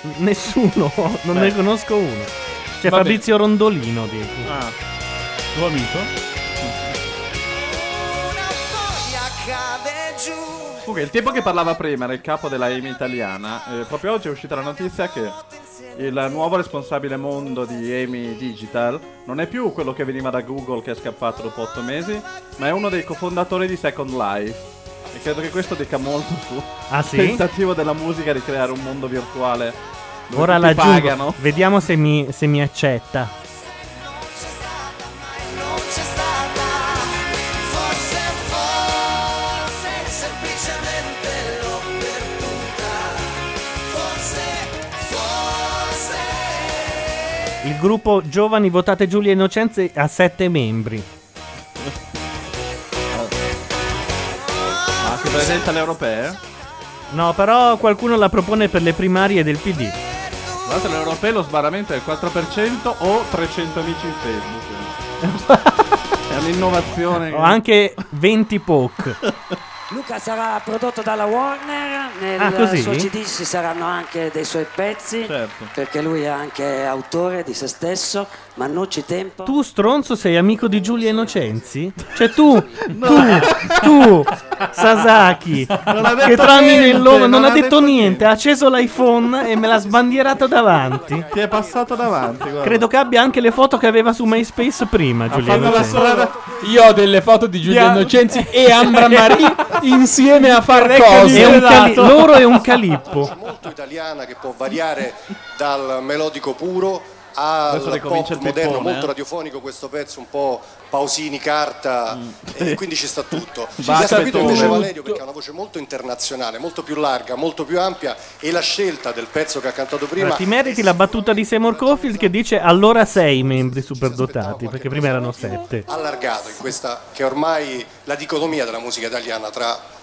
[SPEAKER 1] qui? Nessuno. Non
[SPEAKER 2] Beh.
[SPEAKER 1] ne conosco uno. C'è
[SPEAKER 2] Vabbè.
[SPEAKER 1] Fabrizio Rondolino di...
[SPEAKER 2] Ah. Tuo amico?
[SPEAKER 6] Comunque, il tipo che parlava prima era il capo della EMI italiana. eh, proprio oggi è uscita la notizia che il nuovo responsabile mondo di EMI Digital non è più quello che veniva da Google che è scappato dopo 8 mesi, ma è uno dei cofondatori di Second Life. E credo che questo dica molto su
[SPEAKER 1] Ah, sì?
[SPEAKER 6] il tentativo della musica di creare un mondo virtuale dove
[SPEAKER 1] Ora
[SPEAKER 6] tutti
[SPEAKER 1] la
[SPEAKER 6] pagano.
[SPEAKER 1] Vediamo se mi, se mi accetta.
[SPEAKER 7] Forse, forse, semplicemente l'ho perduta. Forse, forse,
[SPEAKER 1] Il gruppo Giovani Votate Giulia Innocenzi ha sette membri.
[SPEAKER 6] Ma Ah, si presenta alle europee?
[SPEAKER 1] No, però qualcuno la propone per le primarie del PD.
[SPEAKER 6] Tra l'altro alle europee lo sbarramento è il 4% o 300 amici in Facebook. è un'innovazione.
[SPEAKER 1] Ho anche 20 POC.
[SPEAKER 17] Luca sarà prodotto dalla Warner, nel
[SPEAKER 1] Ah, così?
[SPEAKER 17] suo CD ci saranno anche dei suoi pezzi,
[SPEAKER 6] Certo.
[SPEAKER 15] perché lui è anche autore di se stesso, ma non ci tempo.
[SPEAKER 1] Tu stronzo sei amico di Giulia Innocenzi? Cioè tu, tu, tu, Sasaki,
[SPEAKER 7] Non ha detto
[SPEAKER 1] che tramite
[SPEAKER 7] niente,
[SPEAKER 1] il logo non,
[SPEAKER 7] non
[SPEAKER 1] ha
[SPEAKER 7] ha
[SPEAKER 1] detto,
[SPEAKER 7] detto
[SPEAKER 1] niente, ha acceso l'iPhone e me l'ha sbandierato davanti.
[SPEAKER 6] Ti è passato davanti, guarda.
[SPEAKER 1] Credo che abbia anche le foto che aveva su MySpace prima, Giulia
[SPEAKER 6] fatto la
[SPEAKER 1] Innocenzi.
[SPEAKER 6] strada-
[SPEAKER 2] Io ho delle foto di Giulia Innocenzi e Ambra Marie insieme a far cose. Esatto.
[SPEAKER 1] È un cali- loro è un calippo.
[SPEAKER 21] molto italiana che può variare dal melodico puro al
[SPEAKER 6] Adesso ricomincia
[SPEAKER 21] pop
[SPEAKER 6] il
[SPEAKER 21] moderno,
[SPEAKER 6] pippone,
[SPEAKER 21] molto
[SPEAKER 6] eh.
[SPEAKER 21] radiofonico questo pezzo, un po' Pausini, carta, e quindi ci sta
[SPEAKER 6] [LAUGHS]
[SPEAKER 21] tutto.
[SPEAKER 6] Ci
[SPEAKER 21] Ci
[SPEAKER 6] sta
[SPEAKER 21] ha capito
[SPEAKER 6] Mm. tutto.
[SPEAKER 21] invece Valerio perché ha una voce molto internazionale, molto più larga, molto più ampia e la scelta del pezzo che ha cantato prima...
[SPEAKER 1] [LAUGHS] Allora, ti meriti la battuta di Seymour Cofield che dice allora sei i membri superdotati, perché prima erano sette.
[SPEAKER 21] allargato in questa che è ormai la dicotomia della musica italiana tra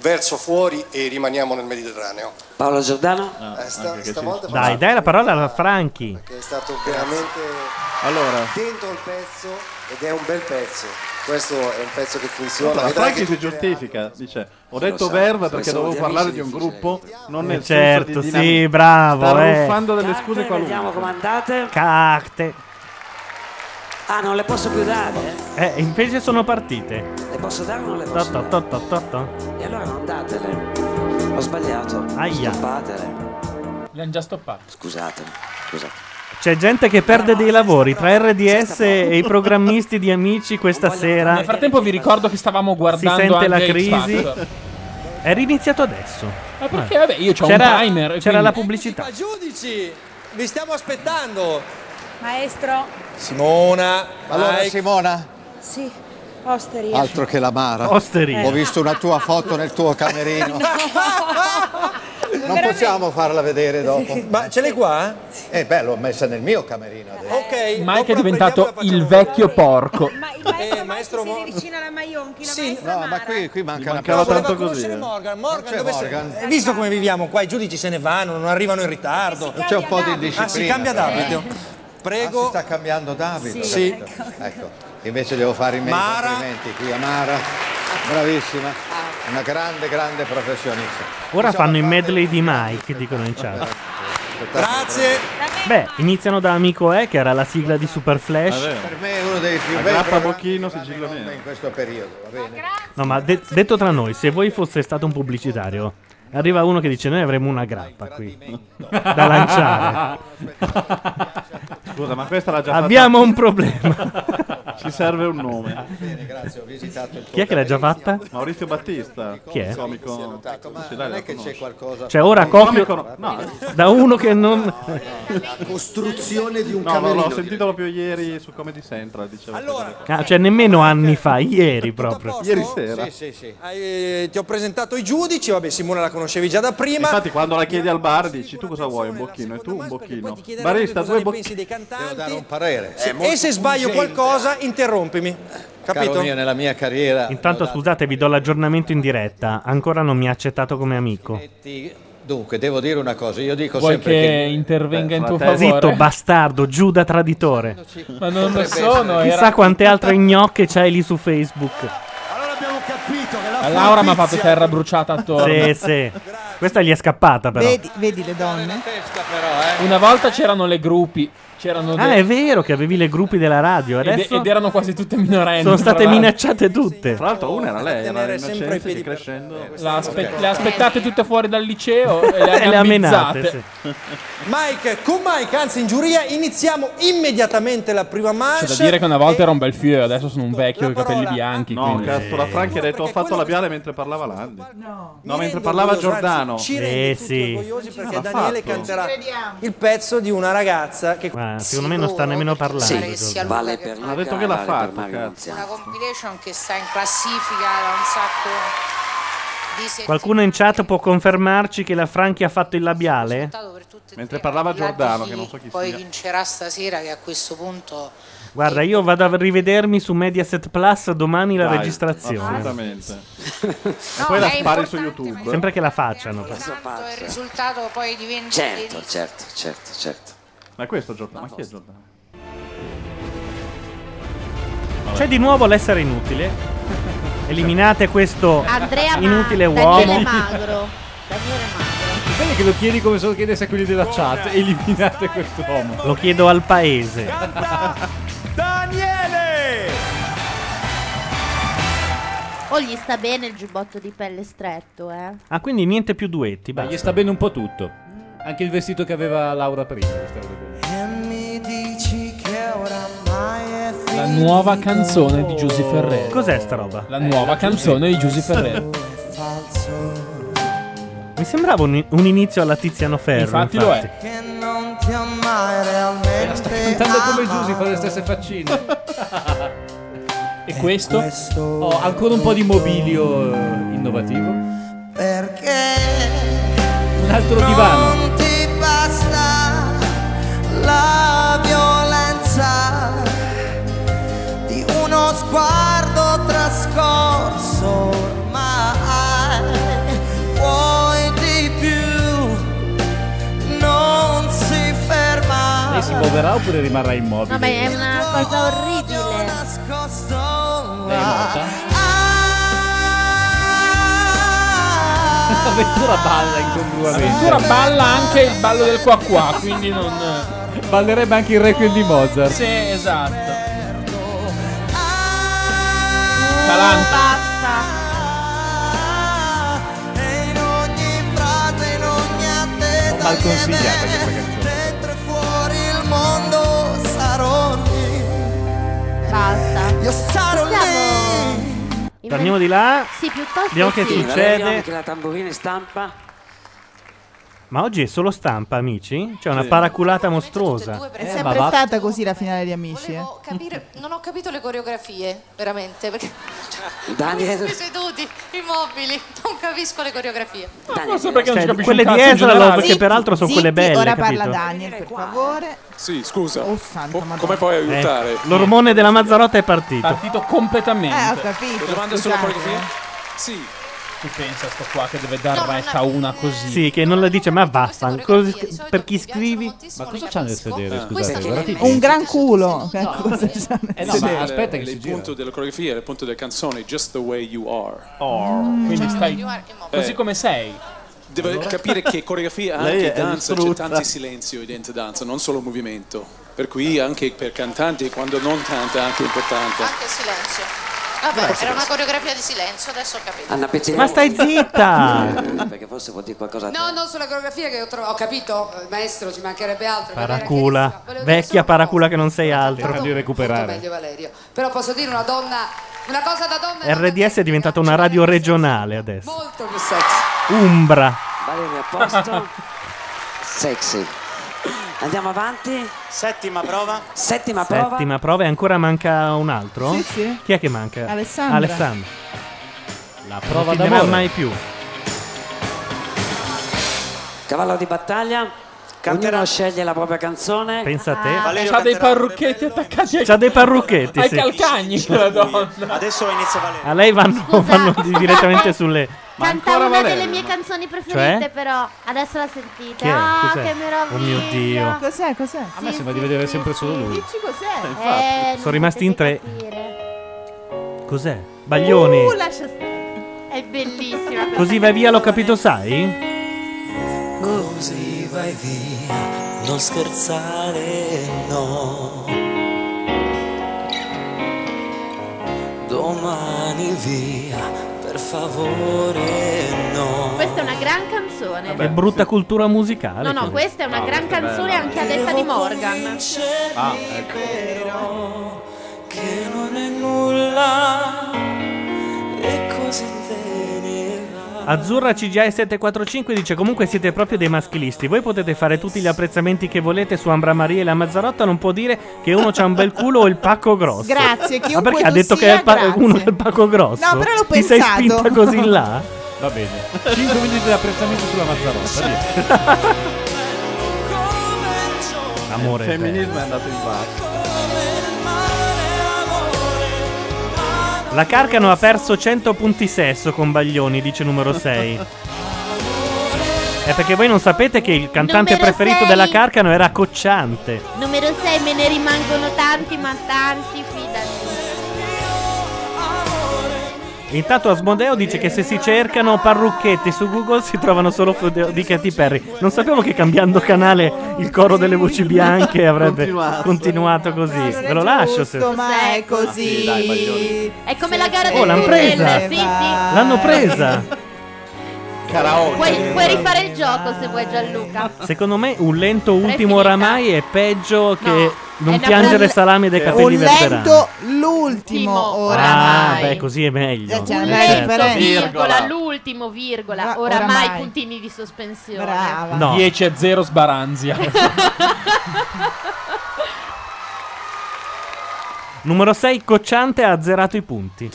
[SPEAKER 21] verso fuori e rimaniamo nel Mediterraneo.
[SPEAKER 15] Paolo Giordano?
[SPEAKER 21] Eh, sta-
[SPEAKER 15] Ah, anche che
[SPEAKER 21] stavolta
[SPEAKER 15] ci-
[SPEAKER 1] Dai, dai la parola alla Franchi.
[SPEAKER 21] che è stato veramente
[SPEAKER 6] allora.
[SPEAKER 21] dentro il pezzo ed è un bel pezzo. Questo è un pezzo che funziona.
[SPEAKER 6] La Franchi
[SPEAKER 21] Vedrai che
[SPEAKER 6] si
[SPEAKER 21] tutte le
[SPEAKER 6] giustifica, dice ho
[SPEAKER 21] Chi lo
[SPEAKER 6] detto
[SPEAKER 21] sa,
[SPEAKER 6] verba
[SPEAKER 21] se
[SPEAKER 6] perché
[SPEAKER 21] sono
[SPEAKER 6] dovevo
[SPEAKER 21] gli
[SPEAKER 6] parlare
[SPEAKER 21] amici
[SPEAKER 6] di un
[SPEAKER 21] difficile.
[SPEAKER 6] gruppo, non nel
[SPEAKER 1] Eh, certo,
[SPEAKER 6] senso di
[SPEAKER 1] sì,
[SPEAKER 6] dinamica.
[SPEAKER 1] bravo.
[SPEAKER 6] Sta
[SPEAKER 1] eh.
[SPEAKER 6] ruffando delle
[SPEAKER 17] Carte,
[SPEAKER 6] scuse qualunque.
[SPEAKER 17] Vediamo come andate.
[SPEAKER 1] Carte.
[SPEAKER 17] Ah, non le posso più dare?
[SPEAKER 1] Eh, invece sono partite.
[SPEAKER 17] Le posso dare o non le
[SPEAKER 1] To,
[SPEAKER 17] posso
[SPEAKER 1] to,
[SPEAKER 17] dare?
[SPEAKER 1] to, to, to, to.
[SPEAKER 17] E allora non datele. Ho sbagliato.
[SPEAKER 1] Aia.
[SPEAKER 17] Stoppatele.
[SPEAKER 2] Li hanno già stoppati.
[SPEAKER 15] Scusatemi, scusate.
[SPEAKER 1] C'è gente che perde dei lavori tra RDS e i programmisti di Amici questa
[SPEAKER 2] Nel
[SPEAKER 1] sera.
[SPEAKER 2] frattempo vi ricordo che stavamo
[SPEAKER 1] Si
[SPEAKER 2] guardando
[SPEAKER 1] sente la
[SPEAKER 2] anche X
[SPEAKER 1] crisi.
[SPEAKER 2] Factor.
[SPEAKER 1] È riniziato adesso. Ah.
[SPEAKER 2] Ma perché? Vabbè, io c'ho un
[SPEAKER 1] C'era-
[SPEAKER 2] timer,
[SPEAKER 1] C'era
[SPEAKER 2] quindi-
[SPEAKER 1] la pubblicità.
[SPEAKER 24] Ma giudici, vi stiamo aspettando.
[SPEAKER 11] Maestro?
[SPEAKER 24] Simona,
[SPEAKER 16] Allora
[SPEAKER 24] Mike.
[SPEAKER 16] Simona,
[SPEAKER 11] Sì, osteria.
[SPEAKER 16] altro che la Mara.
[SPEAKER 11] Osteria.
[SPEAKER 16] Ho visto una tua foto nel tuo camerino. Non possiamo farla vedere dopo.
[SPEAKER 24] Ma ce l'hai qua?
[SPEAKER 16] Eh beh, l'ho messa nel mio camerino adesso.
[SPEAKER 2] Mike è diventato il vecchio porco.
[SPEAKER 24] Eh, maestro Morgan. Si avvicina
[SPEAKER 11] la Maionchi,
[SPEAKER 24] la sì, No, ma qui,
[SPEAKER 16] manca
[SPEAKER 24] mancava
[SPEAKER 16] persona.
[SPEAKER 24] tanto così. Morgan, Morgan, dove sei? Hai visto come viviamo qua? I giudici se ne vanno, non arrivano in ritardo.
[SPEAKER 16] C'è un po' di disciplina.
[SPEAKER 24] Ah, si cambia
[SPEAKER 16] però,
[SPEAKER 24] d'abito.
[SPEAKER 16] eh.
[SPEAKER 24] Prego.
[SPEAKER 16] Ah, si sta cambiando d'abito.
[SPEAKER 24] Sì.
[SPEAKER 16] capito? Ecco. Invece devo fare i miei
[SPEAKER 24] Mara.
[SPEAKER 16] complimenti qui a Mara. Bravissima. Una grande, grande professionista.
[SPEAKER 1] Ora fanno i medley di Mike, dicono in chat.
[SPEAKER 16] Grazie.
[SPEAKER 1] Beh, iniziano da Amico E, che era la sigla di Super
[SPEAKER 25] Ah,
[SPEAKER 1] Flash.
[SPEAKER 16] Per me è uno dei più
[SPEAKER 6] La
[SPEAKER 16] bei
[SPEAKER 6] grappa
[SPEAKER 16] programmi
[SPEAKER 6] Bocchino,
[SPEAKER 16] che vanno in
[SPEAKER 6] sigillo
[SPEAKER 16] onda
[SPEAKER 6] nero.
[SPEAKER 16] in questo periodo, va bene?
[SPEAKER 1] No, ma de- detto tra noi, se voi foste stato un pubblicitario, arriva uno che dice: Noi avremo una grappa qui [LAUGHS] da lanciare.
[SPEAKER 6] [LAUGHS] Scusa, ma questa l'ha già fatta.
[SPEAKER 1] Abbiamo un problema.
[SPEAKER 6] [LAUGHS] Ci serve un nome.
[SPEAKER 16] Ah, Bene, grazie, ho visitato il tuo
[SPEAKER 1] Chi è che l'ha già fatta?
[SPEAKER 6] Maurizio Battista.
[SPEAKER 1] Chi è?
[SPEAKER 6] Comico. Sì, dai,
[SPEAKER 16] non è
[SPEAKER 6] lo
[SPEAKER 16] che
[SPEAKER 6] conosci.
[SPEAKER 16] c'è qualcosa.
[SPEAKER 1] Cioè, ora
[SPEAKER 6] Comico
[SPEAKER 1] copio
[SPEAKER 6] no, no.
[SPEAKER 1] da uno che non.
[SPEAKER 16] La costruzione di un
[SPEAKER 6] No, no,
[SPEAKER 16] camerino.
[SPEAKER 6] l'ho sentito proprio ieri su Comedy Central, diceva. Allora,
[SPEAKER 1] Ah, cioè, nemmeno anni fa, ieri proprio.
[SPEAKER 6] ieri sera.
[SPEAKER 24] Eh, ti ho presentato i giudici, vabbè Simone la conoscevi già da prima.
[SPEAKER 6] Infatti quando la chiedi al bar dici tu cosa vuoi, un bocchino e tu un bocchino. Barista, Eh, due bocchini.
[SPEAKER 16] Devo dare un parere.
[SPEAKER 24] Se- e se sbaglio qualcosa interrompimi. Capito?
[SPEAKER 16] Caro mio, nella mia carriera
[SPEAKER 1] Intanto, scusate, vi do l'aggiornamento in diretta. Ancora non mi ha accettato come amico.
[SPEAKER 16] ti- Dunque, devo dire una cosa, io dico
[SPEAKER 2] Vuoi
[SPEAKER 16] sempre
[SPEAKER 2] che
[SPEAKER 16] che,
[SPEAKER 2] intervenga in tuo
[SPEAKER 16] fratello.
[SPEAKER 2] favore?
[SPEAKER 1] Zitto, bastardo, Giuda traditore.
[SPEAKER 2] Ma non lo sono,
[SPEAKER 1] Chissà
[SPEAKER 2] era...
[SPEAKER 1] quante altre gnocche c'hai lì su Facebook.
[SPEAKER 2] Laura mi ha fatto terra bruciata attorno.
[SPEAKER 1] Sì, sì. Questa gli è scappata, però.
[SPEAKER 3] Vedi, vedi le donne?
[SPEAKER 2] Una volta c'erano le gruppi, c'erano
[SPEAKER 1] Ah,
[SPEAKER 2] de-
[SPEAKER 1] è vero che avevi le gruppi della radio.
[SPEAKER 2] ed,
[SPEAKER 1] Adesso
[SPEAKER 2] ed erano quasi tutte minorenni.
[SPEAKER 1] sono state
[SPEAKER 2] tra l'altro.
[SPEAKER 1] minacciate tutte.
[SPEAKER 6] Tra l'altro una era lei, era
[SPEAKER 2] Tenere sempre i
[SPEAKER 6] Innocenzi
[SPEAKER 2] piedi
[SPEAKER 6] che crescendo...
[SPEAKER 2] La aspe- Le aspettate tutte fuori dal
[SPEAKER 1] [LAUGHS]
[SPEAKER 2] liceo e
[SPEAKER 6] E
[SPEAKER 2] eh, le
[SPEAKER 6] le ha
[SPEAKER 2] amenizzate.
[SPEAKER 6] menate,
[SPEAKER 24] Mike, con Mike, anzi in giuria, iniziamo immediatamente la prima
[SPEAKER 2] C'è
[SPEAKER 24] marcia.
[SPEAKER 2] da dire che una volta ero un bel figlio, adesso sono un vecchio con i capelli bianchi.
[SPEAKER 6] No,
[SPEAKER 2] quindi-
[SPEAKER 16] Eh,
[SPEAKER 6] cazzo, la Franchi ha detto ho fatto labiale mentre parlava Landi. No, mentre parlava
[SPEAKER 24] orgoglioso,
[SPEAKER 6] Giordano.
[SPEAKER 24] anzi, ci
[SPEAKER 1] Eh sì.
[SPEAKER 24] perché
[SPEAKER 6] l'ha
[SPEAKER 24] Daniele
[SPEAKER 6] fatto.
[SPEAKER 24] canterà il pezzo di una ragazza che
[SPEAKER 1] secondo me non sta nemmeno parlando.
[SPEAKER 17] Sì, sia lui Vale che- per
[SPEAKER 6] Ha detto che l'ha fatto,
[SPEAKER 17] Mario
[SPEAKER 6] cazzo.
[SPEAKER 17] Una compilation che sta in classifica da un sacco di settimane.
[SPEAKER 1] Qualcuno in chat può confermarci che la Franchi ha fatto il labiale?
[SPEAKER 6] Mentre parlava Giordano, che non so chi
[SPEAKER 17] Poi
[SPEAKER 6] sia.
[SPEAKER 17] vincerà stasera che a questo punto
[SPEAKER 1] Guarda, io vado a rivedermi su Mediaset Plus domani la
[SPEAKER 6] Dai,
[SPEAKER 1] registrazione.
[SPEAKER 6] Assolutamente.
[SPEAKER 17] No,
[SPEAKER 6] e poi la
[SPEAKER 17] è
[SPEAKER 6] spari su YouTube.
[SPEAKER 1] [LAUGHS] Sempre che la facciano. però.
[SPEAKER 4] Esatto,
[SPEAKER 17] il risultato poi diventa
[SPEAKER 15] Certo, certo, certo, certo.
[SPEAKER 6] Ma è questo Giordano? Ma chi è Giordano?
[SPEAKER 1] C'è di nuovo l'essere inutile.
[SPEAKER 6] [LAUGHS]
[SPEAKER 1] Eliminate questo
[SPEAKER 4] Andrea Ma-
[SPEAKER 1] inutile
[SPEAKER 4] Daniele
[SPEAKER 1] uomo.
[SPEAKER 4] Magro. Daniele Magro.
[SPEAKER 5] Vedi che lo chiedi come se lo chiedesse a quelli della chat. Eliminate quest'uomo.
[SPEAKER 1] Lo chiedo al paese.
[SPEAKER 24] Daniele!
[SPEAKER 4] O gli sta bene il giubbotto di pelle stretto, eh.
[SPEAKER 1] Ah, quindi niente più duetti.
[SPEAKER 5] Ma
[SPEAKER 1] basta.
[SPEAKER 5] gli sta bene un po' tutto. Anche il vestito che aveva Laura prima. gli stava bene.
[SPEAKER 7] E mi dici che oramai è
[SPEAKER 2] La nuova canzone di Giusy Ferrero.
[SPEAKER 1] Cos'è sta roba?
[SPEAKER 2] La nuova canzone di Giusy Ferrero.
[SPEAKER 7] falso
[SPEAKER 1] Mi sembrava un, un inizio alla Tiziano Ferro.
[SPEAKER 2] Infatti lo è.
[SPEAKER 7] che non ti ho mai realmente
[SPEAKER 5] Sta cantando come Giusy, fa
[SPEAKER 7] amato.
[SPEAKER 5] le stesse faccine.
[SPEAKER 2] E questo?
[SPEAKER 5] Ho ancora un po' di mobilio eh, innovativo.
[SPEAKER 7] Perché
[SPEAKER 5] Un altro divano.
[SPEAKER 7] non ti basta la violenza di uno sguardo trascorso ormai vuoi di più non si ferma
[SPEAKER 5] Lei si muoverà oppure rimarrà immobile?
[SPEAKER 4] Ah. Vabbè, è una cosa orribile. Ah.
[SPEAKER 5] Lei è
[SPEAKER 14] ah,
[SPEAKER 5] morta? [LAUGHS] Avventura balla
[SPEAKER 2] [LAUGHS]
[SPEAKER 5] incongruamente.
[SPEAKER 2] Addirittura balla anche il ballo del qua qua, quindi non...
[SPEAKER 5] Ballerebbe anche il requiem di Mozart.
[SPEAKER 2] Sì, esatto. Talanta.
[SPEAKER 4] Basta.
[SPEAKER 7] e in ogni frase in ogni attesa
[SPEAKER 5] Mal consigliata questa
[SPEAKER 4] [LAUGHS]
[SPEAKER 5] canzone.
[SPEAKER 7] mentre fuori il mondo sarò lì
[SPEAKER 4] Basta.
[SPEAKER 7] io sarò lì
[SPEAKER 1] Torniamo di là.
[SPEAKER 4] Sì, piuttosto
[SPEAKER 1] Vediamo che
[SPEAKER 4] sì.
[SPEAKER 1] succede.
[SPEAKER 15] Che la tamburina in stampa.
[SPEAKER 1] Ma oggi è solo stampa, amici? C'è una paraculata mostruosa.
[SPEAKER 2] Eh,
[SPEAKER 3] È
[SPEAKER 5] ma
[SPEAKER 3] sempre
[SPEAKER 5] va-
[SPEAKER 3] stata così la finale di Amici. eh.
[SPEAKER 11] Capire- non ho capito le coreografie, veramente, perché
[SPEAKER 3] Ah,
[SPEAKER 11] [LAUGHS]
[SPEAKER 15] Daniel.
[SPEAKER 11] siete seduti, immobili, non capisco le coreografie.
[SPEAKER 2] Forse perché non
[SPEAKER 1] Cioè,
[SPEAKER 2] ci capisce
[SPEAKER 1] quelle
[SPEAKER 2] un
[SPEAKER 1] di
[SPEAKER 2] cazzo in
[SPEAKER 1] Ezra,
[SPEAKER 2] generale.
[SPEAKER 1] lo- che peraltro sono quelle belle.
[SPEAKER 3] Ora
[SPEAKER 1] capito?
[SPEAKER 3] parla Daniel, per favore.
[SPEAKER 8] Sì, scusa.
[SPEAKER 3] Oh, santa madonna.
[SPEAKER 8] Come puoi
[SPEAKER 1] Eh,
[SPEAKER 8] aiutare?
[SPEAKER 1] l'ormone della Mazzarotta è partito.
[SPEAKER 2] Partito completamente.
[SPEAKER 3] Eh, ho capito.
[SPEAKER 8] Le domande sono
[SPEAKER 3] scusate.
[SPEAKER 8] qualificate? Sì.
[SPEAKER 2] Tu pensa sto qua che deve dar retta a una così.
[SPEAKER 1] Sì, che non la dice, ma vaffan. cos- Per chi scrivi?
[SPEAKER 5] Ma cosa c'hanno nel sedere?
[SPEAKER 8] Ah.
[SPEAKER 5] Scusate,
[SPEAKER 8] Questa
[SPEAKER 5] guardate i
[SPEAKER 3] Un
[SPEAKER 5] piedi.
[SPEAKER 3] gran culo. che cosa c'ha nel
[SPEAKER 5] Eh no,
[SPEAKER 3] sedere?
[SPEAKER 5] ma aspetta che
[SPEAKER 8] il
[SPEAKER 5] si
[SPEAKER 8] punto
[SPEAKER 5] gira.
[SPEAKER 8] della coreografia, il punto della canzone Just the way you are.
[SPEAKER 2] Quindi stai così
[SPEAKER 8] Eh.
[SPEAKER 2] come sei.
[SPEAKER 8] Devo capire
[SPEAKER 2] [LAUGHS]
[SPEAKER 8] che coreografia
[SPEAKER 6] Lei
[SPEAKER 8] anche
[SPEAKER 6] è
[SPEAKER 8] danza, c'è
[SPEAKER 6] distrutta.
[SPEAKER 8] tanto silenzio dentro danza, non solo movimento. Per cui anche per cantanti quando non canta è anche importante.
[SPEAKER 11] Anche silenzio.
[SPEAKER 17] Vabbè, era una coreografia di silenzio, adesso ho capito.
[SPEAKER 15] Anna Pezzini.
[SPEAKER 1] Ma stai
[SPEAKER 17] [LAUGHS]
[SPEAKER 1] zitta!
[SPEAKER 15] Perché forse vuol dire qualcosa a te.
[SPEAKER 23] No, non sulla coreografia che ho trovato. Ho capito, eh, maestro, ci mancherebbe altro. Valeria
[SPEAKER 1] Paracula.
[SPEAKER 23] Chiarissima. Volevo dire
[SPEAKER 1] Vecchia paracula che non sei altro.
[SPEAKER 5] di
[SPEAKER 23] molto meglio Valerio. Però posso dire una donna, una cosa da donna
[SPEAKER 1] RDS è diventata una radio regionale adesso.
[SPEAKER 23] molto più sexy.
[SPEAKER 1] Umbra.
[SPEAKER 15] Valeria, a posto? Sexy. Andiamo avanti.
[SPEAKER 12] Settima prova.
[SPEAKER 15] Settima prova.
[SPEAKER 1] Settima prova e ancora manca un altro?
[SPEAKER 15] Sì, sì.
[SPEAKER 1] Chi è che manca?
[SPEAKER 15] Alessandra.
[SPEAKER 1] Alessandra. La
[SPEAKER 15] prova
[SPEAKER 1] non finirà
[SPEAKER 15] d'amore.
[SPEAKER 1] mai più.
[SPEAKER 15] Cavallo di battaglia. Ognuno sceglie la propria canzone.
[SPEAKER 1] Pensa a te. Ah. Valerio
[SPEAKER 2] C'ha dei parrucchetti attaccati ai,
[SPEAKER 1] C'ha dei parrucchetti,
[SPEAKER 2] ai
[SPEAKER 1] sì.
[SPEAKER 2] calcagni quella donna.
[SPEAKER 12] Adesso inizia Valerio.
[SPEAKER 1] A lei vanno, vanno di- direttamente sulle...
[SPEAKER 4] Canta una delle mie canzoni preferite,
[SPEAKER 1] Cioè?
[SPEAKER 4] però. Adesso la sentite.
[SPEAKER 1] Che è?
[SPEAKER 4] ah,
[SPEAKER 1] Cos'è?
[SPEAKER 4] che meraviglia!
[SPEAKER 1] Oh mio Dio.
[SPEAKER 3] Cos'è? Cos'è?
[SPEAKER 5] A me sembra di vedere sempre solo lui.
[SPEAKER 3] Dici cos'è?
[SPEAKER 4] Eh,
[SPEAKER 1] Sono rimasti in tre. Cos'è? Baglioni.
[SPEAKER 4] Uh, lascia stare. È bellissima. questa
[SPEAKER 1] Così vai via, l'ho capito, sai?
[SPEAKER 13] Così vai via, non scherzare, no. Domani via, per favore, no.
[SPEAKER 4] Questa è una gran canzone.
[SPEAKER 1] È brutta cultura musicale.
[SPEAKER 4] No, no,
[SPEAKER 1] quella.
[SPEAKER 4] questa è
[SPEAKER 5] Ah,
[SPEAKER 4] una gran
[SPEAKER 1] questa è
[SPEAKER 4] canzone
[SPEAKER 1] bella.
[SPEAKER 4] anche a detta di Morgan.
[SPEAKER 13] Ah, ecco. Che non è nulla e così te ne vai.
[SPEAKER 1] Azzurra CGI 745 dice comunque siete proprio dei maschilisti. Voi potete fare tutti gli apprezzamenti che volete su Ambra Maria e la Mazzarotta, non può dire che uno c'ha un bel culo o il pacco grosso.
[SPEAKER 3] Grazie,
[SPEAKER 1] Ma
[SPEAKER 3] chiunque
[SPEAKER 1] perché
[SPEAKER 3] tu
[SPEAKER 1] ha detto
[SPEAKER 3] sia,
[SPEAKER 1] che è il pa-
[SPEAKER 3] grazie.
[SPEAKER 1] uno ha il pacco grosso?
[SPEAKER 3] No, però l'ho
[SPEAKER 1] Ti sei
[SPEAKER 3] pensato.
[SPEAKER 1] spinta così in là?
[SPEAKER 5] [LAUGHS] Va bene. 5 minuti di apprezzamento sulla Mazzarotta.
[SPEAKER 1] [LAUGHS]
[SPEAKER 5] via.
[SPEAKER 1] Amore.
[SPEAKER 6] Il femminismo è andato in basso.
[SPEAKER 1] La Carcano ha perso 100 punti sesso con Baglioni, dice numero 6. È perché voi non sapete che il cantante
[SPEAKER 4] Numero
[SPEAKER 1] preferito
[SPEAKER 4] sei.
[SPEAKER 1] della Carcano era Cocciante.
[SPEAKER 4] Numero 6 me ne rimangono tanti, ma tanti, fidati.
[SPEAKER 1] Intanto Asmodeo dice che se si cercano parrucchetti su Google si trovano solo foto di Katy Perry. Non sapevo che cambiando canale il coro delle voci bianche avrebbe
[SPEAKER 3] Continuato. Ah,
[SPEAKER 1] continuato, così. Ve lo lascio se...
[SPEAKER 3] Giusto,
[SPEAKER 4] Ah,
[SPEAKER 3] ma è così.
[SPEAKER 1] dai, Baglioni.
[SPEAKER 4] È come la gara
[SPEAKER 1] Oh,
[SPEAKER 4] del
[SPEAKER 1] l'hanno
[SPEAKER 4] tunnel,
[SPEAKER 1] presa.
[SPEAKER 4] sì, sì.
[SPEAKER 1] L'hanno presa.
[SPEAKER 4] Puoi, puoi rifare il gioco se vuoi Gianluca.
[SPEAKER 1] Ah, Secondo me un lento ultimo oramai è peggio che
[SPEAKER 4] è
[SPEAKER 1] non
[SPEAKER 4] una
[SPEAKER 1] piangere
[SPEAKER 4] brutta-
[SPEAKER 1] salame dai capelli
[SPEAKER 3] un
[SPEAKER 1] verterani.
[SPEAKER 3] lento l'ultimo
[SPEAKER 1] Ah,
[SPEAKER 3] oramai.
[SPEAKER 1] beh, così è meglio.
[SPEAKER 3] Eh, c'è una
[SPEAKER 1] Certo.
[SPEAKER 4] L'ultimo virgola, l'ultimo virgola, oramai, puntini di sospensione. Brava.
[SPEAKER 2] 10 a 0 sbaranzia. [LAUGHS]
[SPEAKER 1] Numero 6, Cocciante ha azzerato i punti.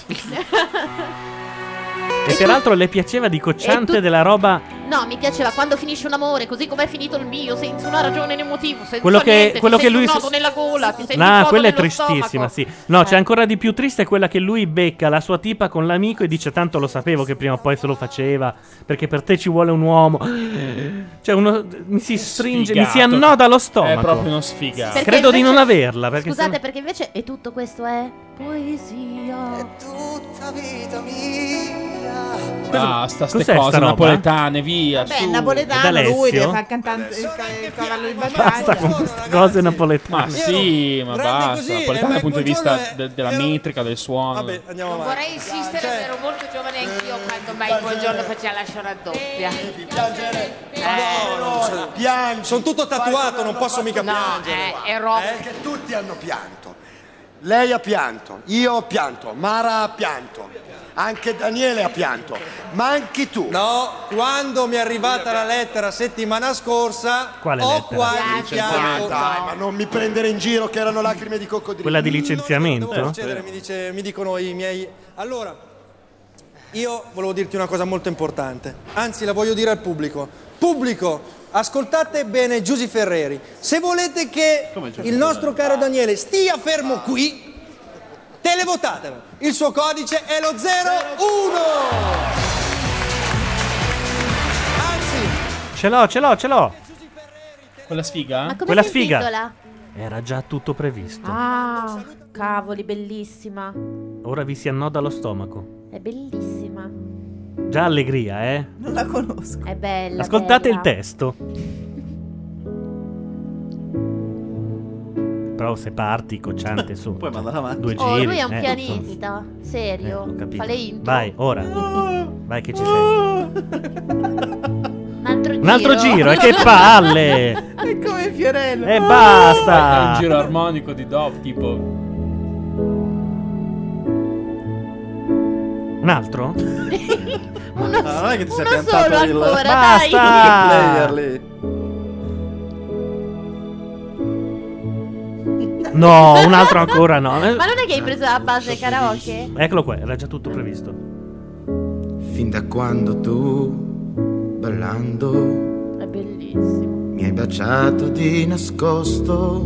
[SPEAKER 1] e peraltro le piaceva di Cocciante
[SPEAKER 4] e tu-
[SPEAKER 1] della roba...
[SPEAKER 4] [LAUGHS] No, mi piaceva quando finisce un amore, così com'è finito il mio, senza una ragione né un motivo, senza
[SPEAKER 1] Quello che-
[SPEAKER 4] niente,
[SPEAKER 1] quello
[SPEAKER 4] ti
[SPEAKER 1] che
[SPEAKER 4] senti
[SPEAKER 1] lui
[SPEAKER 4] un
[SPEAKER 1] s-
[SPEAKER 4] nodo nella gola, ti senti un
[SPEAKER 1] No,
[SPEAKER 4] nodo
[SPEAKER 1] quella è
[SPEAKER 4] nello
[SPEAKER 1] tristissima,
[SPEAKER 4] stomaco. Eh.
[SPEAKER 1] sì. No, c'è ancora di più triste quella che lui becca la sua tipa con l'amico e dice tanto lo sapevo che prima o poi se lo faceva, perché per te ci vuole un uomo. [GASPS] Cioè uno mi si stringe, mi si
[SPEAKER 2] Sfigato.
[SPEAKER 1] annoda lo stomaco.
[SPEAKER 2] È proprio uno sfigato.
[SPEAKER 4] Perché
[SPEAKER 1] Credo di
[SPEAKER 4] invece-
[SPEAKER 1] non averla, perché
[SPEAKER 4] Scusate,
[SPEAKER 1] se-
[SPEAKER 4] perché invece è tutto questo è poesia. È
[SPEAKER 13] tutta vita mia.
[SPEAKER 2] Basta, Ah, ste
[SPEAKER 1] Cos'è
[SPEAKER 2] cose
[SPEAKER 1] sta roba?
[SPEAKER 2] napoletane, via.
[SPEAKER 3] Beh,
[SPEAKER 2] su.
[SPEAKER 3] napoletano, lui deve fare il cantante il, ca- il cavallo di
[SPEAKER 1] Basta
[SPEAKER 3] battaglia.
[SPEAKER 1] con queste cose napoletane.
[SPEAKER 2] Ma sì, ma basta. napoletano dal punto di vista de- della metrica, del suono.
[SPEAKER 24] andiamo
[SPEAKER 17] Non vorrei insistere,
[SPEAKER 4] Certo.
[SPEAKER 17] se ero molto giovane anch'io
[SPEAKER 4] Eh,
[SPEAKER 17] quando mai buongiorno faceva la sciora doppia.
[SPEAKER 19] Eh,
[SPEAKER 24] No, piangi. Sono tutto tatuato, non posso mica
[SPEAKER 17] No,
[SPEAKER 24] piangere.
[SPEAKER 17] eh, è rock.
[SPEAKER 24] Eh, che tutti hanno pianto. Lei ha pianto, io ho pianto, Mara ha pianto, anche Daniele ha pianto, ma anche tu. No, quando mi è arrivata la lettera settimana scorsa,
[SPEAKER 1] Quale
[SPEAKER 24] ho
[SPEAKER 1] lettera?
[SPEAKER 24] qua
[SPEAKER 1] Pianto,
[SPEAKER 24] il pianto.
[SPEAKER 1] pianto.
[SPEAKER 24] Dai, Ah, ma non mi prendere in giro che erano lacrime di coccodrillo.
[SPEAKER 1] Quella di
[SPEAKER 24] Devo
[SPEAKER 1] licenziamento?
[SPEAKER 24] procedere, mi, dice- mi dicono i miei. Allora, io volevo dirti una cosa molto importante. Anzi, la voglio dire al pubblico. Pubblico, ascoltate bene Giusy Ferreri. Se volete che il nostro caro Daniele stia fermo qui, televotatelo. Il suo codice è lo 01.
[SPEAKER 1] Ce l'ho, ce l'ho, ce l'ho.
[SPEAKER 2] Quella sfiga?
[SPEAKER 4] Ma come
[SPEAKER 1] Ah, Quella
[SPEAKER 4] si
[SPEAKER 1] sfiga.
[SPEAKER 4] intitola?
[SPEAKER 1] Era già tutto previsto.
[SPEAKER 4] Ah, cavoli, bellissima.
[SPEAKER 1] Ora vi si annoda lo stomaco.
[SPEAKER 4] È bellissima.
[SPEAKER 1] Già allegria, eh?
[SPEAKER 4] Non la conosco. È bella.
[SPEAKER 1] Ascoltate
[SPEAKER 4] bella.
[SPEAKER 1] il testo. Però house e party
[SPEAKER 6] [LAUGHS]
[SPEAKER 1] cocciante su. Cioè,
[SPEAKER 6] Puoi mandare avanti.
[SPEAKER 1] Due
[SPEAKER 4] Oh,
[SPEAKER 1] giri.
[SPEAKER 4] lui è un
[SPEAKER 1] eh,
[SPEAKER 4] pianista,
[SPEAKER 1] insomma. Eh, ho
[SPEAKER 4] serio.
[SPEAKER 1] capito.
[SPEAKER 4] Fa le intro.
[SPEAKER 1] Vai, ora. Vai che ci sei.
[SPEAKER 4] Un altro giro.
[SPEAKER 1] Un altro giro, e che
[SPEAKER 4] [LAUGHS]
[SPEAKER 1] palle!
[SPEAKER 3] È come Fiorello.
[SPEAKER 1] E basta!
[SPEAKER 2] È un giro armonico di Dove, tipo.
[SPEAKER 1] Un altro?
[SPEAKER 4] Uno,
[SPEAKER 6] Ah, non è che ti sei
[SPEAKER 4] uno
[SPEAKER 6] piantato
[SPEAKER 4] solo
[SPEAKER 6] il-
[SPEAKER 4] ancora,
[SPEAKER 6] Basta!
[SPEAKER 4] dai.
[SPEAKER 6] player lì.
[SPEAKER 1] No, un altro ancora no. Eh,
[SPEAKER 4] [LAUGHS] Ma non è che hai preso la base karaoke?
[SPEAKER 1] Eccolo qua, era già tutto previsto.
[SPEAKER 8] Fin da quando tu, ballando,
[SPEAKER 4] È bellissimo.
[SPEAKER 8] mi hai baciato di nascosto.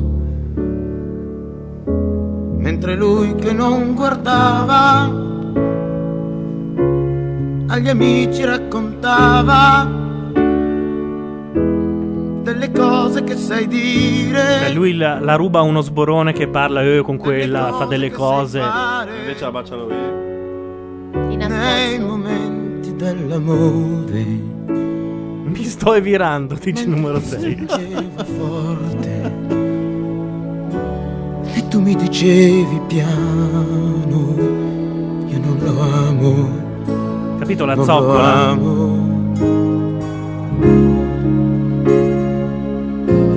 [SPEAKER 8] Mentre lui che non guardava, agli amici raccontava delle cose che sai dire.
[SPEAKER 1] Beh, Cioè, lui la, la ruba a uno sborone che parla eh, con quella, fa delle cose.
[SPEAKER 6] Invece la bacia lui.
[SPEAKER 8] Nei momenti dell'amore
[SPEAKER 1] Mi sto evirando, dice il numero 6.
[SPEAKER 8] e tu mi dicevi piano, io non lo amo,
[SPEAKER 1] Capito la
[SPEAKER 8] non lo
[SPEAKER 1] zoccola?
[SPEAKER 8] amo.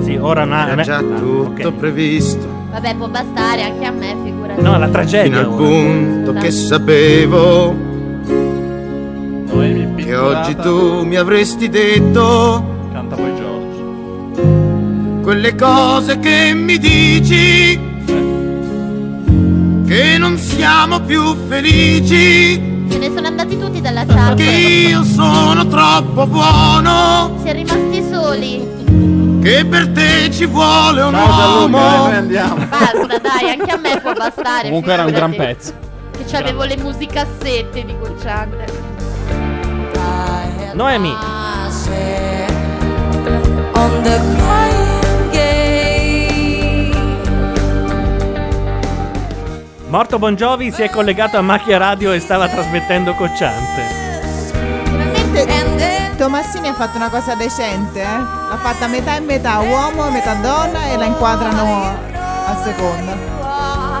[SPEAKER 1] Sì, ora na- Ah,
[SPEAKER 8] Era
[SPEAKER 1] ne-
[SPEAKER 8] già tutto previsto,
[SPEAKER 4] Vabbè, può bastare anche a me, figurati.
[SPEAKER 1] No, la
[SPEAKER 8] fino
[SPEAKER 1] tragedia.
[SPEAKER 8] al punto che sapevo che oggi tu mi avresti detto
[SPEAKER 6] Canta poi George.
[SPEAKER 8] quelle cose che mi dici che non siamo più felici
[SPEAKER 4] Se ne sono andati tutti dalla chat.
[SPEAKER 8] che io sono troppo buono
[SPEAKER 4] Siamo rimasti soli.
[SPEAKER 8] che per te ci vuole un uomo
[SPEAKER 4] Basta, dai, anche a me può bastare.
[SPEAKER 8] Comunque era un gran
[SPEAKER 4] figurati.
[SPEAKER 8] pezzo.
[SPEAKER 4] Che c'avevo le musicassette di Gocciante.
[SPEAKER 1] Noemi.
[SPEAKER 7] On the crying gate.
[SPEAKER 1] Morto Bon Jovi si è collegato a macchia radio e stava trasmettendo cocciante.
[SPEAKER 3] Veramente, Tomassini ha fatto una cosa decente, eh? L'ha fatta metà e metà uomo e metà donna e la inquadrano a seconda.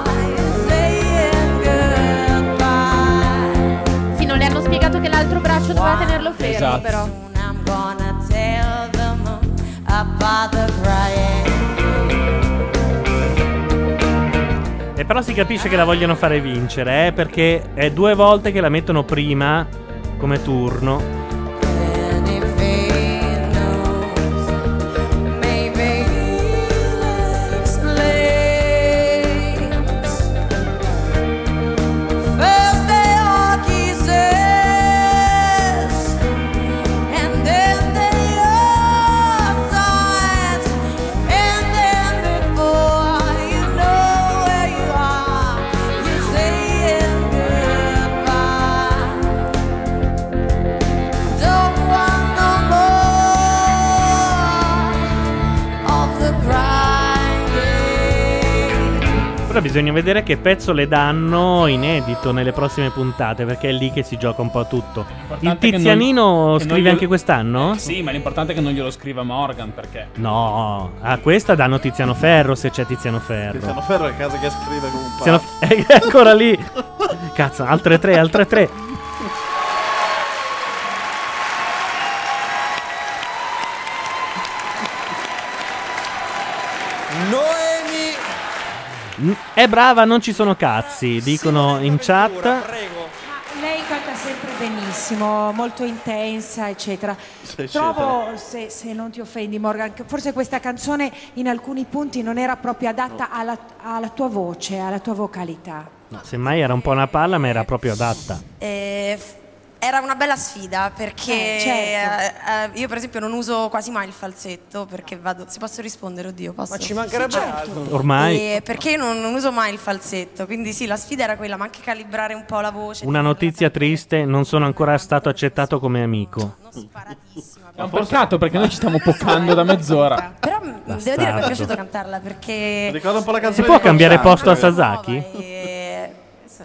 [SPEAKER 4] Sì, non le hanno spiegato che l'altro braccio doveva tenerlo fermo,
[SPEAKER 7] Esatto.
[SPEAKER 4] però.
[SPEAKER 7] I'm gonna tell the moon about the crying.
[SPEAKER 1] E però si capisce che la vogliono fare vincere, eh, perché è due volte che la mettono prima come turno.
[SPEAKER 7] Maybe he looks late. First they are kisses, and then they are thoughts, and then before you know where you are, you're saying goodbye. Don't want no more of the crying.
[SPEAKER 1] Ora bisogna vedere che pezzo le danno inedito nelle prossime puntate, perché è lì che si gioca un po' tutto. Il
[SPEAKER 2] L'importante è che
[SPEAKER 1] Tizianino
[SPEAKER 2] non- che non
[SPEAKER 1] scrive
[SPEAKER 2] glielo- Eh,
[SPEAKER 1] anche quest'anno?
[SPEAKER 2] Sì, ma l'importante è che non glielo scriva Morgan perché.
[SPEAKER 1] No, a questa danno Tiziano Ferro se c'è Tiziano Ferro.
[SPEAKER 6] Tiziano Ferro è il caso che scrive con un
[SPEAKER 1] Tiziano
[SPEAKER 6] pazzo.
[SPEAKER 1] Fe- [LAUGHS] è ancora lì. Cazzo, altre tre, altre tre.
[SPEAKER 41] Noemi
[SPEAKER 1] N- È brava, non ci sono cazzi, dicono in chat.
[SPEAKER 9] Ma Lei canta sempre benissimo, molto intensa, eccetera.
[SPEAKER 1] Eccetera.
[SPEAKER 9] Trovo, se, se non ti offendi, Morgan, che forse questa canzone in alcuni punti non era proprio adatta alla, alla tua voce, alla tua vocalità.
[SPEAKER 1] Semmai era un po' una palla, ma era proprio adatta.
[SPEAKER 14] Eh, f- era una bella sfida perché
[SPEAKER 9] Eh, certo.
[SPEAKER 14] eh, eh, io per esempio non uso quasi mai il falsetto perché vado, se posso rispondere, oddio, posso.
[SPEAKER 42] Ma ci mancherebbe Sì, certo. altro.
[SPEAKER 1] Ormai.
[SPEAKER 14] Eh, perché io non, non uso mai il falsetto, quindi sì, la sfida era quella, ma anche calibrare un po' la voce.
[SPEAKER 1] Una notizia triste, non sono ancora stato accettato come amico.
[SPEAKER 2] È un peccato perché noi ci stiamo poccando da mezz'ora.
[SPEAKER 14] Però m- devo dire che mi è piaciuto cantarla perché
[SPEAKER 6] Ricorda un po' la canzone
[SPEAKER 1] Si può
[SPEAKER 6] di
[SPEAKER 1] cambiare
[SPEAKER 6] Cocciante.
[SPEAKER 1] posto a Sasaki?
[SPEAKER 14] eh, adesso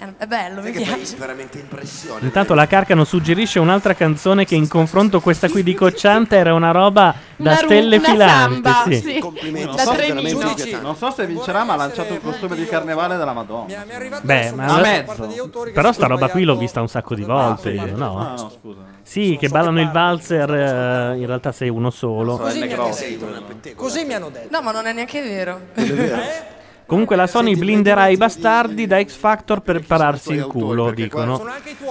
[SPEAKER 28] Eh, È bello, mi
[SPEAKER 20] Sai che fai
[SPEAKER 28] piace.
[SPEAKER 20] veramente impressione.
[SPEAKER 1] Intanto la Carcano suggerisce un'altra canzone che in confronto questa qui di Cocciante era una roba da
[SPEAKER 20] Una ru-
[SPEAKER 1] stelle
[SPEAKER 20] una
[SPEAKER 1] filanti.
[SPEAKER 20] samba,
[SPEAKER 1] sì.
[SPEAKER 20] sì.
[SPEAKER 6] Complimenti,
[SPEAKER 20] Da
[SPEAKER 6] non, so,
[SPEAKER 20] Trevino.
[SPEAKER 6] veramente
[SPEAKER 20] Giudici.
[SPEAKER 6] inquietante. non so se vincerà, ma ha lanciato un costume di carnevale della Madonna.
[SPEAKER 1] Beh, ma
[SPEAKER 6] a
[SPEAKER 1] allora-
[SPEAKER 6] mezzo.
[SPEAKER 1] Però sta roba qui l'ho vista un sacco di volte io, no?
[SPEAKER 6] Ah, no, scusa.
[SPEAKER 1] Sì, che ballano il valzer, eh, in realtà sei uno solo.
[SPEAKER 20] Così mi hanno detto.
[SPEAKER 23] Così mi hanno detto.
[SPEAKER 28] No, ma non è neanche vero.
[SPEAKER 1] Comunque la Sony blinderà i bastardi da X Factor per pararsi il culo, dicono.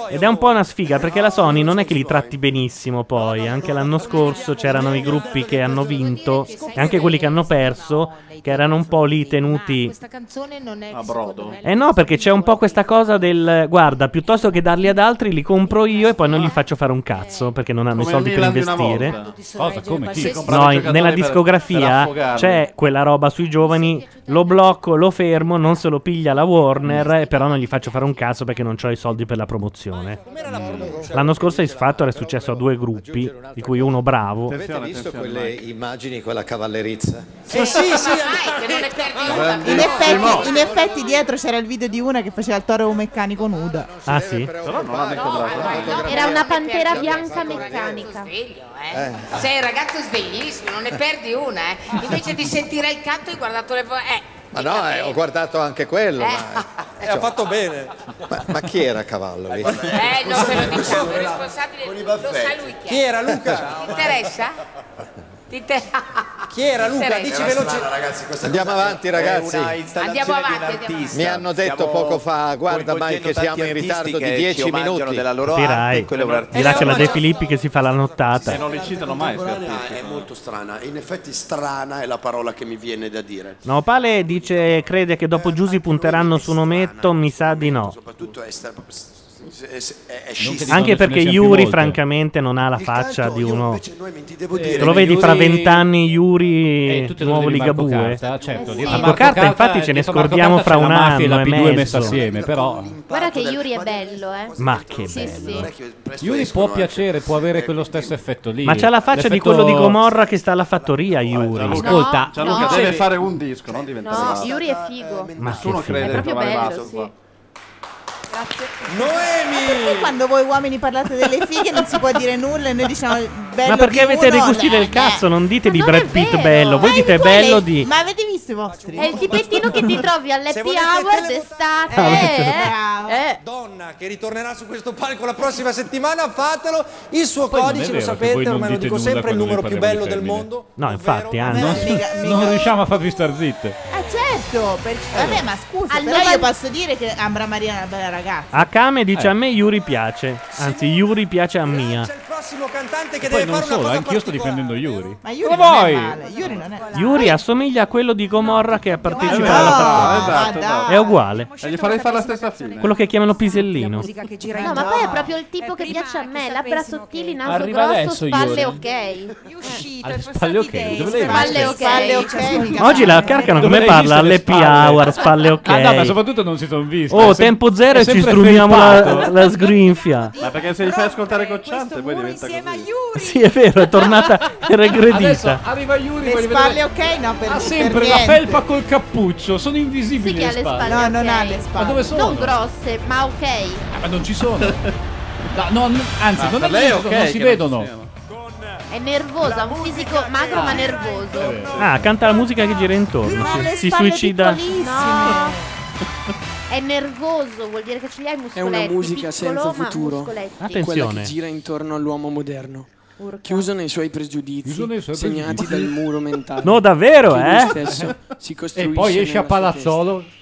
[SPEAKER 1] Ed è un po' una sfiga perché la Sony non è che li tratti benissimo poi, anche l'anno scorso c'erano i gruppi che hanno vinto e anche quelli che hanno perso, che erano un po' lì tenuti
[SPEAKER 9] Questa canzone non è
[SPEAKER 6] a brodo.
[SPEAKER 1] Eh no, perché c'è un po' questa cosa del eh, guarda, piuttosto che darli ad altri li compro io e poi non gli faccio fare un cazzo perché non hanno
[SPEAKER 6] Come
[SPEAKER 1] i soldi
[SPEAKER 6] il
[SPEAKER 1] per
[SPEAKER 6] Milan di una
[SPEAKER 1] investire.
[SPEAKER 6] volta. Cosa? Come? Chi? Comprare
[SPEAKER 1] Eh? No,
[SPEAKER 6] i
[SPEAKER 1] in-
[SPEAKER 6] giocatori
[SPEAKER 1] nella
[SPEAKER 6] per- per
[SPEAKER 1] discografia
[SPEAKER 6] affogarli.
[SPEAKER 1] c'è quella roba sui giovani, lo blocco, lo fermo, non se lo piglia la Warner, eh, però non gli faccio fare un cazzo perché non ho i soldi per la promozione.
[SPEAKER 6] Mm.
[SPEAKER 1] L'anno scorso il fatto era successo a due gruppi, di cui uno bravo.
[SPEAKER 16] Avete visto quelle immagini, quella cavallerizza?
[SPEAKER 3] Sì, sì, sì. In effetti, in effetti dietro c'era il video di una che faceva il toro meccanico nuda.
[SPEAKER 1] Ah sì?
[SPEAKER 6] Però non l'hanno inquadrato.
[SPEAKER 4] Era una pantera bianca meccanica.
[SPEAKER 19] eh.
[SPEAKER 25] Eh.
[SPEAKER 16] Eh,
[SPEAKER 19] Sei un ragazzo sveglissimo, non ne perdi una, eh. Invece di sentire il canto hai guardato le voci. Eh,
[SPEAKER 16] Ma no, eh, ho guardato anche quello.
[SPEAKER 19] Eh.
[SPEAKER 16] Ma,
[SPEAKER 19] Eh,
[SPEAKER 16] ha
[SPEAKER 24] fatto bene.
[SPEAKER 16] Ma, ma chi era a cavallo lì?
[SPEAKER 19] eh, no, te lo diciamo, il responsabile lo sa lui chi è.
[SPEAKER 16] Chi era, Luca?
[SPEAKER 19] Ti interessa? [LAUGHS] Ti inter-
[SPEAKER 24] Chi era
[SPEAKER 19] Ti
[SPEAKER 24] Luca?
[SPEAKER 19] interessa?
[SPEAKER 24] Dici veloce.
[SPEAKER 16] Andiamo avanti, ragazzi.
[SPEAKER 19] Andiamo avanti, andiamo avanti.
[SPEAKER 16] Mi hanno detto
[SPEAKER 20] Stiamo
[SPEAKER 16] poco fa, guarda
[SPEAKER 20] coinvolgendo
[SPEAKER 16] Mike, che
[SPEAKER 20] tanti
[SPEAKER 16] siamo in ritardo
[SPEAKER 20] artisti
[SPEAKER 16] di
[SPEAKER 20] che
[SPEAKER 16] 10
[SPEAKER 20] ci omaggiano
[SPEAKER 16] minuti.
[SPEAKER 20] della
[SPEAKER 1] ah,
[SPEAKER 20] loro
[SPEAKER 1] Dirai, di là c'è la De Filippi che si fa la
[SPEAKER 6] E non
[SPEAKER 1] nottata.
[SPEAKER 6] li citano mai. questi
[SPEAKER 20] Contemporanea è molto strana, in effetti strana è la parola che mi viene da dire.
[SPEAKER 1] No, Pale dice, crede che dopo Giusy punteranno su un ometto, mi sa di no.
[SPEAKER 20] Soprattutto è, stra- è, è, è
[SPEAKER 1] Anche
[SPEAKER 20] scisma.
[SPEAKER 1] Anche perché Yuri, francamente, non ha la faccia di uno. Te lo vedi fra vent'anni, Yuri,
[SPEAKER 5] tutte le
[SPEAKER 1] nuovo
[SPEAKER 5] cose di Marco
[SPEAKER 1] Ligabue?
[SPEAKER 5] Carta, certo, dietro
[SPEAKER 1] Marco
[SPEAKER 5] Marco
[SPEAKER 1] Carta,
[SPEAKER 5] Carta,
[SPEAKER 1] infatti, ce ne
[SPEAKER 5] dietro Marco
[SPEAKER 1] scordiamo
[SPEAKER 5] Carta
[SPEAKER 1] fra
[SPEAKER 5] c'è
[SPEAKER 1] un
[SPEAKER 5] la mafia e
[SPEAKER 1] anno
[SPEAKER 5] la
[SPEAKER 1] e
[SPEAKER 5] P2
[SPEAKER 1] mezzo.
[SPEAKER 5] messa assieme, però.
[SPEAKER 4] Guarda che Yuri è bello, eh.
[SPEAKER 1] Ma che
[SPEAKER 4] Sì,
[SPEAKER 1] bello.
[SPEAKER 4] sì.
[SPEAKER 5] Yuri può piacere, può avere quello stesso effetto lì.
[SPEAKER 1] Ma c'ha la faccia di
[SPEAKER 5] L'effetto-
[SPEAKER 1] quello di Gomorra che sta alla fattoria, Yuri.
[SPEAKER 5] Ascolta,
[SPEAKER 6] Gianluca
[SPEAKER 5] no.
[SPEAKER 6] deve
[SPEAKER 5] Sì.
[SPEAKER 6] fare un disco, non diventare
[SPEAKER 4] No,
[SPEAKER 6] basta.
[SPEAKER 4] Yuri è figo.
[SPEAKER 1] Ma
[SPEAKER 6] Nessuno
[SPEAKER 1] che figo.
[SPEAKER 6] crede
[SPEAKER 1] È
[SPEAKER 6] di
[SPEAKER 1] proprio
[SPEAKER 6] trovare
[SPEAKER 4] bello,
[SPEAKER 6] Vaso
[SPEAKER 4] sì.
[SPEAKER 6] qua.
[SPEAKER 3] Ma perché quando voi uomini parlate delle fighe non si può dire nulla e noi diciamo bello
[SPEAKER 1] Ma perché
[SPEAKER 3] di
[SPEAKER 1] avete
[SPEAKER 3] uno,
[SPEAKER 1] dei gusti
[SPEAKER 3] beh,
[SPEAKER 1] del cazzo? Non dite di
[SPEAKER 3] non è
[SPEAKER 1] Brad Pitt
[SPEAKER 3] vero.
[SPEAKER 1] bello, voi
[SPEAKER 3] Ma
[SPEAKER 1] dite
[SPEAKER 3] in
[SPEAKER 1] bello
[SPEAKER 3] quale-
[SPEAKER 1] di.
[SPEAKER 3] Ma avete visto i vostri?
[SPEAKER 4] È il tipettino che ti trovi all'happy hour d'estate.
[SPEAKER 1] Ah,
[SPEAKER 4] eh,
[SPEAKER 1] beh.
[SPEAKER 4] eh, eh.
[SPEAKER 24] Donna che ritornerà su questo palco la prossima settimana, fatelo. Il suo
[SPEAKER 5] Poi non è
[SPEAKER 24] codice, lo
[SPEAKER 5] vero che voi
[SPEAKER 24] sapete,
[SPEAKER 5] non
[SPEAKER 24] ormai lo
[SPEAKER 5] dite
[SPEAKER 24] dico
[SPEAKER 5] nulla
[SPEAKER 24] sempre, è il
[SPEAKER 5] quando
[SPEAKER 24] numero
[SPEAKER 5] noi
[SPEAKER 24] più
[SPEAKER 5] parliamo
[SPEAKER 24] bello
[SPEAKER 5] di
[SPEAKER 24] del
[SPEAKER 5] femmine.
[SPEAKER 24] mondo.
[SPEAKER 1] No, infatti, anzi.
[SPEAKER 5] Non, non riusciamo a farvi star zitte.
[SPEAKER 3] Ah certo, per- vabbè ma scusa,
[SPEAKER 4] Allora-
[SPEAKER 3] però io posso dire che Ambra Maria è una bella ragazza.
[SPEAKER 1] Akame
[SPEAKER 5] Eh.
[SPEAKER 1] dice a me Yuri piace. Anzi, Yuri piace a Mia.
[SPEAKER 24] Prossimo cantante che
[SPEAKER 5] Poi
[SPEAKER 24] deve
[SPEAKER 5] non
[SPEAKER 24] fare una
[SPEAKER 5] solo,
[SPEAKER 24] cosa
[SPEAKER 5] anch'io sto difendendo Yuri.
[SPEAKER 3] Ma
[SPEAKER 24] Yuri
[SPEAKER 5] Come
[SPEAKER 24] non è
[SPEAKER 5] vuoi?
[SPEAKER 3] male, Yuri non è
[SPEAKER 1] Yuri assomiglia a quello di Gomorra che ha
[SPEAKER 5] Eh,
[SPEAKER 1] partecipato
[SPEAKER 3] no,
[SPEAKER 1] alla
[SPEAKER 5] esatto,
[SPEAKER 3] ma
[SPEAKER 1] partita.
[SPEAKER 3] dai.
[SPEAKER 1] È uguale.
[SPEAKER 6] E gli farei fare la stessa fine.
[SPEAKER 1] Quello che chiamano Pisellino.
[SPEAKER 25] che gira
[SPEAKER 4] No, ma
[SPEAKER 25] intorno.
[SPEAKER 4] poi è proprio il tipo che piace a me, labbra sottili, naso
[SPEAKER 1] Arriva
[SPEAKER 4] grosso,
[SPEAKER 1] adesso,
[SPEAKER 4] spalle
[SPEAKER 1] Iori.
[SPEAKER 4] ok. Riuscito,
[SPEAKER 5] Spalle ok. Dove le hai
[SPEAKER 4] Spalle
[SPEAKER 5] viste?
[SPEAKER 4] ok.
[SPEAKER 3] Spalle ok.
[SPEAKER 4] cioè,
[SPEAKER 1] Oggi la carcano
[SPEAKER 5] Dove
[SPEAKER 1] come
[SPEAKER 5] le hai
[SPEAKER 1] parla
[SPEAKER 5] viste le
[SPEAKER 1] all'happy
[SPEAKER 5] spalle?
[SPEAKER 1] hour, spalle ok.
[SPEAKER 5] Ah, no, ma soprattutto non si sono viste.
[SPEAKER 1] Oh,
[SPEAKER 5] È sem-
[SPEAKER 1] tempo zero
[SPEAKER 5] è
[SPEAKER 1] e ci
[SPEAKER 5] sempre
[SPEAKER 1] strumiamo la,
[SPEAKER 5] felpato.
[SPEAKER 1] la
[SPEAKER 6] [LAUGHS]
[SPEAKER 1] sgrinfia.
[SPEAKER 6] Ma perché se gli fai ascoltare cocciante poi diventa così.
[SPEAKER 1] Sì, è vero, è tornata è
[SPEAKER 5] Adesso ah,
[SPEAKER 1] regredita.
[SPEAKER 5] arriva Yuri,
[SPEAKER 3] Le
[SPEAKER 5] voglio
[SPEAKER 3] spalle
[SPEAKER 5] vedere.
[SPEAKER 3] ok? No, per
[SPEAKER 5] Ha
[SPEAKER 3] per
[SPEAKER 5] sempre la
[SPEAKER 3] niente.
[SPEAKER 5] felpa col cappuccio, sono invisibili
[SPEAKER 4] Sì, che ha le spalle.
[SPEAKER 3] No, non
[SPEAKER 4] ok.
[SPEAKER 3] ha le spalle.
[SPEAKER 5] Ma dove sono?
[SPEAKER 4] Non grosse, ma ok.
[SPEAKER 5] Ah, ma non ci sono. No, no, n- anzi,
[SPEAKER 6] Ah,
[SPEAKER 5] non
[SPEAKER 6] per lei
[SPEAKER 5] è che non
[SPEAKER 6] è
[SPEAKER 5] ci
[SPEAKER 6] ok
[SPEAKER 5] sono, non si
[SPEAKER 6] che
[SPEAKER 5] vedono.
[SPEAKER 6] non ci siano.
[SPEAKER 4] È nervosa, ha un fisico magro ma nervoso.
[SPEAKER 1] Ah, canta la musica che gira intorno.
[SPEAKER 4] Ha
[SPEAKER 1] sì.
[SPEAKER 4] le
[SPEAKER 1] Si
[SPEAKER 4] spalle
[SPEAKER 1] suicida.
[SPEAKER 4] piccolissime. No. È nervoso, vuol dire che ce li hai i
[SPEAKER 27] È
[SPEAKER 4] muscoletti.
[SPEAKER 27] una musica senza
[SPEAKER 4] piccolo, ma
[SPEAKER 27] futuro,
[SPEAKER 4] muscoletti.
[SPEAKER 27] quella che gira intorno all'uomo moderno, chiuso nei suoi pregiudizi, segnati dal muro mentale.
[SPEAKER 1] No, davvero,
[SPEAKER 27] che lui
[SPEAKER 1] eh?
[SPEAKER 27] stesso si costruisce
[SPEAKER 5] E poi esce a
[SPEAKER 27] nella sua
[SPEAKER 5] Palazzolo.
[SPEAKER 27] testa.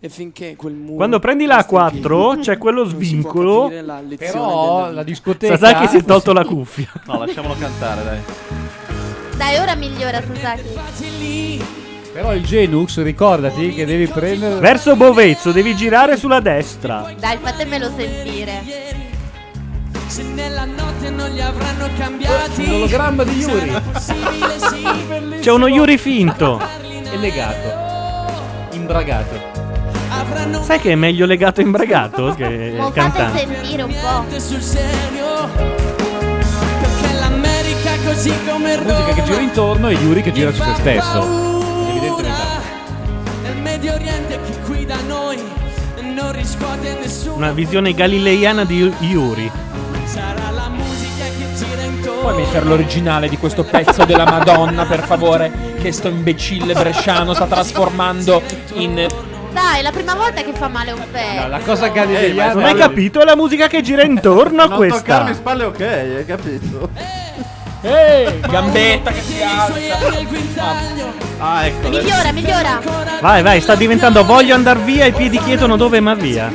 [SPEAKER 27] E finché quel muro
[SPEAKER 1] Quando prendi la
[SPEAKER 27] resta in
[SPEAKER 1] 4
[SPEAKER 27] piedi,
[SPEAKER 1] c'è quello
[SPEAKER 27] [LAUGHS] non si può
[SPEAKER 1] svincolo.
[SPEAKER 27] capire la lezione
[SPEAKER 5] Però
[SPEAKER 27] della
[SPEAKER 5] la
[SPEAKER 27] vita.
[SPEAKER 5] discoteca.
[SPEAKER 1] Sasaki
[SPEAKER 6] [LAUGHS]
[SPEAKER 1] si è tolto [LAUGHS] la cuffia.
[SPEAKER 6] No, lasciamolo cantare, dai.
[SPEAKER 4] Dai, ora migliora, Sasaki.
[SPEAKER 5] Però il Genux, ricordati che devi prendere.
[SPEAKER 1] Verso Bovezzo, devi girare sulla destra.
[SPEAKER 4] Dai, fatemelo sentire.
[SPEAKER 27] Se nella notte non li avranno
[SPEAKER 1] Eh,
[SPEAKER 27] cambiati,
[SPEAKER 5] L'ologramma di Yuri.
[SPEAKER 27] sarà possibile, sì,
[SPEAKER 1] C'è uno Yuri finto.
[SPEAKER 5] È legato. Imbragato.
[SPEAKER 1] Sai che è meglio legato imbragato che
[SPEAKER 4] Lo fate
[SPEAKER 1] cantante.
[SPEAKER 4] sentire un po'.
[SPEAKER 27] sul serio. Perché l'America così come
[SPEAKER 5] Musica che gira intorno e Yuri che gira su se stesso.
[SPEAKER 27] paura.
[SPEAKER 5] Evidentemente.
[SPEAKER 27] Nel Medio Oriente che qui da noi non
[SPEAKER 7] non riscuote nessuno.
[SPEAKER 1] Una visione galileiana di Yuri.
[SPEAKER 7] Sarà la musica che gira intorno.
[SPEAKER 2] Puoi mettere l'originale di questo pezzo della Madonna, per favore? Che sto imbecille bresciano sta trasformando in.
[SPEAKER 4] Dai, è la prima volta che fa male un pezzo.
[SPEAKER 2] La cosa Eh,
[SPEAKER 6] galileiana-
[SPEAKER 1] Non hai capito? È la musica che gira intorno a
[SPEAKER 6] non
[SPEAKER 1] questa.
[SPEAKER 6] toccarmi spalle ok, hai capito?
[SPEAKER 2] Ehi,
[SPEAKER 6] [LAUGHS]
[SPEAKER 2] gambetta che si
[SPEAKER 7] I suoi ali al guinzaglio.
[SPEAKER 6] Ah, ecco.
[SPEAKER 4] Migliora, migliora.
[SPEAKER 1] Vai, vai, sta diventando voglio andar via, i piedi chiedono dove ma via.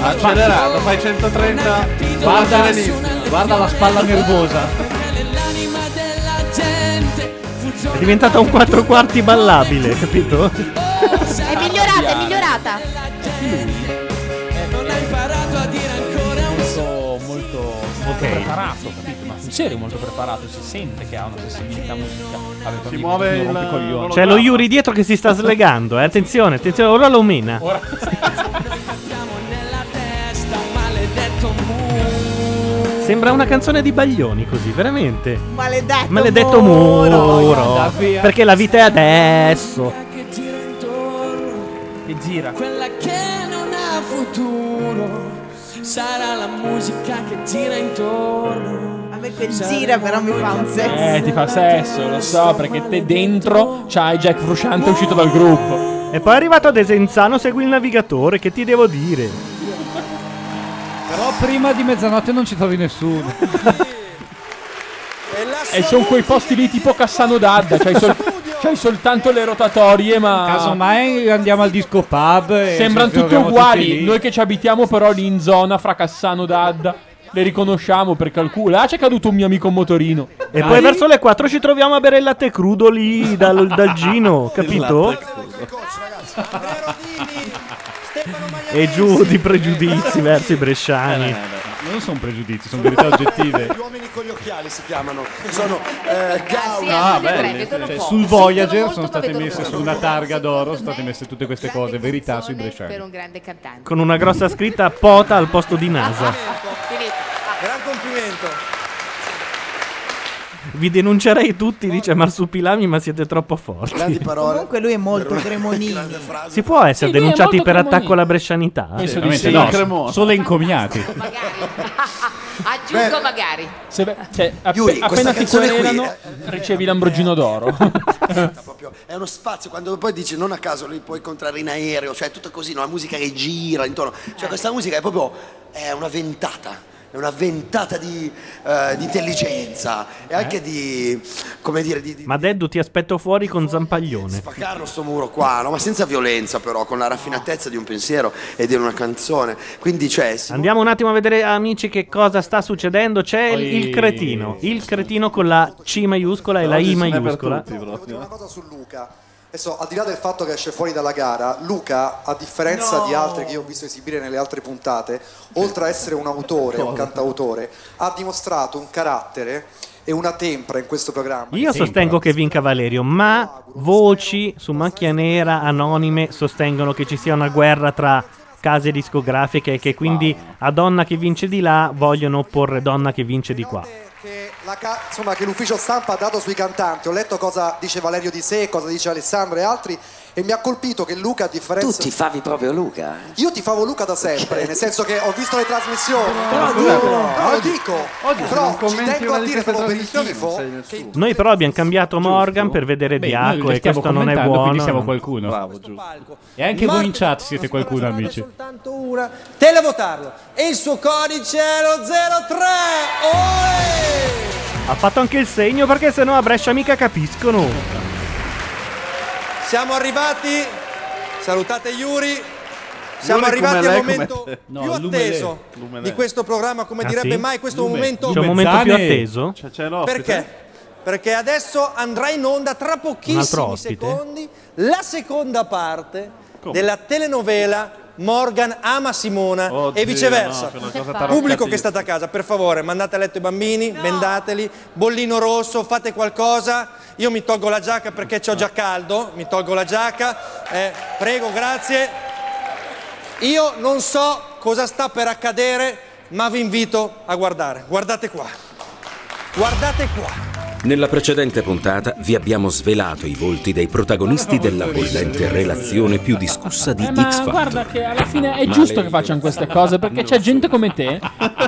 [SPEAKER 6] Accelerato, fai 130.
[SPEAKER 1] Guarda-
[SPEAKER 6] guarda la spalla nervosa.
[SPEAKER 1] È diventata un 4 quarti ballabile, capito?
[SPEAKER 4] È migliorata, è migliorata.
[SPEAKER 7] Non hai imparato a dire ancora un solo.
[SPEAKER 2] Molto, molto, molto
[SPEAKER 1] Ok.
[SPEAKER 2] preparato, capito? Ma sul serio molto preparato, si sente che ha una sensibilità musicale. Vabbè, poi mi-
[SPEAKER 6] muove
[SPEAKER 2] mi
[SPEAKER 6] il-
[SPEAKER 2] rompe i coglioni.
[SPEAKER 1] C'è lo Yuri dietro che si sta slegando, eh. Attenzione, attenzione, ora lo mena.
[SPEAKER 2] Ora [LAUGHS]
[SPEAKER 7] nella testa, maledetto muro.
[SPEAKER 1] Sembra una canzone di Baglioni così, veramente.
[SPEAKER 3] Maledetto,
[SPEAKER 1] Maledetto
[SPEAKER 3] muro.
[SPEAKER 1] muro. Perché la vita è adesso.
[SPEAKER 7] che gira intorno.
[SPEAKER 2] Che gira.
[SPEAKER 7] Quella che non ha futuro. Sarà la musica che gira intorno.
[SPEAKER 3] A me quel gira però mi fa un sesso.
[SPEAKER 2] Eh, ti fa sesso, lo so, perché te dentro c'hai Jack Frusciante uscito dal gruppo.
[SPEAKER 1] E poi è arrivato a Desenzano, segui il navigatore, che ti devo dire?
[SPEAKER 5] Però prima di mezzanotte non ci trovi nessuno.
[SPEAKER 2] E sono quei posti lì tipo Cassano d'Adda, c'hai, sol- c'hai soltanto le rotatorie, ma.
[SPEAKER 5] Casomai andiamo al disco pub. e
[SPEAKER 2] Sembrano
[SPEAKER 5] ci
[SPEAKER 2] tutti
[SPEAKER 5] troviamo
[SPEAKER 2] uguali.
[SPEAKER 5] lì.
[SPEAKER 2] Noi che ci abitiamo, però, lì in zona fra Cassano d'Adda, le riconosciamo perché alcune. Là c'è caduto un mio amico motorino.
[SPEAKER 1] E poi verso le 4 ci troviamo a bere il latte crudo lì dal, dal Gino, capito?
[SPEAKER 5] Esatto, ecco. Cioè,
[SPEAKER 1] E giù di pregiudizi verso i
[SPEAKER 5] Eh,
[SPEAKER 1] bresciani.
[SPEAKER 5] Non sono pregiudizi, sono
[SPEAKER 1] verità
[SPEAKER 20] Gli uomini con gli occhiali si chiamano. Sono eh, Gaudi.
[SPEAKER 5] Ah, beh, cioè, sul Voyager sono state messe su una targa d'oro, sono state messe tutte queste cose, verità sui
[SPEAKER 19] per
[SPEAKER 5] bresciani.
[SPEAKER 19] un grande cantante.
[SPEAKER 1] Con una grossa scritta pota al posto di
[SPEAKER 5] Ah,
[SPEAKER 1] NASA.
[SPEAKER 19] Finito.
[SPEAKER 24] Gran complimento.
[SPEAKER 1] Vi denuncerei tutti, dice Marsupilami, ma siete troppo forti.
[SPEAKER 3] Comunque lui è molto cremonino.
[SPEAKER 1] Si può essere
[SPEAKER 3] Sì, lui è
[SPEAKER 1] denunciati
[SPEAKER 3] molto
[SPEAKER 1] per
[SPEAKER 3] cremonino.
[SPEAKER 1] attacco alla brescianità?
[SPEAKER 2] Penso
[SPEAKER 5] di sì.
[SPEAKER 1] no,
[SPEAKER 5] No, Cremona.
[SPEAKER 1] solo encomiati.
[SPEAKER 19] Aggiungo magari.
[SPEAKER 2] Se beh, cioè, app-
[SPEAKER 20] Yuri,
[SPEAKER 2] appena
[SPEAKER 20] questa
[SPEAKER 2] ti
[SPEAKER 20] canzone qui,
[SPEAKER 2] querelano,
[SPEAKER 20] eh,
[SPEAKER 2] ricevi l'Ambrogino
[SPEAKER 20] [LAUGHS]
[SPEAKER 2] d'oro.
[SPEAKER 20] È uno spazio, quando poi dici non a caso li puoi incontrare in aereo, cioè è tutto così, no? la musica che gira intorno. Cioè questa musica è proprio è una ventata. È una ventata di, eh, di intelligenza e anche di, come dire, di, di
[SPEAKER 1] Ma Deddu ti aspetto fuori con Zampaglione.
[SPEAKER 20] spaccarlo sto muro qua, no? ma senza violenza però, con la raffinatezza di un pensiero e di una canzone. Quindi cioè, c'è... si-
[SPEAKER 1] Andiamo un attimo a vedere, amici, che cosa sta succedendo. C'è il,
[SPEAKER 20] Poi-
[SPEAKER 1] il cretino. Il cretino con la C maiuscola e la I maiuscola.
[SPEAKER 9] su Luca. Adesso, al di là del fatto che esce fuori dalla gara, Luca, a differenza di altri che io ho visto esibire nelle altre puntate, oltre a essere un autore, un
[SPEAKER 1] Cosa?
[SPEAKER 9] cantautore, ha dimostrato un carattere e una tempra in questo programma.
[SPEAKER 1] Io sostengo che vinca Valerio, ma voci su macchia nera anonime sostengono che ci sia una guerra tra case discografiche e che quindi a donna che vince di là vogliono opporre donna che vince di qua.
[SPEAKER 9] La ca- insomma, che l'ufficio stampa ha dato sui cantanti. Ho letto cosa dice Valerio di sé, cosa dice Alessandro e altri, e mi ha colpito che Luca, a differenza.
[SPEAKER 15] Tu ti favi proprio Luca. eh?
[SPEAKER 9] Io ti favo Luca da sempre, nel senso che ho visto le trasmissioni.
[SPEAKER 15] Però
[SPEAKER 9] No,
[SPEAKER 15] scusate,
[SPEAKER 9] no, lo
[SPEAKER 15] oggi-
[SPEAKER 9] dico,
[SPEAKER 15] oggi se
[SPEAKER 9] però
[SPEAKER 15] non
[SPEAKER 9] ci
[SPEAKER 15] commenti
[SPEAKER 9] tengo
[SPEAKER 15] una
[SPEAKER 9] a
[SPEAKER 15] di
[SPEAKER 9] dire
[SPEAKER 15] queste
[SPEAKER 9] come
[SPEAKER 15] trasmissioni
[SPEAKER 9] obiettivo che
[SPEAKER 1] Noi però abbiamo cambiato Morgan per vedere
[SPEAKER 5] Beh, noi
[SPEAKER 1] Diaco
[SPEAKER 5] le
[SPEAKER 1] e
[SPEAKER 5] stiamo
[SPEAKER 1] questo non è
[SPEAKER 5] commentando,
[SPEAKER 1] buono.
[SPEAKER 5] Quindi siamo qualcuno. E anche voi in chat siete qualcuno, amici.
[SPEAKER 24] Tanto una. Televotarlo. E il suo codice è lo 03. Oe!
[SPEAKER 1] Ha fatto anche il segno perché sennò a Brescia mica capiscono.
[SPEAKER 24] Siamo arrivati. Salutate Yuri. Siamo
[SPEAKER 1] Yuri come
[SPEAKER 24] arrivati al
[SPEAKER 1] lei,
[SPEAKER 24] momento
[SPEAKER 1] come te. No,
[SPEAKER 24] più
[SPEAKER 1] lume
[SPEAKER 24] atteso
[SPEAKER 1] lei, lume
[SPEAKER 24] di
[SPEAKER 1] lei.
[SPEAKER 24] questo programma, come
[SPEAKER 1] Ah,
[SPEAKER 24] direbbe
[SPEAKER 1] sì?
[SPEAKER 24] mai questo
[SPEAKER 1] Lume.
[SPEAKER 24] momento.
[SPEAKER 1] C'è un momento più atteso?
[SPEAKER 24] Perché? Perché adesso andrà in onda tra
[SPEAKER 1] Un altro
[SPEAKER 24] pochissimi
[SPEAKER 1] ospite?
[SPEAKER 24] secondi la seconda parte della telenovela Morgan ama Simona
[SPEAKER 1] Oh,
[SPEAKER 24] e
[SPEAKER 6] no,
[SPEAKER 24] viceversa.
[SPEAKER 6] quella cosa
[SPEAKER 24] Pubblico
[SPEAKER 6] taroccatina.
[SPEAKER 24] che state a casa, per favore, mandate a letto i bambini, bendateli, bollino rosso, fate qualcosa. Io mi tolgo la giacca perché ho già caldo, mi tolgo la giacca. Eh, prego, grazie. Io non so cosa sta per accadere, ma vi invito a guardare. Guardate qua. Guardate qua.
[SPEAKER 12] Nella precedente puntata vi abbiamo svelato i volti dei protagonisti della bollente relazione più discussa di
[SPEAKER 2] Eh,
[SPEAKER 12] X
[SPEAKER 2] ma
[SPEAKER 12] Factor.
[SPEAKER 2] guarda che alla fine è
[SPEAKER 12] Ma
[SPEAKER 2] giusto
[SPEAKER 12] lei-
[SPEAKER 2] che facciano queste cose perché c'è gente come te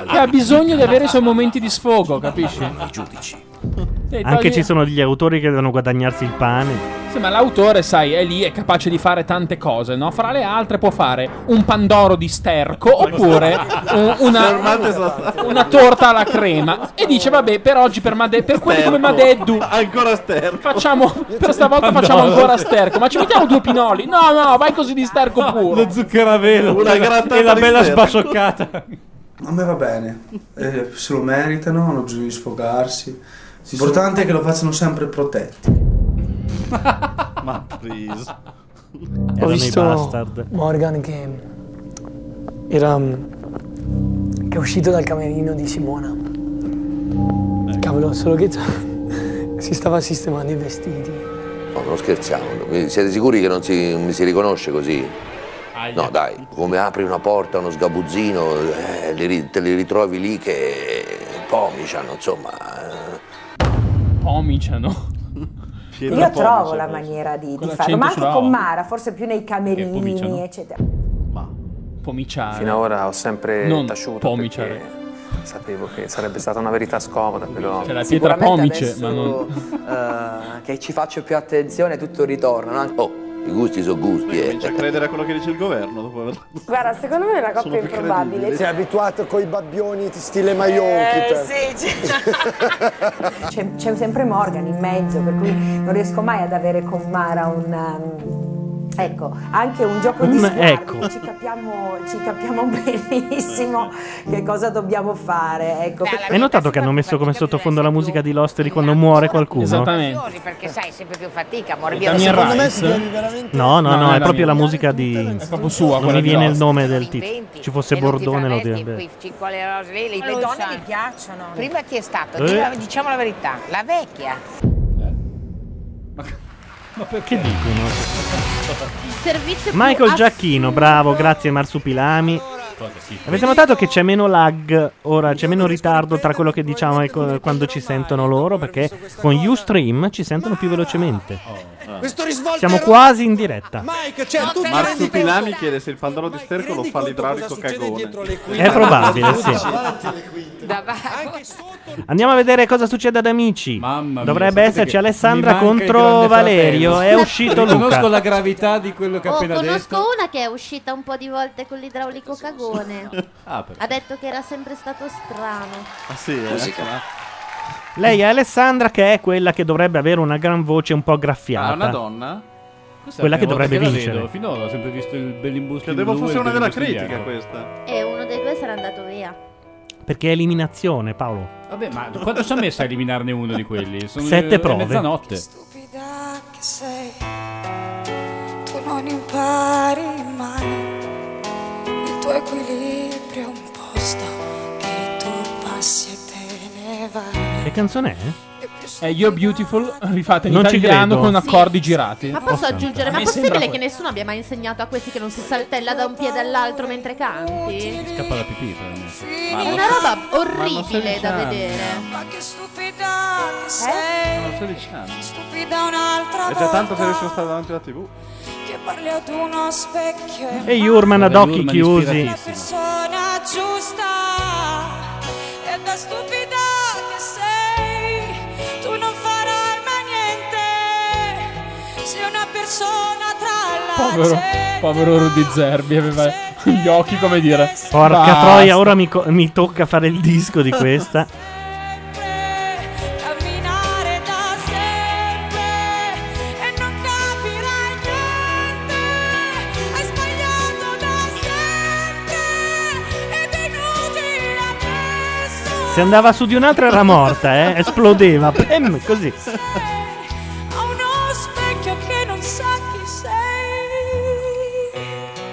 [SPEAKER 2] che ha bisogno di avere i suoi momenti di sfogo, capisci? I
[SPEAKER 12] giudici.
[SPEAKER 1] Anche ci sono degli autori che devono guadagnarsi il pane.
[SPEAKER 2] Sì, ma l'autore, sai, è lì, è capace di fare tante cose, no? Fra le altre può fare un pandoro di sterco oppure un- una,
[SPEAKER 24] Fermate sta-
[SPEAKER 2] una torta alla crema. E dice, vabbè, per oggi, per, Made- per quelli come
[SPEAKER 24] Sterco.
[SPEAKER 2] Madeddu...
[SPEAKER 24] [LAUGHS] Ancora sterco.
[SPEAKER 2] Facciamo, per stavolta
[SPEAKER 24] Pandoro.
[SPEAKER 2] facciamo ancora sterco. Ma ci mettiamo due pinoli? No, no, vai così di sterco puro. Lo
[SPEAKER 5] zuccheravelo. Una grattata E la di bella sterco. sbacioccata.
[SPEAKER 16] A me va bene, Eh, se lo meritano, hanno bisogno di sfogarsi. L'importante è che lo facciano sempre protetti.
[SPEAKER 6] Ma please.
[SPEAKER 7] Ho
[SPEAKER 16] Erano i
[SPEAKER 7] visto
[SPEAKER 16] bastard.
[SPEAKER 7] Morgan che era mm, che è uscito dal camerino di Simona. Cavolo, solo che [LAUGHS] si stava sistemando i vestiti.
[SPEAKER 8] No, non scherziamo. Mi- Siete sicuri che non si, mi si riconosce così? No, dai, come apri una porta, uno sgabuzzino, eh, li ri- te li ritrovi lì che pomiciano, insomma. eh.
[SPEAKER 2] Pomiciano.
[SPEAKER 9] Io trovo la maniera di, di
[SPEAKER 2] Con
[SPEAKER 9] farlo,
[SPEAKER 2] l'accento
[SPEAKER 9] ma anche
[SPEAKER 2] sulla O.
[SPEAKER 9] con Mara, forse più nei
[SPEAKER 2] pomicia,
[SPEAKER 9] camerini,
[SPEAKER 2] no?
[SPEAKER 9] eccetera.
[SPEAKER 2] Pomiciano.
[SPEAKER 9] Fino ad ora ho sempre
[SPEAKER 2] Non
[SPEAKER 9] taciuto perché sapevo che sarebbe stata una verità scomoda, però
[SPEAKER 2] C'è la pietra
[SPEAKER 9] Sicuramente
[SPEAKER 2] pomice,
[SPEAKER 9] adesso,
[SPEAKER 2] ma non...
[SPEAKER 9] eh, che ci faccio più attenzione tutto ritorna. no?
[SPEAKER 8] Oh, i gusti sono gusti, eh.
[SPEAKER 6] Comincia a credere a quello che dice il governo dopo aver...
[SPEAKER 9] Guarda, secondo me è una coppia improbabile. Eh,
[SPEAKER 43] Sei abituato coi babbioni ti stile Maionchi. te.
[SPEAKER 9] [LAUGHS] C'è, c'è sempre Morgan in mezzo, per cui non riesco mai ad avere con Mara un. um, ecco, anche un gioco di
[SPEAKER 1] Un
[SPEAKER 9] sguardi.
[SPEAKER 1] ecco.
[SPEAKER 9] [LAUGHS] Ci, capiamo, ci capiamo
[SPEAKER 1] [LAUGHS]
[SPEAKER 9] benissimo che cosa dobbiamo fare. Ecco.
[SPEAKER 1] Hai notato che hanno messo come sottofondo la musica di Lostery quando muore qualcuno?
[SPEAKER 19] Così, perché sai, sempre più fatica, morbido.
[SPEAKER 1] Damien Rice? No, no,
[SPEAKER 2] No,
[SPEAKER 1] no,
[SPEAKER 2] non
[SPEAKER 1] è
[SPEAKER 2] è
[SPEAKER 1] proprio
[SPEAKER 2] Damien.
[SPEAKER 1] la musica di. È
[SPEAKER 2] proprio sua,
[SPEAKER 1] Non mi
[SPEAKER 2] quella di
[SPEAKER 1] viene il
[SPEAKER 2] Lost.
[SPEAKER 1] nome del titolo. Ci fosse Bordone lo direbbe.
[SPEAKER 19] le, le donne mi piacciono. Prima chi è stato?
[SPEAKER 1] Eh?
[SPEAKER 19] Dilla- Diciamo la verità, la vecchia.
[SPEAKER 1] [LAUGHS] Ma perché dicono?
[SPEAKER 4] Il servizio più
[SPEAKER 1] Michael
[SPEAKER 4] ass-
[SPEAKER 1] Giacchino, bravo, grazie Marsupilami. Avete notato che c'è meno lag ora, c'è meno ritardo tra quello che diciamo e co- quando ci sentono loro? Perché con Ustream ci sentono più velocemente.
[SPEAKER 24] Questo risvolto
[SPEAKER 1] Siamo
[SPEAKER 24] ero-
[SPEAKER 1] quasi in diretta.
[SPEAKER 24] Mike, cioè, tu ti rendi
[SPEAKER 6] Marsupilami chiede se il pandoro di sterco lo fa l'idraulico cagone.
[SPEAKER 1] È probabile, sì. Andiamo a vedere cosa succede ad amici. Dovrebbe
[SPEAKER 5] sapete
[SPEAKER 1] esserci
[SPEAKER 5] che
[SPEAKER 1] Alessandra
[SPEAKER 5] mi manca il
[SPEAKER 1] contro
[SPEAKER 5] Grande
[SPEAKER 1] Valerio. È
[SPEAKER 5] [LAUGHS] Fratello.
[SPEAKER 1] uscito
[SPEAKER 5] Riconosco
[SPEAKER 1] Luca.
[SPEAKER 5] la gravità di quello che ha
[SPEAKER 4] Oh,
[SPEAKER 5] appena
[SPEAKER 4] conosco
[SPEAKER 5] detto.
[SPEAKER 4] una che è uscita un po' di volte con l'idraulico cagone.
[SPEAKER 5] [LAUGHS] Ah,
[SPEAKER 4] Ha detto che era sempre stato strano.
[SPEAKER 6] Ah sì, eh.
[SPEAKER 1] Lei è Alessandra, che è quella che dovrebbe avere una gran voce un po' graffiata.
[SPEAKER 5] Ah, una donna? Questa è
[SPEAKER 1] Quella
[SPEAKER 5] la
[SPEAKER 1] che
[SPEAKER 5] prima
[SPEAKER 1] dovrebbe
[SPEAKER 5] volta la
[SPEAKER 1] vincere.
[SPEAKER 5] vedo. Finora ho sempre visto il Bellimbusti
[SPEAKER 6] Credevo
[SPEAKER 5] in blu
[SPEAKER 6] fosse
[SPEAKER 5] e
[SPEAKER 6] una
[SPEAKER 5] il
[SPEAKER 6] della
[SPEAKER 5] Bellimbusti in
[SPEAKER 6] critica
[SPEAKER 5] bianco.
[SPEAKER 6] questa.
[SPEAKER 4] E uno dei due sarà andato via.
[SPEAKER 1] Perché è eliminazione, Paolo.
[SPEAKER 5] Vabbè, ma quanto ci ha messo a eliminarne uno di
[SPEAKER 1] [LAUGHS]
[SPEAKER 5] quelli? Sono
[SPEAKER 1] Sette
[SPEAKER 5] le- è
[SPEAKER 1] prove.
[SPEAKER 5] mezzanotte.
[SPEAKER 14] stupida che sei, tu non impari mai il tuo equilibrio è un posto che tu passi e te ne vai.
[SPEAKER 1] Che canzone
[SPEAKER 2] È You're Beautiful rifatta in
[SPEAKER 1] Non ci
[SPEAKER 2] italiano
[SPEAKER 1] credo.
[SPEAKER 2] con accordi girati.
[SPEAKER 4] Ma posso aggiungere, ma è possibile che
[SPEAKER 2] ne
[SPEAKER 4] nessuno abbia mai insegnato a questi che non si saltella da un piede all'altro mentre canti?
[SPEAKER 5] Scappa la pipì.
[SPEAKER 4] È
[SPEAKER 5] Ma
[SPEAKER 4] una
[SPEAKER 5] non- ma
[SPEAKER 4] roba
[SPEAKER 5] non sei
[SPEAKER 4] orribile da
[SPEAKER 5] anni.
[SPEAKER 4] vedere.
[SPEAKER 14] Ma che stupida che sei, Eh? stupida un'altra
[SPEAKER 6] È già tanto se
[SPEAKER 14] volta
[SPEAKER 6] riesco a stare davanti alla tv.
[SPEAKER 14] che parli ad uno specchio.
[SPEAKER 1] E Jurman ad occhi chiusi.
[SPEAKER 14] La persona giusta e da stupida che sei, tu non farai mai niente. Sei una persona tra la
[SPEAKER 2] Povero, povero Rudy Zerbi aveva [LAUGHS] gli occhi come dire.
[SPEAKER 1] Porca
[SPEAKER 2] "Basta".
[SPEAKER 1] troia, ora mi, co- mi tocca fare il disco di questa.
[SPEAKER 14] camminare da sempre e non capirai niente. Hai sbagliato da sempre ed è inutile adesso.
[SPEAKER 1] Se andava su di un'altra era morta, eh. Esplodeva. Pem, così.
[SPEAKER 14] a uno specchio che non sa chi sei.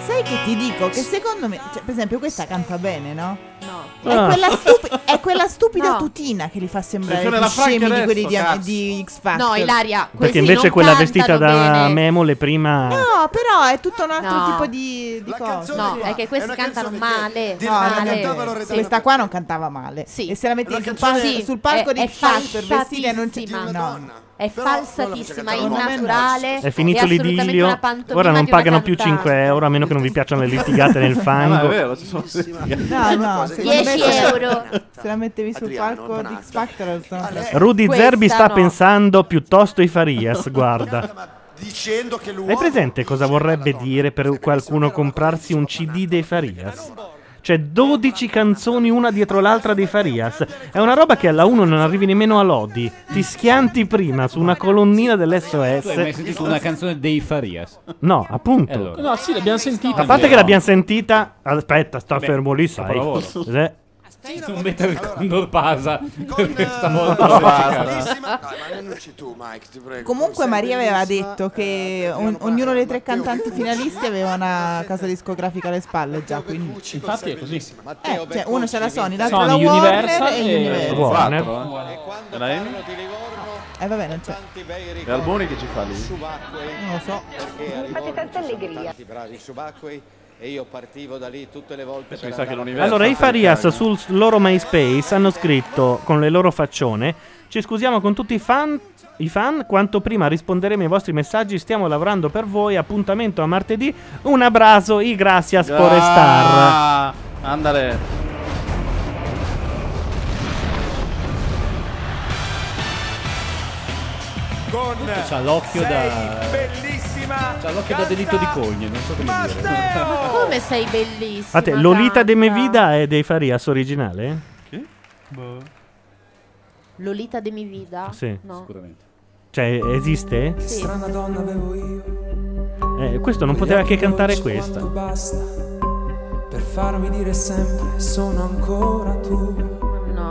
[SPEAKER 9] Sai che
[SPEAKER 3] ti dico che secondo me, cioè, per esempio, questa canta bene, no?
[SPEAKER 4] No.
[SPEAKER 3] È
[SPEAKER 16] Ah.
[SPEAKER 3] quella, stupi-
[SPEAKER 1] [LAUGHS]
[SPEAKER 3] è quella stupida
[SPEAKER 4] No.
[SPEAKER 3] tutina che li fa sembrare
[SPEAKER 16] Attenzione,
[SPEAKER 3] più
[SPEAKER 16] la Franchi
[SPEAKER 3] scemi di quelli di,
[SPEAKER 16] adesso,
[SPEAKER 3] di X Factor.
[SPEAKER 4] No, Ilaria,
[SPEAKER 1] Perché invece quella vestita da Memo le prima.
[SPEAKER 3] No, però è tutto un altro
[SPEAKER 4] No.
[SPEAKER 3] tipo di, di cosa.
[SPEAKER 4] No, è che questi cantano male.
[SPEAKER 3] No,
[SPEAKER 4] male.
[SPEAKER 3] non cantava Loredana. questa qua non cantava male. E se la metti sul,
[SPEAKER 4] canzone-
[SPEAKER 3] palco-
[SPEAKER 4] Sì,
[SPEAKER 3] sul palco
[SPEAKER 4] è-
[SPEAKER 3] di
[SPEAKER 4] è
[SPEAKER 3] X Factor vestita non c'è
[SPEAKER 4] falsatissima.
[SPEAKER 3] no.
[SPEAKER 4] È falsatissima, è innaturale.
[SPEAKER 1] È finito
[SPEAKER 4] Eh, è assolutamente
[SPEAKER 1] l'idillio.
[SPEAKER 4] una pantomima
[SPEAKER 1] Ora non
[SPEAKER 4] di una
[SPEAKER 1] pagano più
[SPEAKER 4] cantante.
[SPEAKER 1] 5 euro a meno che non vi piacciono le litigate
[SPEAKER 2] [LAUGHS]
[SPEAKER 1] nel fango.
[SPEAKER 6] [LAUGHS] Ah, no, è vero, ci sono
[SPEAKER 3] No, no, secondo me
[SPEAKER 4] 10
[SPEAKER 3] se-
[SPEAKER 4] euro.
[SPEAKER 3] Se la mettevi sul palco di X Factor
[SPEAKER 4] Ah,
[SPEAKER 1] Eh, Rudy Zerbi sta pensando
[SPEAKER 3] pensando
[SPEAKER 1] piuttosto ai Farias, guarda.
[SPEAKER 20] Dicendo che l'uomo
[SPEAKER 1] Hai presente cosa vorrebbe dire per qualcuno comprarsi un CD dei Farias? Cioè 12 canzoni una dietro l'altra dei Farias. È una roba che alla 1 non arrivi nemmeno a Lodi. Ti schianti prima su una colonnina
[SPEAKER 5] Tu hai mai sentito una
[SPEAKER 1] dell'SOS.
[SPEAKER 5] canzone dei Farias?
[SPEAKER 1] No, appunto.
[SPEAKER 2] No, sì, l'abbiamo sentita.
[SPEAKER 1] A parte
[SPEAKER 5] Beh,
[SPEAKER 1] che
[SPEAKER 5] no.
[SPEAKER 1] l'abbiamo sentita, aspetta, sta
[SPEAKER 5] Beh,
[SPEAKER 1] fermo lì, sai.
[SPEAKER 5] capolavoro.
[SPEAKER 1] Eh,
[SPEAKER 5] Non mettere il Condor Pasa. [LAUGHS] Perché
[SPEAKER 6] eh,
[SPEAKER 20] No,
[SPEAKER 5] stavolta
[SPEAKER 20] no, ma annunci tu, Mike, ti prego.
[SPEAKER 3] Comunque Maria aveva
[SPEAKER 23] eh,
[SPEAKER 20] bellissima. Eh,
[SPEAKER 3] detto che on- ognuno dei tre cantanti finalisti aveva una casa discografica alle spalle già, quindi...
[SPEAKER 2] Infatti è così.
[SPEAKER 3] Eh, cioè, uno c'è la Sony, l'altro
[SPEAKER 2] Sony,
[SPEAKER 3] la Warner
[SPEAKER 2] Universal
[SPEAKER 3] e
[SPEAKER 2] e-
[SPEAKER 3] Universal.
[SPEAKER 2] Warner.
[SPEAKER 6] E la Amy?
[SPEAKER 3] Eh vabbè, non c'è.
[SPEAKER 6] E Alboni che ci fa lì?
[SPEAKER 3] Non lo so.
[SPEAKER 14] Fate tanta allegria.
[SPEAKER 17] Tanti bravi subacquei e io partivo da lì tutte le volte
[SPEAKER 6] Adesso mi sa che l'universo...
[SPEAKER 1] Allora, i
[SPEAKER 6] sta
[SPEAKER 1] Farias
[SPEAKER 6] cercando.
[SPEAKER 1] sul loro MySpace hanno scritto con le loro faccione: Ci scusiamo con tutti i fan. I fan, quanto prima risponderemo ai vostri messaggi, stiamo lavorando per voi. Appuntamento a martedì. Un abbraccio, i gracias por estar.
[SPEAKER 6] Ah, andale.
[SPEAKER 24] Con
[SPEAKER 5] C'ha l'occhio da-
[SPEAKER 24] bellissima
[SPEAKER 5] C'ha l'occhio da delitto di cogne, non so come dire. [LAUGHS]
[SPEAKER 4] Ma come sei bellissima?
[SPEAKER 1] A te, Lolita
[SPEAKER 4] canta.
[SPEAKER 1] de Mevida è dei Farias originale?
[SPEAKER 3] Boh.
[SPEAKER 4] Lolita de mi vida?
[SPEAKER 1] Sì.
[SPEAKER 4] No.
[SPEAKER 5] Sicuramente.
[SPEAKER 1] Cioè, esiste?
[SPEAKER 17] Che strana donna avevo io.
[SPEAKER 1] Eh, questo non poteva che cantare
[SPEAKER 17] questo
[SPEAKER 1] questa.
[SPEAKER 17] Basta per farmi dire sempre sono ancora tu.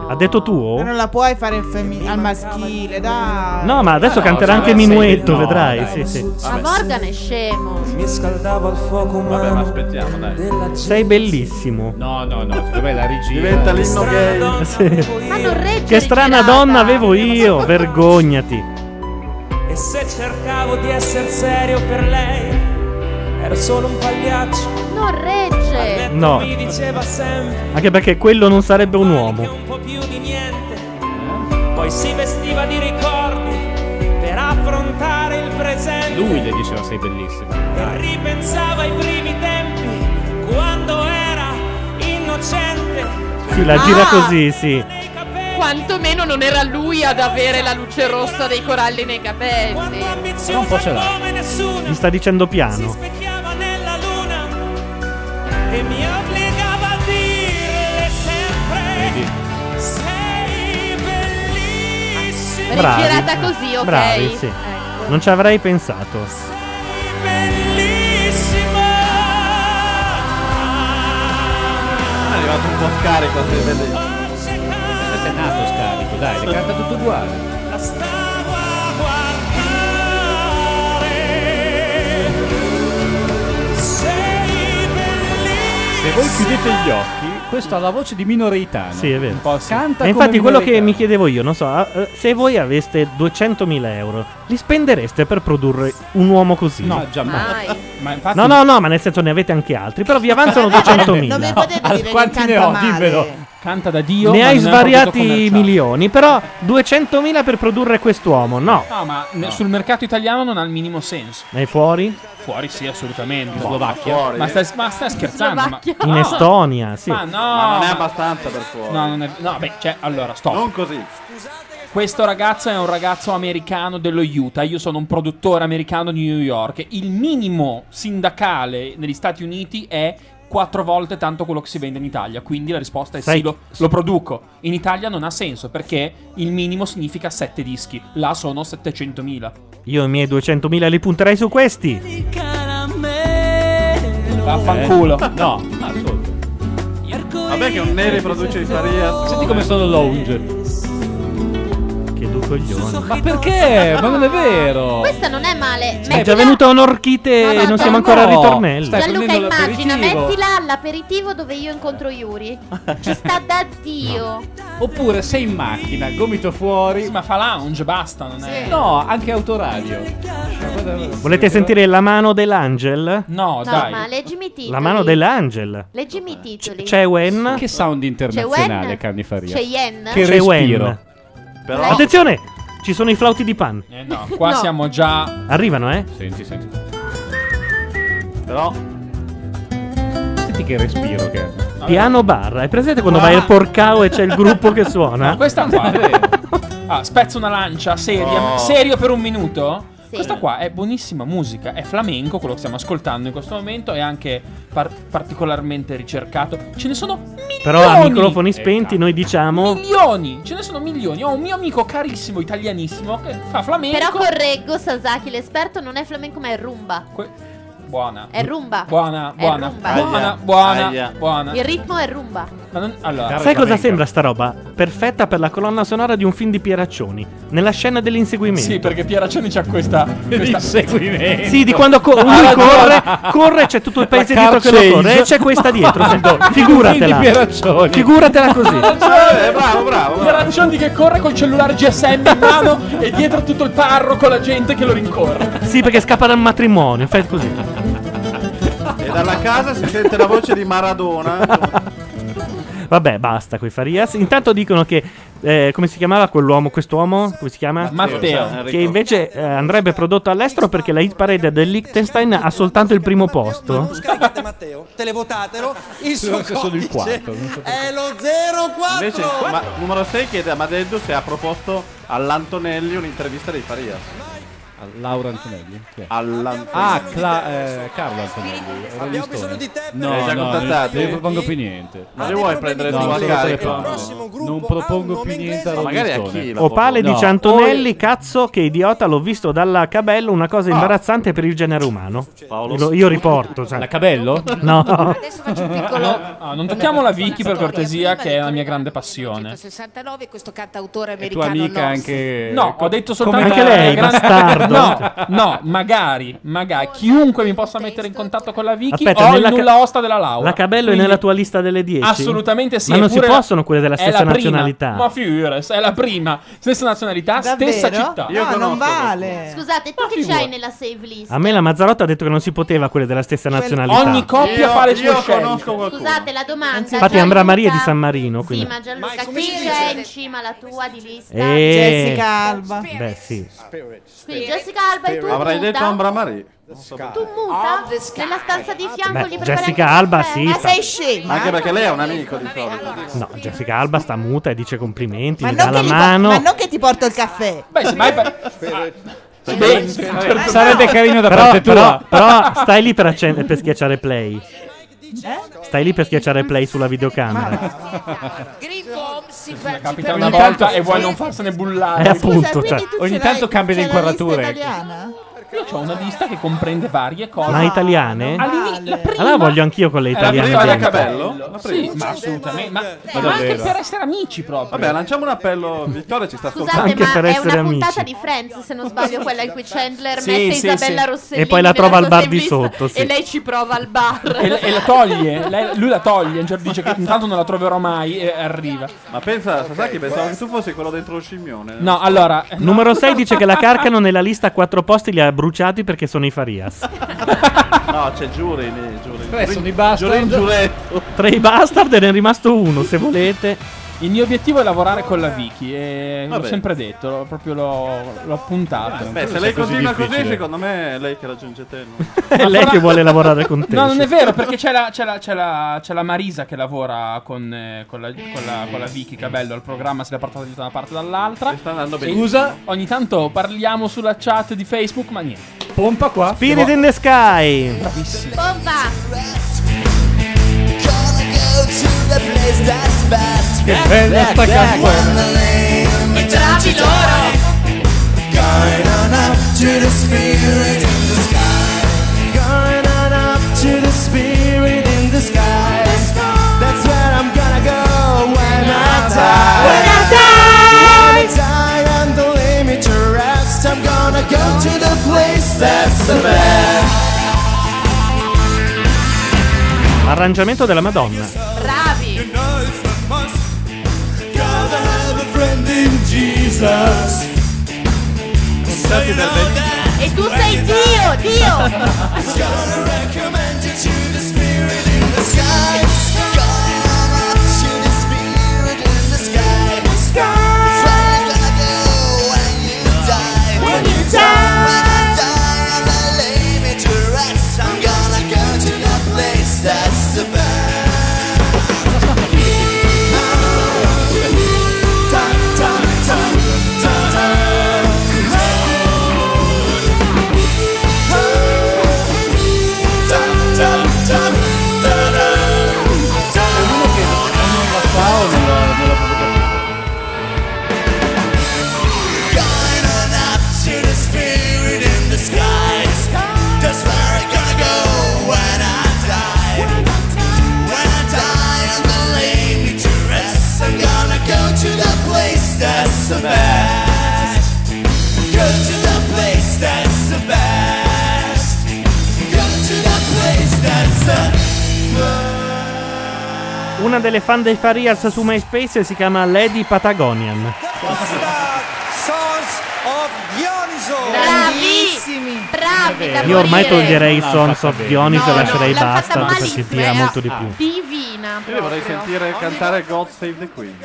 [SPEAKER 1] Ha detto
[SPEAKER 3] Ma
[SPEAKER 1] tuo?
[SPEAKER 3] non la puoi fare al, femmi- al maschile, dai.
[SPEAKER 1] No, ma adesso
[SPEAKER 17] Ah, no,
[SPEAKER 1] canterà
[SPEAKER 17] cioè,
[SPEAKER 1] anche
[SPEAKER 17] sei-
[SPEAKER 1] Minuetto,
[SPEAKER 17] no,
[SPEAKER 1] vedrai.
[SPEAKER 17] dai.
[SPEAKER 1] Sì, sì.
[SPEAKER 4] Ma Morgan è scemo.
[SPEAKER 17] Mi scaldavo al fuoco umano.
[SPEAKER 6] Vabbè, ma aspettiamo, dai.
[SPEAKER 1] Sei bellissimo.
[SPEAKER 5] No, no, no, secondo me la regina.
[SPEAKER 6] Diventa l'inno
[SPEAKER 1] [LAUGHS]
[SPEAKER 6] gay.
[SPEAKER 1] Sì.
[SPEAKER 4] Ma non regge
[SPEAKER 1] Che
[SPEAKER 4] le
[SPEAKER 1] strana
[SPEAKER 4] girate.
[SPEAKER 1] donna avevo io, vergognati.
[SPEAKER 17] E se cercavo di essere serio per lei, ero solo un pagliaccio.
[SPEAKER 4] Non regge.
[SPEAKER 1] No.
[SPEAKER 17] Mi diceva sempre
[SPEAKER 1] Anche perché quello non sarebbe un uomo.
[SPEAKER 17] un po' più di niente. Poi si vestiva di ricordi per affrontare il presente.
[SPEAKER 5] Lui le diceva sei bellissima.
[SPEAKER 17] E ripensava ai primi tempi, quando era innocente.
[SPEAKER 1] Sì, la gira così, sì.
[SPEAKER 23] Quantomeno non era lui ad avere la luce rossa dei coralli nei capelli.
[SPEAKER 1] Però un po' ce l'ha.
[SPEAKER 17] Come nessuno
[SPEAKER 1] Gli sta dicendo piano.
[SPEAKER 17] chiama nella luna e mi obbligava a dire sempre sei bellissima.
[SPEAKER 1] Bravi.
[SPEAKER 23] Rigirata così, ok.
[SPEAKER 1] Bravi, sì.
[SPEAKER 23] Ecco.
[SPEAKER 1] Non ci avrei pensato.
[SPEAKER 6] Ah, È arrivato un po' scarico, sei bellissimo.
[SPEAKER 5] Questo è nato scarico, dai, le canta tutto uguale.
[SPEAKER 17] La stavo a guardare. Sei bellissima.
[SPEAKER 5] Se voi chiudete gli occhi, questo ha la voce di Mino Reitano.
[SPEAKER 1] Sì, è vero.
[SPEAKER 5] Un po' canta
[SPEAKER 1] E
[SPEAKER 5] come
[SPEAKER 1] infatti
[SPEAKER 5] Mino
[SPEAKER 1] quello che
[SPEAKER 5] Reitano.
[SPEAKER 1] mi chiedevo io, non so, ah, eh, se voi aveste 200.000 euro, li spendereste per produrre un uomo così?
[SPEAKER 5] No, già mai. Ma infatti...
[SPEAKER 1] No, no, no, ma nel senso ne avete anche altri, però vi
[SPEAKER 2] [LAUGHS]
[SPEAKER 1] avanzano
[SPEAKER 5] Non mi
[SPEAKER 1] 200.000.
[SPEAKER 5] potete dire che Quanti ne canta ho? male. Dimmelo.
[SPEAKER 2] Canta da Dio.
[SPEAKER 1] Ne
[SPEAKER 2] ma
[SPEAKER 1] hai
[SPEAKER 2] non è un prodotto
[SPEAKER 1] svariati
[SPEAKER 2] commerciale.
[SPEAKER 1] milioni, però 200.000 per produrre quest'uomo, no.
[SPEAKER 2] No, ma ne-
[SPEAKER 1] No.
[SPEAKER 2] sul mercato italiano non ha il minimo senso.
[SPEAKER 1] Ne hai fuori?
[SPEAKER 2] Fuori sì, assolutamente. In
[SPEAKER 1] No,
[SPEAKER 2] Slovacchia.
[SPEAKER 1] fuori.
[SPEAKER 2] Ma stai, ma stai scherzando? Ma,
[SPEAKER 1] In
[SPEAKER 2] no.
[SPEAKER 1] Estonia, sì.
[SPEAKER 2] Ma no.
[SPEAKER 6] Ma non è abbastanza per fuori.
[SPEAKER 2] No, non è. No, beh, cioè, allora, stop.
[SPEAKER 6] Non così.
[SPEAKER 2] Questo ragazzo è un ragazzo americano dello Utah. Io sono un produttore americano di New York. Il minimo sindacale negli Stati Uniti è quattro volte tanto quello che si vende in Italia. Quindi la risposta è
[SPEAKER 1] Sai-
[SPEAKER 2] sì, lo, lo produco. In Italia non ha senso perché il minimo significa 7 dischi. Là sono 700.000.
[SPEAKER 1] Io i miei 200.000 li punterei su questi.
[SPEAKER 2] Vaffanculo.
[SPEAKER 5] Eh? No, ascolta.
[SPEAKER 6] Vabbè che un neri produce i Farias.
[SPEAKER 5] Senti come sono lounge.
[SPEAKER 1] Che du- coglione.
[SPEAKER 5] Ma perché? Ma non è vero.
[SPEAKER 4] Questa non è male.
[SPEAKER 1] È già
[SPEAKER 4] Mettila-
[SPEAKER 1] venuta un'orchite
[SPEAKER 4] No, no,
[SPEAKER 1] e non siamo
[SPEAKER 4] Gianluca-
[SPEAKER 1] ancora al ritornello.
[SPEAKER 4] Gianluca immagina, mettila all'aperitivo dove io incontro Yuri. Ci sta da Dio.
[SPEAKER 5] Oppure sei in macchina, gomito fuori. ma fa lounge, basta, non
[SPEAKER 4] è-
[SPEAKER 5] No, anche autoradio.
[SPEAKER 1] Volete sentire la mano dell'angel?
[SPEAKER 5] No,
[SPEAKER 4] no, ma leggimi i titoli.
[SPEAKER 1] La mano dell'angel.
[SPEAKER 4] Leggimi i titoli.
[SPEAKER 1] C'è Wen.
[SPEAKER 5] Che sound
[SPEAKER 4] internazionale, Wen?
[SPEAKER 5] Canni Faria.
[SPEAKER 4] C'è Yen?
[SPEAKER 5] Che
[SPEAKER 1] C'è Wen.
[SPEAKER 5] respiro.
[SPEAKER 1] Però- Attenzione! Ci sono i flauti di pan.
[SPEAKER 2] Eh no, qua
[SPEAKER 4] No.
[SPEAKER 2] siamo già.
[SPEAKER 1] Arrivano, eh?
[SPEAKER 5] Senti, senti. Però. Senti che respiro che è.
[SPEAKER 1] Piano barra. È presente quando vai al porcao e c'è il gruppo che suona?
[SPEAKER 2] Questa
[SPEAKER 5] [LAUGHS]
[SPEAKER 2] qua è vero. Ah, spezzo una lancia, seria,
[SPEAKER 1] No.
[SPEAKER 2] serio per un minuto. Questa qua è buonissima musica, è flamenco, quello che stiamo ascoltando in questo momento, è anche par- particolarmente ricercato. Ce ne sono milioni!
[SPEAKER 1] Però a microfoni spenti noi diciamo...
[SPEAKER 2] Eh, Milioni, ce ne sono milioni. Ho un mio amico carissimo italianissimo che fa flamenco.
[SPEAKER 4] Però correggo, Sasaki, l'esperto non è flamenco ma è rumba.
[SPEAKER 2] Buona.
[SPEAKER 4] È rumba.
[SPEAKER 2] Buona,
[SPEAKER 4] È
[SPEAKER 2] buona, buona,
[SPEAKER 4] rumba. Aia,
[SPEAKER 2] buona,
[SPEAKER 1] aia.
[SPEAKER 2] buona.
[SPEAKER 4] Il ritmo è rumba.
[SPEAKER 2] Ma non- allora,
[SPEAKER 1] Sai cosa sembra sta roba? Perfetta per la colonna sonora di un film di Pieraccioni. Nella scena dell'inseguimento.
[SPEAKER 2] Sì, perché Pieraccioni c'ha questa. questa...
[SPEAKER 5] Inseguimento.
[SPEAKER 1] Sì, di quando co- lui
[SPEAKER 2] Ah,
[SPEAKER 1] corre,
[SPEAKER 2] no.
[SPEAKER 1] corre e c'è tutto il paese
[SPEAKER 2] La
[SPEAKER 1] dietro che lo
[SPEAKER 2] car
[SPEAKER 1] corre.
[SPEAKER 5] eh,
[SPEAKER 2] chase.
[SPEAKER 1] E c'è questa dietro.
[SPEAKER 2] Ma
[SPEAKER 1] cioè,
[SPEAKER 5] [LAUGHS]
[SPEAKER 2] no,
[SPEAKER 1] figuratela.
[SPEAKER 2] quindi Pieraccioni.
[SPEAKER 1] Figuratela così.
[SPEAKER 2] bravo, bravo. Pieraccioni che corre col cellulare GSM in mano e dietro tutto il parroco, la gente che lo rincorre.
[SPEAKER 1] Sì, perché scappa dal matrimonio. Fai così.
[SPEAKER 6] E dalla casa si sente la voce di Maradona.
[SPEAKER 1] Vabbè, basta coi Farias. Intanto dicono che. eh, come si chiamava quell'uomo? Quest'uomo? Come si chiama?
[SPEAKER 2] Matteo. Matteo.
[SPEAKER 1] Che invece eh, andrebbe prodotto all'estero perché la hit parade del Liechtenstein ha soltanto il primo posto.
[SPEAKER 24] Scaricate Matteo, televotatelo. Il suo
[SPEAKER 6] Sono solo il
[SPEAKER 24] codice
[SPEAKER 6] quarto, non so
[SPEAKER 3] Eh,
[SPEAKER 24] è lo 04.
[SPEAKER 6] Invece, ma- numero 6 chiede a Madeddu se ha proposto all'Antonelli un'intervista dei Farias.
[SPEAKER 5] Laura Antonelli?
[SPEAKER 6] All'Antonelli.
[SPEAKER 5] [LAUGHS] Ah, Cla- eh, Carlo Antonelli.
[SPEAKER 6] Abbiamo bisogno di te per-
[SPEAKER 5] No,
[SPEAKER 6] L'hai già
[SPEAKER 5] no,
[SPEAKER 6] contattato?
[SPEAKER 5] Non propongo più niente.
[SPEAKER 6] Ma li vuoi prendere
[SPEAKER 5] no,
[SPEAKER 6] tu a
[SPEAKER 5] solo
[SPEAKER 6] carico?
[SPEAKER 5] telefono.
[SPEAKER 6] Il prossimo
[SPEAKER 5] Non propongo più niente a
[SPEAKER 6] Ma magari a chi la
[SPEAKER 1] Opale
[SPEAKER 5] di
[SPEAKER 1] dice Antonelli, cazzo che idiota, l'ho visto dalla Cabello, una cosa imbarazzante per il genere umano. Lo- io riporto. cioè.
[SPEAKER 5] La Cabello?
[SPEAKER 2] [LAUGHS]
[SPEAKER 1] No.
[SPEAKER 2] No, no, Ah, non tocchiamo la Vicky per cortesia, che è la mia grande passione.
[SPEAKER 19] 69 questo cantautore
[SPEAKER 5] È tua
[SPEAKER 19] americano
[SPEAKER 5] amica
[SPEAKER 19] no.
[SPEAKER 5] anche.
[SPEAKER 2] No, ho detto soltanto
[SPEAKER 5] Come-
[SPEAKER 2] la grande- No, no, magari, magari chiunque mi possa mettere in contatto con la Vicky
[SPEAKER 1] Aspetta,
[SPEAKER 2] ho il
[SPEAKER 1] nella ca-
[SPEAKER 2] nulla osta della Laura.
[SPEAKER 1] La Cabello
[SPEAKER 2] Quindi-
[SPEAKER 1] è nella tua lista delle 10?
[SPEAKER 2] Assolutamente sì.
[SPEAKER 1] Ma non si
[SPEAKER 2] eppure
[SPEAKER 1] possono quelle della
[SPEAKER 2] è
[SPEAKER 1] stessa
[SPEAKER 2] la prima.
[SPEAKER 1] nazionalità.
[SPEAKER 2] Ma figurati, è la prima. Stessa nazionalità, stessa
[SPEAKER 3] Davvero?
[SPEAKER 2] città.
[SPEAKER 3] Io No, non conosco vale.
[SPEAKER 4] Scusate, tu che c'hai nella save list?
[SPEAKER 1] A me la Mazzarotta ha detto che non si poteva quelle della stessa nazionalità.
[SPEAKER 2] ogni coppia fa le sue scelte.
[SPEAKER 4] Scusate la domanda.
[SPEAKER 1] Infatti Ambra Maria è di San Marino,
[SPEAKER 4] Sì,
[SPEAKER 1] quindi.
[SPEAKER 4] ma Gianluca, chi c'è in cima alla tua di lista?
[SPEAKER 1] Eh.
[SPEAKER 3] Jessica Alba.
[SPEAKER 1] Beh, sì.
[SPEAKER 4] Quindi Jessica Alba e tu
[SPEAKER 6] Avrai
[SPEAKER 4] muta?
[SPEAKER 6] detto Ambra Marie.
[SPEAKER 4] Tu muta nella stanza di fianco
[SPEAKER 1] Beh,
[SPEAKER 4] lì per
[SPEAKER 1] Jessica Alba sì. sta-
[SPEAKER 3] scema?
[SPEAKER 6] Anche perché lei è un amico di solito.
[SPEAKER 1] No, Jessica Alba sta muta e dice complimenti,
[SPEAKER 3] Ma
[SPEAKER 1] mi
[SPEAKER 3] non,
[SPEAKER 1] dà
[SPEAKER 3] che
[SPEAKER 1] la
[SPEAKER 3] li po-
[SPEAKER 1] mano.
[SPEAKER 3] ma non che ti porto il caffè.
[SPEAKER 2] Beh, se mai
[SPEAKER 5] Sarebbe carino da
[SPEAKER 1] però,
[SPEAKER 5] parte tua.
[SPEAKER 1] però- però stai lì per, accen- per schiacciare play. Stai lì per schiacciare play sulla videocamera.
[SPEAKER 17] [LAUGHS]
[SPEAKER 19] Green Bomb si per-
[SPEAKER 2] Capita
[SPEAKER 19] ci
[SPEAKER 2] una
[SPEAKER 19] permette-
[SPEAKER 2] volta e vuoi non farsene bullare.
[SPEAKER 1] Eh, appunto, Scusa, cioè. quindi tu
[SPEAKER 5] Ogni
[SPEAKER 1] ce
[SPEAKER 5] tanto
[SPEAKER 1] l'hai-
[SPEAKER 5] cambia le
[SPEAKER 1] ce l'hai vista
[SPEAKER 5] inquadrature.
[SPEAKER 3] Italiana?
[SPEAKER 2] Io ho una lista che comprende varie cose.
[SPEAKER 1] Ma italiane?
[SPEAKER 2] All'ini- la prima
[SPEAKER 1] Allora voglio anch'io con le
[SPEAKER 2] era
[SPEAKER 1] italiane.
[SPEAKER 2] prima
[SPEAKER 1] dentro.
[SPEAKER 2] Cabello. Sì,
[SPEAKER 6] prima.
[SPEAKER 2] ma assolutamente. Ma, ma
[SPEAKER 6] Ma
[SPEAKER 2] anche
[SPEAKER 6] davvero?
[SPEAKER 2] per essere amici proprio.
[SPEAKER 6] Vabbè, lanciamo un appello. Vittoria ci sta
[SPEAKER 4] Scusate,
[SPEAKER 6] ascoltando.
[SPEAKER 4] ma è una puntata di Friends, se non sbaglio, quella in cui Chandler
[SPEAKER 6] Sì,
[SPEAKER 4] mette
[SPEAKER 6] sì,
[SPEAKER 4] Isabella
[SPEAKER 6] sì.
[SPEAKER 4] Rossellini.
[SPEAKER 1] E poi la trova
[SPEAKER 4] nella
[SPEAKER 1] al
[SPEAKER 4] sua
[SPEAKER 1] bar di
[SPEAKER 4] lista
[SPEAKER 1] sotto, sì.
[SPEAKER 4] E lei ci prova al bar.
[SPEAKER 2] E, e la toglie, lei- lui la toglie, un giorno dice che intanto non la troverò mai e arriva.
[SPEAKER 6] Ma pensa, Sasaki, pensavo che tu fossi quello dentro lo scimmione.
[SPEAKER 2] No, allora.
[SPEAKER 1] Numero 6 dice che la Carcano nella lista a quattro posti li ha bruciati perché sono i Farias.
[SPEAKER 6] No, c'è Giuri lì, Giuri.
[SPEAKER 5] Tre sono i
[SPEAKER 6] basta. Giuri
[SPEAKER 5] bastard.
[SPEAKER 6] in giuretto.
[SPEAKER 1] Ecco. Tra i bastard ne è rimasto uno, se volete.
[SPEAKER 2] Il mio obiettivo è lavorare con la Vicky e l'ho
[SPEAKER 6] Vabbè.
[SPEAKER 2] sempre detto, l'ho- proprio l'ho, l'ho puntato.
[SPEAKER 6] Beh, se lei continua così,
[SPEAKER 2] [LAUGHS]
[SPEAKER 6] secondo me è lei che raggiunge te. no?
[SPEAKER 1] È lei che vuole lavorare con te.
[SPEAKER 2] No, non è vero, perché c'è la, c'è la- c'è la- c'è la Marisa che lavora con, eh, con la, con, la, con la Vicky Cabello al programma, se l'ha portata da una parte e dall'altra.
[SPEAKER 6] Sta andando bene.
[SPEAKER 2] Scusa, ogni tanto parliamo sulla chat di Facebook, ma niente.
[SPEAKER 5] Pompa qua.
[SPEAKER 1] Spirit in the Sky.
[SPEAKER 2] Bravissimo.
[SPEAKER 4] Bomba!
[SPEAKER 5] Che bella sta canzone.
[SPEAKER 17] Bravi loro!
[SPEAKER 24] Going on up to the spirit in the sky. Going on up to the spirit in the sky. That's where I'm gonna go when I die. When I die, I'm the
[SPEAKER 1] Arrangiamento della Madonna.
[SPEAKER 44] Bravi!
[SPEAKER 16] Gotta have a friend in Jesus. [LAUGHS]
[SPEAKER 4] E tu sei Dio,
[SPEAKER 16] Dio!
[SPEAKER 7] That's the That's where I gotta go when I die. When I die, I'm gonna lay me to rest. I'm gonna go to the place that's the best. Go to the place that's the best. Go to the place that's the
[SPEAKER 1] Una delle fan dei Farias su MySpace si chiama Lady Patagonian.
[SPEAKER 24] Sons of Dioniso.
[SPEAKER 4] Bravissimi! Bravi! da
[SPEAKER 1] Io ormai
[SPEAKER 4] morire.
[SPEAKER 1] toglierei
[SPEAKER 6] No,
[SPEAKER 1] Sons
[SPEAKER 6] fatta
[SPEAKER 1] of
[SPEAKER 6] bene.
[SPEAKER 1] Dionis
[SPEAKER 6] No,
[SPEAKER 1] e
[SPEAKER 6] no,
[SPEAKER 1] lascerei
[SPEAKER 6] l'ha fatta
[SPEAKER 1] basta perché si
[SPEAKER 4] malissimo.
[SPEAKER 1] tira
[SPEAKER 4] Eh,
[SPEAKER 1] molto di
[SPEAKER 4] ah.
[SPEAKER 1] più.
[SPEAKER 4] Divina!
[SPEAKER 6] Io vorrei
[SPEAKER 4] proprio.
[SPEAKER 6] sentire cantare God Save the Queen.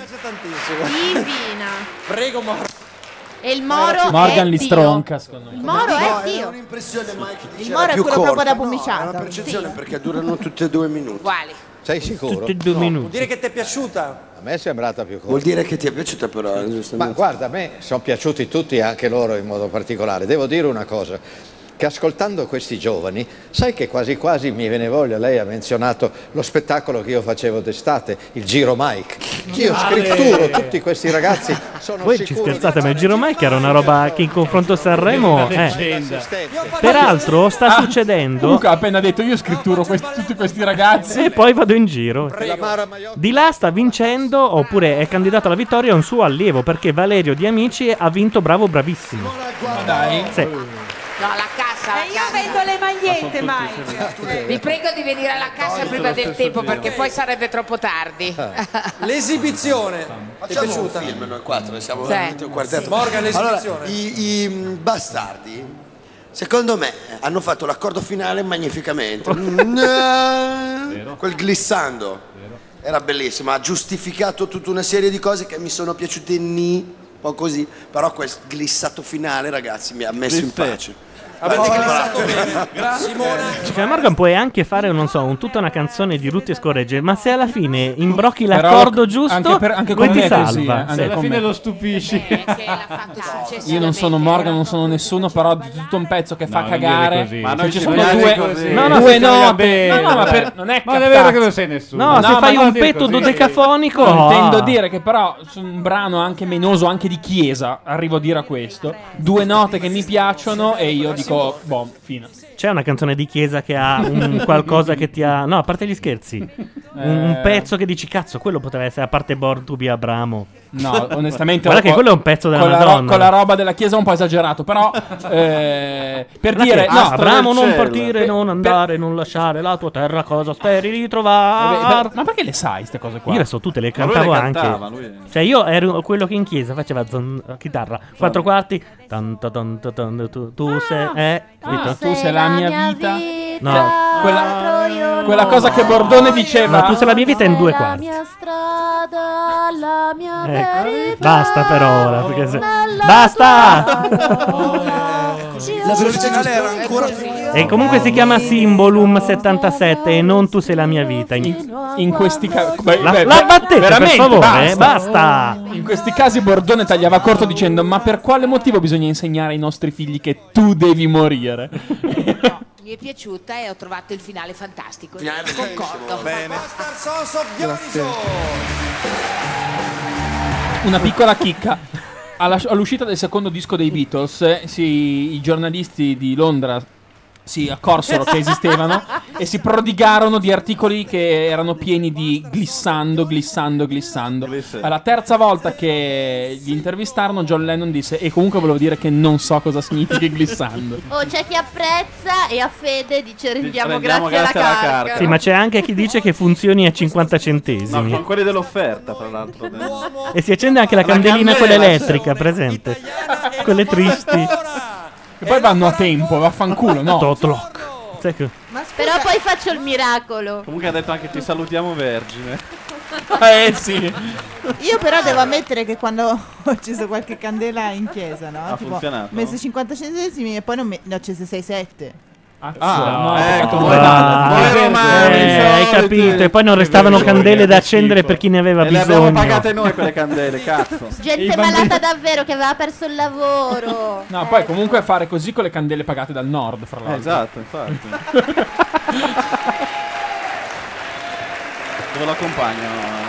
[SPEAKER 4] Divina!
[SPEAKER 24] Prego, Morgan.
[SPEAKER 4] E il Moro
[SPEAKER 2] Morgan
[SPEAKER 4] è
[SPEAKER 2] li
[SPEAKER 4] Dio.
[SPEAKER 2] stronca, secondo me.
[SPEAKER 4] Il Moro
[SPEAKER 8] No,
[SPEAKER 4] è
[SPEAKER 8] è
[SPEAKER 4] Dio!
[SPEAKER 8] un'impressione, Mike.
[SPEAKER 45] Il
[SPEAKER 8] dice,
[SPEAKER 45] Moro è
[SPEAKER 8] più
[SPEAKER 45] quello proprio da
[SPEAKER 8] corta.
[SPEAKER 45] pomiciata.
[SPEAKER 8] No, è una percezione
[SPEAKER 45] Sì.
[SPEAKER 8] perché durano tutte e due minuti. Uguali. Sei sicuro?
[SPEAKER 24] Tutti e due No. minuti. Vuol
[SPEAKER 8] dire
[SPEAKER 24] che ti è piaciuta?
[SPEAKER 25] A me è sembrata più corta.
[SPEAKER 8] Vuol dire che ti è piaciuta però, eh,
[SPEAKER 25] Ma
[SPEAKER 8] giustamente.
[SPEAKER 25] guarda, a me sono piaciuti tutti, anche loro in modo particolare. Devo dire una cosa, che ascoltando questi giovani, sai che quasi quasi mi viene voglia, lei ha menzionato lo spettacolo che io facevo d'estate, il Giro Mike. Io
[SPEAKER 1] Vale.
[SPEAKER 25] scritturo tutti questi ragazzi, sono
[SPEAKER 1] Voi ci
[SPEAKER 25] sicuro
[SPEAKER 1] scherzate, ma il Giro Mike era una roba che in confronto a Sanremo è. Peraltro sta succedendo.
[SPEAKER 2] Luca Ah. ha appena detto io scritturo questi- tutti questi ragazzi.
[SPEAKER 1] E poi vado in giro. Di là sta vincendo, oppure è candidato alla vittoria un suo allievo, perché Valerio Di Amici ha vinto bravo bravissimo.
[SPEAKER 2] Ma dai.
[SPEAKER 1] Sì.
[SPEAKER 19] No, la cassa.
[SPEAKER 46] E io vendo le magliette,
[SPEAKER 1] eh.
[SPEAKER 46] Mike.
[SPEAKER 19] Vi prego di venire alla cassa prima del tempo perché poi sarebbe troppo tardi.
[SPEAKER 1] Ah.
[SPEAKER 24] L'esibizione. Ti è
[SPEAKER 8] Facciamo un
[SPEAKER 24] piaciuta?
[SPEAKER 8] film noi quattro, siamo
[SPEAKER 19] Sì.
[SPEAKER 8] veramente un quartetto.
[SPEAKER 19] Sì. Morgan, l'esibizione.
[SPEAKER 8] Allora, i, i, mm, bastardi, secondo me, hanno fatto l'accordo finale magnificamente. Mm, eh, Quel glissando. Era bellissimo, ha giustificato tutta una serie di cose che mi sono piaciute ni, un po' così, però quel glissato finale, ragazzi, mi ha messo in
[SPEAKER 1] Glissè.
[SPEAKER 8] pace.
[SPEAKER 24] Avete
[SPEAKER 8] Guarda,
[SPEAKER 24] glissato
[SPEAKER 8] guarda.
[SPEAKER 24] bene.
[SPEAKER 8] [LAUGHS]
[SPEAKER 24] Grazie. Simona.
[SPEAKER 1] Cioè, Morgan puoi anche fare, non so, un- tutta una canzone di Rutti e Scorregge, ma se alla fine imbrocchi
[SPEAKER 2] Però
[SPEAKER 1] l'accordo giusto,
[SPEAKER 2] anche per- anche
[SPEAKER 1] lui
[SPEAKER 2] con
[SPEAKER 1] ti
[SPEAKER 2] me è
[SPEAKER 1] salva.
[SPEAKER 2] così, eh, anche
[SPEAKER 1] Sì.
[SPEAKER 2] con me.
[SPEAKER 5] lo stupisci. [LAUGHS]
[SPEAKER 2] Io non sono Morgan, non sono nessuno, però di tutto un pezzo che fa
[SPEAKER 5] non dire
[SPEAKER 2] cagare.
[SPEAKER 5] così.
[SPEAKER 2] Ma
[SPEAKER 5] Ma
[SPEAKER 2] noi
[SPEAKER 5] noi
[SPEAKER 2] ci
[SPEAKER 5] ci
[SPEAKER 2] sono
[SPEAKER 5] vogliamo
[SPEAKER 2] due,
[SPEAKER 5] dire così.
[SPEAKER 2] no, no,
[SPEAKER 5] Ma
[SPEAKER 2] due
[SPEAKER 5] si cambia
[SPEAKER 2] note.
[SPEAKER 5] bene.
[SPEAKER 2] No, no, ma per,
[SPEAKER 5] Dai.
[SPEAKER 2] non è
[SPEAKER 5] Ma non è
[SPEAKER 2] captazzo.
[SPEAKER 5] vero che non sei nessuno.
[SPEAKER 1] No, se
[SPEAKER 2] ma
[SPEAKER 1] fai
[SPEAKER 2] non
[SPEAKER 1] un
[SPEAKER 2] dire
[SPEAKER 1] petto
[SPEAKER 2] così.
[SPEAKER 1] dodecafonico,
[SPEAKER 2] No,
[SPEAKER 1] ah.
[SPEAKER 2] Intendo dire che però su un brano anche menoso, anche di chiesa, arrivo a dire a questo. Due note che mi piacciono e io dico, boh, fine.
[SPEAKER 1] C'è una canzone di chiesa che ha
[SPEAKER 2] [LAUGHS]
[SPEAKER 1] un qualcosa che ti ha. No, a parte gli scherzi. Un, un
[SPEAKER 2] Eh.
[SPEAKER 1] pezzo che dici, cazzo, quello poteva essere a parte Born to be Abramo. [LAUGHS]
[SPEAKER 2] No, onestamente
[SPEAKER 1] Guarda che
[SPEAKER 2] ho-
[SPEAKER 1] quello è un pezzo della
[SPEAKER 2] con la ro-
[SPEAKER 1] Madonna.
[SPEAKER 2] con la roba della chiesa è un po' esagerato, però eh, per
[SPEAKER 1] Guarda
[SPEAKER 2] dire
[SPEAKER 1] che-
[SPEAKER 2] no,
[SPEAKER 1] Abramo, non
[SPEAKER 2] partire
[SPEAKER 1] partire, non andare, non lasciare la tua terra, cosa speri di trovare?
[SPEAKER 2] ma perché le sai queste cose qua?
[SPEAKER 1] Io le so tutte, le
[SPEAKER 2] Ma lui
[SPEAKER 1] cantavo
[SPEAKER 2] le
[SPEAKER 1] anche.
[SPEAKER 2] cantava, lui-
[SPEAKER 1] Cioè, io ero quello che in chiesa faceva zon- eh, chitarra, quattro quarti. Tan, ta, tan, ta, tan, tu, tu
[SPEAKER 4] Ah,
[SPEAKER 1] sei. eh, capito?
[SPEAKER 2] tu sei la mia vita. Cioè,
[SPEAKER 1] No.
[SPEAKER 2] Quella, quella cosa che Bordone diceva.
[SPEAKER 1] Ma tu sei la mia vita in due
[SPEAKER 4] La
[SPEAKER 1] quarti.
[SPEAKER 4] mia strada, la mia verità.
[SPEAKER 1] Ecco. Basta per ora. perché se-
[SPEAKER 4] [LAUGHS]
[SPEAKER 1] Basta!
[SPEAKER 24] La originale era ancora più
[SPEAKER 1] E comunque si chiama Symbolum 77 e non tu sei la mia vita. In,
[SPEAKER 2] questi casi.
[SPEAKER 1] La,
[SPEAKER 2] beh,
[SPEAKER 1] la
[SPEAKER 2] beh,
[SPEAKER 1] battete per
[SPEAKER 2] veramente,
[SPEAKER 1] favore, eh,
[SPEAKER 2] basta.
[SPEAKER 1] basta.
[SPEAKER 2] In questi casi Bordone tagliava corto dicendo "Ma per quale motivo bisogna insegnare ai nostri figli che tu devi morire?"
[SPEAKER 19] Mi è piaciuta e ho trovato il finale fantastico. Concordo.
[SPEAKER 24] Bastard Sons of Dioniso.
[SPEAKER 2] Una piccola chicca. Alla- all'uscita del secondo disco dei Beatles, eh, si- i giornalisti di Londra si accorsero che esistevano e si prodigarono di articoli che erano pieni di glissando, glissando, glissando. Alla terza volta che gli intervistarono, John Lennon disse: E comunque volevo dire che non so cosa significhi glissando.
[SPEAKER 4] Oh, c'è chi apprezza e a fede dice rendiamo,
[SPEAKER 6] rendiamo
[SPEAKER 4] grazie,
[SPEAKER 6] grazie alla
[SPEAKER 4] alla carta.
[SPEAKER 6] carta.
[SPEAKER 1] Sì, ma c'è anche chi dice che funzioni a 50
[SPEAKER 6] No,
[SPEAKER 1] centesimi.
[SPEAKER 6] con quelli dell'offerta, tra l'altro. eh.
[SPEAKER 1] E si accende anche la candelina, quella
[SPEAKER 6] candela.
[SPEAKER 1] elettrica, presente? Quelle tristi.
[SPEAKER 2] E poi vanno a tempo, vaffanculo, no?
[SPEAKER 1] Totlock. Sai che-
[SPEAKER 4] Però poi faccio il miracolo.
[SPEAKER 6] Comunque ha detto anche ti salutiamo vergine. [LAUGHS]
[SPEAKER 2] eh sì.
[SPEAKER 3] Io però devo ammettere che quando [LAUGHS] ho acceso qualche candela in chiesa, no?
[SPEAKER 6] Ha funzionato?
[SPEAKER 3] Ho messo 50 centesimi e poi ne ho me- ne ho accese 6-7.
[SPEAKER 6] Ah,
[SPEAKER 3] Oh,
[SPEAKER 2] ecco,
[SPEAKER 1] Ah,
[SPEAKER 2] come tanto.
[SPEAKER 1] eh,
[SPEAKER 2] Povero Mario,
[SPEAKER 1] eh,
[SPEAKER 2] soldi.
[SPEAKER 1] hai capito. E poi non restavano
[SPEAKER 6] Che
[SPEAKER 1] candele da
[SPEAKER 6] vergogna,
[SPEAKER 1] accendere
[SPEAKER 6] schifo.
[SPEAKER 1] per chi ne aveva
[SPEAKER 6] E le abbiamo
[SPEAKER 1] bisogno.
[SPEAKER 6] pagate noi quelle candele, cazzo.
[SPEAKER 4] Gente malata davvero che aveva perso il
[SPEAKER 8] [LAUGHS]
[SPEAKER 4] lavoro.
[SPEAKER 2] No, poi comunque fare così con le candele pagate dal nord, fra l'altro.
[SPEAKER 6] esatto, infatti. Dove lo accompagnano?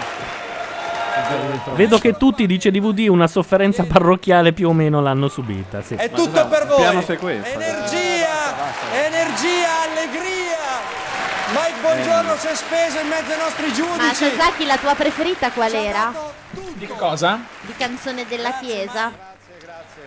[SPEAKER 1] Vedo che tutti, dice DVD, una sofferenza parrocchiale più o meno l'hanno subita. Sì.
[SPEAKER 24] È tutto per voi.
[SPEAKER 6] Piano sequenza.
[SPEAKER 8] Eh,
[SPEAKER 24] Energia, energia, allegria. Mike Buongiorno si è speso in mezzo ai nostri
[SPEAKER 4] Ma
[SPEAKER 24] giudici.
[SPEAKER 4] Sasaki, la tua preferita qual era?
[SPEAKER 2] Di che cosa?
[SPEAKER 4] Di canzone della chiesa?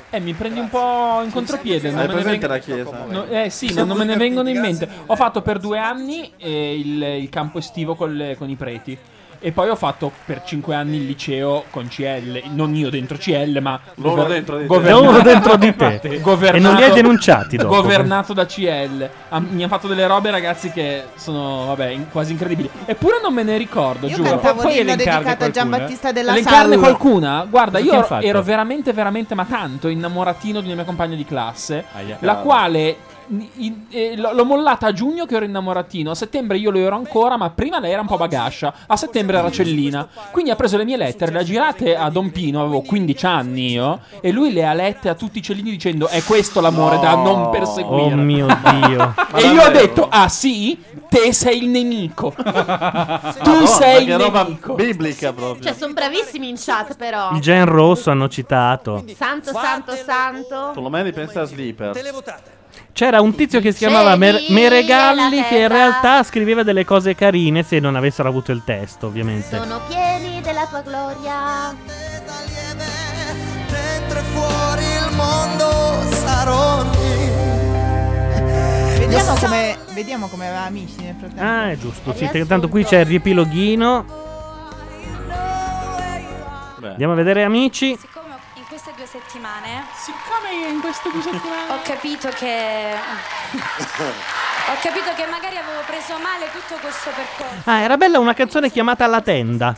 [SPEAKER 2] Eh, mi prendi un po' in contropiede. non
[SPEAKER 6] Hai
[SPEAKER 2] me ne
[SPEAKER 6] presente
[SPEAKER 2] vengo-
[SPEAKER 6] la chiesa?
[SPEAKER 2] No, eh sì, ma non me ne vengono in mente. Ho fatto per due anni eh, il, il campo estivo col- con, i preti. E poi ho fatto per cinque anni il liceo con CL. Non io dentro CL, ma
[SPEAKER 6] Loro dentro di te.
[SPEAKER 2] governato-
[SPEAKER 1] Loro dentro
[SPEAKER 2] [LAUGHS]
[SPEAKER 1] di te.
[SPEAKER 2] Infatti, governato-
[SPEAKER 1] E non li hai denunciati dopo.
[SPEAKER 2] Governato da CL. Ah, mi hanno fatto delle robe, ragazzi, che sono vabbè, in- quasi incredibili. Eppure non me ne ricordo,
[SPEAKER 3] Io
[SPEAKER 2] giuro.
[SPEAKER 3] cantavo
[SPEAKER 2] Puoi
[SPEAKER 3] l'inno
[SPEAKER 2] elencarne
[SPEAKER 3] dedicato a
[SPEAKER 2] qualcuna?
[SPEAKER 3] Giambattista della
[SPEAKER 2] Elencarne
[SPEAKER 3] Salle.
[SPEAKER 2] qualcuna? Guarda, io
[SPEAKER 3] Cosa ti hanno
[SPEAKER 2] ero-
[SPEAKER 3] fatto?
[SPEAKER 2] ero veramente, veramente, ma tanto innamoratino di una mia compagna di classe,
[SPEAKER 6] Aia,
[SPEAKER 2] la
[SPEAKER 6] cavolo.
[SPEAKER 2] quale in- in- eh, l'ho l'ho mollata a giugno che ero innamoratino, a settembre io lo ero ancora, ma prima lei era un po' bagascia, a settembre era Cellina. Quindi ha preso le mie lettere, le ha girate a Don Pino, avevo 15 anni io, e lui le ha lette a tutti i Cellini dicendo è questo l'amore da non perseguire.
[SPEAKER 1] Oh mio Dio.
[SPEAKER 2] [LAUGHS] e io ho detto, ah sì? Te sei il
[SPEAKER 6] [LAUGHS]
[SPEAKER 2] nemico. tu sei il
[SPEAKER 6] che roba
[SPEAKER 2] nemico.
[SPEAKER 6] biblica proprio.
[SPEAKER 4] Cioè, sono bravissimi in chat, però.
[SPEAKER 1] Il Gen Rosso hanno citato.
[SPEAKER 4] Santo, santo, santo.
[SPEAKER 6] Tolomei pensa a Sleeper.
[SPEAKER 1] C'era un tizio che si chiamava Mer-
[SPEAKER 4] Sì,
[SPEAKER 1] Meregalli
[SPEAKER 4] la
[SPEAKER 1] che in
[SPEAKER 4] vera.
[SPEAKER 1] realtà scriveva delle cose carine se non avessero avuto il testo, ovviamente.
[SPEAKER 4] Sono pieni della tua gloria.
[SPEAKER 7] fuori il mondo sarò lì.
[SPEAKER 3] Vediamo come, vediamo come va Amici nel frattempo.
[SPEAKER 1] Ah, è giusto, sì, te- tanto qui c'è il riepiloghino. Andiamo a vedere amici.
[SPEAKER 12] Siccome in queste due settimane.
[SPEAKER 2] Siccome in queste due settimane.
[SPEAKER 12] Ho capito che. Ho capito che magari avevo preso male tutto questo percorso.
[SPEAKER 1] Ah, era bella una canzone chiamata La tenda.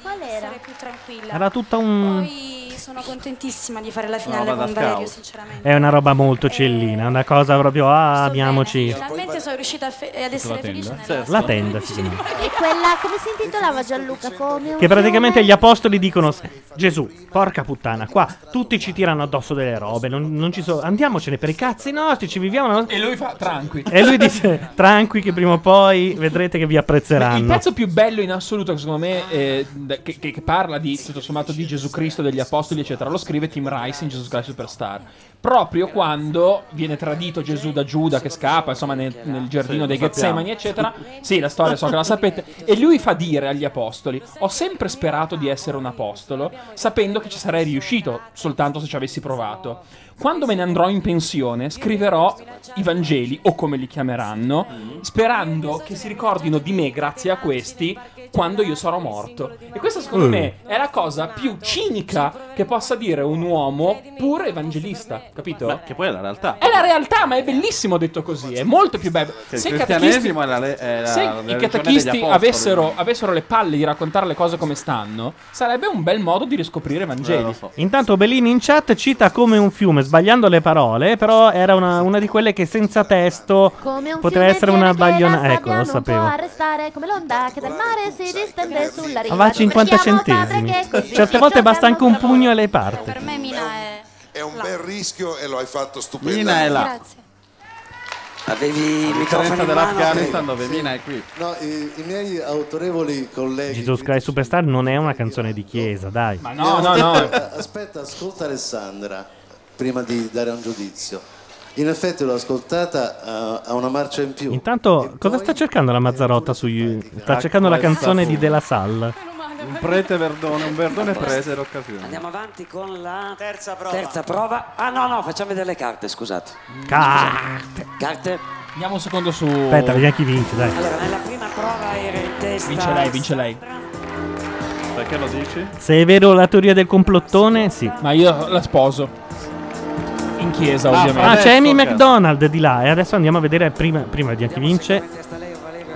[SPEAKER 12] Qual era? Essere più tranquilla.
[SPEAKER 1] Era tutta un
[SPEAKER 12] Poi sono contentissima di fare la
[SPEAKER 1] Una
[SPEAKER 12] finale
[SPEAKER 1] roba
[SPEAKER 12] con
[SPEAKER 1] da
[SPEAKER 12] Valerio,
[SPEAKER 1] scout.
[SPEAKER 12] sinceramente.
[SPEAKER 1] è una roba molto cellina, una cosa proprio ah, amiamoci.
[SPEAKER 12] Finalmente sono riuscita a fe- ad essere felice nella
[SPEAKER 1] La tenda si chiama.
[SPEAKER 4] E quella, come si intitolava Gianluca? Come un
[SPEAKER 1] Che praticamente
[SPEAKER 4] fiume?
[SPEAKER 1] gli apostoli dicono: Gesù, porca puttana, qua tutti ci tirano addosso delle robe. Non, non ci so, andiamocene per i cazzi nostri, ci viviamo. la nostra-"
[SPEAKER 2] E lui fa tranqui.
[SPEAKER 1] E lui dice: Tranqui, che prima o poi vedrete che vi
[SPEAKER 2] Il
[SPEAKER 1] apprezzeranno.
[SPEAKER 2] pezzo più bello in assoluto, che secondo me, eh, d- che, che- che parla di tutto sommato di Gesù Cristo, degli apostoli, eccetera, lo scrive Tim Rice in Jesus Christ Superstar. Proprio quando viene tradito Gesù da Giuda che scappa, insomma, nel, nel giardino
[SPEAKER 6] Sì,
[SPEAKER 2] dei
[SPEAKER 6] lo sappiamo.
[SPEAKER 2] Getsemani, eccetera. Sì, la storia so che la sapete. E lui fa dire agli apostoli: Ho sempre sperato di essere un apostolo, sapendo che ci sarei riuscito soltanto se ci avessi provato. Quando me ne andrò in pensione, scriverò i Vangeli, o come li chiameranno, sperando che si ricordino di me, grazie a questi, quando io sarò morto. E questa, secondo
[SPEAKER 1] Mm.
[SPEAKER 2] me, è la cosa più cinica che possa dire un uomo pur evangelista, capito?
[SPEAKER 6] Beh, che poi è la realtà.
[SPEAKER 2] È la realtà, ma è bellissimo detto così, è molto più bello.
[SPEAKER 6] Che il
[SPEAKER 2] i
[SPEAKER 6] cristianesimo è la, le- è la-
[SPEAKER 2] se
[SPEAKER 6] la religione
[SPEAKER 2] i
[SPEAKER 6] degli
[SPEAKER 2] catechisti
[SPEAKER 6] apostoli.
[SPEAKER 2] avessero, avessero le palle di raccontare le cose come stanno, sarebbe un bel modo di riscoprire i
[SPEAKER 6] Eh,
[SPEAKER 2] Vangeli.
[SPEAKER 1] Intanto Bellini in chat cita come un fiume, sbagliando le parole, però era una, una di quelle che senza testo
[SPEAKER 4] Come un
[SPEAKER 1] poteva
[SPEAKER 4] fiume
[SPEAKER 1] essere una
[SPEAKER 4] pieno che la
[SPEAKER 1] bagliona.
[SPEAKER 4] sabbia
[SPEAKER 1] Ecco, lo
[SPEAKER 4] non
[SPEAKER 1] sapevo.
[SPEAKER 4] può arrestare come l'onda che dal mare si distende sulla riva.
[SPEAKER 1] Ma va 50
[SPEAKER 4] Prendiamo padre
[SPEAKER 1] centesimi.
[SPEAKER 4] che è così.
[SPEAKER 1] Certe volte basta anche un pugno e lei parte.
[SPEAKER 12] me Mina è.
[SPEAKER 9] È un bel rischio e lo hai fatto stupendo.
[SPEAKER 6] Mina è là.
[SPEAKER 12] Grazie.
[SPEAKER 9] Avevi il
[SPEAKER 6] Differenza dell'Afghanistan dove Mina è qui.
[SPEAKER 15] No, i, i miei autorevoli colleghi.
[SPEAKER 1] Jesus Christ Superstar non è una canzone di chiesa, dai.
[SPEAKER 15] Ma
[SPEAKER 2] no, no, no.
[SPEAKER 15] Aspetta, ascolta Alessandra prima di dare un giudizio.
[SPEAKER 20] In effetti l'ho ascoltata eh, a una marcia in più.
[SPEAKER 1] Intanto, cosa sta cercando la Mazzarotta su Sta cercando la canzone di De La Salle.
[SPEAKER 6] Un prete verdone, un verdone prese l'occasione.
[SPEAKER 11] Andiamo avanti con la terza prova. Terza prova. Ah no, no, facciamo vedere le carte, scusate.
[SPEAKER 1] Carte.
[SPEAKER 11] Carte.
[SPEAKER 2] Andiamo un secondo su.
[SPEAKER 1] Aspetta, vediamo chi vince, dai.
[SPEAKER 11] Allora, nella prima prova era in testa.
[SPEAKER 2] Vince lei, vince lei.
[SPEAKER 6] Perché lo dici?
[SPEAKER 1] Se è vero la teoria del complottone, sì.
[SPEAKER 2] Ma io la sposo. In chiesa, ovviamente.
[SPEAKER 1] Ah, c'è Amy McDonald di là. E adesso andiamo a vedere prima, prima di chi vince.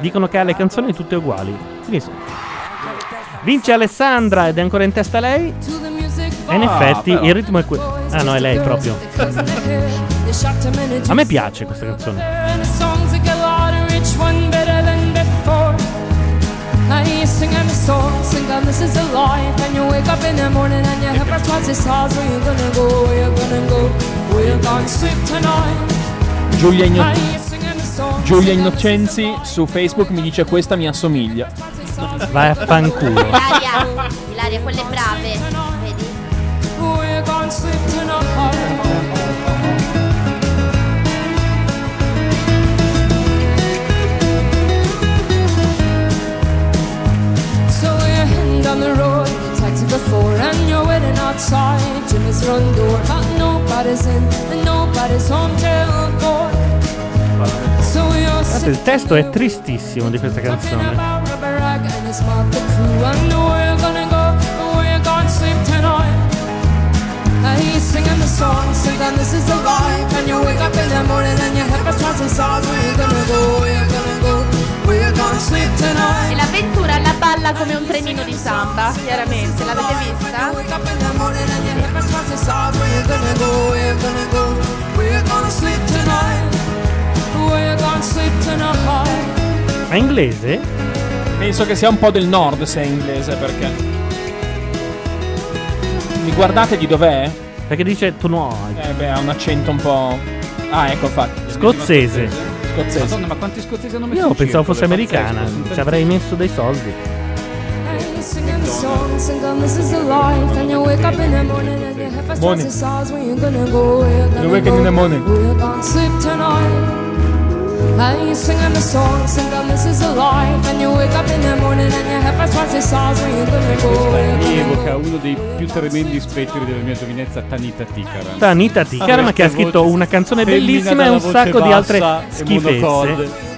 [SPEAKER 1] Dicono che ha le canzoni tutte uguali. Quindi so. Vince Alessandra ed è ancora in testa lei. E in
[SPEAKER 38] Ah,
[SPEAKER 1] effetti
[SPEAKER 38] però.
[SPEAKER 1] il ritmo è quello. Ah no, è lei proprio. A me piace questa canzone.
[SPEAKER 38] And the songs that get louder, each one better than before. Now you sing every song, sing that this is a life. And you wake up in the morning and your head twice as hard. Where you gonna go? Where you gonna go? Where you gonna sleep tonight?
[SPEAKER 2] Giulia, Igno-
[SPEAKER 38] Now you sing every song.
[SPEAKER 2] Giulia Innocenzi su Facebook mi dice questa mi assomiglia.
[SPEAKER 1] Vai a fanculo.
[SPEAKER 4] [LAUGHS]
[SPEAKER 47] Ilaria, Ilaria, quelle brave. Vedi?
[SPEAKER 38] Where you gonna sleep tonight? So we're heading down the road, the taxi before, and you're waiting outside Jimmy's front door. But nobody's in, and nobody's home till four. So you're
[SPEAKER 1] Guardate,
[SPEAKER 38] sitting
[SPEAKER 1] il testo è tristissimo di questa canzone.
[SPEAKER 38] about rubber rag, and it's marked the crew. And where you gonna go, and where you gonna sleep tonight? And he's singing the song, singing this is the life. And you wake up in the morning, and your head was twice as hard. Where you gonna go, where you gonna go, where you gonna sleep tonight?
[SPEAKER 4] E l'avventura la balla come un trenino di samba, chiaramente, l'avete vista?
[SPEAKER 1] È inglese?
[SPEAKER 2] Penso che sia un po' del nord se è inglese perché. Mi guardate di dov'è?
[SPEAKER 1] Perché dice tu no.
[SPEAKER 2] Eh beh, ha un accento un po'. Ah, ecco infatti.
[SPEAKER 1] Scozzese.
[SPEAKER 2] Scozzese.
[SPEAKER 5] Madonna, ma quanti scozzesi hanno messo
[SPEAKER 1] Io
[SPEAKER 5] in
[SPEAKER 1] pensavo
[SPEAKER 5] circolo?
[SPEAKER 1] fosse
[SPEAKER 5] È pazzesco,
[SPEAKER 1] americana.
[SPEAKER 5] sono
[SPEAKER 1] Ci avrei messo dei soldi.
[SPEAKER 2] Morning.
[SPEAKER 38] Morning.
[SPEAKER 2] You wake in the morning.
[SPEAKER 38] We're gonna sleep tonight. And you singing the song, singing this is a life. And you wake up in the morning and your head twice as hard. Where you gonna go? Where you
[SPEAKER 5] Mi
[SPEAKER 38] gonna go?
[SPEAKER 5] evoca uno dei più tremendi spettri della mia giovinezza, Tanita Tikaran.
[SPEAKER 1] Tanita Tikaran, che ha
[SPEAKER 5] Questa
[SPEAKER 1] scritto
[SPEAKER 5] voce
[SPEAKER 1] una canzone
[SPEAKER 5] femmina
[SPEAKER 1] bellissima e
[SPEAKER 5] dalla
[SPEAKER 1] un
[SPEAKER 5] voce
[SPEAKER 1] sacco di altre
[SPEAKER 5] bassa e
[SPEAKER 1] schifezze.
[SPEAKER 5] monocorde.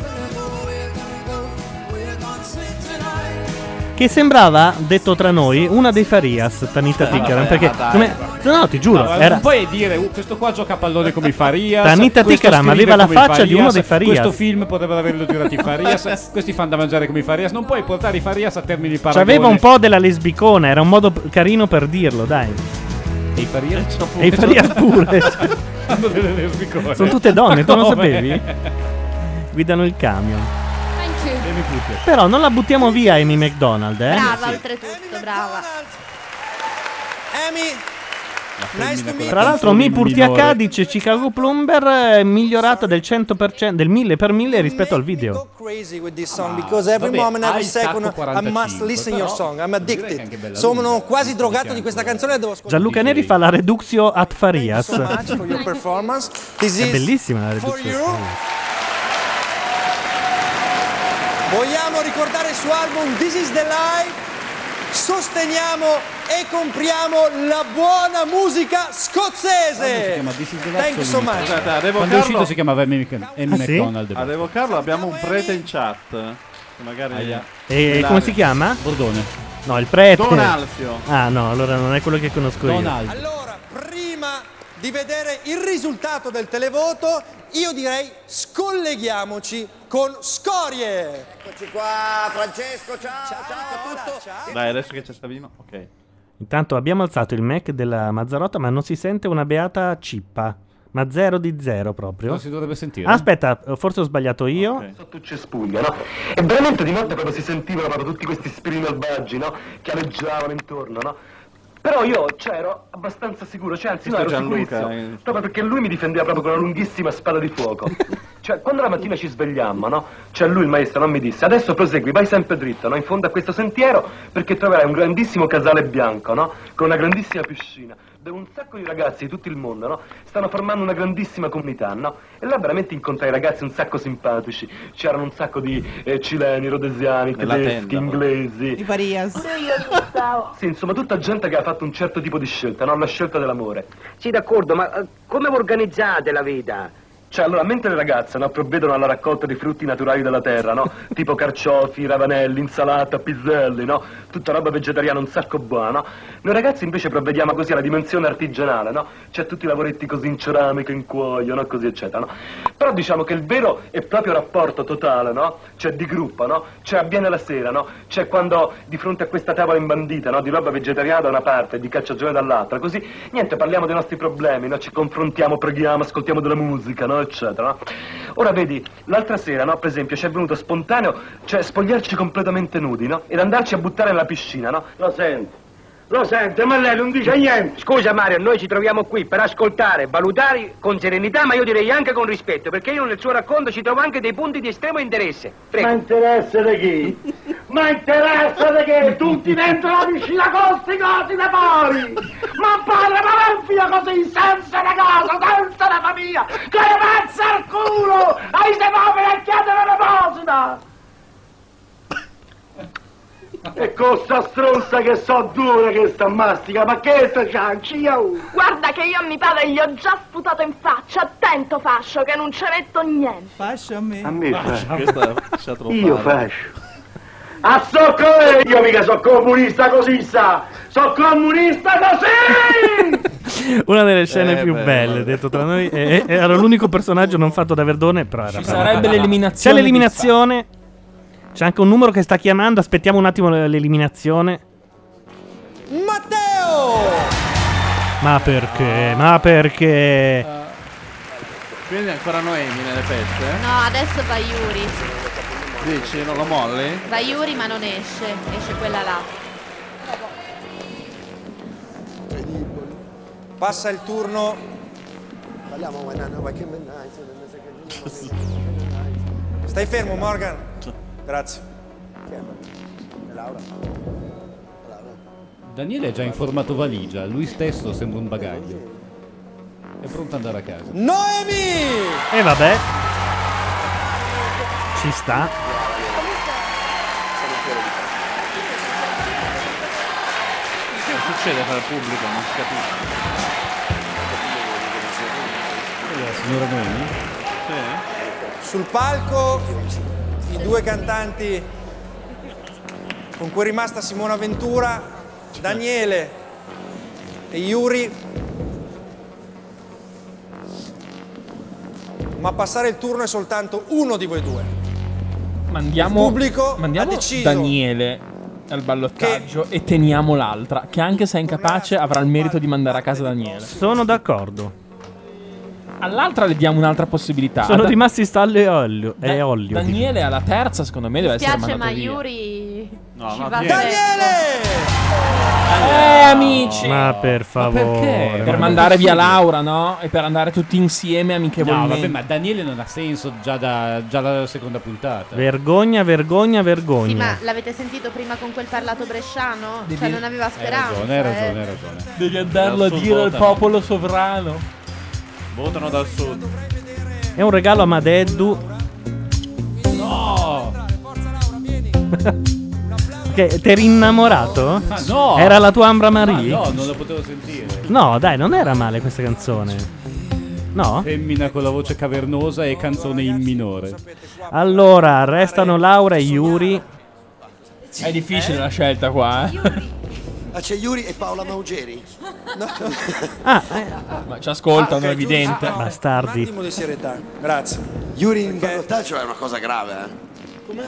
[SPEAKER 1] Che sembrava, detto tra noi, una dei Farias, Tanita Tikaran.
[SPEAKER 5] Ah, vabbè,
[SPEAKER 1] Perché.
[SPEAKER 5] ma dai,
[SPEAKER 1] come- no, no, ti giuro,
[SPEAKER 5] No,
[SPEAKER 1] era.
[SPEAKER 5] Non puoi dire, "Uh, questo qua gioca a pallone come i Farias.
[SPEAKER 1] Tanita
[SPEAKER 5] questo
[SPEAKER 1] Tikaram
[SPEAKER 5] scrive
[SPEAKER 1] aveva la
[SPEAKER 5] come i
[SPEAKER 1] faccia di uno dei Farias.
[SPEAKER 5] Questo film potrebbero averlo tirato
[SPEAKER 1] [LAUGHS]
[SPEAKER 5] i Farias. questi fanno da mangiare come i Farias. Non puoi portare i Farias a termini di paragone.
[SPEAKER 1] C'aveva un po' della lesbicona, era un modo p- carino per dirlo, dai.
[SPEAKER 5] E i Farias?
[SPEAKER 1] E i Farias pure.
[SPEAKER 5] [LAUGHS] Hanno delle lesbicone.
[SPEAKER 1] Sono tutte donne, tu non
[SPEAKER 5] Come?
[SPEAKER 1] sapevi? Guidano il camion.
[SPEAKER 5] E mi pute.
[SPEAKER 1] Però non la buttiamo via Amy McDonald, eh?
[SPEAKER 47] Brava, oltretutto, brava.
[SPEAKER 24] Amy, nice to meet
[SPEAKER 1] Tra l'altro Mi Purtiacà dice Chicago Plumber è migliorata del 100% del 1000 per 1000 rispetto al video.
[SPEAKER 24] crazy with this song because every
[SPEAKER 1] vabbè,
[SPEAKER 24] moment,
[SPEAKER 1] hai
[SPEAKER 24] every
[SPEAKER 1] il tacco
[SPEAKER 24] second I
[SPEAKER 1] 45,
[SPEAKER 24] must listen your
[SPEAKER 1] però
[SPEAKER 24] song. I'm
[SPEAKER 1] anche
[SPEAKER 24] addicted.
[SPEAKER 1] bella
[SPEAKER 24] Sono
[SPEAKER 1] lunga.
[SPEAKER 24] quasi drogato di questa canzone e devo ascoltare.
[SPEAKER 1] Gianluca Neri fa la reduxio ad Farias.
[SPEAKER 24] so much for your performance. This
[SPEAKER 1] È
[SPEAKER 24] is
[SPEAKER 1] bellissima la
[SPEAKER 24] for
[SPEAKER 1] reduxio.
[SPEAKER 24] you. Vogliamo ricordare il suo album This is the Life. Sosteniamo e compriamo la buona musica scozzese. Thank you so much.
[SPEAKER 5] Quando è uscito si chiamava Amy Mc- Amy
[SPEAKER 1] Ah, sì?
[SPEAKER 5] McDonald.
[SPEAKER 6] A revocarlo abbiamo un prete in chat. Che magari.
[SPEAKER 5] Aia.
[SPEAKER 1] E come si chiama?
[SPEAKER 5] Bordone.
[SPEAKER 1] No, il prete.
[SPEAKER 6] Don Alfio.
[SPEAKER 1] Ah no, allora non è quello che conosco Ecco io.
[SPEAKER 24] Allora, prima di vedere il risultato del televoto, io direi scolleghiamoci con Scorie. Eccoci qua, Francesco, ciao, ciao, a tutto.
[SPEAKER 6] Dai, adesso che c'è Savino. Ok.
[SPEAKER 1] Intanto abbiamo alzato il Mac della Mazzarotta, ma non si sente una beata cippa. Ma zero di zero proprio.
[SPEAKER 5] Non si dovrebbe sentire.
[SPEAKER 1] Ah, Aspetta, forse ho sbagliato io.
[SPEAKER 13] sotto il cespuglio, no? E veramente di notte proprio si sentivano proprio tutti questi spiriti malvagi, no? Che aleggiavano intorno, no? Però io, cioè, ero abbastanza sicuro, cioè, anzi, no, ero
[SPEAKER 6] Questo è Gianluca,
[SPEAKER 13] sicurissimo,
[SPEAKER 6] eh.
[SPEAKER 48] [LAUGHS]
[SPEAKER 13] proprio perché lui mi difendeva proprio con una lunghissima spada di fuoco. Cioè, quando la mattina ci svegliammo, no? Cioè, lui, il maestro, non mi disse, adesso prosegui, vai sempre dritto, no? In fondo a questo sentiero, perché troverai un grandissimo casale bianco, no? Con una grandissima piscina, dove un sacco di ragazzi di tutto il mondo, no? Stanno formando una grandissima comunità, no? E là veramente incontrai ragazzi un sacco simpatici. C'erano un sacco di eh, cileni, rodesiani,
[SPEAKER 48] Nella
[SPEAKER 13] tedeschi,
[SPEAKER 48] tenda,
[SPEAKER 13] inglesi.
[SPEAKER 48] Di Parias.
[SPEAKER 13] Sì, insomma, tutta gente che ha fatto un certo tipo di scelta, no? La scelta dell'amore. Sì, d'accordo, ma eh, come organizzate la vita? Cioè, allora, mentre le ragazze, no, provvedono alla raccolta di frutti naturali della terra, [LAUGHS] no? Tipo carciofi, ravanelli, insalata, piselli, no? Tutta roba vegetariana, un sacco buona, no? Noi ragazzi invece provvediamo così alla dimensione artigianale, no? C'è tutti i lavoretti così in ceramica, in cuoio, no? Così, eccetera, no? Però diciamo che il vero e proprio rapporto totale, no? Cioè di gruppo, no? Cioè avviene la sera, no? Cioè quando di fronte a questa tavola imbandita, no? Di roba vegetariana da una parte, di cacciagione dall'altra, così, niente, parliamo dei nostri problemi, no? Ci confrontiamo, preghiamo, ascoltiamo della musica, no? Eccetera, no? Ora vedi, l'altra sera, no? Per esempio, ci è venuto spontaneo, cioè spogliarci completamente nudi, no? Ed andarci a buttare nella piscina, no? Lo sento. Lo sento, ma lei non dice niente.
[SPEAKER 49] Scusa Mario, noi ci troviamo qui per ascoltare, valutare con serenità, Ah, ma io direi anche con rispetto, perché io nel suo racconto ci trovo anche dei punti di estremo interesse.
[SPEAKER 13] Ma interessa di chi? Ma interessa di che? Tutti dentro la piscina con sti cosi da fuori! Ma padre, ma non fia così, senza una cosa, senza una famiglia! Che ne pensa al culo! Ai se poveri a chiedere l'eposita! E con sta stronza che so dura che sta mastica, ma che sta ciancia?
[SPEAKER 7] Guarda che io a mi pare gli ho già sputato in faccia. Attento fascio che non ce metto niente.
[SPEAKER 48] Fascio a me.
[SPEAKER 13] A me eh.
[SPEAKER 2] Ah,
[SPEAKER 13] faccio. Io faccio. A soccorrere io mica so comunista così sa! So comunista così!
[SPEAKER 1] [LAUGHS] Una delle
[SPEAKER 5] Eh,
[SPEAKER 1] scene più belle, detto tra noi. E- e- era l'unico personaggio non fatto da Verdone, però era bravo.
[SPEAKER 2] sarebbe
[SPEAKER 1] C'è
[SPEAKER 2] l'eliminazione
[SPEAKER 1] l'eliminazione. C'è anche un numero che sta chiamando. Aspettiamo un attimo l- l'eliminazione. Ma perché? Ma perché?
[SPEAKER 6] Quindi ancora Noemi nelle pezze?
[SPEAKER 50] No, adesso va Yuri.
[SPEAKER 6] Dici, non lo molli?
[SPEAKER 50] Va Yuri ma non esce, esce quella là.
[SPEAKER 24] Passa il turno. Stai fermo, Morgan. Grazie.
[SPEAKER 5] Daniele è già in formato valigia, lui stesso sembra un bagaglio. È pronto ad andare a casa.
[SPEAKER 24] Noemi!
[SPEAKER 1] E vabbè. Ci sta.
[SPEAKER 6] Che succede per il pubblico? Non si capisce.
[SPEAKER 5] Signora Noemi?
[SPEAKER 24] Sul palco i due cantanti con cui è rimasta Simona Ventura, Daniele e Yuri. Ma a passare il turno è soltanto uno di voi due.
[SPEAKER 2] Mandiamo,
[SPEAKER 24] Il pubblico
[SPEAKER 2] mandiamo
[SPEAKER 24] ha deciso.
[SPEAKER 2] Daniele al ballottaggio e teniamo l'altra, che anche se è incapace avrà il merito di mandare a casa Daniele.
[SPEAKER 1] Sono d'accordo.
[SPEAKER 2] All'altra le diamo un'altra possibilità.
[SPEAKER 1] Sono
[SPEAKER 2] Da-
[SPEAKER 1] rimasti stalle e olio. E olio.
[SPEAKER 2] Daniele alla terza, secondo me, deve
[SPEAKER 50] Mi
[SPEAKER 2] essere
[SPEAKER 50] spiace
[SPEAKER 2] mandato
[SPEAKER 50] ma
[SPEAKER 2] via.
[SPEAKER 50] Yuri
[SPEAKER 2] No,
[SPEAKER 50] ci
[SPEAKER 2] ma
[SPEAKER 50] va
[SPEAKER 2] vieni.
[SPEAKER 50] Daniele!
[SPEAKER 2] Eh, amici!
[SPEAKER 1] Ma per favore.
[SPEAKER 2] Per mandare via Laura, no? E per andare tutti insieme
[SPEAKER 5] No,
[SPEAKER 2] amichevolmente.
[SPEAKER 5] vabbè, ma Daniele non ha senso già, da- già dalla seconda puntata.
[SPEAKER 1] Vergogna, vergogna, vergogna.
[SPEAKER 4] Sì, ma l'avete sentito prima con quel parlato bresciano? Cioè, non aveva speranza. eh.
[SPEAKER 5] ragione.
[SPEAKER 2] Devi andarlo a
[SPEAKER 6] Dal sud
[SPEAKER 2] dire al
[SPEAKER 6] votano.
[SPEAKER 2] popolo sovrano.
[SPEAKER 6] Votano dal sud.
[SPEAKER 1] È un regalo a Madeddu. [LAUGHS]
[SPEAKER 5] No!
[SPEAKER 1] Che ti eri innamorato?
[SPEAKER 5] Ma no!
[SPEAKER 1] Eh? Era la tua Ambra
[SPEAKER 5] Ma
[SPEAKER 1] Marie?
[SPEAKER 5] no, non la potevo sentire.
[SPEAKER 1] No, dai, non era male questa canzone. No?
[SPEAKER 5] Femmina con la voce cavernosa e canzone in minore.
[SPEAKER 1] Allora, restano Laura e Yuri.
[SPEAKER 2] È difficile la scelta qua, eh.
[SPEAKER 8] Ah, c'è Yuri e Paola Maugeri.
[SPEAKER 13] [LAUGHS]
[SPEAKER 8] No. Ah,
[SPEAKER 1] Ah,
[SPEAKER 2] Ma ci ascoltano,
[SPEAKER 5] Ah,
[SPEAKER 2] è evidente.
[SPEAKER 8] Bastardi.
[SPEAKER 24] Un attimo di serietà. Grazie.
[SPEAKER 8] Yuri in ballottaggio è una cosa grave, eh?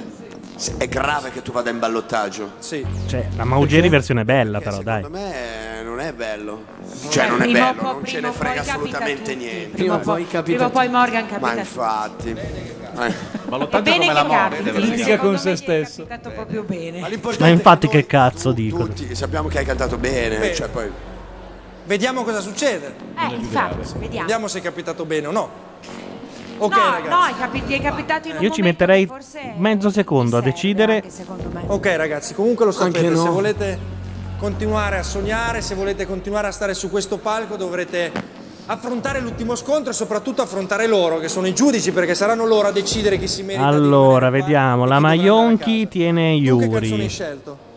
[SPEAKER 8] Se- È grave che tu vada in ballottaggio.
[SPEAKER 24] Sì.
[SPEAKER 1] Cioè, la Maugeri versione bella, però, dai.
[SPEAKER 8] Secondo me eh, non è bello. Cioè, non è
[SPEAKER 11] Prima o
[SPEAKER 8] bello,
[SPEAKER 11] poi-
[SPEAKER 8] non ce
[SPEAKER 11] prima
[SPEAKER 8] ne
[SPEAKER 11] o poi
[SPEAKER 8] frega
[SPEAKER 11] capita
[SPEAKER 8] assolutamente
[SPEAKER 11] tutti.
[SPEAKER 8] niente.
[SPEAKER 11] Prima o poi- prima o poi Morgan capita
[SPEAKER 8] Ma
[SPEAKER 11] tutti.
[SPEAKER 8] infatti. Eh.
[SPEAKER 11] È bene come la che mole, capiti. deve Litiga essere. con
[SPEAKER 8] se stesso.
[SPEAKER 11] stato proprio bene.
[SPEAKER 1] Ma infatti, che cazzo dico?
[SPEAKER 8] Tutti sappiamo che hai cantato bene,
[SPEAKER 24] Bene.
[SPEAKER 8] cioè poi
[SPEAKER 24] Vediamo cosa succede.
[SPEAKER 11] Eh, infatti, vediamo.
[SPEAKER 24] Vediamo se è capitato bene o no. Ok,
[SPEAKER 9] no,
[SPEAKER 24] ragazzi.
[SPEAKER 9] no, è capi- ti è capitato in un
[SPEAKER 1] Io ci
[SPEAKER 9] momento
[SPEAKER 1] metterei mezzo secondo a decidere.
[SPEAKER 24] Ok, ragazzi, comunque lo
[SPEAKER 1] Anche
[SPEAKER 24] sapete,
[SPEAKER 1] no.
[SPEAKER 24] se volete continuare a sognare, se volete continuare a stare su questo palco, dovrete affrontare l'ultimo scontro e soprattutto affrontare loro, che sono i giudici, perché saranno loro a decidere chi si merita.
[SPEAKER 1] Allora, vediamo. La Maionchi tiene Yuri.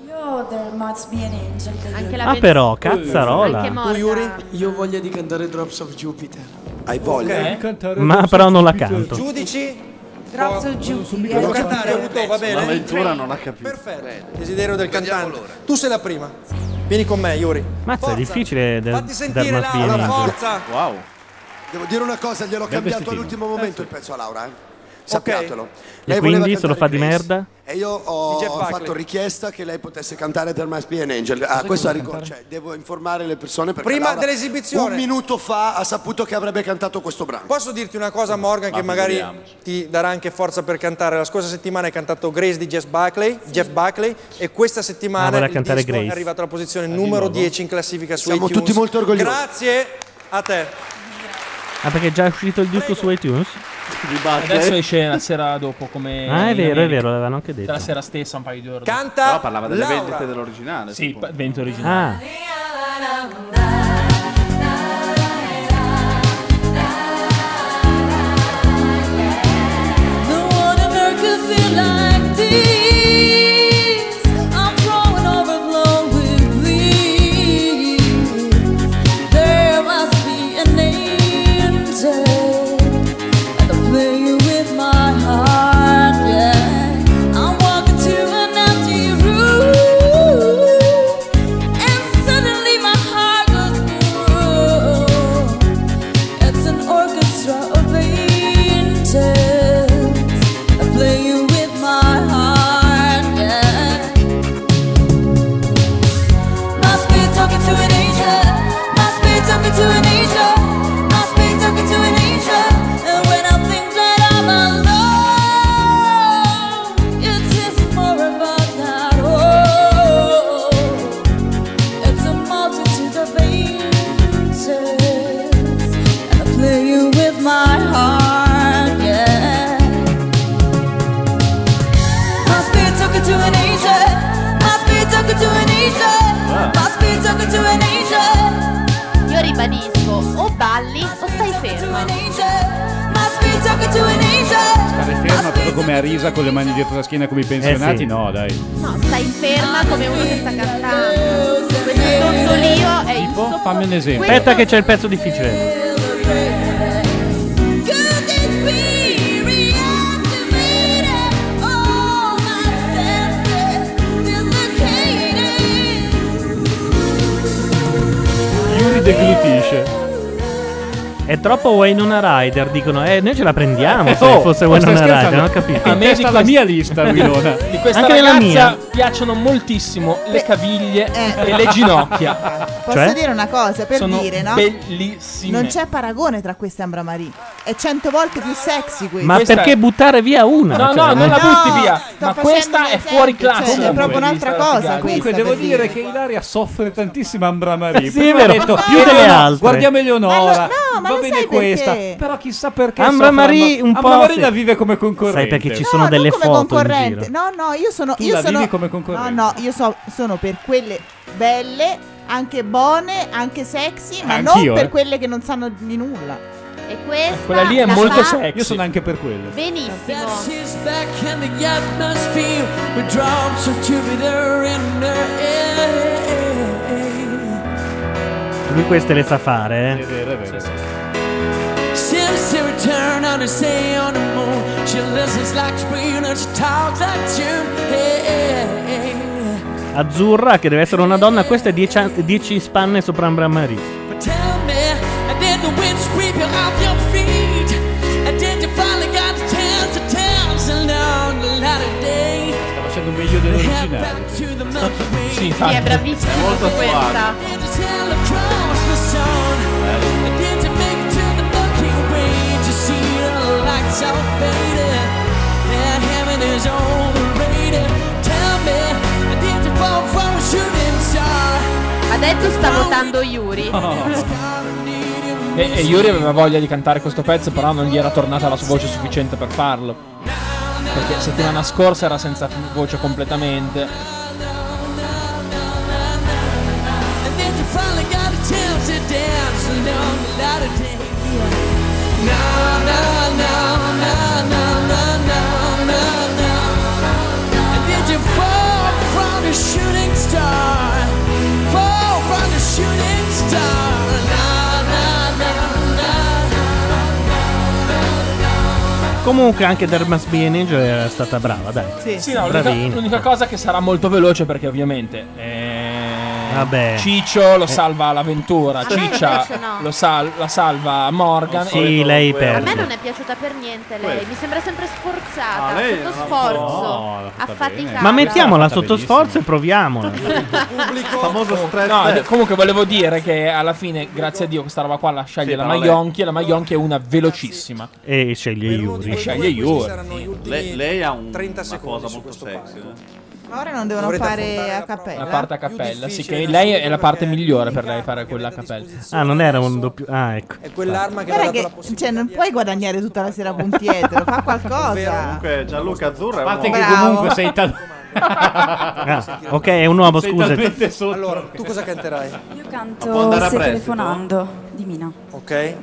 [SPEAKER 51] Io there must be an angel. Anche
[SPEAKER 1] Ah, però, cazzarola.
[SPEAKER 51] Tu, Yuri?
[SPEAKER 16] Io ho voglia di cantare Drops of Jupiter.
[SPEAKER 8] Hai voglia?
[SPEAKER 24] Ok.
[SPEAKER 1] Ma però non la canto.
[SPEAKER 24] Giudici?
[SPEAKER 9] Drops of
[SPEAKER 24] Jupiter. Devo cantare, Uto, va bene?
[SPEAKER 6] L'avventura non ha capito.
[SPEAKER 24] Perfetto. Desiderio del cantante. Tu sei la prima. Vieni con me, Yuri.
[SPEAKER 1] Mazza, è difficile del
[SPEAKER 24] Fatti sentire,
[SPEAKER 1] Dermot
[SPEAKER 24] Laura,
[SPEAKER 1] Biennial.
[SPEAKER 24] forza.
[SPEAKER 6] Wow.
[SPEAKER 8] Devo dire una cosa, gliel'ho
[SPEAKER 1] Bel
[SPEAKER 8] cambiato
[SPEAKER 1] vestitino.
[SPEAKER 8] all'ultimo momento il pezzo a Laura. eh. Sappiatelo.
[SPEAKER 1] E
[SPEAKER 8] Lei
[SPEAKER 1] quindi
[SPEAKER 8] voleva
[SPEAKER 1] se lo fa
[SPEAKER 8] cantare
[SPEAKER 1] di
[SPEAKER 8] Grace.
[SPEAKER 1] merda?
[SPEAKER 8] E io ho Di Jeff Buckley. fatto richiesta che lei potesse cantare There Must Be an Angel. Ah, questo a ricordo, cioè, devo informare le persone perché
[SPEAKER 24] Prima
[SPEAKER 8] Laura
[SPEAKER 24] dell'esibizione.
[SPEAKER 8] un minuto fa ha saputo che avrebbe cantato questo brano.
[SPEAKER 24] Posso dirti una cosa, Morgan, che
[SPEAKER 8] Ma
[SPEAKER 24] magari
[SPEAKER 8] figuriamoci.
[SPEAKER 24] ti darà anche forza per cantare? La scorsa settimana hai cantato Grace di Jeff Buckley, Jeff Buckley e questa
[SPEAKER 1] Ah,
[SPEAKER 24] settimana
[SPEAKER 1] vorrà
[SPEAKER 24] il
[SPEAKER 1] cantare
[SPEAKER 24] disco è
[SPEAKER 1] Grace.
[SPEAKER 24] arrivato alla posizione numero 10 in classifica su
[SPEAKER 8] Siamo
[SPEAKER 24] iTunes.
[SPEAKER 8] tutti molto orgogliosi.
[SPEAKER 24] Grazie a te.
[SPEAKER 1] Ah, perché è già uscito il disco su iTunes?
[SPEAKER 2] Adesso esce la sera dopo come...
[SPEAKER 1] Ah, è
[SPEAKER 2] in
[SPEAKER 1] vero, è
[SPEAKER 2] America.
[SPEAKER 1] vero, l'avevano anche detto.
[SPEAKER 2] La sera stessa, un paio di ore. dopo.
[SPEAKER 24] Canta Però parlava delle Laura.
[SPEAKER 6] vendite dell'originale,
[SPEAKER 2] Sì,
[SPEAKER 6] suppongo.
[SPEAKER 2] pa- vendite originali.
[SPEAKER 1] Ah,
[SPEAKER 14] No one on earth could feel like this. I'm growing overblown with glee. There must be an angel at play with my heart. Yeah, I'm walking to an empty room, and suddenly my heart goes boom. It's an orchestra of angels playing with my heart. Yeah. Must be talking to an angel. Must be talking to an angel. Must be talking to an angel. And when I think that I'm alone, it is more about that. Oh, it's a multitude of angels playing with my heart, yeah. Must be talking to an angel. Must be talking to an angel.
[SPEAKER 24] Ah.
[SPEAKER 14] Must be talking to an angel.
[SPEAKER 7] Io ribadisco, o balli o stai ferma.
[SPEAKER 14] Must be talking to an angel.
[SPEAKER 5] Stare ferma proprio come a risa con le mani dietro la schiena
[SPEAKER 1] Eh
[SPEAKER 5] come i pensionati, no, dai.
[SPEAKER 7] No, stai ferma come uno che sta cantando. Questo tontolio è il
[SPEAKER 5] Tipo, fammi un esempio.
[SPEAKER 1] aspetta che c'è il pezzo difficile.
[SPEAKER 14] Could this be reactivated? All my senses dislocated.
[SPEAKER 5] Yuri deglutisce.
[SPEAKER 1] È troppo Wayne Rider, dicono. Eh, noi ce la prendiamo se
[SPEAKER 5] Oh,
[SPEAKER 1] fosse
[SPEAKER 5] ma
[SPEAKER 1] Wayne
[SPEAKER 5] stai
[SPEAKER 1] Rider,
[SPEAKER 5] scherzando?
[SPEAKER 1] non ho capito.
[SPEAKER 5] A me di questa-
[SPEAKER 2] [LAUGHS] Di questa
[SPEAKER 1] [LAUGHS] Anche nella
[SPEAKER 2] ragazza
[SPEAKER 1] mia.
[SPEAKER 2] piacciono moltissimo le caviglie
[SPEAKER 3] Eh.
[SPEAKER 2] e le ginocchia.
[SPEAKER 3] Posso
[SPEAKER 1] Cioè?
[SPEAKER 3] dire una cosa per
[SPEAKER 2] Sono
[SPEAKER 3] dire, no?
[SPEAKER 2] bellissime.
[SPEAKER 3] Non c'è paragone tra queste Ambra Marie. È cento volte più sexy questa.
[SPEAKER 1] Ma perché buttare via una?
[SPEAKER 2] No,
[SPEAKER 1] Cioè,
[SPEAKER 2] no, non la
[SPEAKER 1] eh.
[SPEAKER 2] butti via.
[SPEAKER 3] sto
[SPEAKER 2] Ma
[SPEAKER 3] facendo
[SPEAKER 2] questa è fuori classe.
[SPEAKER 3] cioè, è proprio un'altra cosa.
[SPEAKER 5] Comunque
[SPEAKER 3] questa,
[SPEAKER 5] devo
[SPEAKER 3] per
[SPEAKER 5] dire, che Ilaria soffre tantissimo Ambra Marie.
[SPEAKER 1] Sì,
[SPEAKER 5] Prima
[SPEAKER 1] è vero,
[SPEAKER 5] ha detto,
[SPEAKER 1] più delle
[SPEAKER 5] "Eleonora,
[SPEAKER 1] altre."
[SPEAKER 5] Guardiamo Eleonora.
[SPEAKER 3] No, ma
[SPEAKER 5] Va
[SPEAKER 3] lo
[SPEAKER 5] bene
[SPEAKER 3] sai
[SPEAKER 5] questa.
[SPEAKER 3] perché?
[SPEAKER 5] Però chissà perché
[SPEAKER 1] Ambra
[SPEAKER 5] soffre
[SPEAKER 1] Marie
[SPEAKER 5] Ambra-
[SPEAKER 1] un po'.
[SPEAKER 5] Ambra Marie
[SPEAKER 1] sì.
[SPEAKER 5] la vive come concorrente.
[SPEAKER 1] Sai perché ci sono delle
[SPEAKER 3] come
[SPEAKER 1] foto in
[SPEAKER 3] concorrente.
[SPEAKER 1] giro.
[SPEAKER 3] No, no, io sono.
[SPEAKER 5] Tu
[SPEAKER 3] io
[SPEAKER 5] la
[SPEAKER 3] sono,
[SPEAKER 5] vivi come concorrente.
[SPEAKER 3] No, no, io so- sono per quelle belle, anche buone, anche sexy, ma
[SPEAKER 5] Anch'io,
[SPEAKER 3] non per
[SPEAKER 5] eh.
[SPEAKER 3] quelle che non sanno di nulla.
[SPEAKER 7] E questa
[SPEAKER 5] Quella lì è
[SPEAKER 7] la
[SPEAKER 5] molto
[SPEAKER 7] fa
[SPEAKER 5] sexy. Io sono anche per quello.
[SPEAKER 7] Benissimo.
[SPEAKER 14] She's back and the atmosphere We're drawn to Jupiter in her air
[SPEAKER 1] Lui queste le sa fare, eh.
[SPEAKER 14] Since her return on her say on the moon She listens like spring and she talks like June hey,
[SPEAKER 1] Azzurra, che deve essere una donna, questa è 10 spanne sopra Ambra Marie.
[SPEAKER 14] But tell me, did the wind sweep you off your feet? And did you finally got the chance to tell along the latter day?
[SPEAKER 5] Sta facendo meglio dell'originale.
[SPEAKER 14] Sì,
[SPEAKER 5] infatti.
[SPEAKER 7] è bravissima
[SPEAKER 5] Molto
[SPEAKER 7] anche questa.
[SPEAKER 14] Adesso
[SPEAKER 7] Adesso sta votando Yuri.
[SPEAKER 14] Oh.
[SPEAKER 2] E, e Yuri aveva voglia di cantare questo pezzo, però non gli era tornata la sua voce sufficiente per farlo. Perché settimana scorsa era senza voce completamente.
[SPEAKER 7] And then you finally got a chance to dance along the light of day. Na, na, na, na, na, na, na, na, na. And did you fall from the shooting star? Fall from the shooting star. Na, na, na, na,
[SPEAKER 1] Comunque anche Dermas Bienage è stata brava, dai.
[SPEAKER 2] Sì, no, l'unica,
[SPEAKER 1] Bravina.
[SPEAKER 2] l'unica cosa che sarà molto veloce perché ovviamente eh,
[SPEAKER 1] Vabbè.
[SPEAKER 2] Ciccio lo
[SPEAKER 1] Eh.
[SPEAKER 2] salva all'avventura,
[SPEAKER 4] me
[SPEAKER 2] Ciccia
[SPEAKER 4] invece no.
[SPEAKER 2] lo sal- la salva Morgan.
[SPEAKER 1] Sì, lei
[SPEAKER 4] A me
[SPEAKER 1] perde.
[SPEAKER 4] non è piaciuta per niente lei,
[SPEAKER 2] Questa.
[SPEAKER 4] mi sembra sempre sforzata,
[SPEAKER 2] Ah, lei
[SPEAKER 4] sotto
[SPEAKER 2] no,
[SPEAKER 4] sforzo,
[SPEAKER 2] no, l'ha fatta
[SPEAKER 4] affaticata.
[SPEAKER 1] Ma mettiamola sotto sforzo e proviamola.
[SPEAKER 2] famoso no, d- comunque volevo dire che alla fine, grazie a Dio, questa roba qua la sceglie
[SPEAKER 1] Sì,
[SPEAKER 2] la
[SPEAKER 1] però lei-
[SPEAKER 2] Maionchi e la Maionchi è una velocissima.
[SPEAKER 1] E sceglie Yuri.
[SPEAKER 2] E sceglie Yuri.
[SPEAKER 6] Lei, lei ha un,
[SPEAKER 24] 30
[SPEAKER 6] una cosa molto sexy.
[SPEAKER 3] Ora non devono
[SPEAKER 24] Dovrete
[SPEAKER 3] fare a cappella.
[SPEAKER 2] La parte a cappella, sì, che lei è la parte migliore per lei fare quella a cappella.
[SPEAKER 1] Ah, non era un doppio. Ah, ecco.
[SPEAKER 24] quell'arma che
[SPEAKER 3] Guarda che cioè, non puoi guadagnare tutta la sera [LAUGHS] puntietro, fa qualcosa.
[SPEAKER 6] eh. Comunque Gianluca Azzurro è
[SPEAKER 3] A parte
[SPEAKER 6] un
[SPEAKER 3] che
[SPEAKER 6] uomo.
[SPEAKER 3] comunque sei tal-
[SPEAKER 6] [LAUGHS]
[SPEAKER 3] [LAUGHS]
[SPEAKER 1] Ah, ok, è un uomo, scusa.
[SPEAKER 24] Allora, tu cosa canterai?
[SPEAKER 14] Io
[SPEAKER 24] Può
[SPEAKER 14] canto
[SPEAKER 24] andare a
[SPEAKER 14] Stai
[SPEAKER 24] prestito?
[SPEAKER 14] telefonando di Mina.
[SPEAKER 24] Ok.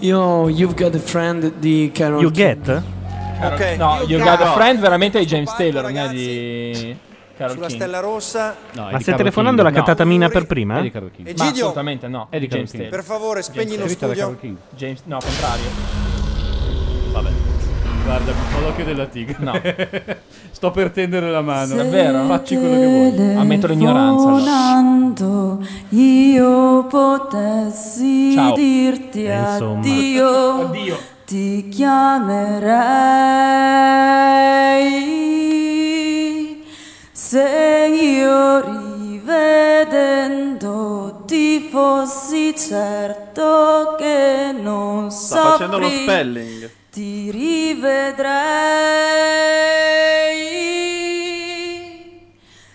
[SPEAKER 17] Io, You've Got a Friend di Carol.
[SPEAKER 1] You Get? eh?
[SPEAKER 24] Ok.
[SPEAKER 2] No,
[SPEAKER 24] Io
[SPEAKER 2] Your God
[SPEAKER 24] cazzo.
[SPEAKER 2] Friend veramente è di James Taylor, non è di Carol
[SPEAKER 24] Sulla
[SPEAKER 2] King.
[SPEAKER 24] stella rossa.
[SPEAKER 1] Ma stai telefonando la cantata Mina per prima?
[SPEAKER 2] Ma
[SPEAKER 24] Egidio?
[SPEAKER 2] assolutamente no.
[SPEAKER 24] È di Carol
[SPEAKER 2] James
[SPEAKER 24] King.
[SPEAKER 2] Taylor.
[SPEAKER 24] Per favore, spegni
[SPEAKER 2] James
[SPEAKER 24] lo
[SPEAKER 2] Taylor.
[SPEAKER 24] studio.
[SPEAKER 2] Carol King. James, no, contrario.
[SPEAKER 5] Vabbè. Guarda, ho l'occhio della tigre.
[SPEAKER 2] No.
[SPEAKER 5] [LAUGHS] Sto per tendere la mano.
[SPEAKER 2] Davvero?
[SPEAKER 5] Facci quello che vuoi.
[SPEAKER 2] Ammetto l'ignoranza, allora.
[SPEAKER 14] Telefonando io potessi
[SPEAKER 2] Ciao.
[SPEAKER 14] dirti
[SPEAKER 2] Eh, insomma.
[SPEAKER 14] addio, ti chiamerei se io rivedendoti fossi certo che non
[SPEAKER 24] Sta facendo lo
[SPEAKER 14] soffri
[SPEAKER 24] spelling.
[SPEAKER 14] ti rivedrei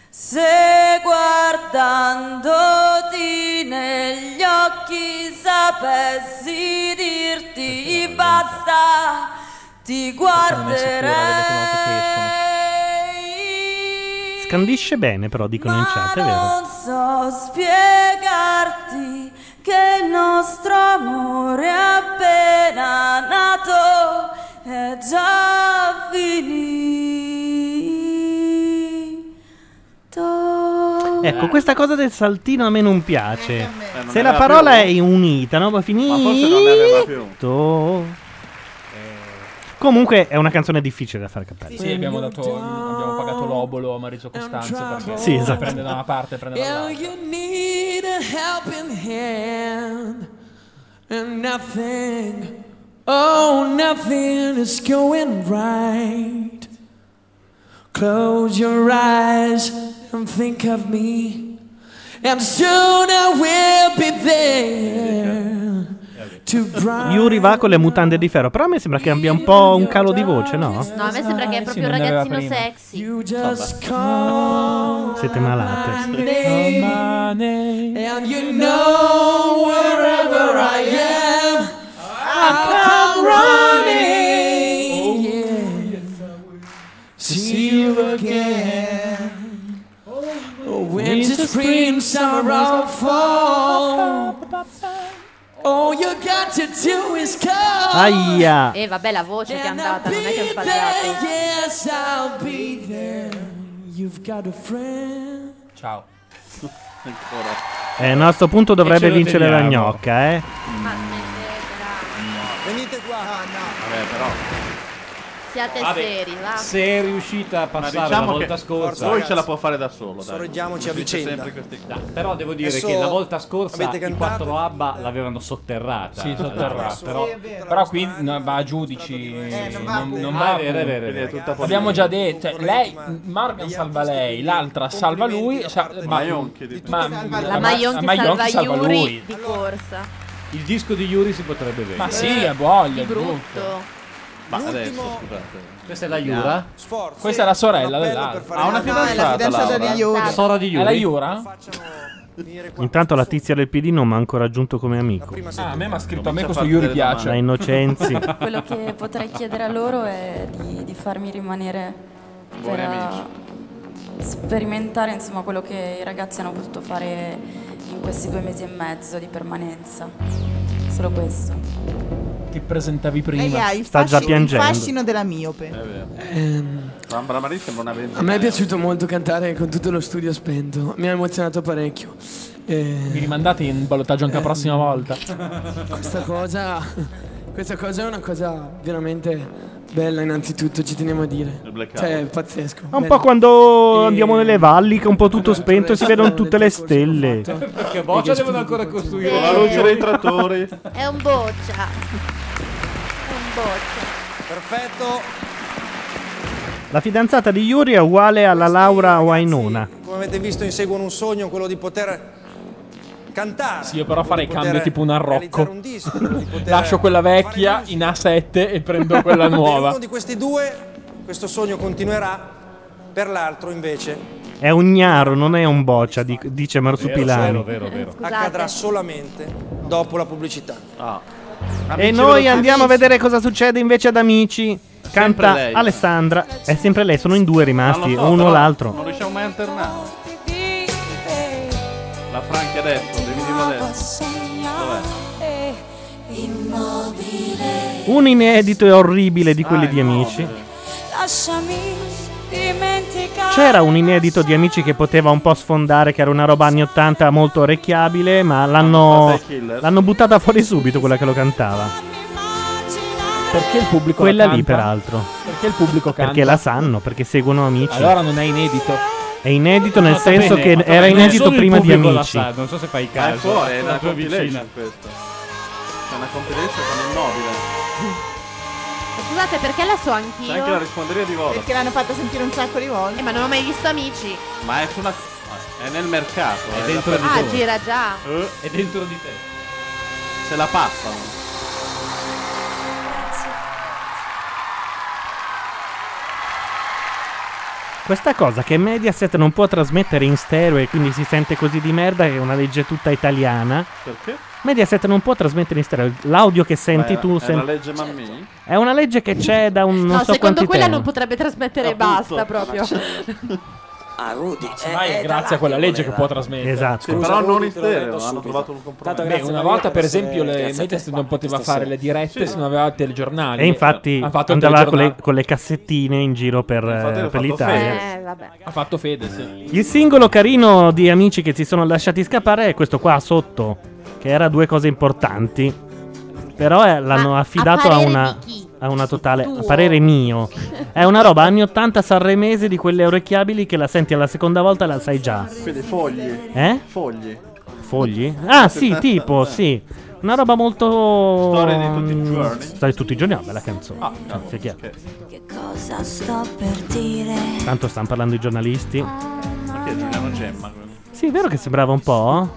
[SPEAKER 14] se guardandoti negli occhi sapessi dirti basta, ti guarderei.
[SPEAKER 1] Scandisce bene, però, dicono in chat, è vero.
[SPEAKER 14] Non so spiegarti che il nostro amore appena nato è già finito.
[SPEAKER 1] Ecco, questa cosa del saltino a me non piace.
[SPEAKER 6] Eh. non
[SPEAKER 1] Se
[SPEAKER 6] ne
[SPEAKER 1] la
[SPEAKER 6] aveva
[SPEAKER 1] parola
[SPEAKER 6] più.
[SPEAKER 1] è unita, no? Ma finito. Eh.
[SPEAKER 6] Ma forse non ne aveva più.
[SPEAKER 1] Comunque è una canzone difficile da fare cappella.
[SPEAKER 2] Sì, abbiamo, dato, abbiamo pagato l'obolo a Mariso Costanzo perché
[SPEAKER 1] Sì, esatto.
[SPEAKER 2] prende da una parte e prende
[SPEAKER 7] Now
[SPEAKER 2] dall'altra.
[SPEAKER 7] you need a helping hand, and nothing, oh, nothing is going right. Close your eyes and think of me, and soon I will be there to bright.
[SPEAKER 1] Yuri va con le mutande di ferro, però a me sembra che abbia un po' un calo di voce, no?
[SPEAKER 4] No, a me sembra che è proprio un
[SPEAKER 1] non ne aveva
[SPEAKER 4] ragazzino
[SPEAKER 1] prima.
[SPEAKER 4] sexy.
[SPEAKER 7] Just call
[SPEAKER 1] Siete malate.
[SPEAKER 7] my name, and you know wherever I am, I'll come running. Oh, yeah. See you again. Oh, winter, spring, summer, or
[SPEAKER 17] Oh,
[SPEAKER 7] fall. All you got to do is call.
[SPEAKER 1] Aia.
[SPEAKER 4] E Eh, vabbè, la voce che è andata, non è che ho sbagliato.
[SPEAKER 7] Yes, I'll be there. You've got a friend.
[SPEAKER 2] Ciao.
[SPEAKER 6] Ancora.
[SPEAKER 1] Eh, no, a sto punto
[SPEAKER 6] E ce
[SPEAKER 1] dovrebbe
[SPEAKER 6] lo
[SPEAKER 1] vincere la
[SPEAKER 6] teniamo.
[SPEAKER 1] gnocca, eh.
[SPEAKER 24] Venite qua.
[SPEAKER 5] Vabbè, però.
[SPEAKER 4] Siate
[SPEAKER 5] Vabbè,
[SPEAKER 4] seri, va.
[SPEAKER 5] Se è riuscita a
[SPEAKER 6] Ma
[SPEAKER 5] passare
[SPEAKER 6] diciamo
[SPEAKER 5] la volta
[SPEAKER 6] che
[SPEAKER 5] scorsa,
[SPEAKER 6] lui ce la può fare da solo.
[SPEAKER 24] Sorreggiamoci a vicenda.
[SPEAKER 5] Dai, però devo dire
[SPEAKER 6] Adesso
[SPEAKER 5] che la volta scorsa
[SPEAKER 6] avete
[SPEAKER 5] i quattro Abba l'avevano sotterrata.
[SPEAKER 2] Sì,
[SPEAKER 5] La-
[SPEAKER 2] sotterrata.
[SPEAKER 5] Però,
[SPEAKER 2] Però, però qui no, va a giudici. non, non
[SPEAKER 5] Ah,
[SPEAKER 2] va
[SPEAKER 5] è vero, è
[SPEAKER 2] a-
[SPEAKER 5] vero, è vero.
[SPEAKER 2] Abbiamo già detto, cioè, lei, Morgan salva lei, l'altra salva lui, sa- ma-
[SPEAKER 5] Maionchi, di-
[SPEAKER 2] ma-
[SPEAKER 5] Tutti
[SPEAKER 2] ma-
[SPEAKER 5] salvano.
[SPEAKER 4] La Maionchi
[SPEAKER 2] ma-
[SPEAKER 4] salva,
[SPEAKER 5] salva
[SPEAKER 4] Yuri
[SPEAKER 5] lui.
[SPEAKER 4] di corsa.
[SPEAKER 5] il disco di Yuri si potrebbe vedere.
[SPEAKER 2] Ma sì, a voglia,
[SPEAKER 4] Di
[SPEAKER 2] è brutto.
[SPEAKER 4] brutto.
[SPEAKER 27] Ma
[SPEAKER 6] L'ultimo
[SPEAKER 28] Questa è la Jura?
[SPEAKER 24] Sforzo.
[SPEAKER 2] Questa è la sorella
[SPEAKER 24] per
[SPEAKER 2] dell'altro.
[SPEAKER 24] fare- Ha una No, è la fidanzata, fidanzata Laura. di Yuri.
[SPEAKER 2] La sora di Yuri.
[SPEAKER 1] È la
[SPEAKER 2] Jura?
[SPEAKER 1] Intanto la tizia del PD non mi ha ancora aggiunto come amico.
[SPEAKER 2] Ah, a me mi ha scritto, a me
[SPEAKER 1] Comincia
[SPEAKER 2] questo
[SPEAKER 1] a
[SPEAKER 2] Yuri
[SPEAKER 1] fare delle
[SPEAKER 2] piace.
[SPEAKER 1] domande. La Innocenzi.
[SPEAKER 14] Quello che potrei chiedere a loro è di, di farmi rimanere Buoni per amici. eh, sperimentare insomma quello che i ragazzi hanno potuto fare in questi due mesi e mezzo di permanenza. Solo questo.
[SPEAKER 2] Ti presentavi
[SPEAKER 3] Lei
[SPEAKER 2] prima.
[SPEAKER 3] ha il fascino- il fascino della miope.
[SPEAKER 17] Ehm,
[SPEAKER 6] Bambara Maria sembra una
[SPEAKER 17] a me è piaciuto molto cantare con tutto lo studio spento. Mi ha emozionato parecchio.
[SPEAKER 24] Eh,
[SPEAKER 2] Mi rimandate in ballottaggio anche la
[SPEAKER 17] Ehm.
[SPEAKER 2] prossima volta.
[SPEAKER 7] [LAUGHS]
[SPEAKER 17] Questa cosa, questa cosa è una cosa veramente bella, innanzitutto, ci teniamo a dire. Cioè, è pazzesco.
[SPEAKER 1] È un po' quando andiamo nelle valli che è un po' tutto spento e si vedono tutte le stelle.
[SPEAKER 28] Perché a Boccia devono ancora costruire
[SPEAKER 6] La luce dei trattori.
[SPEAKER 4] È un boccia. È un boccia.
[SPEAKER 24] Perfetto.
[SPEAKER 1] La fidanzata di Yuri è uguale alla Laura Wainona.
[SPEAKER 24] Come avete visto inseguono un sogno, quello di poter cantare.
[SPEAKER 2] Sì, io però farei
[SPEAKER 24] Poter
[SPEAKER 2] cambio tipo un arrocco.
[SPEAKER 24] realizzare
[SPEAKER 2] [LAUGHS]
[SPEAKER 24] un disco, quello di poter
[SPEAKER 2] Lascio quella vecchia in A7 e prendo
[SPEAKER 24] [LAUGHS]
[SPEAKER 2] quella
[SPEAKER 24] Per
[SPEAKER 2] nuova.
[SPEAKER 24] uno di questi due questo sogno continuerà, per l'altro invece
[SPEAKER 1] È un gnaro, non è un boccia, dic- dice Marsupilani.
[SPEAKER 24] accadrà solamente dopo la pubblicità.
[SPEAKER 1] E noi andiamo a vedere cosa succede invece ad Amici. Canta
[SPEAKER 24] lei.
[SPEAKER 1] Alessandra. È sempre lei, sono in due rimasti,
[SPEAKER 6] Non lo so,
[SPEAKER 1] uno o
[SPEAKER 6] però
[SPEAKER 1] l'altro.
[SPEAKER 6] Non riusciamo mai a alternare. La Franchi adesso, devi dirlo adesso. Dov'è?
[SPEAKER 14] Immobile,
[SPEAKER 1] Un inedito e orribile di quelli di Amici.
[SPEAKER 14] lasciami dimenticare.
[SPEAKER 1] C'era un inedito di Amici che poteva un po' sfondare, che era una roba anni 80 molto orecchiabile, ma l'hanno,
[SPEAKER 6] fatto i killer.
[SPEAKER 1] l'hanno buttata fuori subito quella che lo cantava.
[SPEAKER 2] Perché il pubblico
[SPEAKER 1] Quella
[SPEAKER 2] la
[SPEAKER 1] lì,
[SPEAKER 2] canta?
[SPEAKER 1] peraltro.
[SPEAKER 2] Perché il pubblico canta?
[SPEAKER 1] Perché la sanno, perché seguono Amici.
[SPEAKER 2] Allora non è inedito.
[SPEAKER 1] È inedito
[SPEAKER 2] Ma
[SPEAKER 1] nel
[SPEAKER 2] va
[SPEAKER 1] senso
[SPEAKER 2] bene,
[SPEAKER 1] che
[SPEAKER 2] ma va
[SPEAKER 1] era
[SPEAKER 2] bene.
[SPEAKER 1] inedito
[SPEAKER 2] Solo il
[SPEAKER 1] prima di
[SPEAKER 2] pubblico la
[SPEAKER 1] Amici.
[SPEAKER 28] non so se fai
[SPEAKER 6] Ma Ah, è
[SPEAKER 28] caso.
[SPEAKER 6] fuori, è
[SPEAKER 28] La
[SPEAKER 6] una
[SPEAKER 28] tua
[SPEAKER 6] compilation
[SPEAKER 28] vicina.
[SPEAKER 6] questa. C'è una compilation con Immobile.
[SPEAKER 4] Scusate, perché la so
[SPEAKER 6] C'è
[SPEAKER 4] anch'io?
[SPEAKER 6] anche la risponderia di Vodafone.
[SPEAKER 4] l'hanno fatta sentire un sacco di volte.
[SPEAKER 3] Eh,
[SPEAKER 4] ma non ho mai visto amici.
[SPEAKER 6] Ma è su una. È nel mercato. È,
[SPEAKER 28] dentro
[SPEAKER 6] la-
[SPEAKER 28] di
[SPEAKER 4] Ah, gira già.
[SPEAKER 6] Eh,
[SPEAKER 28] È dentro di te.
[SPEAKER 6] Se la passano.
[SPEAKER 1] Questa cosa che Mediaset non può trasmettere in stereo e quindi si sente così di merda, che è una legge tutta italiana.
[SPEAKER 6] Perché?
[SPEAKER 1] Mediaset non può trasmettere in stereo. L'audio che senti
[SPEAKER 6] Ma è-
[SPEAKER 1] tu
[SPEAKER 6] È la
[SPEAKER 1] sen-
[SPEAKER 6] legge Mammì?
[SPEAKER 1] è una legge che c'è da un non
[SPEAKER 4] no,
[SPEAKER 1] so
[SPEAKER 4] secondo
[SPEAKER 1] quanti
[SPEAKER 4] quella
[SPEAKER 1] tempi.
[SPEAKER 4] non potrebbe trasmettere e basta proprio.
[SPEAKER 11] Ah, Rudy.
[SPEAKER 2] Ormai è grazie a quella legge che può trasmettere.
[SPEAKER 1] Esatto.
[SPEAKER 6] Sì, però non in stereo, hanno trovato un compromesso.
[SPEAKER 2] Beh, una volta, per esempio, le Mediaset non poteva fare le dirette se non aveva il telegiornale.
[SPEAKER 1] E infatti
[SPEAKER 2] ha fatto, il
[SPEAKER 1] andava con le,
[SPEAKER 2] telegiornale.
[SPEAKER 1] con le cassettine in giro per, eh, per l'Italia.
[SPEAKER 2] ha fatto fede, sì.
[SPEAKER 1] Il singolo carino di amici che si sono lasciati scappare è questo qua sotto, che era due cose importanti. Però eh, l'hanno affidato a,
[SPEAKER 4] parere
[SPEAKER 1] una,
[SPEAKER 4] Ah, di chi?
[SPEAKER 1] a una totale.
[SPEAKER 4] Tuo?
[SPEAKER 1] A parere
[SPEAKER 4] [LAUGHS]
[SPEAKER 1] mio, è una roba anni 80 sanremese di quelle orecchiabili che la senti alla seconda volta e la sai già.
[SPEAKER 6] Quindi fogli.
[SPEAKER 1] Eh?
[SPEAKER 6] Fogli.
[SPEAKER 1] Fogli? Ah, sì, tipo, sì. Una roba molto. Mm,
[SPEAKER 6] Storie di tutti i giorni.
[SPEAKER 1] Storie di tutti i giorni, è una bella canzone.
[SPEAKER 6] Ah,
[SPEAKER 1] Anzi, è chiaro.
[SPEAKER 14] Che cosa sto per dire?
[SPEAKER 1] Tanto stanno parlando i giornalisti.
[SPEAKER 6] Ma chi è Giuliano Gemma? quello?
[SPEAKER 1] Sì, è vero che sembrava un po'.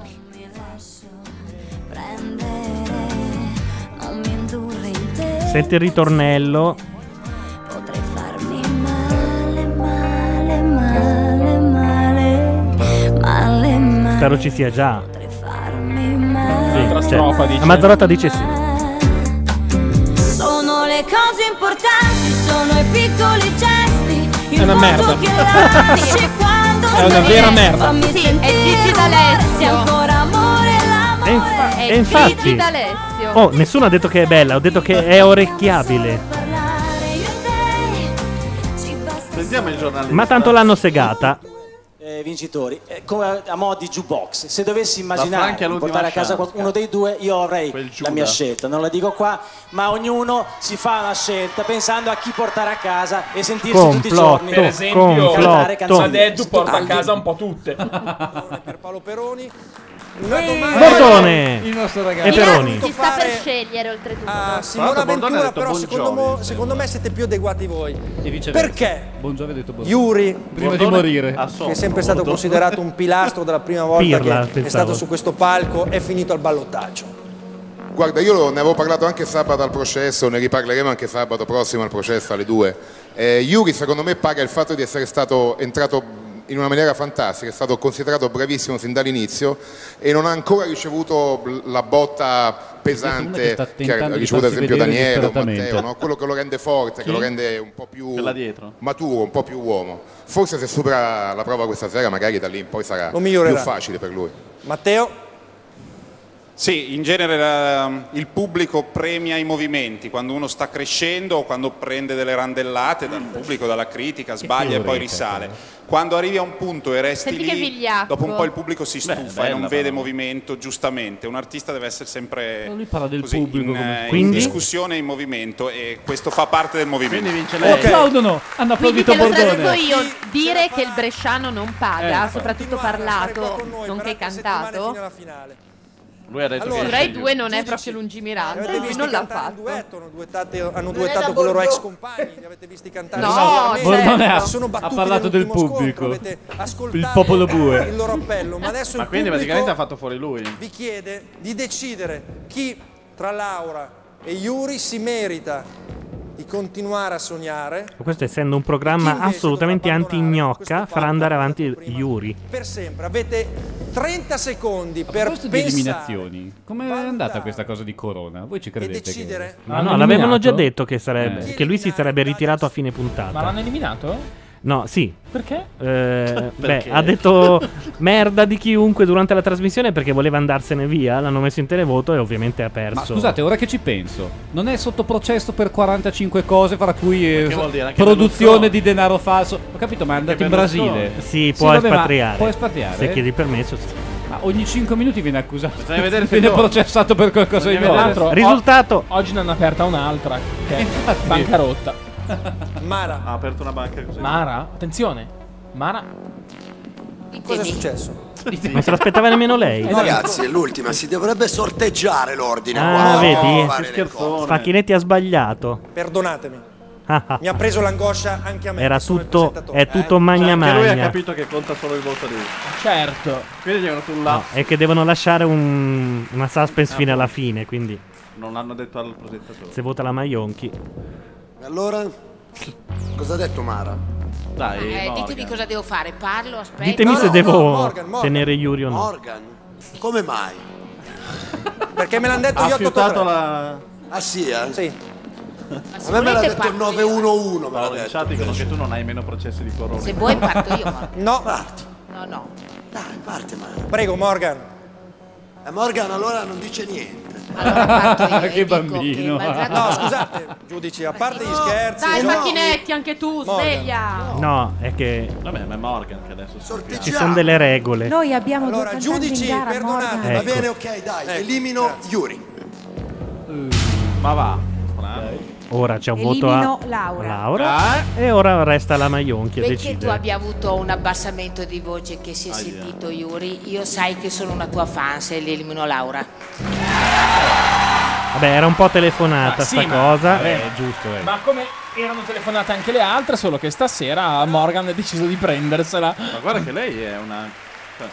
[SPEAKER 14] Non mi indurre in te.
[SPEAKER 1] Senti il ritornello.
[SPEAKER 14] Potrei farmi male, male, male, male, male, male.
[SPEAKER 1] Spero ci sia già.
[SPEAKER 14] farmi male.
[SPEAKER 2] L'altra
[SPEAKER 1] Cioè,
[SPEAKER 2] strofa dice.
[SPEAKER 1] La Mazzarotta dice sì.
[SPEAKER 14] Sono le cose importanti, sono i piccoli gesti. Il
[SPEAKER 2] È una merda.
[SPEAKER 14] modo
[SPEAKER 2] [LAUGHS]
[SPEAKER 14] che lasci quando
[SPEAKER 2] È una
[SPEAKER 14] sei.
[SPEAKER 2] vera merda.
[SPEAKER 14] Fammi
[SPEAKER 4] [LAUGHS] Sì,
[SPEAKER 14] sentire
[SPEAKER 4] è Gigi
[SPEAKER 14] rumore,
[SPEAKER 4] D'Alessio.
[SPEAKER 14] se ancora amore l'amore.
[SPEAKER 1] E, infa-
[SPEAKER 4] Eh, È
[SPEAKER 1] e infatti.
[SPEAKER 4] Gigi D'Alessio.
[SPEAKER 1] Oh, nessuno ha detto che è bella, ho detto che è orecchiabile.
[SPEAKER 6] Sentiamo il giornalista.
[SPEAKER 1] Ma tanto l'hanno segata.
[SPEAKER 12] Eh, vincitori, Eh, come a, a mo' di jukebox, se dovessi
[SPEAKER 6] La
[SPEAKER 12] immaginare
[SPEAKER 6] Franchi è
[SPEAKER 12] di
[SPEAKER 6] l'ultima
[SPEAKER 12] portare a casa
[SPEAKER 6] chance.
[SPEAKER 12] qual- uno dei due, io avrei la
[SPEAKER 6] Giuda.
[SPEAKER 12] mia scelta, non la dico qua, ma ognuno si fa una scelta pensando a chi portare a casa e sentirsi tutti i giorni.
[SPEAKER 2] Per esempio,
[SPEAKER 12] cantare canzoni.
[SPEAKER 2] Madeddu porta a
[SPEAKER 12] Tutti.
[SPEAKER 2] casa un po' tutte.
[SPEAKER 24] Noi domani
[SPEAKER 1] Bordone!
[SPEAKER 2] Il nostro ragazzo.
[SPEAKER 1] E Peroni.
[SPEAKER 4] Si sta per scegliere oltretutto.
[SPEAKER 24] a
[SPEAKER 6] Tra
[SPEAKER 24] Simona
[SPEAKER 6] l'altro Bordone ha
[SPEAKER 24] Ventura,
[SPEAKER 6] detto
[SPEAKER 24] Ah,
[SPEAKER 6] eh.
[SPEAKER 24] però secondo,
[SPEAKER 6] buongiorno,
[SPEAKER 24] mo- secondo me siete più adeguati voi.
[SPEAKER 28] E viceversa.
[SPEAKER 24] Perché?
[SPEAKER 28] Buongiorno, ha detto buongiorno.
[SPEAKER 24] Yuri,
[SPEAKER 28] Prima di morire.
[SPEAKER 24] che è sempre stato considerato un pilastro della prima volta
[SPEAKER 1] Pirla,
[SPEAKER 24] che è
[SPEAKER 1] pensavo.
[SPEAKER 24] stato su questo palco, è finito al ballottaggio.
[SPEAKER 28] Guarda, io ne avevo parlato anche sabato al processo, ne riparleremo anche sabato prossimo al processo alle 2. Eh, Yuri secondo me paga il fatto di essere stato entrato in una maniera fantastica, è stato considerato bravissimo sin dall'inizio e non ha ancora ricevuto la botta
[SPEAKER 5] che
[SPEAKER 28] pesante
[SPEAKER 5] sta
[SPEAKER 28] che ha
[SPEAKER 5] tentando di
[SPEAKER 28] ricevuto ad
[SPEAKER 5] farsi
[SPEAKER 28] esempio
[SPEAKER 5] vedere
[SPEAKER 28] Daniele o
[SPEAKER 5] disperatamente.
[SPEAKER 28] Matteo, no? quello che lo rende forte,
[SPEAKER 5] Chi?
[SPEAKER 28] che lo rende un po' più
[SPEAKER 5] Quella dietro.
[SPEAKER 28] maturo, un po' più uomo. Forse se supera la prova questa sera magari da lì in poi sarà
[SPEAKER 24] Lo
[SPEAKER 28] più
[SPEAKER 24] migliorerà.
[SPEAKER 28] facile per lui.
[SPEAKER 24] Matteo?
[SPEAKER 15] Sì, in genere la- il pubblico premia i movimenti, quando uno sta crescendo o quando prende delle randellate dal pubblico, dalla critica, sbaglia e poi
[SPEAKER 5] teoria,
[SPEAKER 15] risale. Quando arrivi a un punto e resti
[SPEAKER 4] Senti che
[SPEAKER 15] lì,
[SPEAKER 4] vigliacco.
[SPEAKER 15] dopo un po' il pubblico si stufa e
[SPEAKER 5] bella
[SPEAKER 15] non
[SPEAKER 5] parola.
[SPEAKER 15] vede movimento, giustamente. Un artista deve essere sempre
[SPEAKER 5] Lui parla del
[SPEAKER 15] così,
[SPEAKER 5] pubblico
[SPEAKER 15] in,
[SPEAKER 5] come-
[SPEAKER 15] eh, in
[SPEAKER 5] Quindi?
[SPEAKER 15] discussione e in movimento e questo fa parte del movimento.
[SPEAKER 5] Quindi vince lei. Lo applaudono, hanno
[SPEAKER 4] Quindi
[SPEAKER 5] applaudito
[SPEAKER 4] te lo
[SPEAKER 5] Bordone.
[SPEAKER 4] traduco io, dire che il bresciano non
[SPEAKER 5] Eh,
[SPEAKER 4] paga,
[SPEAKER 5] infatti.
[SPEAKER 4] soprattutto parlato, nonché cantato,
[SPEAKER 5] Lui ha detto
[SPEAKER 4] su Rai 2 non è proprio lungimiranza,
[SPEAKER 24] Avete
[SPEAKER 4] lui
[SPEAKER 24] visto
[SPEAKER 4] non l'ha
[SPEAKER 24] cantare
[SPEAKER 4] fatto.
[SPEAKER 24] Hanno duettato, hanno
[SPEAKER 4] Non
[SPEAKER 24] duettato
[SPEAKER 4] era
[SPEAKER 24] con i loro
[SPEAKER 4] Bordeaux.
[SPEAKER 24] ex compagni, li avete visti cantare.
[SPEAKER 4] No,
[SPEAKER 24] regolarmente,
[SPEAKER 5] Bordone ha,
[SPEAKER 24] si sono
[SPEAKER 5] ha
[SPEAKER 24] battuti
[SPEAKER 5] parlato del
[SPEAKER 24] nell'ultimo
[SPEAKER 5] pubblico,
[SPEAKER 24] scontro, avete ascoltato
[SPEAKER 5] il popolo bue.
[SPEAKER 24] il loro appello, ma adesso
[SPEAKER 6] Ma
[SPEAKER 24] il
[SPEAKER 6] quindi
[SPEAKER 24] pubblico
[SPEAKER 6] praticamente ha fatto fuori lui.
[SPEAKER 24] vi chiede di decidere chi tra Laura e Yuri si merita di continuare a sognare
[SPEAKER 1] Questo essendo un programma assolutamente anti-gnocca farà andare avanti Yuri.
[SPEAKER 24] per sempre. Avete 30 secondi per
[SPEAKER 5] proposito di
[SPEAKER 24] pensare.
[SPEAKER 5] eliminazioni, com'è andata questa cosa di Corona? Voi ci credete?
[SPEAKER 24] decidere-
[SPEAKER 5] Che...
[SPEAKER 1] Ma
[SPEAKER 5] L'hanno
[SPEAKER 1] Ah, no, l'avevano
[SPEAKER 5] eliminato?
[SPEAKER 1] già detto che, sarebbe,
[SPEAKER 5] Eh.
[SPEAKER 1] che lui si sarebbe ritirato a fine
[SPEAKER 2] Ma
[SPEAKER 1] puntata.
[SPEAKER 2] l'hanno eliminato?
[SPEAKER 1] No, sì.
[SPEAKER 2] Perché?
[SPEAKER 1] Eh,
[SPEAKER 2] Perché?
[SPEAKER 1] beh, ha
[SPEAKER 5] [LAUGHS]
[SPEAKER 1] detto merda di chiunque durante la trasmissione perché voleva andarsene via. L'hanno messo in televoto e ovviamente ha perso.
[SPEAKER 5] Ma scusate, ora che ci penso, non è sotto processo per 45 cose, fra cui eh,
[SPEAKER 1] che vuol dire? Anche
[SPEAKER 5] produzione
[SPEAKER 1] Berlusconi?
[SPEAKER 5] di denaro falso. Ho capito, ma è andato in
[SPEAKER 1] Berlusconi.
[SPEAKER 5] Brasile.
[SPEAKER 1] Sì, può
[SPEAKER 5] vabbè, ma
[SPEAKER 1] espatriare.
[SPEAKER 5] Può espatriare.
[SPEAKER 1] Se chiedi permesso, sì.
[SPEAKER 5] Ma ogni 5 minuti viene accusato.
[SPEAKER 2] Bisogna vedere se
[SPEAKER 5] viene
[SPEAKER 2] no.
[SPEAKER 5] processato per qualcosa di nuovo.
[SPEAKER 2] Tra l'altro, o-
[SPEAKER 1] Risultato.
[SPEAKER 2] oggi ne hanno aperta un'altra, che è bancarotta.
[SPEAKER 24] Mara
[SPEAKER 6] ha aperto una banca così.
[SPEAKER 2] Mara, attenzione. Mara.
[SPEAKER 24] Cosa è successo?
[SPEAKER 1] Non se l'aspettava nemmeno
[SPEAKER 5] Eh,
[SPEAKER 1] lei.
[SPEAKER 8] Eh, Ragazzi, è l'ultima, si dovrebbe sorteggiare l'ordine.
[SPEAKER 1] Ah,
[SPEAKER 8] qua.
[SPEAKER 1] vedi?
[SPEAKER 8] Fare le cose.
[SPEAKER 1] Facchinetti ha sbagliato.
[SPEAKER 24] Perdonatemi,
[SPEAKER 1] Ah, ah.
[SPEAKER 24] mi ha preso l'angoscia anche a me.
[SPEAKER 1] Era
[SPEAKER 24] che sono il
[SPEAKER 1] tutto-
[SPEAKER 24] presentatore. Eh? Cioè,
[SPEAKER 1] è tutto magna
[SPEAKER 24] anche
[SPEAKER 1] magna.
[SPEAKER 24] lui ha capito-
[SPEAKER 6] Che conta solo il voto di
[SPEAKER 2] Certo.
[SPEAKER 6] Quindi gli hanno fatto un lasso.
[SPEAKER 1] È che devono lasciare un- una suspense
[SPEAKER 6] Ah,
[SPEAKER 1] fino
[SPEAKER 6] boh.
[SPEAKER 1] alla fine. Quindi,
[SPEAKER 6] Non l'hanno detto al presentatore.
[SPEAKER 1] se vota la Maionchi,
[SPEAKER 8] Allora, cosa ha detto Mara?
[SPEAKER 4] Ah,
[SPEAKER 19] Eh, ditemi cosa devo fare, parlo, aspetto.
[SPEAKER 1] Ditemi se devo tenere Yuri o no.
[SPEAKER 8] Morgan, come mai?
[SPEAKER 24] Perché me l'hanno detto
[SPEAKER 8] Ha
[SPEAKER 24] io 883.
[SPEAKER 8] fiutato Ah sì, eh?
[SPEAKER 24] Sì.
[SPEAKER 8] A me me l'ha detto il 911, me l'ha
[SPEAKER 6] Paolo, in chat dicono che tu non hai meno processi di corona.
[SPEAKER 24] Se
[SPEAKER 19] vuoi parto io,
[SPEAKER 24] No.
[SPEAKER 19] No, no.
[SPEAKER 8] Dai, parte Mara.
[SPEAKER 24] Prego, Morgan.
[SPEAKER 8] Eh, Morgan allora non dice niente.
[SPEAKER 5] Ah,
[SPEAKER 24] che
[SPEAKER 5] [LAUGHS]
[SPEAKER 8] bambino. malgrado-
[SPEAKER 24] No, scusate, giudici, a parte gli scherzi.
[SPEAKER 4] Dai,
[SPEAKER 24] no.
[SPEAKER 4] Facchinetti, anche tu,
[SPEAKER 24] Morgan.
[SPEAKER 4] sveglia!
[SPEAKER 1] no, è che
[SPEAKER 6] Vabbè, ma è Morgan che adesso sorteggia.
[SPEAKER 1] ci sono delle regole.
[SPEAKER 9] Noi abbiamo due
[SPEAKER 24] Allora,
[SPEAKER 9] cantanti
[SPEAKER 24] giudici,
[SPEAKER 9] in gara,
[SPEAKER 24] perdonate,
[SPEAKER 9] Morgan.
[SPEAKER 24] va
[SPEAKER 1] Ecco.
[SPEAKER 24] bene, ok, dai,
[SPEAKER 8] elimino Yuri.
[SPEAKER 6] Ma va.
[SPEAKER 1] Ora c'è un voto
[SPEAKER 19] Elimino
[SPEAKER 1] a
[SPEAKER 19] Laura.
[SPEAKER 1] Laura,
[SPEAKER 5] Eh?
[SPEAKER 1] E ora resta la Maionchi a
[SPEAKER 19] Perché tu
[SPEAKER 1] decidere.
[SPEAKER 19] abbia avuto un abbassamento di voce che si è
[SPEAKER 1] Aia.
[SPEAKER 19] sentito Yuri, io sai che sono una tua fan se li elimino Laura.
[SPEAKER 1] Vabbè, era un po' telefonata
[SPEAKER 5] Ah,
[SPEAKER 2] Ma sì,
[SPEAKER 1] sta
[SPEAKER 2] ma-
[SPEAKER 1] cosa.
[SPEAKER 2] vabbè,
[SPEAKER 5] è giusto, eh.
[SPEAKER 2] Ma come erano telefonate anche le altre, solo che stasera Morgan ha deciso di prendersela.
[SPEAKER 6] Ma guarda che lei è una.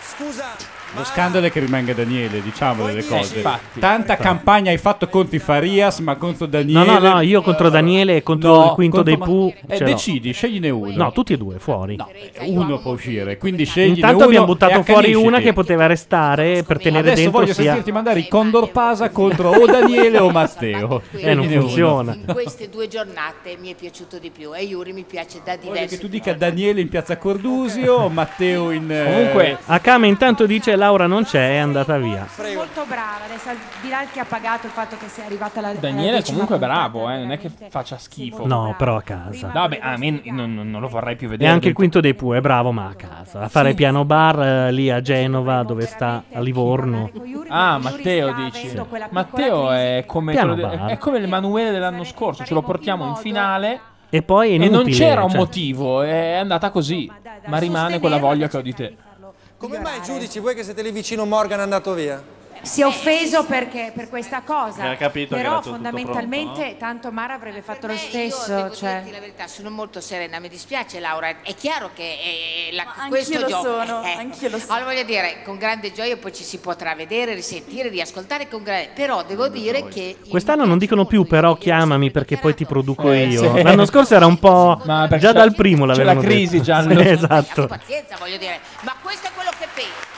[SPEAKER 24] Scusa,
[SPEAKER 5] Lo scandalo è che rimanga Daniele, diciamo delle cose.
[SPEAKER 2] infatti.
[SPEAKER 5] Tanta campagna hai fatto contro i Farias, ma contro
[SPEAKER 1] No,
[SPEAKER 5] Daniele.
[SPEAKER 1] no, no, io contro Daniele e contro
[SPEAKER 5] No,
[SPEAKER 1] il quinto
[SPEAKER 5] contro
[SPEAKER 1] dei
[SPEAKER 5] Ma-
[SPEAKER 1] Pooh.
[SPEAKER 5] Eh,
[SPEAKER 1] ce l'ho.
[SPEAKER 5] decidi, scegliene uno.
[SPEAKER 1] No, tutti e due, fuori.
[SPEAKER 5] Uno può uscire, quindi scegli
[SPEAKER 1] Intanto abbiamo buttato fuori una che poteva restare per tenere
[SPEAKER 5] Adesso
[SPEAKER 1] dentro
[SPEAKER 5] voglio
[SPEAKER 1] sia...
[SPEAKER 5] sentirti mandare il Condor Pasa contro o Daniele o Matteo.
[SPEAKER 1] Eh, non
[SPEAKER 5] Scegline uno.
[SPEAKER 1] funziona.
[SPEAKER 19] In queste due giornate mi è piaciuto di più e Yuri mi piace da
[SPEAKER 5] Voglio che
[SPEAKER 19] diversi
[SPEAKER 5] tu dica Daniele in piazza Cordusio o Matteo in... eh,
[SPEAKER 1] Akame intanto dice Laura non c'è, è andata via.
[SPEAKER 9] Sei molto brava, adesso al di là che ha pagato il fatto che sei arrivata alla alla
[SPEAKER 2] Daniele
[SPEAKER 9] decima
[SPEAKER 2] comunque è
[SPEAKER 9] puntata.
[SPEAKER 2] bravo, eh, non è che faccia schifo.
[SPEAKER 1] No, però a casa.
[SPEAKER 2] No, vabbè, a me non, non- non lo vorrei più
[SPEAKER 1] E
[SPEAKER 2] vedere.
[SPEAKER 1] anche il quinto dei Pooh è bravo, ma a casa. A fare piano bar eh, lì a Genova, dove sta a Livorno.
[SPEAKER 2] Ah, Matteo dici. Matteo è come,
[SPEAKER 1] Piano
[SPEAKER 2] quello de-
[SPEAKER 1] bar.
[SPEAKER 2] è come il manuale dell'anno scorso, ce lo portiamo in finale
[SPEAKER 1] E poi è
[SPEAKER 2] e
[SPEAKER 1] inutile.
[SPEAKER 2] non c'era un
[SPEAKER 1] cioè.
[SPEAKER 2] motivo, è andata così. Ma rimane quella voglia che ho di te.
[SPEAKER 24] Come mai, giudici, voi che siete lì vicino, Morgan è andato via?
[SPEAKER 9] si è offeso perché, per questa cosa.
[SPEAKER 24] E ha capito che
[SPEAKER 9] Però
[SPEAKER 24] era tutto
[SPEAKER 9] fondamentalmente
[SPEAKER 24] pronto,
[SPEAKER 9] tanto Mara avrebbe fatto lo
[SPEAKER 19] Io
[SPEAKER 9] stesso.
[SPEAKER 19] devo
[SPEAKER 9] cioè.
[SPEAKER 19] dirti la verità, sono molto serena, mi dispiace Laura, è chiaro che eh, la-
[SPEAKER 52] Ma anch'io
[SPEAKER 19] questo
[SPEAKER 52] lo
[SPEAKER 19] gioco... [LAUGHS]
[SPEAKER 52] sono,
[SPEAKER 19] anch'io lo sono. Allora voglio dire, con grande gioia poi ci si potrà vedere, risentire, riascoltare con grande... Però devo dire che...
[SPEAKER 1] Quest'anno non dicono più però chiamami perché poi ti produco
[SPEAKER 2] Eh,
[SPEAKER 1] io.
[SPEAKER 2] sì.
[SPEAKER 1] L'anno scorso era un po'...
[SPEAKER 2] perché
[SPEAKER 1] Già
[SPEAKER 2] c'è-
[SPEAKER 1] dal primo
[SPEAKER 2] c'è
[SPEAKER 1] l'avevano
[SPEAKER 2] la crisi,
[SPEAKER 1] [LAUGHS] detto.
[SPEAKER 2] Gianni.
[SPEAKER 1] Sì, esatto.
[SPEAKER 19] Pazienza, voglio dire, ma questo è quello che penso.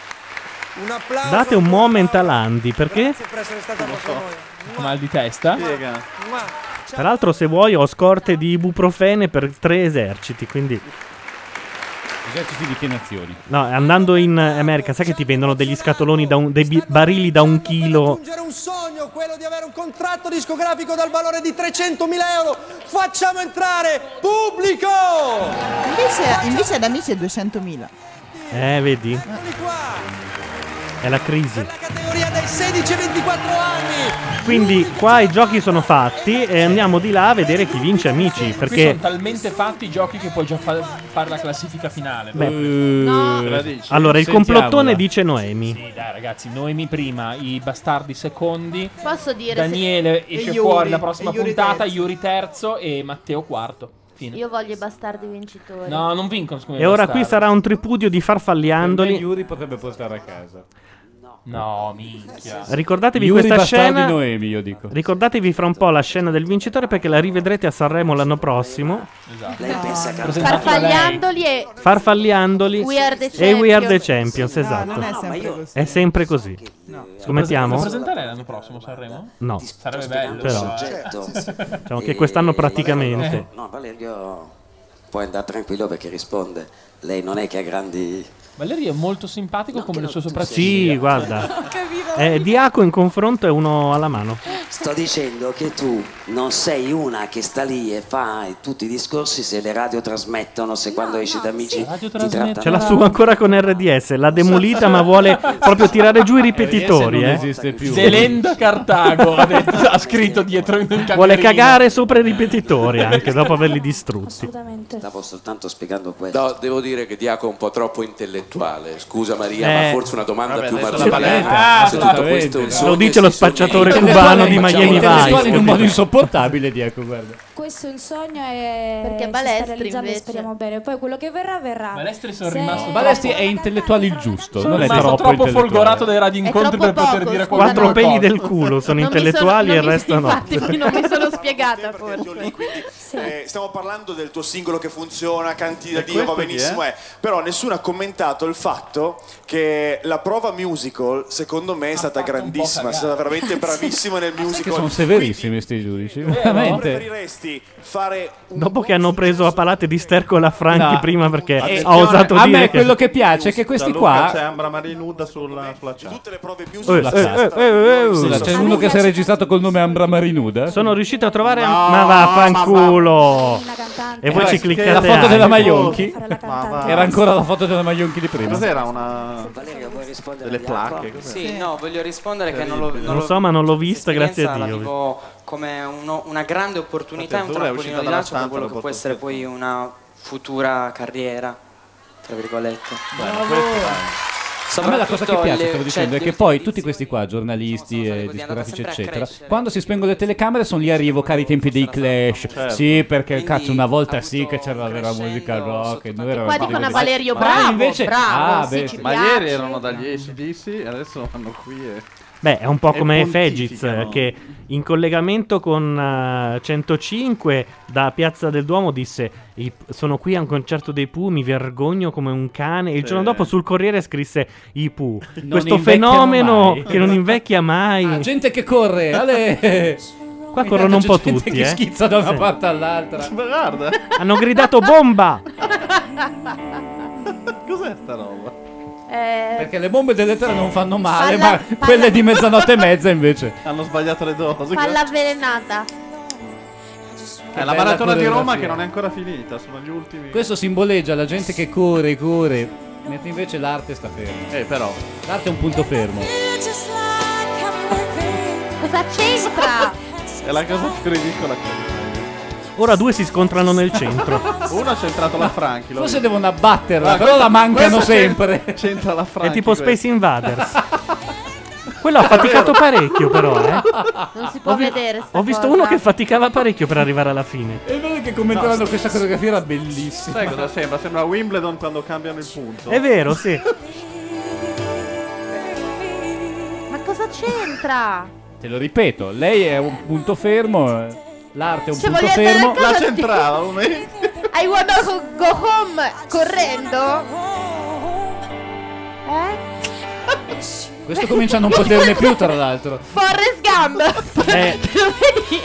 [SPEAKER 24] Un applauso.
[SPEAKER 1] Date un moment a Landi perché...
[SPEAKER 24] per essere stata con noi.
[SPEAKER 2] Mal di testa.
[SPEAKER 1] Tra l'altro se vuoi ho scorte di ibuprofene per tre eserciti, quindi...
[SPEAKER 5] Eserciti di che nazioni?
[SPEAKER 1] No, andando in America, sai che ti vendono degli scatoloni, da un- dei bi- barili da un chilo.
[SPEAKER 24] Era un sogno quello di avere un contratto discografico dal valore di 300.000 euro. Facciamo entrare pubblico!
[SPEAKER 3] Invece, invece ad amici è 200.000.
[SPEAKER 1] Eh, vedi? È la crisi.
[SPEAKER 24] Teoria dai 16 ai 24 anni.
[SPEAKER 1] Quindi qua i giochi sono fatti e andiamo di là a vedere chi vince, amici.
[SPEAKER 2] Qui sono
[SPEAKER 1] Perché...
[SPEAKER 2] talmente fatti i giochi che puoi già fa- fare la classifica finale. Uh,
[SPEAKER 1] Beh,
[SPEAKER 2] Te la dici?
[SPEAKER 1] allora, il
[SPEAKER 2] Sentiamola.
[SPEAKER 1] complottone dice Noemi.
[SPEAKER 2] Sì, dai ragazzi, Noemi prima, i bastardi secondi.
[SPEAKER 4] Posso dire se-
[SPEAKER 2] Daniele
[SPEAKER 4] E
[SPEAKER 2] esce
[SPEAKER 4] Yuri,
[SPEAKER 2] fuori la prossima
[SPEAKER 4] e Yuri
[SPEAKER 2] puntata,
[SPEAKER 4] terzo.
[SPEAKER 2] Yuri terzo e Matteo quarto. Fine.
[SPEAKER 4] Io voglio i bastardi vincitori.
[SPEAKER 2] No, non vincono scusami.
[SPEAKER 1] E ora
[SPEAKER 2] bastardi.
[SPEAKER 1] qui sarà un tripudio di
[SPEAKER 5] Andoli
[SPEAKER 1] farfalliandoli.
[SPEAKER 5] Yuri potrebbe portare a casa.
[SPEAKER 2] No, minchia.
[SPEAKER 1] Ricordatevi
[SPEAKER 5] Yuri
[SPEAKER 1] questa
[SPEAKER 5] Bastardi
[SPEAKER 1] scena.
[SPEAKER 5] Noemi, io dico.
[SPEAKER 1] Ricordatevi fra un po' la scena del vincitore perché la rivedrete a Sanremo l'anno prossimo.
[SPEAKER 11] Lei pensa che
[SPEAKER 4] Farfagliandoli e
[SPEAKER 1] Farfalliandoli
[SPEAKER 4] We are the
[SPEAKER 1] e We Are the
[SPEAKER 4] Champions.
[SPEAKER 1] Champions,
[SPEAKER 4] No,
[SPEAKER 1] esatto.
[SPEAKER 4] non è sempre No, ma io- così.
[SPEAKER 1] È sempre così.
[SPEAKER 2] Lo
[SPEAKER 1] Scommettiamo?
[SPEAKER 2] presentare l'anno prossimo Sanremo?
[SPEAKER 1] No.
[SPEAKER 2] Sarebbe bello.
[SPEAKER 1] Però.
[SPEAKER 2] eh.
[SPEAKER 1] Diciamo che quest'anno praticamente.
[SPEAKER 11] No, Valerio puoi andare tranquillo perché risponde. Lei non è che ha grandi.
[SPEAKER 2] Valerio è molto simpatico come il suo sopracciglio.
[SPEAKER 1] Sì, guarda. Eh, Diaco in confronto è uno alla mano.
[SPEAKER 5] Eh,
[SPEAKER 11] Sto dicendo che tu non sei una che sta lì e fa tutti i discorsi se le radio trasmettono, se quando esci da amici ti trattano.
[SPEAKER 1] Ce l'ha su ancora con RDS, l'ha demolita ma vuole proprio tirare giù i ripetitori.
[SPEAKER 5] RDS non
[SPEAKER 1] eh.
[SPEAKER 5] esiste più.
[SPEAKER 2] Zelenda Cartago ha, detto- ha scritto dietro in un
[SPEAKER 1] Vuole
[SPEAKER 2] camerino.
[SPEAKER 1] cagare sopra i ripetitori anche dopo averli distrutti.
[SPEAKER 11] Stavo soltanto spiegando questo.
[SPEAKER 12] No, devo dire che Diaco è un po' troppo intellettuale. Scusa Maria,
[SPEAKER 1] Eh.
[SPEAKER 12] ma forse una domanda
[SPEAKER 1] Vabbè,
[SPEAKER 12] più
[SPEAKER 1] adesso
[SPEAKER 12] Marta
[SPEAKER 1] la
[SPEAKER 12] Paletta.
[SPEAKER 1] paletta.
[SPEAKER 12] se
[SPEAKER 1] Ah,
[SPEAKER 12] tutto
[SPEAKER 1] la
[SPEAKER 12] questo è un
[SPEAKER 1] paletta.
[SPEAKER 12] sogno
[SPEAKER 1] Lo dice
[SPEAKER 12] e
[SPEAKER 1] lo
[SPEAKER 12] si sogna-
[SPEAKER 1] spacciatore cubano di Miami
[SPEAKER 5] Intellettuali
[SPEAKER 1] Vice,
[SPEAKER 5] in un modo
[SPEAKER 1] capito?
[SPEAKER 5] insopportabile, Diaco, guarda.
[SPEAKER 53] Questo è un sogno e
[SPEAKER 4] Perché
[SPEAKER 53] si
[SPEAKER 4] Balestri
[SPEAKER 53] sta realizzando e
[SPEAKER 4] invece-
[SPEAKER 53] speriamo bene. Poi quello che verrà verrà.
[SPEAKER 2] Balestri sono
[SPEAKER 53] Se-
[SPEAKER 2] rimasto-
[SPEAKER 5] Balesti è intellettuale il giusto,
[SPEAKER 2] Sono
[SPEAKER 5] non è
[SPEAKER 2] rimasto
[SPEAKER 5] troppo,
[SPEAKER 2] troppo
[SPEAKER 5] intellettuale.
[SPEAKER 2] folgorato dai radi incontri per poter dire qualcosa.
[SPEAKER 1] Quattro peli del culo sono
[SPEAKER 4] Non mi sono-
[SPEAKER 1] intellettuali
[SPEAKER 4] non
[SPEAKER 1] e il
[SPEAKER 4] mi-
[SPEAKER 1] resto no. [LAUGHS]
[SPEAKER 4] Infatti, non mi sono spiegata forse.
[SPEAKER 8] Eh, stiamo parlando del tuo singolo che funziona, canti da
[SPEAKER 12] E
[SPEAKER 8] Dio, va
[SPEAKER 12] questo chi
[SPEAKER 8] benissimo.
[SPEAKER 12] è?
[SPEAKER 8] eh. Però nessuno ha commentato il fatto che la prova musical, secondo me, è stata grandissima. È stata veramente bravissima nel
[SPEAKER 5] Che
[SPEAKER 8] musical.
[SPEAKER 5] sono severissimi sti giudici,
[SPEAKER 8] Quindi,
[SPEAKER 5] veramente.
[SPEAKER 8] preferiresti fare
[SPEAKER 1] Dopo che hanno preso a palate di sterco la Franchi
[SPEAKER 5] No.
[SPEAKER 1] prima perché ha
[SPEAKER 5] Attenzione,
[SPEAKER 1] osato
[SPEAKER 5] a
[SPEAKER 1] dire
[SPEAKER 5] me quello che piace è che questi
[SPEAKER 6] Da
[SPEAKER 5] qua-
[SPEAKER 6] Luca C'è Ambra Marie nuda sulla sulla chat. Tutte le prove
[SPEAKER 1] Eh, eh, eh, eh, eh,
[SPEAKER 5] Scusa,
[SPEAKER 1] eh.
[SPEAKER 5] c'è uno che si è registrato col nome Ambra Marinuda.
[SPEAKER 1] Sono riuscito a trovare ma vaffanculo. E voi ci cliccate
[SPEAKER 5] Eh, La foto della
[SPEAKER 1] anche.
[SPEAKER 5] Maionchi.
[SPEAKER 6] Ma va.
[SPEAKER 5] Era ancora la foto della Maionchi di prima.
[SPEAKER 6] Cos'era una delle placche? Cos'era?
[SPEAKER 16] Sì, no, voglio rispondere che non lo
[SPEAKER 1] Non,
[SPEAKER 16] vedo.
[SPEAKER 1] lo so, ma non l'ho vista, grazie a
[SPEAKER 16] la
[SPEAKER 1] Dio.
[SPEAKER 16] vivo come uno- una grande opportunità, un
[SPEAKER 12] Infatti, Azzurra è uscita
[SPEAKER 16] trampolino di
[SPEAKER 12] dalla
[SPEAKER 16] lancio per
[SPEAKER 12] stanza
[SPEAKER 16] quello
[SPEAKER 12] dopo
[SPEAKER 16] che può essere poi una futura carriera, tra virgolette.
[SPEAKER 12] Bravo. questo dai.
[SPEAKER 5] A me la cosa che
[SPEAKER 16] Soprattutto
[SPEAKER 5] piace,
[SPEAKER 16] le-
[SPEAKER 5] stavo
[SPEAKER 16] cioè,
[SPEAKER 5] dicendo, è
[SPEAKER 16] le-
[SPEAKER 5] che poi tutti questi qua, giornalisti e discografici,
[SPEAKER 16] sempre a
[SPEAKER 5] eccetera, quando si spengono le telecamere sono lì a rievocare i tempi dei Clash.
[SPEAKER 2] Certo.
[SPEAKER 5] Sì, perché cazzo, una volta sì che c'era la vera musica rock. E noi eravamo
[SPEAKER 4] Qua
[SPEAKER 5] tutti
[SPEAKER 4] dicono a
[SPEAKER 5] quelli-
[SPEAKER 4] Valerio
[SPEAKER 5] Ma
[SPEAKER 4] Bravo,
[SPEAKER 5] invece-
[SPEAKER 4] bravo,
[SPEAKER 5] ah,
[SPEAKER 4] sì,
[SPEAKER 5] beh.
[SPEAKER 4] ci
[SPEAKER 6] Ma
[SPEAKER 4] piace.
[SPEAKER 6] ieri erano dagli ACDC e adesso vanno qui e...
[SPEAKER 1] Beh, è un po'
[SPEAKER 6] E
[SPEAKER 1] come Fegiz
[SPEAKER 6] pontificano.
[SPEAKER 1] eh, che in collegamento con eh, 105 da Piazza del Duomo disse "I- sono qui a un concerto dei Pooh, mi vergogno come un cane. E il
[SPEAKER 5] Sì.
[SPEAKER 1] giorno dopo sul Corriere scrisse i Pooh.
[SPEAKER 5] Non
[SPEAKER 1] Questo
[SPEAKER 5] invecchiano
[SPEAKER 1] fenomeno
[SPEAKER 5] mai. Ah,
[SPEAKER 1] che non invecchia mai.
[SPEAKER 5] Gente che corre, ale.
[SPEAKER 1] [LAUGHS] Qua
[SPEAKER 5] Ogni
[SPEAKER 1] corrono un
[SPEAKER 5] tanto
[SPEAKER 1] po'
[SPEAKER 5] c'è gente
[SPEAKER 1] tutti.
[SPEAKER 5] Che
[SPEAKER 1] eh.
[SPEAKER 5] schizza da una
[SPEAKER 1] Sì.
[SPEAKER 5] parte all'altra.
[SPEAKER 6] guarda.
[SPEAKER 1] Hanno gridato
[SPEAKER 4] [LAUGHS]
[SPEAKER 1] bomba.
[SPEAKER 6] Cos'è sta roba?
[SPEAKER 4] Eh,
[SPEAKER 5] Perché le bombe delle terre non fanno male,
[SPEAKER 4] Palla-
[SPEAKER 5] ma quelle di mezzanotte e mezza invece.
[SPEAKER 6] Hanno sbagliato le dosi. Eh,
[SPEAKER 4] Palla avvelenata.
[SPEAKER 6] È la
[SPEAKER 5] bella
[SPEAKER 6] maratona di Roma
[SPEAKER 5] coreografia.
[SPEAKER 6] che non è ancora finita, sono gli ultimi.
[SPEAKER 5] Questo simboleggia la gente che corre, corre. Mentre invece l'arte sta ferma.
[SPEAKER 6] Eh, però.
[SPEAKER 5] L'arte è un punto fermo.
[SPEAKER 4] Cosa c'entra?
[SPEAKER 2] Eh?
[SPEAKER 6] È la cosa più ridicola che
[SPEAKER 1] Ora due si scontrano nel
[SPEAKER 5] [LAUGHS]
[SPEAKER 1] centro.
[SPEAKER 6] Uno ha centrato la Franchi. l'ho
[SPEAKER 5] Forse
[SPEAKER 6] visto.
[SPEAKER 5] devono abbatterla,
[SPEAKER 6] Ah,
[SPEAKER 5] però la
[SPEAKER 6] questo-
[SPEAKER 5] mancano
[SPEAKER 6] questo c'è-
[SPEAKER 5] sempre.
[SPEAKER 6] C'entra la Franchi.
[SPEAKER 1] È
[SPEAKER 6] [LAUGHS]
[SPEAKER 1] tipo Space Invaders. Quello ha faticato parecchio, però, eh.
[SPEAKER 4] Non si può
[SPEAKER 1] Ho vi-
[SPEAKER 4] vedere. sta
[SPEAKER 1] Ho visto
[SPEAKER 4] cosa.
[SPEAKER 1] uno che faticava parecchio per arrivare alla fine.
[SPEAKER 5] E vedi che commentavano
[SPEAKER 6] No,
[SPEAKER 5] questa coreografia era bellissima.
[SPEAKER 6] Sai cosa sembra? Sembra Wimbledon quando cambiano il punto.
[SPEAKER 1] È vero, sì.
[SPEAKER 4] Ma cosa c'entra?
[SPEAKER 5] Te lo ripeto, lei è un punto fermo, eh, l'arte è un
[SPEAKER 4] Cioè,
[SPEAKER 5] punto
[SPEAKER 4] vogliate vedere
[SPEAKER 5] fermo.
[SPEAKER 4] cosa La ti- centrava, I wanna ho- go home correndo? Eh?
[SPEAKER 5] Questo comincia a non poterne più, tra l'altro.
[SPEAKER 4] Forrest Gump! [LAUGHS]
[SPEAKER 1] Eh,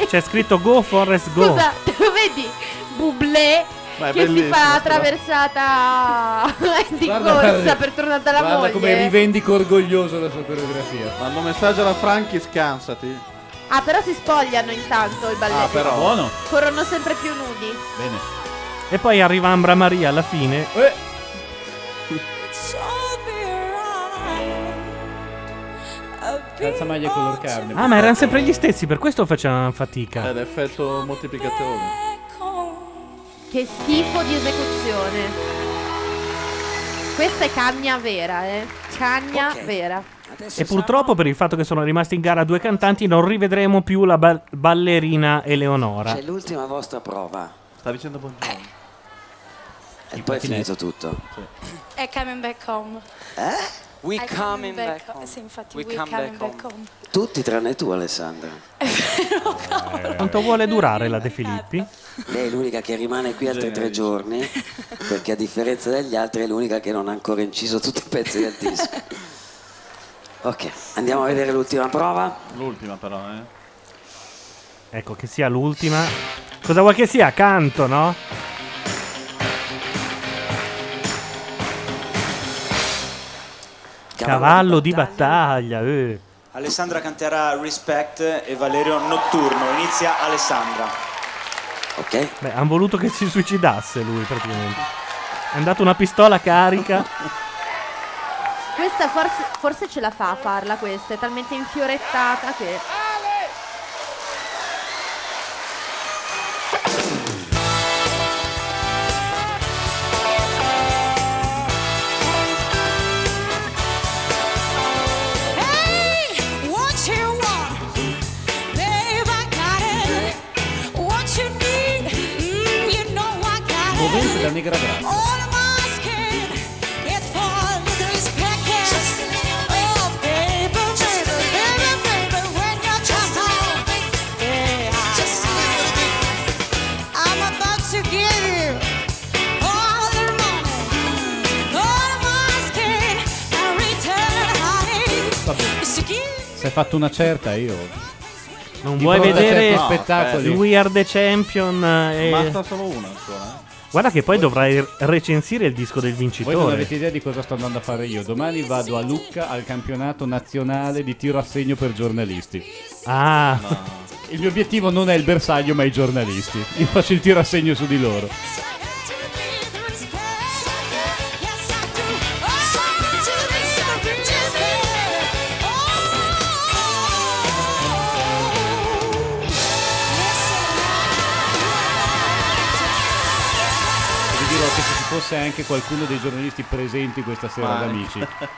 [SPEAKER 1] c'è scritto Go Forrest Go.
[SPEAKER 4] Scusa, [LAUGHS] te lo vedi? Bublé
[SPEAKER 1] Ma è
[SPEAKER 4] che si
[SPEAKER 1] bellissimo,
[SPEAKER 4] fa la
[SPEAKER 1] però.
[SPEAKER 4] traversata [LAUGHS] di
[SPEAKER 5] Guarda,
[SPEAKER 4] corsa
[SPEAKER 5] guarda,
[SPEAKER 4] per tornare dalla
[SPEAKER 5] Guarda
[SPEAKER 4] moglie.
[SPEAKER 5] come rivendico orgoglioso la sua coreografia.
[SPEAKER 6] Mando un messaggio alla Franchi, scansati.
[SPEAKER 4] Ah, però si spogliano intanto i balletti.
[SPEAKER 6] Ah, però. Buono.
[SPEAKER 4] Corrono sempre più nudi.
[SPEAKER 5] Bene.
[SPEAKER 1] E poi arriva Ambra Maria alla fine. [LAUGHS]
[SPEAKER 5] Terza maglia color carne.
[SPEAKER 1] Ah, ma erano sempre gli stessi, per questo facevano
[SPEAKER 6] È
[SPEAKER 1] fatica.
[SPEAKER 6] l'effetto moltiplicatore.
[SPEAKER 4] Che schifo di esecuzione. Questa è cagna vera, eh. Cagna vera. Eh,
[SPEAKER 1] E purtroppo per il fatto che sono rimasti in gara due cantanti non rivedremo più la ba- ballerina Eleonora.
[SPEAKER 11] C'è l'ultima vostra prova. Eh.
[SPEAKER 6] Sta dicendo buongiorno.
[SPEAKER 11] E poi è finito tutto.
[SPEAKER 14] È coming back home.
[SPEAKER 11] Eh? We
[SPEAKER 14] È
[SPEAKER 11] coming back
[SPEAKER 14] home. Sì, infatti,
[SPEAKER 11] We
[SPEAKER 14] we,
[SPEAKER 11] come
[SPEAKER 14] coming
[SPEAKER 11] back
[SPEAKER 14] back home.
[SPEAKER 11] Tutti tranne tu, Alessandra.
[SPEAKER 1] Quanto vuole durare la De Filippi?
[SPEAKER 11] Lei è l'unica che rimane qui altri tre giorni, perché a differenza degli altri è l'unica che non ha ancora inciso tutti i pezzi del disco. Ok, andiamo a vedere l'ultima prova.
[SPEAKER 6] L'ultima però, eh.
[SPEAKER 1] Ecco, che sia l'ultima. Cosa vuoi che sia? Canto, no? Cavallo di battaglia. eh.
[SPEAKER 12] Alessandra canterà Respect e Valerio Notturno. Inizia Alessandra.
[SPEAKER 11] Ok.
[SPEAKER 1] Beh, hanno voluto che si suicidasse lui praticamente. È andata una pistola carica.
[SPEAKER 4] Questa forse, forse ce la fa a farla questa, è talmente infiorettata che...
[SPEAKER 7] Hey, what you want? Babe, I got it. What you need? Mm, you know I got it.
[SPEAKER 5] Movimento da negra grassa.
[SPEAKER 7] All of my skin, it's for this package. Oh, baby, baby, baby, baby, when you're trying, yeah, I'm about to give you all the money, all of my skin, and return, honey.
[SPEAKER 5] Vabbè.
[SPEAKER 7] It's to give.
[SPEAKER 5] Si è fatto una certa io.
[SPEAKER 1] Non
[SPEAKER 5] Di
[SPEAKER 1] vuoi
[SPEAKER 5] fronte a
[SPEAKER 1] vedere
[SPEAKER 5] certi spettacoli?
[SPEAKER 1] We Are the Champion? eh,
[SPEAKER 6] Basta solo una ancora.
[SPEAKER 1] Guarda che poi dovrai recensire il disco del
[SPEAKER 5] Voi non
[SPEAKER 1] vincitore.
[SPEAKER 5] avete idea di cosa sto andando a fare io. Domani vado a Lucca al campionato nazionale di tiro a segno per giornalisti.
[SPEAKER 1] Ah.
[SPEAKER 5] Il mio obiettivo non è il bersaglio, ma i giornalisti. Io faccio il tiro a segno su di loro. Vi dirò che se ci fosse anche qualcuno dei giornalisti presenti questa sera
[SPEAKER 6] Ma-
[SPEAKER 5] ad [LAUGHS] amici, la
[SPEAKER 1] Lo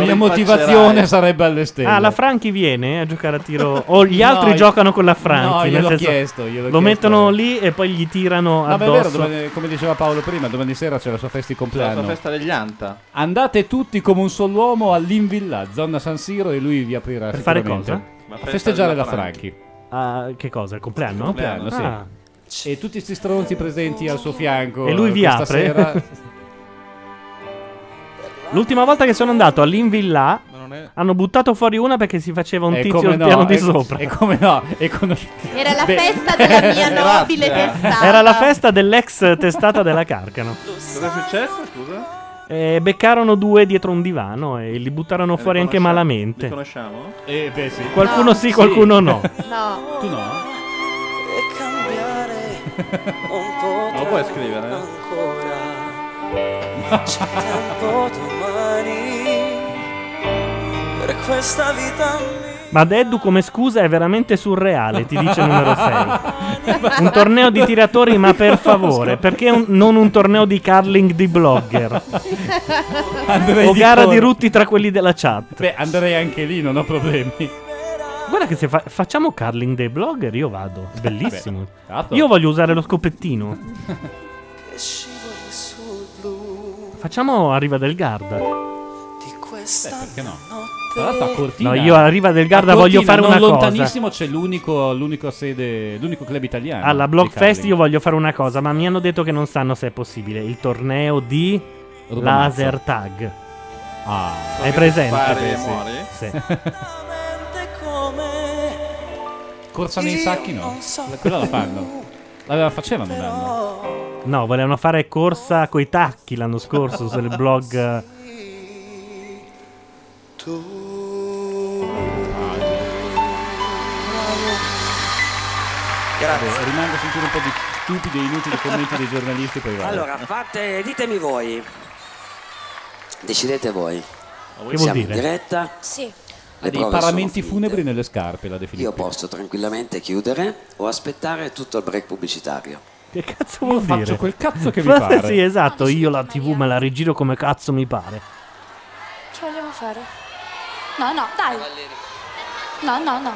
[SPEAKER 5] mia
[SPEAKER 1] rinfaccerai.
[SPEAKER 5] motivazione sarebbe alle stelle.
[SPEAKER 1] Ah, la Franchi viene a giocare a tiro. O gli
[SPEAKER 5] [LAUGHS] No,
[SPEAKER 1] altri
[SPEAKER 5] io-
[SPEAKER 1] giocano con la Franchi.
[SPEAKER 5] No,
[SPEAKER 1] nel
[SPEAKER 5] gliel'ho
[SPEAKER 1] senso,
[SPEAKER 5] chiesto, gliel'ho
[SPEAKER 1] lo
[SPEAKER 5] chiesto.
[SPEAKER 1] mettono lì e poi gli tirano
[SPEAKER 5] No, ma è
[SPEAKER 1] addosso.
[SPEAKER 5] vero, domani- come diceva Paolo prima, domani sera c'è la sua festa di
[SPEAKER 6] C'è la
[SPEAKER 5] compleanno.
[SPEAKER 6] festa degli Anta.
[SPEAKER 5] Andate tutti come un solo uomo all'Invilla, zona San Siro, e lui vi aprirà
[SPEAKER 1] Per fare
[SPEAKER 5] sicuramente.
[SPEAKER 1] cosa?
[SPEAKER 5] A festeggiare la Franchi.
[SPEAKER 1] Ah, che cosa? Il compleanno?
[SPEAKER 5] Compleanno, sì.
[SPEAKER 1] Ah.
[SPEAKER 5] E tutti sti stronzi presenti al suo fianco.
[SPEAKER 1] E lui vi
[SPEAKER 5] questa
[SPEAKER 1] apre? [LAUGHS]
[SPEAKER 5] Sera,
[SPEAKER 1] L'ultima volta che sono andato all'Invilla
[SPEAKER 5] è-
[SPEAKER 1] hanno buttato fuori una perché si faceva un
[SPEAKER 5] E
[SPEAKER 1] tizio
[SPEAKER 5] come
[SPEAKER 1] al
[SPEAKER 5] no,
[SPEAKER 1] piano di
[SPEAKER 5] e-
[SPEAKER 1] sopra.
[SPEAKER 5] E come no? E con...
[SPEAKER 4] Era la
[SPEAKER 5] Beh.
[SPEAKER 4] festa della
[SPEAKER 5] [LAUGHS]
[SPEAKER 4] mia nobile
[SPEAKER 5] Grazie.
[SPEAKER 4] testata.
[SPEAKER 1] Era la festa dell'ex testata della Carcano.
[SPEAKER 6] Cosa è successo, scusa?
[SPEAKER 1] E beccarono due dietro un divano e li buttarono
[SPEAKER 6] Eh,
[SPEAKER 1] fuori
[SPEAKER 6] li
[SPEAKER 1] anche
[SPEAKER 6] conosciamo-
[SPEAKER 1] malamente.
[SPEAKER 6] Li conosciamo?
[SPEAKER 5] Eh, beh, sì.
[SPEAKER 1] Qualcuno sì, qualcuno no.
[SPEAKER 4] No.
[SPEAKER 5] Tu no?
[SPEAKER 11] E
[SPEAKER 7] [LAUGHS]
[SPEAKER 11] cambiare un po'
[SPEAKER 6] Ma lo puoi scrivere?
[SPEAKER 11] ancora. C'è tempo domani per questa vita mia.
[SPEAKER 1] Ma Deddu come scusa è veramente surreale, ti dice numero 6. Un torneo di tiratori, ma per favore, perché un- non un torneo di curling di blogger? o gara di rutti tra quelli della chat.
[SPEAKER 5] Beh, andrei anche lì, non ho problemi.
[SPEAKER 1] Guarda che se fa- facciamo curling dei blogger io vado, È bellissimo.
[SPEAKER 5] Beh, certo.
[SPEAKER 1] Io voglio usare lo scopettino. Facciamo Arriva del Garda.
[SPEAKER 5] Beh, perché no? Tra l'altro a Cortina.
[SPEAKER 1] No, io a Riva del Garda
[SPEAKER 5] A
[SPEAKER 1] voglio
[SPEAKER 5] Cortina,
[SPEAKER 1] fare una
[SPEAKER 5] non
[SPEAKER 1] cosa.
[SPEAKER 5] lontanissimo c'è l'unico, l'unico sede, l'unico club italiano.
[SPEAKER 1] Alla
[SPEAKER 5] di
[SPEAKER 1] Blockfest
[SPEAKER 5] curling.
[SPEAKER 1] io voglio fare una cosa, ma mi hanno detto che non sanno se è possibile. Il torneo di
[SPEAKER 5] Rubamazzo.
[SPEAKER 1] laser tag.
[SPEAKER 5] Ah.
[SPEAKER 1] Hai
[SPEAKER 5] Che
[SPEAKER 1] presente?
[SPEAKER 5] pare
[SPEAKER 1] Sì,
[SPEAKER 5] muori?
[SPEAKER 1] sì. [LAUGHS]
[SPEAKER 5] Corsa nei sacchi no. Quella la fanno. La, la facevano un anno.
[SPEAKER 1] No, volevano fare corsa coi tacchi l'anno scorso sul blog. eh,
[SPEAKER 54] Grazie.
[SPEAKER 5] Vabbè, rimango a sentire un po' di stupidi e inutili commenti dei giornalisti poi vado.
[SPEAKER 11] Allora, fate, ditemi voi. Decidete voi.
[SPEAKER 5] vuol
[SPEAKER 11] Siamo
[SPEAKER 5] dire?
[SPEAKER 11] in diretta.
[SPEAKER 16] Sì.
[SPEAKER 11] Le
[SPEAKER 5] dei
[SPEAKER 11] prove
[SPEAKER 5] paramenti
[SPEAKER 11] sono
[SPEAKER 5] funebri nelle scarpe, la
[SPEAKER 11] Io
[SPEAKER 5] definizione.
[SPEAKER 11] posso tranquillamente chiudere o aspettare tutto il break pubblicitario.
[SPEAKER 1] Che cazzo vuol
[SPEAKER 5] faccio
[SPEAKER 1] dire?
[SPEAKER 5] quel cazzo che mi pare.
[SPEAKER 1] sì, esatto, io la TV me la rigiro come cazzo mi pare.
[SPEAKER 16] Ci vogliamo fare? No, no, dai. No, no, no.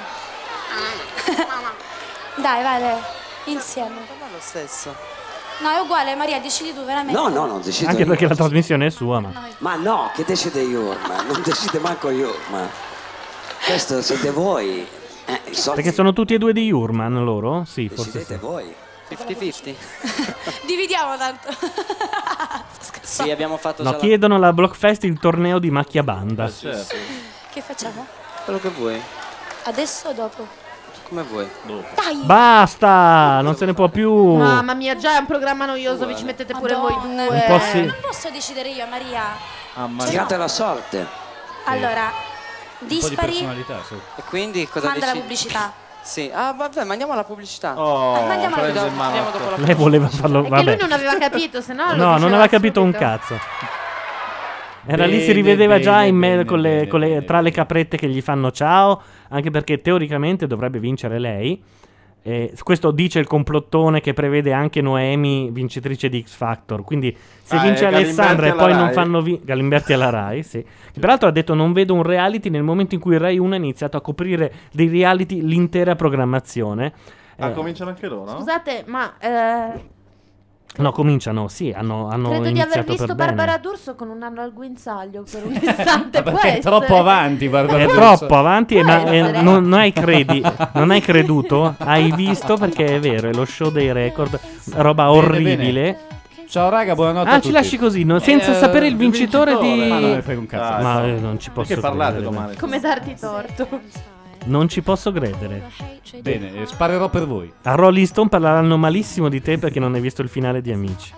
[SPEAKER 16] dai, vale. Insieme. Ma lo stesso. No, è uguale, Maria, decidi tu veramente.
[SPEAKER 11] No, no, non decido
[SPEAKER 1] Anche
[SPEAKER 11] io.
[SPEAKER 1] perché la trasmissione è sua, ma.
[SPEAKER 11] Ma no, che decide Iorma? Non decide manco Iorma. Questo siete voi. Eh, i soldi
[SPEAKER 1] Perché sono tutti e due di Urman loro? Sì, forse
[SPEAKER 11] decidete
[SPEAKER 1] sì.
[SPEAKER 11] voi.
[SPEAKER 55] 50-50.
[SPEAKER 16] [LAUGHS] Dividiamo tanto.
[SPEAKER 55] Sì, abbiamo fatto
[SPEAKER 1] No,
[SPEAKER 55] già [LAUGHS]
[SPEAKER 1] chiedono alla Blockfest il torneo di macchia banda.
[SPEAKER 7] certo.
[SPEAKER 16] Che facciamo?
[SPEAKER 55] la... quello che vuoi.
[SPEAKER 16] Adesso o dopo?
[SPEAKER 55] Come vuoi.
[SPEAKER 16] Dai!
[SPEAKER 1] Basta, non se ne può più.
[SPEAKER 4] Mamma mia, già è un programma noioso, vi ci mettete pure voi
[SPEAKER 16] Madonna.
[SPEAKER 4] due.
[SPEAKER 1] Un po' sì.
[SPEAKER 16] Non posso decidere io, Maria.
[SPEAKER 1] Ah,
[SPEAKER 11] Tirate la sorte.
[SPEAKER 16] Allora, dispari.
[SPEAKER 55] E quindi cosa
[SPEAKER 16] Manda la
[SPEAKER 55] decidi?
[SPEAKER 16] pubblicità.
[SPEAKER 55] [LAUGHS]
[SPEAKER 16] Ah,
[SPEAKER 55] Sì, ah vabbè, ma andiamo alla pubblicità.
[SPEAKER 6] Oh,
[SPEAKER 16] Mandiamo la-
[SPEAKER 55] andiamo
[SPEAKER 16] prende in
[SPEAKER 55] dopo la
[SPEAKER 1] Lei voleva farlo.
[SPEAKER 4] Che lui
[SPEAKER 1] Vabbè.
[SPEAKER 4] non aveva capito, se no Ah, lo
[SPEAKER 1] No, non
[SPEAKER 4] diceva
[SPEAKER 1] aveva capito un
[SPEAKER 4] subito.
[SPEAKER 1] cazzo. Era lì, si
[SPEAKER 5] Bene,
[SPEAKER 1] rivedeva già
[SPEAKER 5] bene,
[SPEAKER 1] in me-
[SPEAKER 5] bene,
[SPEAKER 1] con le-
[SPEAKER 5] bene,
[SPEAKER 1] con le- tra le caprette che gli fanno ciao, anche perché teoricamente dovrebbe vincere lei. Eh, questo dice il complottone che prevede anche Noemi vincitrice di X Factor. Quindi se
[SPEAKER 5] Ah,
[SPEAKER 1] vince
[SPEAKER 5] eh, Galimberti
[SPEAKER 1] Alessandra e
[SPEAKER 5] alla
[SPEAKER 1] poi non
[SPEAKER 5] Rai.
[SPEAKER 1] fanno vi- Galimberti alla Rai, sì. Che peraltro ha detto non vedo un reality nel momento in cui Rai 1 ha iniziato a coprire dei reality l'intera programmazione.
[SPEAKER 6] Ah,
[SPEAKER 1] Eh,
[SPEAKER 6] cominciano anche loro?
[SPEAKER 4] Scusate, ma eh,
[SPEAKER 1] no, cominciano, sì, hanno, hanno
[SPEAKER 4] credo di
[SPEAKER 1] iniziato
[SPEAKER 4] aver visto
[SPEAKER 1] per bene.
[SPEAKER 4] Barbara D'Urso con un anno al guinzaglio per un [LAUGHS] istante. può
[SPEAKER 5] Ah, Perché è troppo
[SPEAKER 4] essere.
[SPEAKER 5] avanti, guarda.
[SPEAKER 1] È
[SPEAKER 5] adesso.
[SPEAKER 1] troppo avanti, e ma
[SPEAKER 4] Può essere.
[SPEAKER 1] e non, non hai credi, non hai creduto, hai visto perché è vero, è lo show dei record, roba
[SPEAKER 5] Bene,
[SPEAKER 1] orribile.
[SPEAKER 5] Ciao raga, buonanotte
[SPEAKER 1] Ah,
[SPEAKER 5] a
[SPEAKER 1] ci
[SPEAKER 5] tutti.
[SPEAKER 1] lasci così, no? senza
[SPEAKER 5] Eh,
[SPEAKER 1] sapere il vincitore, di...
[SPEAKER 5] Ma non ne frega un cazzo.
[SPEAKER 1] Ma eh, non ci posso
[SPEAKER 5] Perché parlate
[SPEAKER 1] credere.
[SPEAKER 5] domani?
[SPEAKER 4] Come darti torto.
[SPEAKER 1] Non ci posso credere.
[SPEAKER 5] Bene, eh, sparerò per voi.
[SPEAKER 1] A Rolling Stone parleranno malissimo di te perché non hai visto il finale di Amici.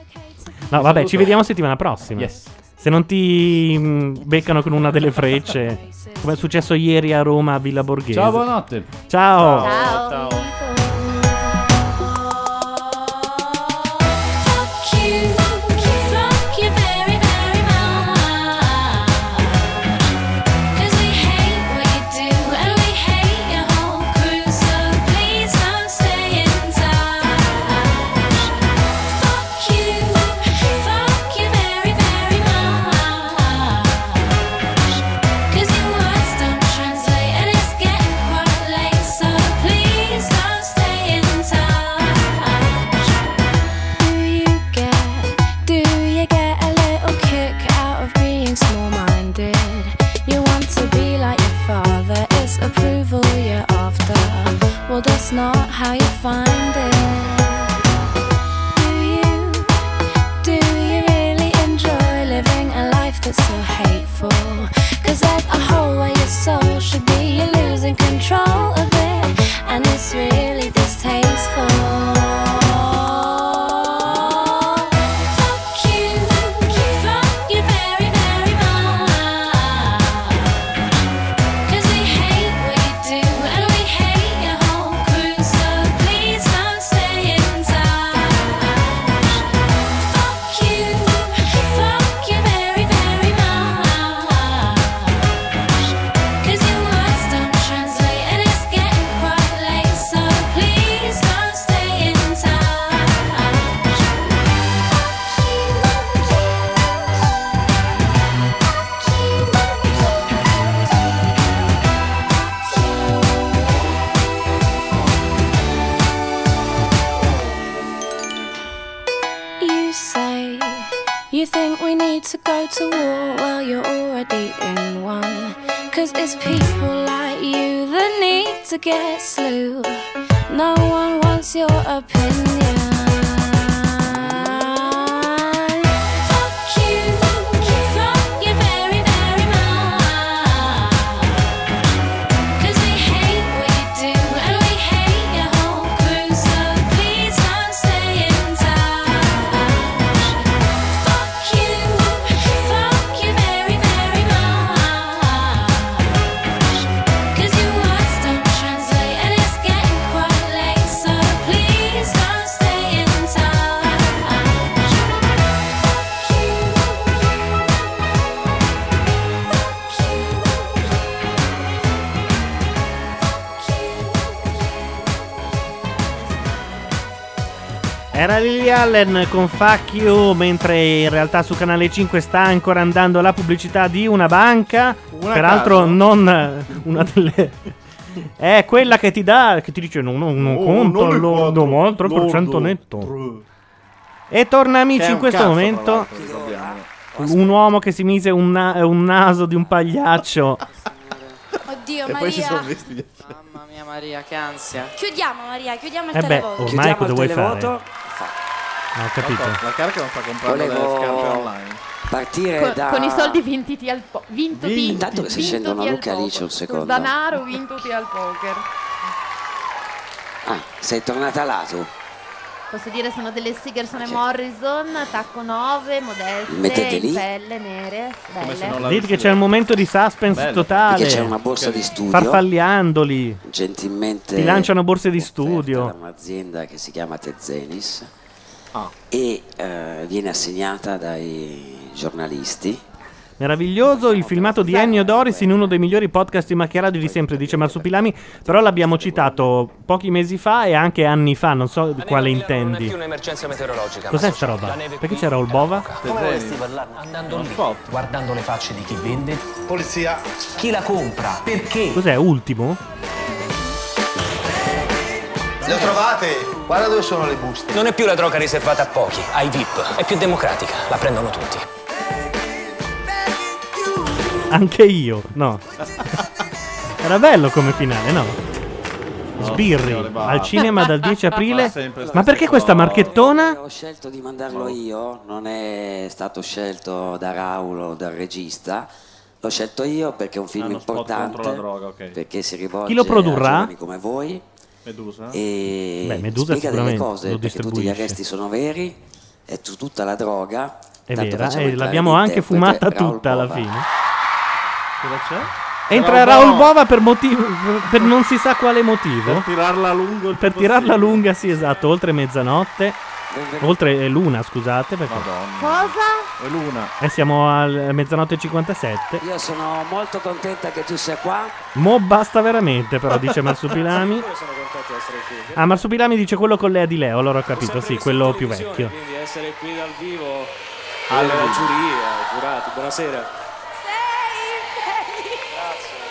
[SPEAKER 1] No, vabbè, ci vediamo settimana prossima.
[SPEAKER 5] Yes.
[SPEAKER 1] Se non ti mm, beccano con una delle frecce, come è successo ieri a Roma a Villa Borghese.
[SPEAKER 5] Ciao, buonanotte.
[SPEAKER 1] Ciao.
[SPEAKER 5] Ciao.
[SPEAKER 7] Cause your words don't translate and it's getting quite late, so please don't
[SPEAKER 15] go to war, well, you're already in one. Cause it's people like you that need to get slew. No one wants your opinion. Fuck you, fuck you very, very much. 'Cause we hate what you do, and we hate your whole crew. So please don't stay in touch. Fuck you, fuck you very, very much. 'Cause your words don't translate, and it's getting quite late. So please don't stay in touch.
[SPEAKER 1] Era Lily Allen con Fuck You, mentre in realtà su Canale 5 sta ancora andando la pubblicità di una banca.
[SPEAKER 17] Una
[SPEAKER 1] peraltro
[SPEAKER 17] caso.
[SPEAKER 1] non eh, una delle... [LAUGHS] È quella che ti dà, che ti dice non, non, non
[SPEAKER 17] Oh,
[SPEAKER 1] conto
[SPEAKER 17] non il
[SPEAKER 1] lordo, ma il 3%
[SPEAKER 17] lordo.
[SPEAKER 1] netto. E torna amici
[SPEAKER 17] Che è
[SPEAKER 1] in
[SPEAKER 17] un
[SPEAKER 1] questo
[SPEAKER 17] cazzo, tra
[SPEAKER 1] momento
[SPEAKER 17] l'altro, ricordiamo.
[SPEAKER 1] un un uomo che si mise un, na- un naso di un pagliaccio.
[SPEAKER 8] Oddio,
[SPEAKER 7] E
[SPEAKER 8] Maria.
[SPEAKER 7] poi si sono
[SPEAKER 8] Mamma mia, Maria, che ansia. Chiudiamo, Maria, chiediamo il
[SPEAKER 1] Eh beh,
[SPEAKER 8] televoto.
[SPEAKER 1] ormai cosa vuoi fare?
[SPEAKER 7] televoto.
[SPEAKER 1] Non
[SPEAKER 5] Ah,
[SPEAKER 1] ho capito.
[SPEAKER 6] La carica non fa comprare le scarpe
[SPEAKER 11] Volevo
[SPEAKER 6] online.
[SPEAKER 11] partire
[SPEAKER 23] Con,
[SPEAKER 11] Eh, da...
[SPEAKER 23] con i soldi vintiti al po- vinto di-
[SPEAKER 11] Intanto che si
[SPEAKER 23] vinto di
[SPEAKER 11] scendono a
[SPEAKER 23] al
[SPEAKER 11] Luca
[SPEAKER 23] poker.
[SPEAKER 11] Alice un
[SPEAKER 23] Col
[SPEAKER 11] secondo.
[SPEAKER 23] danaro vinto di al poker.
[SPEAKER 11] Ah, sei tornata là tu.
[SPEAKER 4] Posso dire sono delle Sigerson e Morrison, tacco 9, modeste,
[SPEAKER 11] Mettete
[SPEAKER 4] in
[SPEAKER 11] lì.
[SPEAKER 4] pelle, nere, belle.
[SPEAKER 1] Dite che c'è un momento di suspense
[SPEAKER 11] Bello.
[SPEAKER 1] totale.
[SPEAKER 11] Perché c'è una borsa di studio.
[SPEAKER 1] Farfalliandoli.
[SPEAKER 11] Gentilmente...
[SPEAKER 1] Ti lanciano borse di studio.
[SPEAKER 11] un'azienda che si chiama Tezenis
[SPEAKER 1] Ah.
[SPEAKER 11] e eh, viene assegnata dai giornalisti.
[SPEAKER 1] Meraviglioso il filmato di Ennio Doris in uno dei migliori podcast di macchiaradi di sempre, dice Marsupilami. Però l'abbiamo citato pochi mesi fa e anche anni fa, non so di quale
[SPEAKER 25] Non è più
[SPEAKER 1] intendi.
[SPEAKER 25] un'emergenza meteorologica.
[SPEAKER 1] Cos'è
[SPEAKER 25] ma
[SPEAKER 1] sta
[SPEAKER 25] social.
[SPEAKER 1] roba?
[SPEAKER 25] La neve
[SPEAKER 1] Perché
[SPEAKER 25] qui
[SPEAKER 1] c'era Olbova?
[SPEAKER 25] Come vorresti parlarne? Andando lì, guardando le facce di chi vende. Polizia. Chi la compra? Perché?
[SPEAKER 1] Cos'è? Ultimo?
[SPEAKER 25] Le ho trovate! Guarda dove sono le buste. Non è più la droga riservata a pochi, ai VIP. È più democratica, la prendono tutti.
[SPEAKER 1] Anche io, no. Era bello come finale, no? Oh, Sbirri
[SPEAKER 11] signore, basta.
[SPEAKER 1] al cinema dal
[SPEAKER 6] [LAUGHS]
[SPEAKER 1] 10
[SPEAKER 11] Ma
[SPEAKER 1] aprile.
[SPEAKER 11] sempre
[SPEAKER 1] Ma
[SPEAKER 11] stesse
[SPEAKER 1] perché questa
[SPEAKER 11] cose.
[SPEAKER 1] marchettona?
[SPEAKER 11] Ho scelto di mandarlo io, non è stato scelto da Raulo, dal regista. L'ho scelto io perché è un
[SPEAKER 6] È
[SPEAKER 11] film
[SPEAKER 6] uno Ah, spot
[SPEAKER 11] importante.
[SPEAKER 6] contro la droga, ok.
[SPEAKER 11] Perché si rivolge
[SPEAKER 1] Chi lo produrrà?
[SPEAKER 11] a giovani come voi.
[SPEAKER 6] Medusa?
[SPEAKER 11] E
[SPEAKER 1] Beh, Medusa
[SPEAKER 11] spiega delle
[SPEAKER 1] sicuramente
[SPEAKER 11] cose
[SPEAKER 1] lo
[SPEAKER 11] perché tutti gli
[SPEAKER 1] distribuisce.
[SPEAKER 11] arresti sono veri e tu- tutta la droga.
[SPEAKER 1] È
[SPEAKER 11] Tanto
[SPEAKER 1] vera,
[SPEAKER 11] facciamo
[SPEAKER 1] e
[SPEAKER 11] entrare
[SPEAKER 1] eh, l'abbiamo anche
[SPEAKER 11] l'interprete
[SPEAKER 1] fumata
[SPEAKER 11] Raoul
[SPEAKER 1] tutta alla
[SPEAKER 11] Bova.
[SPEAKER 1] fine.
[SPEAKER 6] Cosa c'è?
[SPEAKER 1] Entra
[SPEAKER 6] Raul
[SPEAKER 1] Raul
[SPEAKER 6] Bova.
[SPEAKER 1] Bova per, motivo, per non si sa quale motivo.
[SPEAKER 6] Per tirarla lungo il più
[SPEAKER 1] Per tirarla
[SPEAKER 6] possibile.
[SPEAKER 1] lunga, sì, esatto, oltre mezzanotte.
[SPEAKER 6] Benvenuti.
[SPEAKER 1] Oltre eh, l'una, scusate. Perché...
[SPEAKER 4] Cosa?
[SPEAKER 6] E l'una.
[SPEAKER 1] Eh, siamo al mezzanotte e 57.
[SPEAKER 11] Io sono molto contenta che tu sia qua.
[SPEAKER 1] Mo basta veramente, però, dice Marsupilami.
[SPEAKER 11] Io sono contento di essere qui.
[SPEAKER 1] Ah, Marsupilami dice quello con Lea di Leo, allora ho capito, sì, quello più vecchio.
[SPEAKER 12] Quindi essere qui dal vivo
[SPEAKER 1] Alla
[SPEAKER 12] alla
[SPEAKER 1] vivo.
[SPEAKER 12] giuria, ai giurati. Buonasera.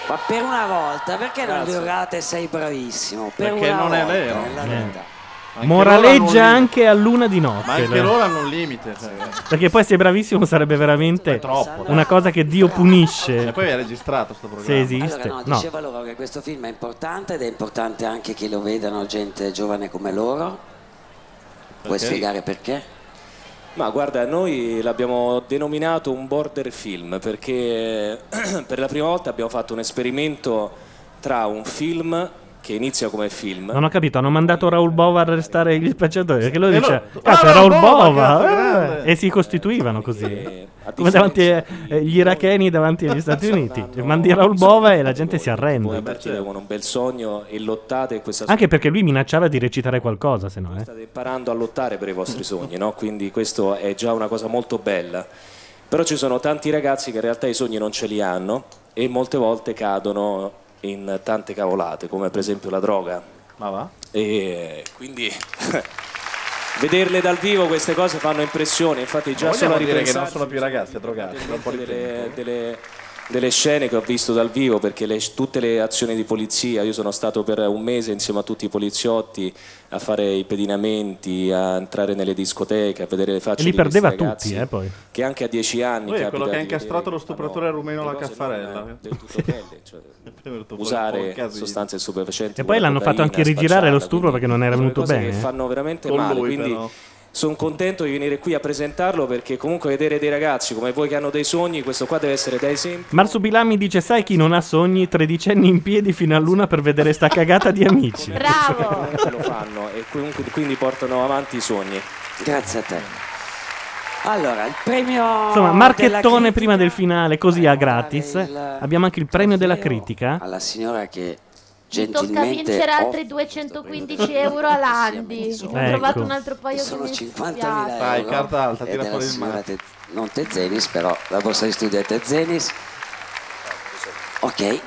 [SPEAKER 11] Ma per una volta, perché non
[SPEAKER 12] Grazie.
[SPEAKER 11] giurate sei bravissimo? Per
[SPEAKER 6] Perché
[SPEAKER 11] una
[SPEAKER 6] non è
[SPEAKER 11] volta,
[SPEAKER 6] vero.
[SPEAKER 11] nella
[SPEAKER 6] Eh.
[SPEAKER 11] vita.
[SPEAKER 6] Anche loro hanno
[SPEAKER 1] Moraleggia
[SPEAKER 6] un
[SPEAKER 1] anche a luna di notte.
[SPEAKER 6] Ma anche
[SPEAKER 1] dai.
[SPEAKER 6] loro hanno un limite. cioè.
[SPEAKER 1] Perché poi se è bravissimo sarebbe veramente una cosa che Dio punisce.
[SPEAKER 6] E poi è registrato sto programma.
[SPEAKER 1] Se esiste.
[SPEAKER 11] Allora, no,
[SPEAKER 1] no.
[SPEAKER 11] diceva loro che questo film è importante ed è importante anche che lo vedano gente giovane come loro. Puoi
[SPEAKER 12] Perché?
[SPEAKER 11] spiegare perché?
[SPEAKER 12] Ma guarda, noi l'abbiamo denominato un border film perché [CLEARS THROAT] per la prima volta abbiamo fatto un esperimento tra un film che inizia come film.
[SPEAKER 1] Non ho capito, hanno mandato Raul Bova a arrestare gli spacciatori. Perché lui
[SPEAKER 12] E
[SPEAKER 1] dice:
[SPEAKER 12] loro-
[SPEAKER 1] Cazzo,
[SPEAKER 12] Ah,
[SPEAKER 1] è Raul
[SPEAKER 12] Raul Bova,
[SPEAKER 1] Bova!
[SPEAKER 12] cazzo,
[SPEAKER 1] eh,
[SPEAKER 12] grande.
[SPEAKER 1] e si costituivano così.
[SPEAKER 12] Eh, a
[SPEAKER 1] Come davanti
[SPEAKER 12] differenza
[SPEAKER 1] agli iracheni davanti agli Stati Uniti. Cioè, Mandi Raul Bova e la gente si
[SPEAKER 12] Voi
[SPEAKER 1] arrende.
[SPEAKER 6] certo.
[SPEAKER 12] partite con un bel sogno e lottate questa
[SPEAKER 1] Anche perché lui minacciava di recitare qualcosa, se no. eh.
[SPEAKER 12] state imparando a lottare per i
[SPEAKER 6] Mm.
[SPEAKER 12] vostri sogni, no? Quindi questo è già una cosa molto bella. Però ci sono tanti ragazzi che in realtà i sogni non ce li hanno e molte volte cadono in tante cavolate, come per esempio la droga.
[SPEAKER 6] Ma va?
[SPEAKER 12] E quindi [LAUGHS] vederle dal vivo queste cose fanno impressione, infatti già
[SPEAKER 6] Ma
[SPEAKER 12] solo a
[SPEAKER 6] vogliamo dire che
[SPEAKER 12] ripensarci
[SPEAKER 6] non sono più ragazzi a drogarsi. da un po' di tempo.
[SPEAKER 12] delle, delle delle scene che ho visto dal vivo perché le- tutte le azioni di polizia, io sono stato per un mese insieme a tutti i poliziotti a fare i pedinamenti, a entrare nelle discoteche, a vedere le facce
[SPEAKER 1] E li
[SPEAKER 12] di questi
[SPEAKER 1] perdeva
[SPEAKER 12] ragazzi,
[SPEAKER 1] tutti, eh, poi.
[SPEAKER 12] Che anche a dieci anni
[SPEAKER 6] Lui è
[SPEAKER 12] capita
[SPEAKER 6] quello che ha
[SPEAKER 12] di
[SPEAKER 6] incastrato lo stupratore rumeno alla caffarella. [LAUGHS]
[SPEAKER 11] cioè,
[SPEAKER 12] vedere
[SPEAKER 6] fuori un
[SPEAKER 12] usare
[SPEAKER 6] casino.
[SPEAKER 12] sostanze stupefacenti.
[SPEAKER 1] E poi l'hanno fatto anche rigirare lo stupro perché non era venuto
[SPEAKER 12] cose
[SPEAKER 1] bene. eh.
[SPEAKER 12] che fanno veramente
[SPEAKER 6] Con
[SPEAKER 12] male,
[SPEAKER 6] lui,
[SPEAKER 12] quindi
[SPEAKER 6] però.
[SPEAKER 12] sono contento di venire qui a presentarlo perché comunque vedere dei ragazzi come voi che hanno dei sogni, questo qua deve essere da esempio.
[SPEAKER 1] Marsupilami dice: Sai chi non ha sogni? Tredicenni in piedi fino a luna per vedere sta cagata di amici.
[SPEAKER 12] Lo fanno e comunque- quindi portano avanti i sogni.
[SPEAKER 11] Grazie a te. Allora, il premio.
[SPEAKER 1] Insomma,
[SPEAKER 11] Ah, della
[SPEAKER 1] marchettone prima del finale, così a gratis. Abbiamo anche il premio della critica.
[SPEAKER 11] eh, Alla signora che
[SPEAKER 4] Tocca vincere altri 215 euro a Landi. Ho
[SPEAKER 11] Ecco.
[SPEAKER 4] trovato un altro paio
[SPEAKER 11] Sono
[SPEAKER 4] di
[SPEAKER 11] 50.000 euro.
[SPEAKER 4] 50.000
[SPEAKER 11] E della signora Te- non Tezenis, però la borsa di studio è Tezenis. Ok,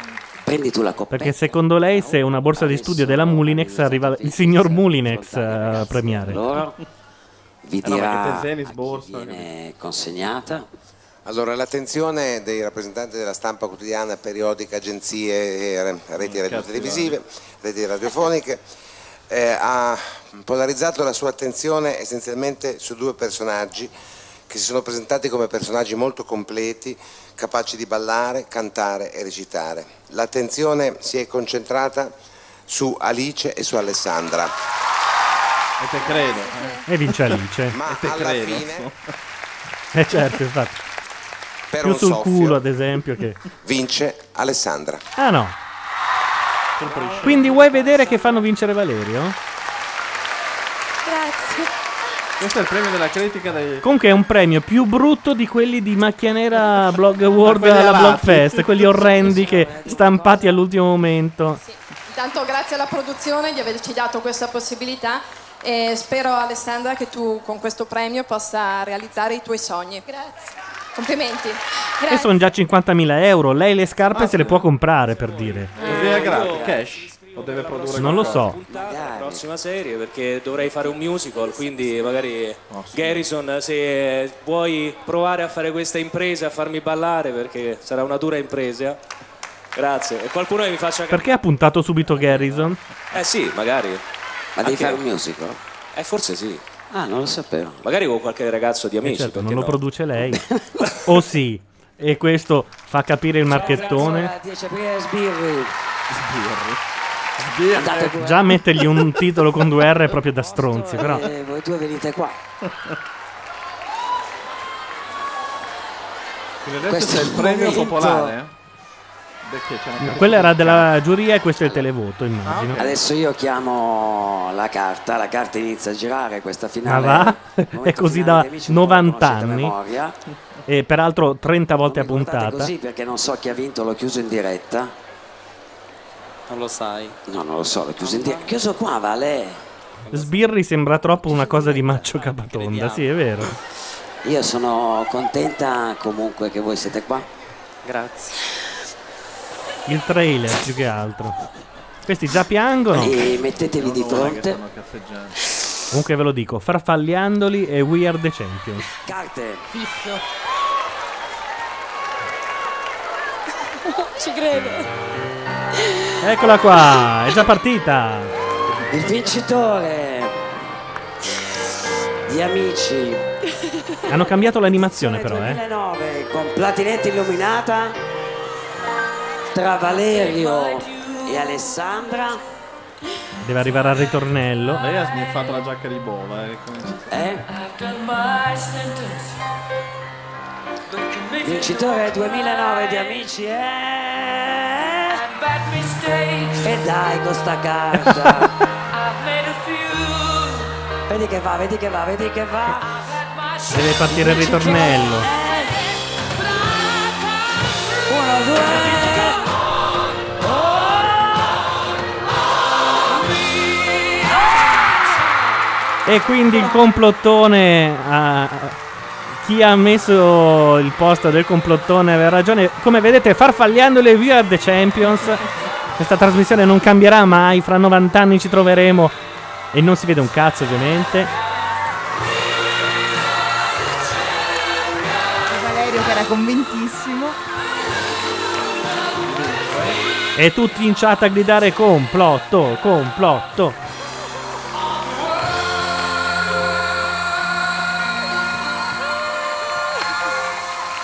[SPEAKER 11] prendi tu la coppetta.
[SPEAKER 1] Perché secondo lei, se una borsa di studio della Mulinex arriva il signor Mulinex a premiare.
[SPEAKER 11] Loro vi
[SPEAKER 1] Eh no, perché
[SPEAKER 11] dirà
[SPEAKER 1] per
[SPEAKER 11] a chi viene consegnata.
[SPEAKER 20] Allora, l'attenzione dei rappresentanti della stampa quotidiana, periodica, agenzie, e re- reti radiotelevisive, reti radiofoniche, eh, ha polarizzato la sua attenzione essenzialmente su due personaggi che si sono presentati come personaggi molto completi, capaci di ballare, cantare e recitare. L'attenzione si è concentrata su Alice e su Alessandra.
[SPEAKER 6] E te credo.
[SPEAKER 1] E vince Alice.
[SPEAKER 20] Ma
[SPEAKER 6] E te
[SPEAKER 20] alla
[SPEAKER 6] credo.
[SPEAKER 20] fine,
[SPEAKER 1] Eh, certo, infatti.
[SPEAKER 20] Per
[SPEAKER 1] Più
[SPEAKER 20] un
[SPEAKER 1] sul
[SPEAKER 20] soffio.
[SPEAKER 1] culo, ad esempio, che.
[SPEAKER 20] vince Alessandra.
[SPEAKER 1] Ah no. Quindi vuoi vedere che fanno vincere Valerio?
[SPEAKER 8] Grazie.
[SPEAKER 6] Questo è il premio della critica
[SPEAKER 11] Eh,
[SPEAKER 6] dei...
[SPEAKER 1] Comunque è un premio più brutto di quelli di Macchia Nera Blog Award
[SPEAKER 6] Quelli
[SPEAKER 1] alla
[SPEAKER 6] alati.
[SPEAKER 1] Blogfest, quelli orrendi che stampati all'ultimo momento.
[SPEAKER 16] Intanto grazie alla produzione di averci dato questa possibilità e spero Alessandra che tu con questo premio possa realizzare i tuoi sogni. Grazie. Complimenti.
[SPEAKER 1] E sono già 50.000 euro. Lei le scarpe
[SPEAKER 11] Ah,
[SPEAKER 1] se le può comprare per dire.
[SPEAKER 6] Così è gratis, cash. O deve produrre
[SPEAKER 1] Non lo so.
[SPEAKER 12] La prossima serie perché dovrei fare un musical, quindi magari
[SPEAKER 1] Oh,
[SPEAKER 12] Garrison se vuoi provare a fare questa impresa, a farmi ballare perché sarà una dura impresa. Grazie. E qualcuno che mi faccia
[SPEAKER 1] Perché ha puntato subito Garrison?
[SPEAKER 12] Eh sì, magari.
[SPEAKER 11] Ma devi
[SPEAKER 12] Anche-
[SPEAKER 11] fare un musical?
[SPEAKER 12] Eh forse sì.
[SPEAKER 11] Ah, non lo sapevo.
[SPEAKER 12] Magari con qualche ragazzo di
[SPEAKER 1] Eh,
[SPEAKER 12] amici.
[SPEAKER 1] certo,
[SPEAKER 12] perché
[SPEAKER 1] non lo
[SPEAKER 12] no?
[SPEAKER 1] produce
[SPEAKER 11] [LAUGHS]
[SPEAKER 1] lei. o sì. E questo fa capire il marchettone.
[SPEAKER 11] 10 aprile sbirri.
[SPEAKER 6] Sbirri.
[SPEAKER 11] Andate pure.
[SPEAKER 1] Già mettergli
[SPEAKER 11] [LAUGHS]
[SPEAKER 1] un titolo con due R è proprio da stronzi, però.
[SPEAKER 11] Eh, voi due venite qua.
[SPEAKER 6] Quindi adesso
[SPEAKER 11] Questo
[SPEAKER 6] c'è
[SPEAKER 11] è
[SPEAKER 6] il
[SPEAKER 11] il
[SPEAKER 6] premio
[SPEAKER 11] momento.
[SPEAKER 6] popolare. eh? Perché c'è una
[SPEAKER 1] Quella era della giuria e questo è il televoto, immagino.
[SPEAKER 11] Adesso io chiamo la carta, la carta inizia a girare questa
[SPEAKER 1] Ma
[SPEAKER 11] finale.
[SPEAKER 1] va? È
[SPEAKER 11] Momento
[SPEAKER 1] così
[SPEAKER 11] finale
[SPEAKER 1] da
[SPEAKER 11] di Amici non
[SPEAKER 1] 90
[SPEAKER 11] conoscete
[SPEAKER 1] anni.
[SPEAKER 11] memoria.
[SPEAKER 1] E peraltro 30 volte a
[SPEAKER 11] Guardate
[SPEAKER 1] puntata.
[SPEAKER 11] così perché non so chi ha vinto, l'ho chiuso in diretta.
[SPEAKER 7] Non lo sai.
[SPEAKER 11] No, non lo so, l'ho chiuso in diretta. Chiuso qua, Vale.
[SPEAKER 1] Sbirri sembra troppo una cosa di Maccio Capatonda, sì, è vero.
[SPEAKER 11] Io sono contenta comunque che voi siete qua.
[SPEAKER 7] Grazie.
[SPEAKER 1] Il trailer più che altro. Questi già piangono.
[SPEAKER 11] E mettetevi di fronte.
[SPEAKER 1] Comunque ve lo dico, Farfagliandoli e We Are the Champions.
[SPEAKER 11] Carte.
[SPEAKER 7] [LAUGHS]
[SPEAKER 16] Fisso. Ci credo.
[SPEAKER 1] Eccola qua, è già partita.
[SPEAKER 11] Il vincitore di Amici
[SPEAKER 1] Hanno cambiato l'animazione però, eh.
[SPEAKER 11] 2009 con Platinetta illuminata tra Valerio e Alessandra.
[SPEAKER 1] Deve arrivare al ritornello.
[SPEAKER 6] Lei ha sniffato la giacca di Bova. Eh? Come-
[SPEAKER 11] Vincitore 2009 di Amici è... E dai con sta carta. vedi che va, vedi che va, vedi che va.
[SPEAKER 1] Deve partire il ritornello.
[SPEAKER 11] Uno, due.
[SPEAKER 1] E quindi il complottone. ah, chi ha messo il posto del complottone aveva ragione. Come vedete, farfagliandole We Are the Champions. Questa trasmissione non cambierà mai. Fra 90 anni ci troveremo. E non si vede un cazzo, ovviamente.
[SPEAKER 3] Valerio che era convintissimo.
[SPEAKER 1] E tutti in chat a gridare complotto, complotto.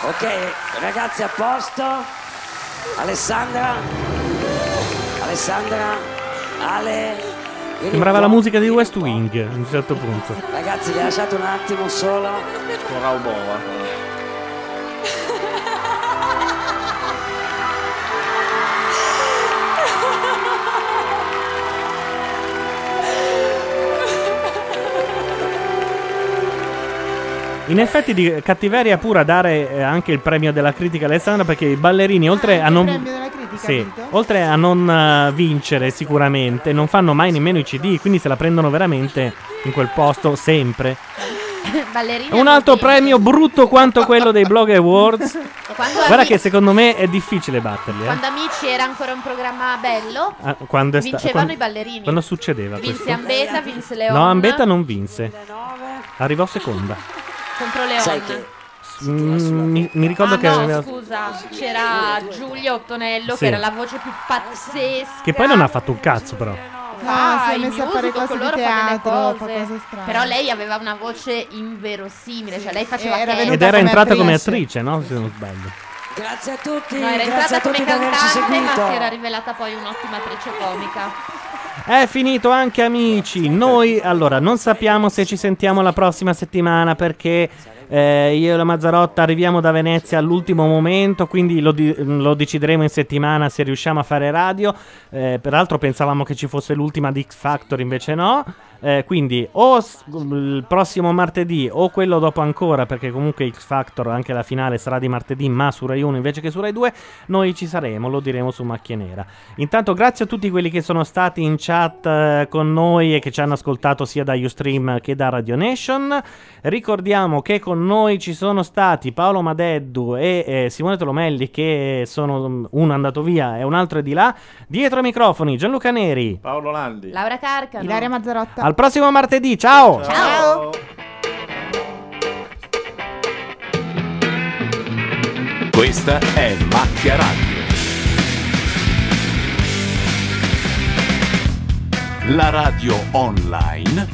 [SPEAKER 11] Ok, ragazzi a posto. Alessandra. Alessandra. Ale. vieni
[SPEAKER 1] Sembrava la
[SPEAKER 11] qua.
[SPEAKER 1] musica di West Wing a un certo punto.
[SPEAKER 11] Ragazzi, vi lasciate un attimo solo.
[SPEAKER 6] Con Raubova.
[SPEAKER 1] In effetti di cattiveria pura dare eh, anche il premio della critica Alessandra perché i ballerini oltre a non
[SPEAKER 3] il premio della critica,
[SPEAKER 1] Sì,
[SPEAKER 3] Vito?
[SPEAKER 1] oltre a non eh, vincere sicuramente non fanno mai nemmeno i CD, quindi se la prendono veramente in quel posto sempre.
[SPEAKER 4] Ballerina.
[SPEAKER 1] Un altro premio brutto quanto quello dei Blog Awards.
[SPEAKER 4] Quando,
[SPEAKER 1] Guarda
[SPEAKER 4] Ami-
[SPEAKER 1] che secondo me è difficile batterli, eh.
[SPEAKER 4] quando Amici era ancora un programma bello,
[SPEAKER 1] Ah, quando è sta-
[SPEAKER 4] vincevano
[SPEAKER 1] quando-
[SPEAKER 4] i ballerini.
[SPEAKER 1] Quando succedeva questo?
[SPEAKER 4] vinse Ambeta, vinse Leon.
[SPEAKER 1] No, Ambetta non vinse. Arrivò seconda.
[SPEAKER 4] Contro Leon.
[SPEAKER 11] Sai che
[SPEAKER 1] Mm, mi, mi ricordo
[SPEAKER 4] Ah,
[SPEAKER 1] che
[SPEAKER 4] no,
[SPEAKER 1] aveva-
[SPEAKER 4] scusa, c'era Giulia Ottonello
[SPEAKER 1] Sì.
[SPEAKER 4] che era la voce più pazzesca.
[SPEAKER 1] che poi non ha fatto un cazzo però.
[SPEAKER 4] Ah,
[SPEAKER 3] si è
[SPEAKER 4] il
[SPEAKER 3] messa a
[SPEAKER 4] musical,
[SPEAKER 3] fare
[SPEAKER 4] con
[SPEAKER 3] cose di
[SPEAKER 4] loro fa delle
[SPEAKER 3] teatro, fa
[SPEAKER 4] cose.
[SPEAKER 3] cose strane.
[SPEAKER 4] Però lei aveva una voce inverosimile, cioè lei faceva
[SPEAKER 3] era
[SPEAKER 4] Kate.
[SPEAKER 1] Ed era entrata come attrice, no? Se non sbaglio.
[SPEAKER 11] Grazie a tutti,
[SPEAKER 4] No, era
[SPEAKER 11] grazie a
[SPEAKER 4] entrata
[SPEAKER 11] tutti
[SPEAKER 4] come
[SPEAKER 11] di averci
[SPEAKER 4] cantante, ma si era
[SPEAKER 11] seguito.
[SPEAKER 4] rivelata poi un'ottima attrice comica.
[SPEAKER 1] È finito anche amici. Noi allora non sappiamo se ci sentiamo la prossima settimana perché eh, io e la Mazzarotta arriviamo da Venezia all'ultimo momento, quindi lo, di- lo decideremo in settimana se riusciamo a fare radio. Eh, peraltro pensavamo che ci fosse l'ultima di X Factor, invece no. Eh, quindi o s- il prossimo martedì o quello dopo ancora, perché comunque X Factor anche la finale sarà di martedì, ma su Rai 1 invece che su Rai 2, noi ci saremo, lo diremo su Macchia Nera. Intanto grazie a tutti quelli che sono stati in chat eh, con noi e che ci hanno ascoltato sia da Ustream che da Radio Nation. Ricordiamo che con noi ci sono stati Paolo Madeddu e eh, Simone Tolomelli che sono mm, uno è andato via e un altro è di là. Dietro ai microfoni Gianluca Neri.
[SPEAKER 6] Paolo Landi.
[SPEAKER 4] Laura Carcano.
[SPEAKER 3] Ilaria Mazzarotta.
[SPEAKER 1] Al prossimo martedì, ciao.
[SPEAKER 3] Ciao.
[SPEAKER 17] Questa è Macchia Radio. La radio online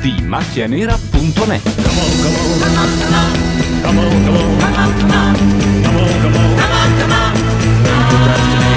[SPEAKER 17] di macchianera.net.
[SPEAKER 5] Come on, come on.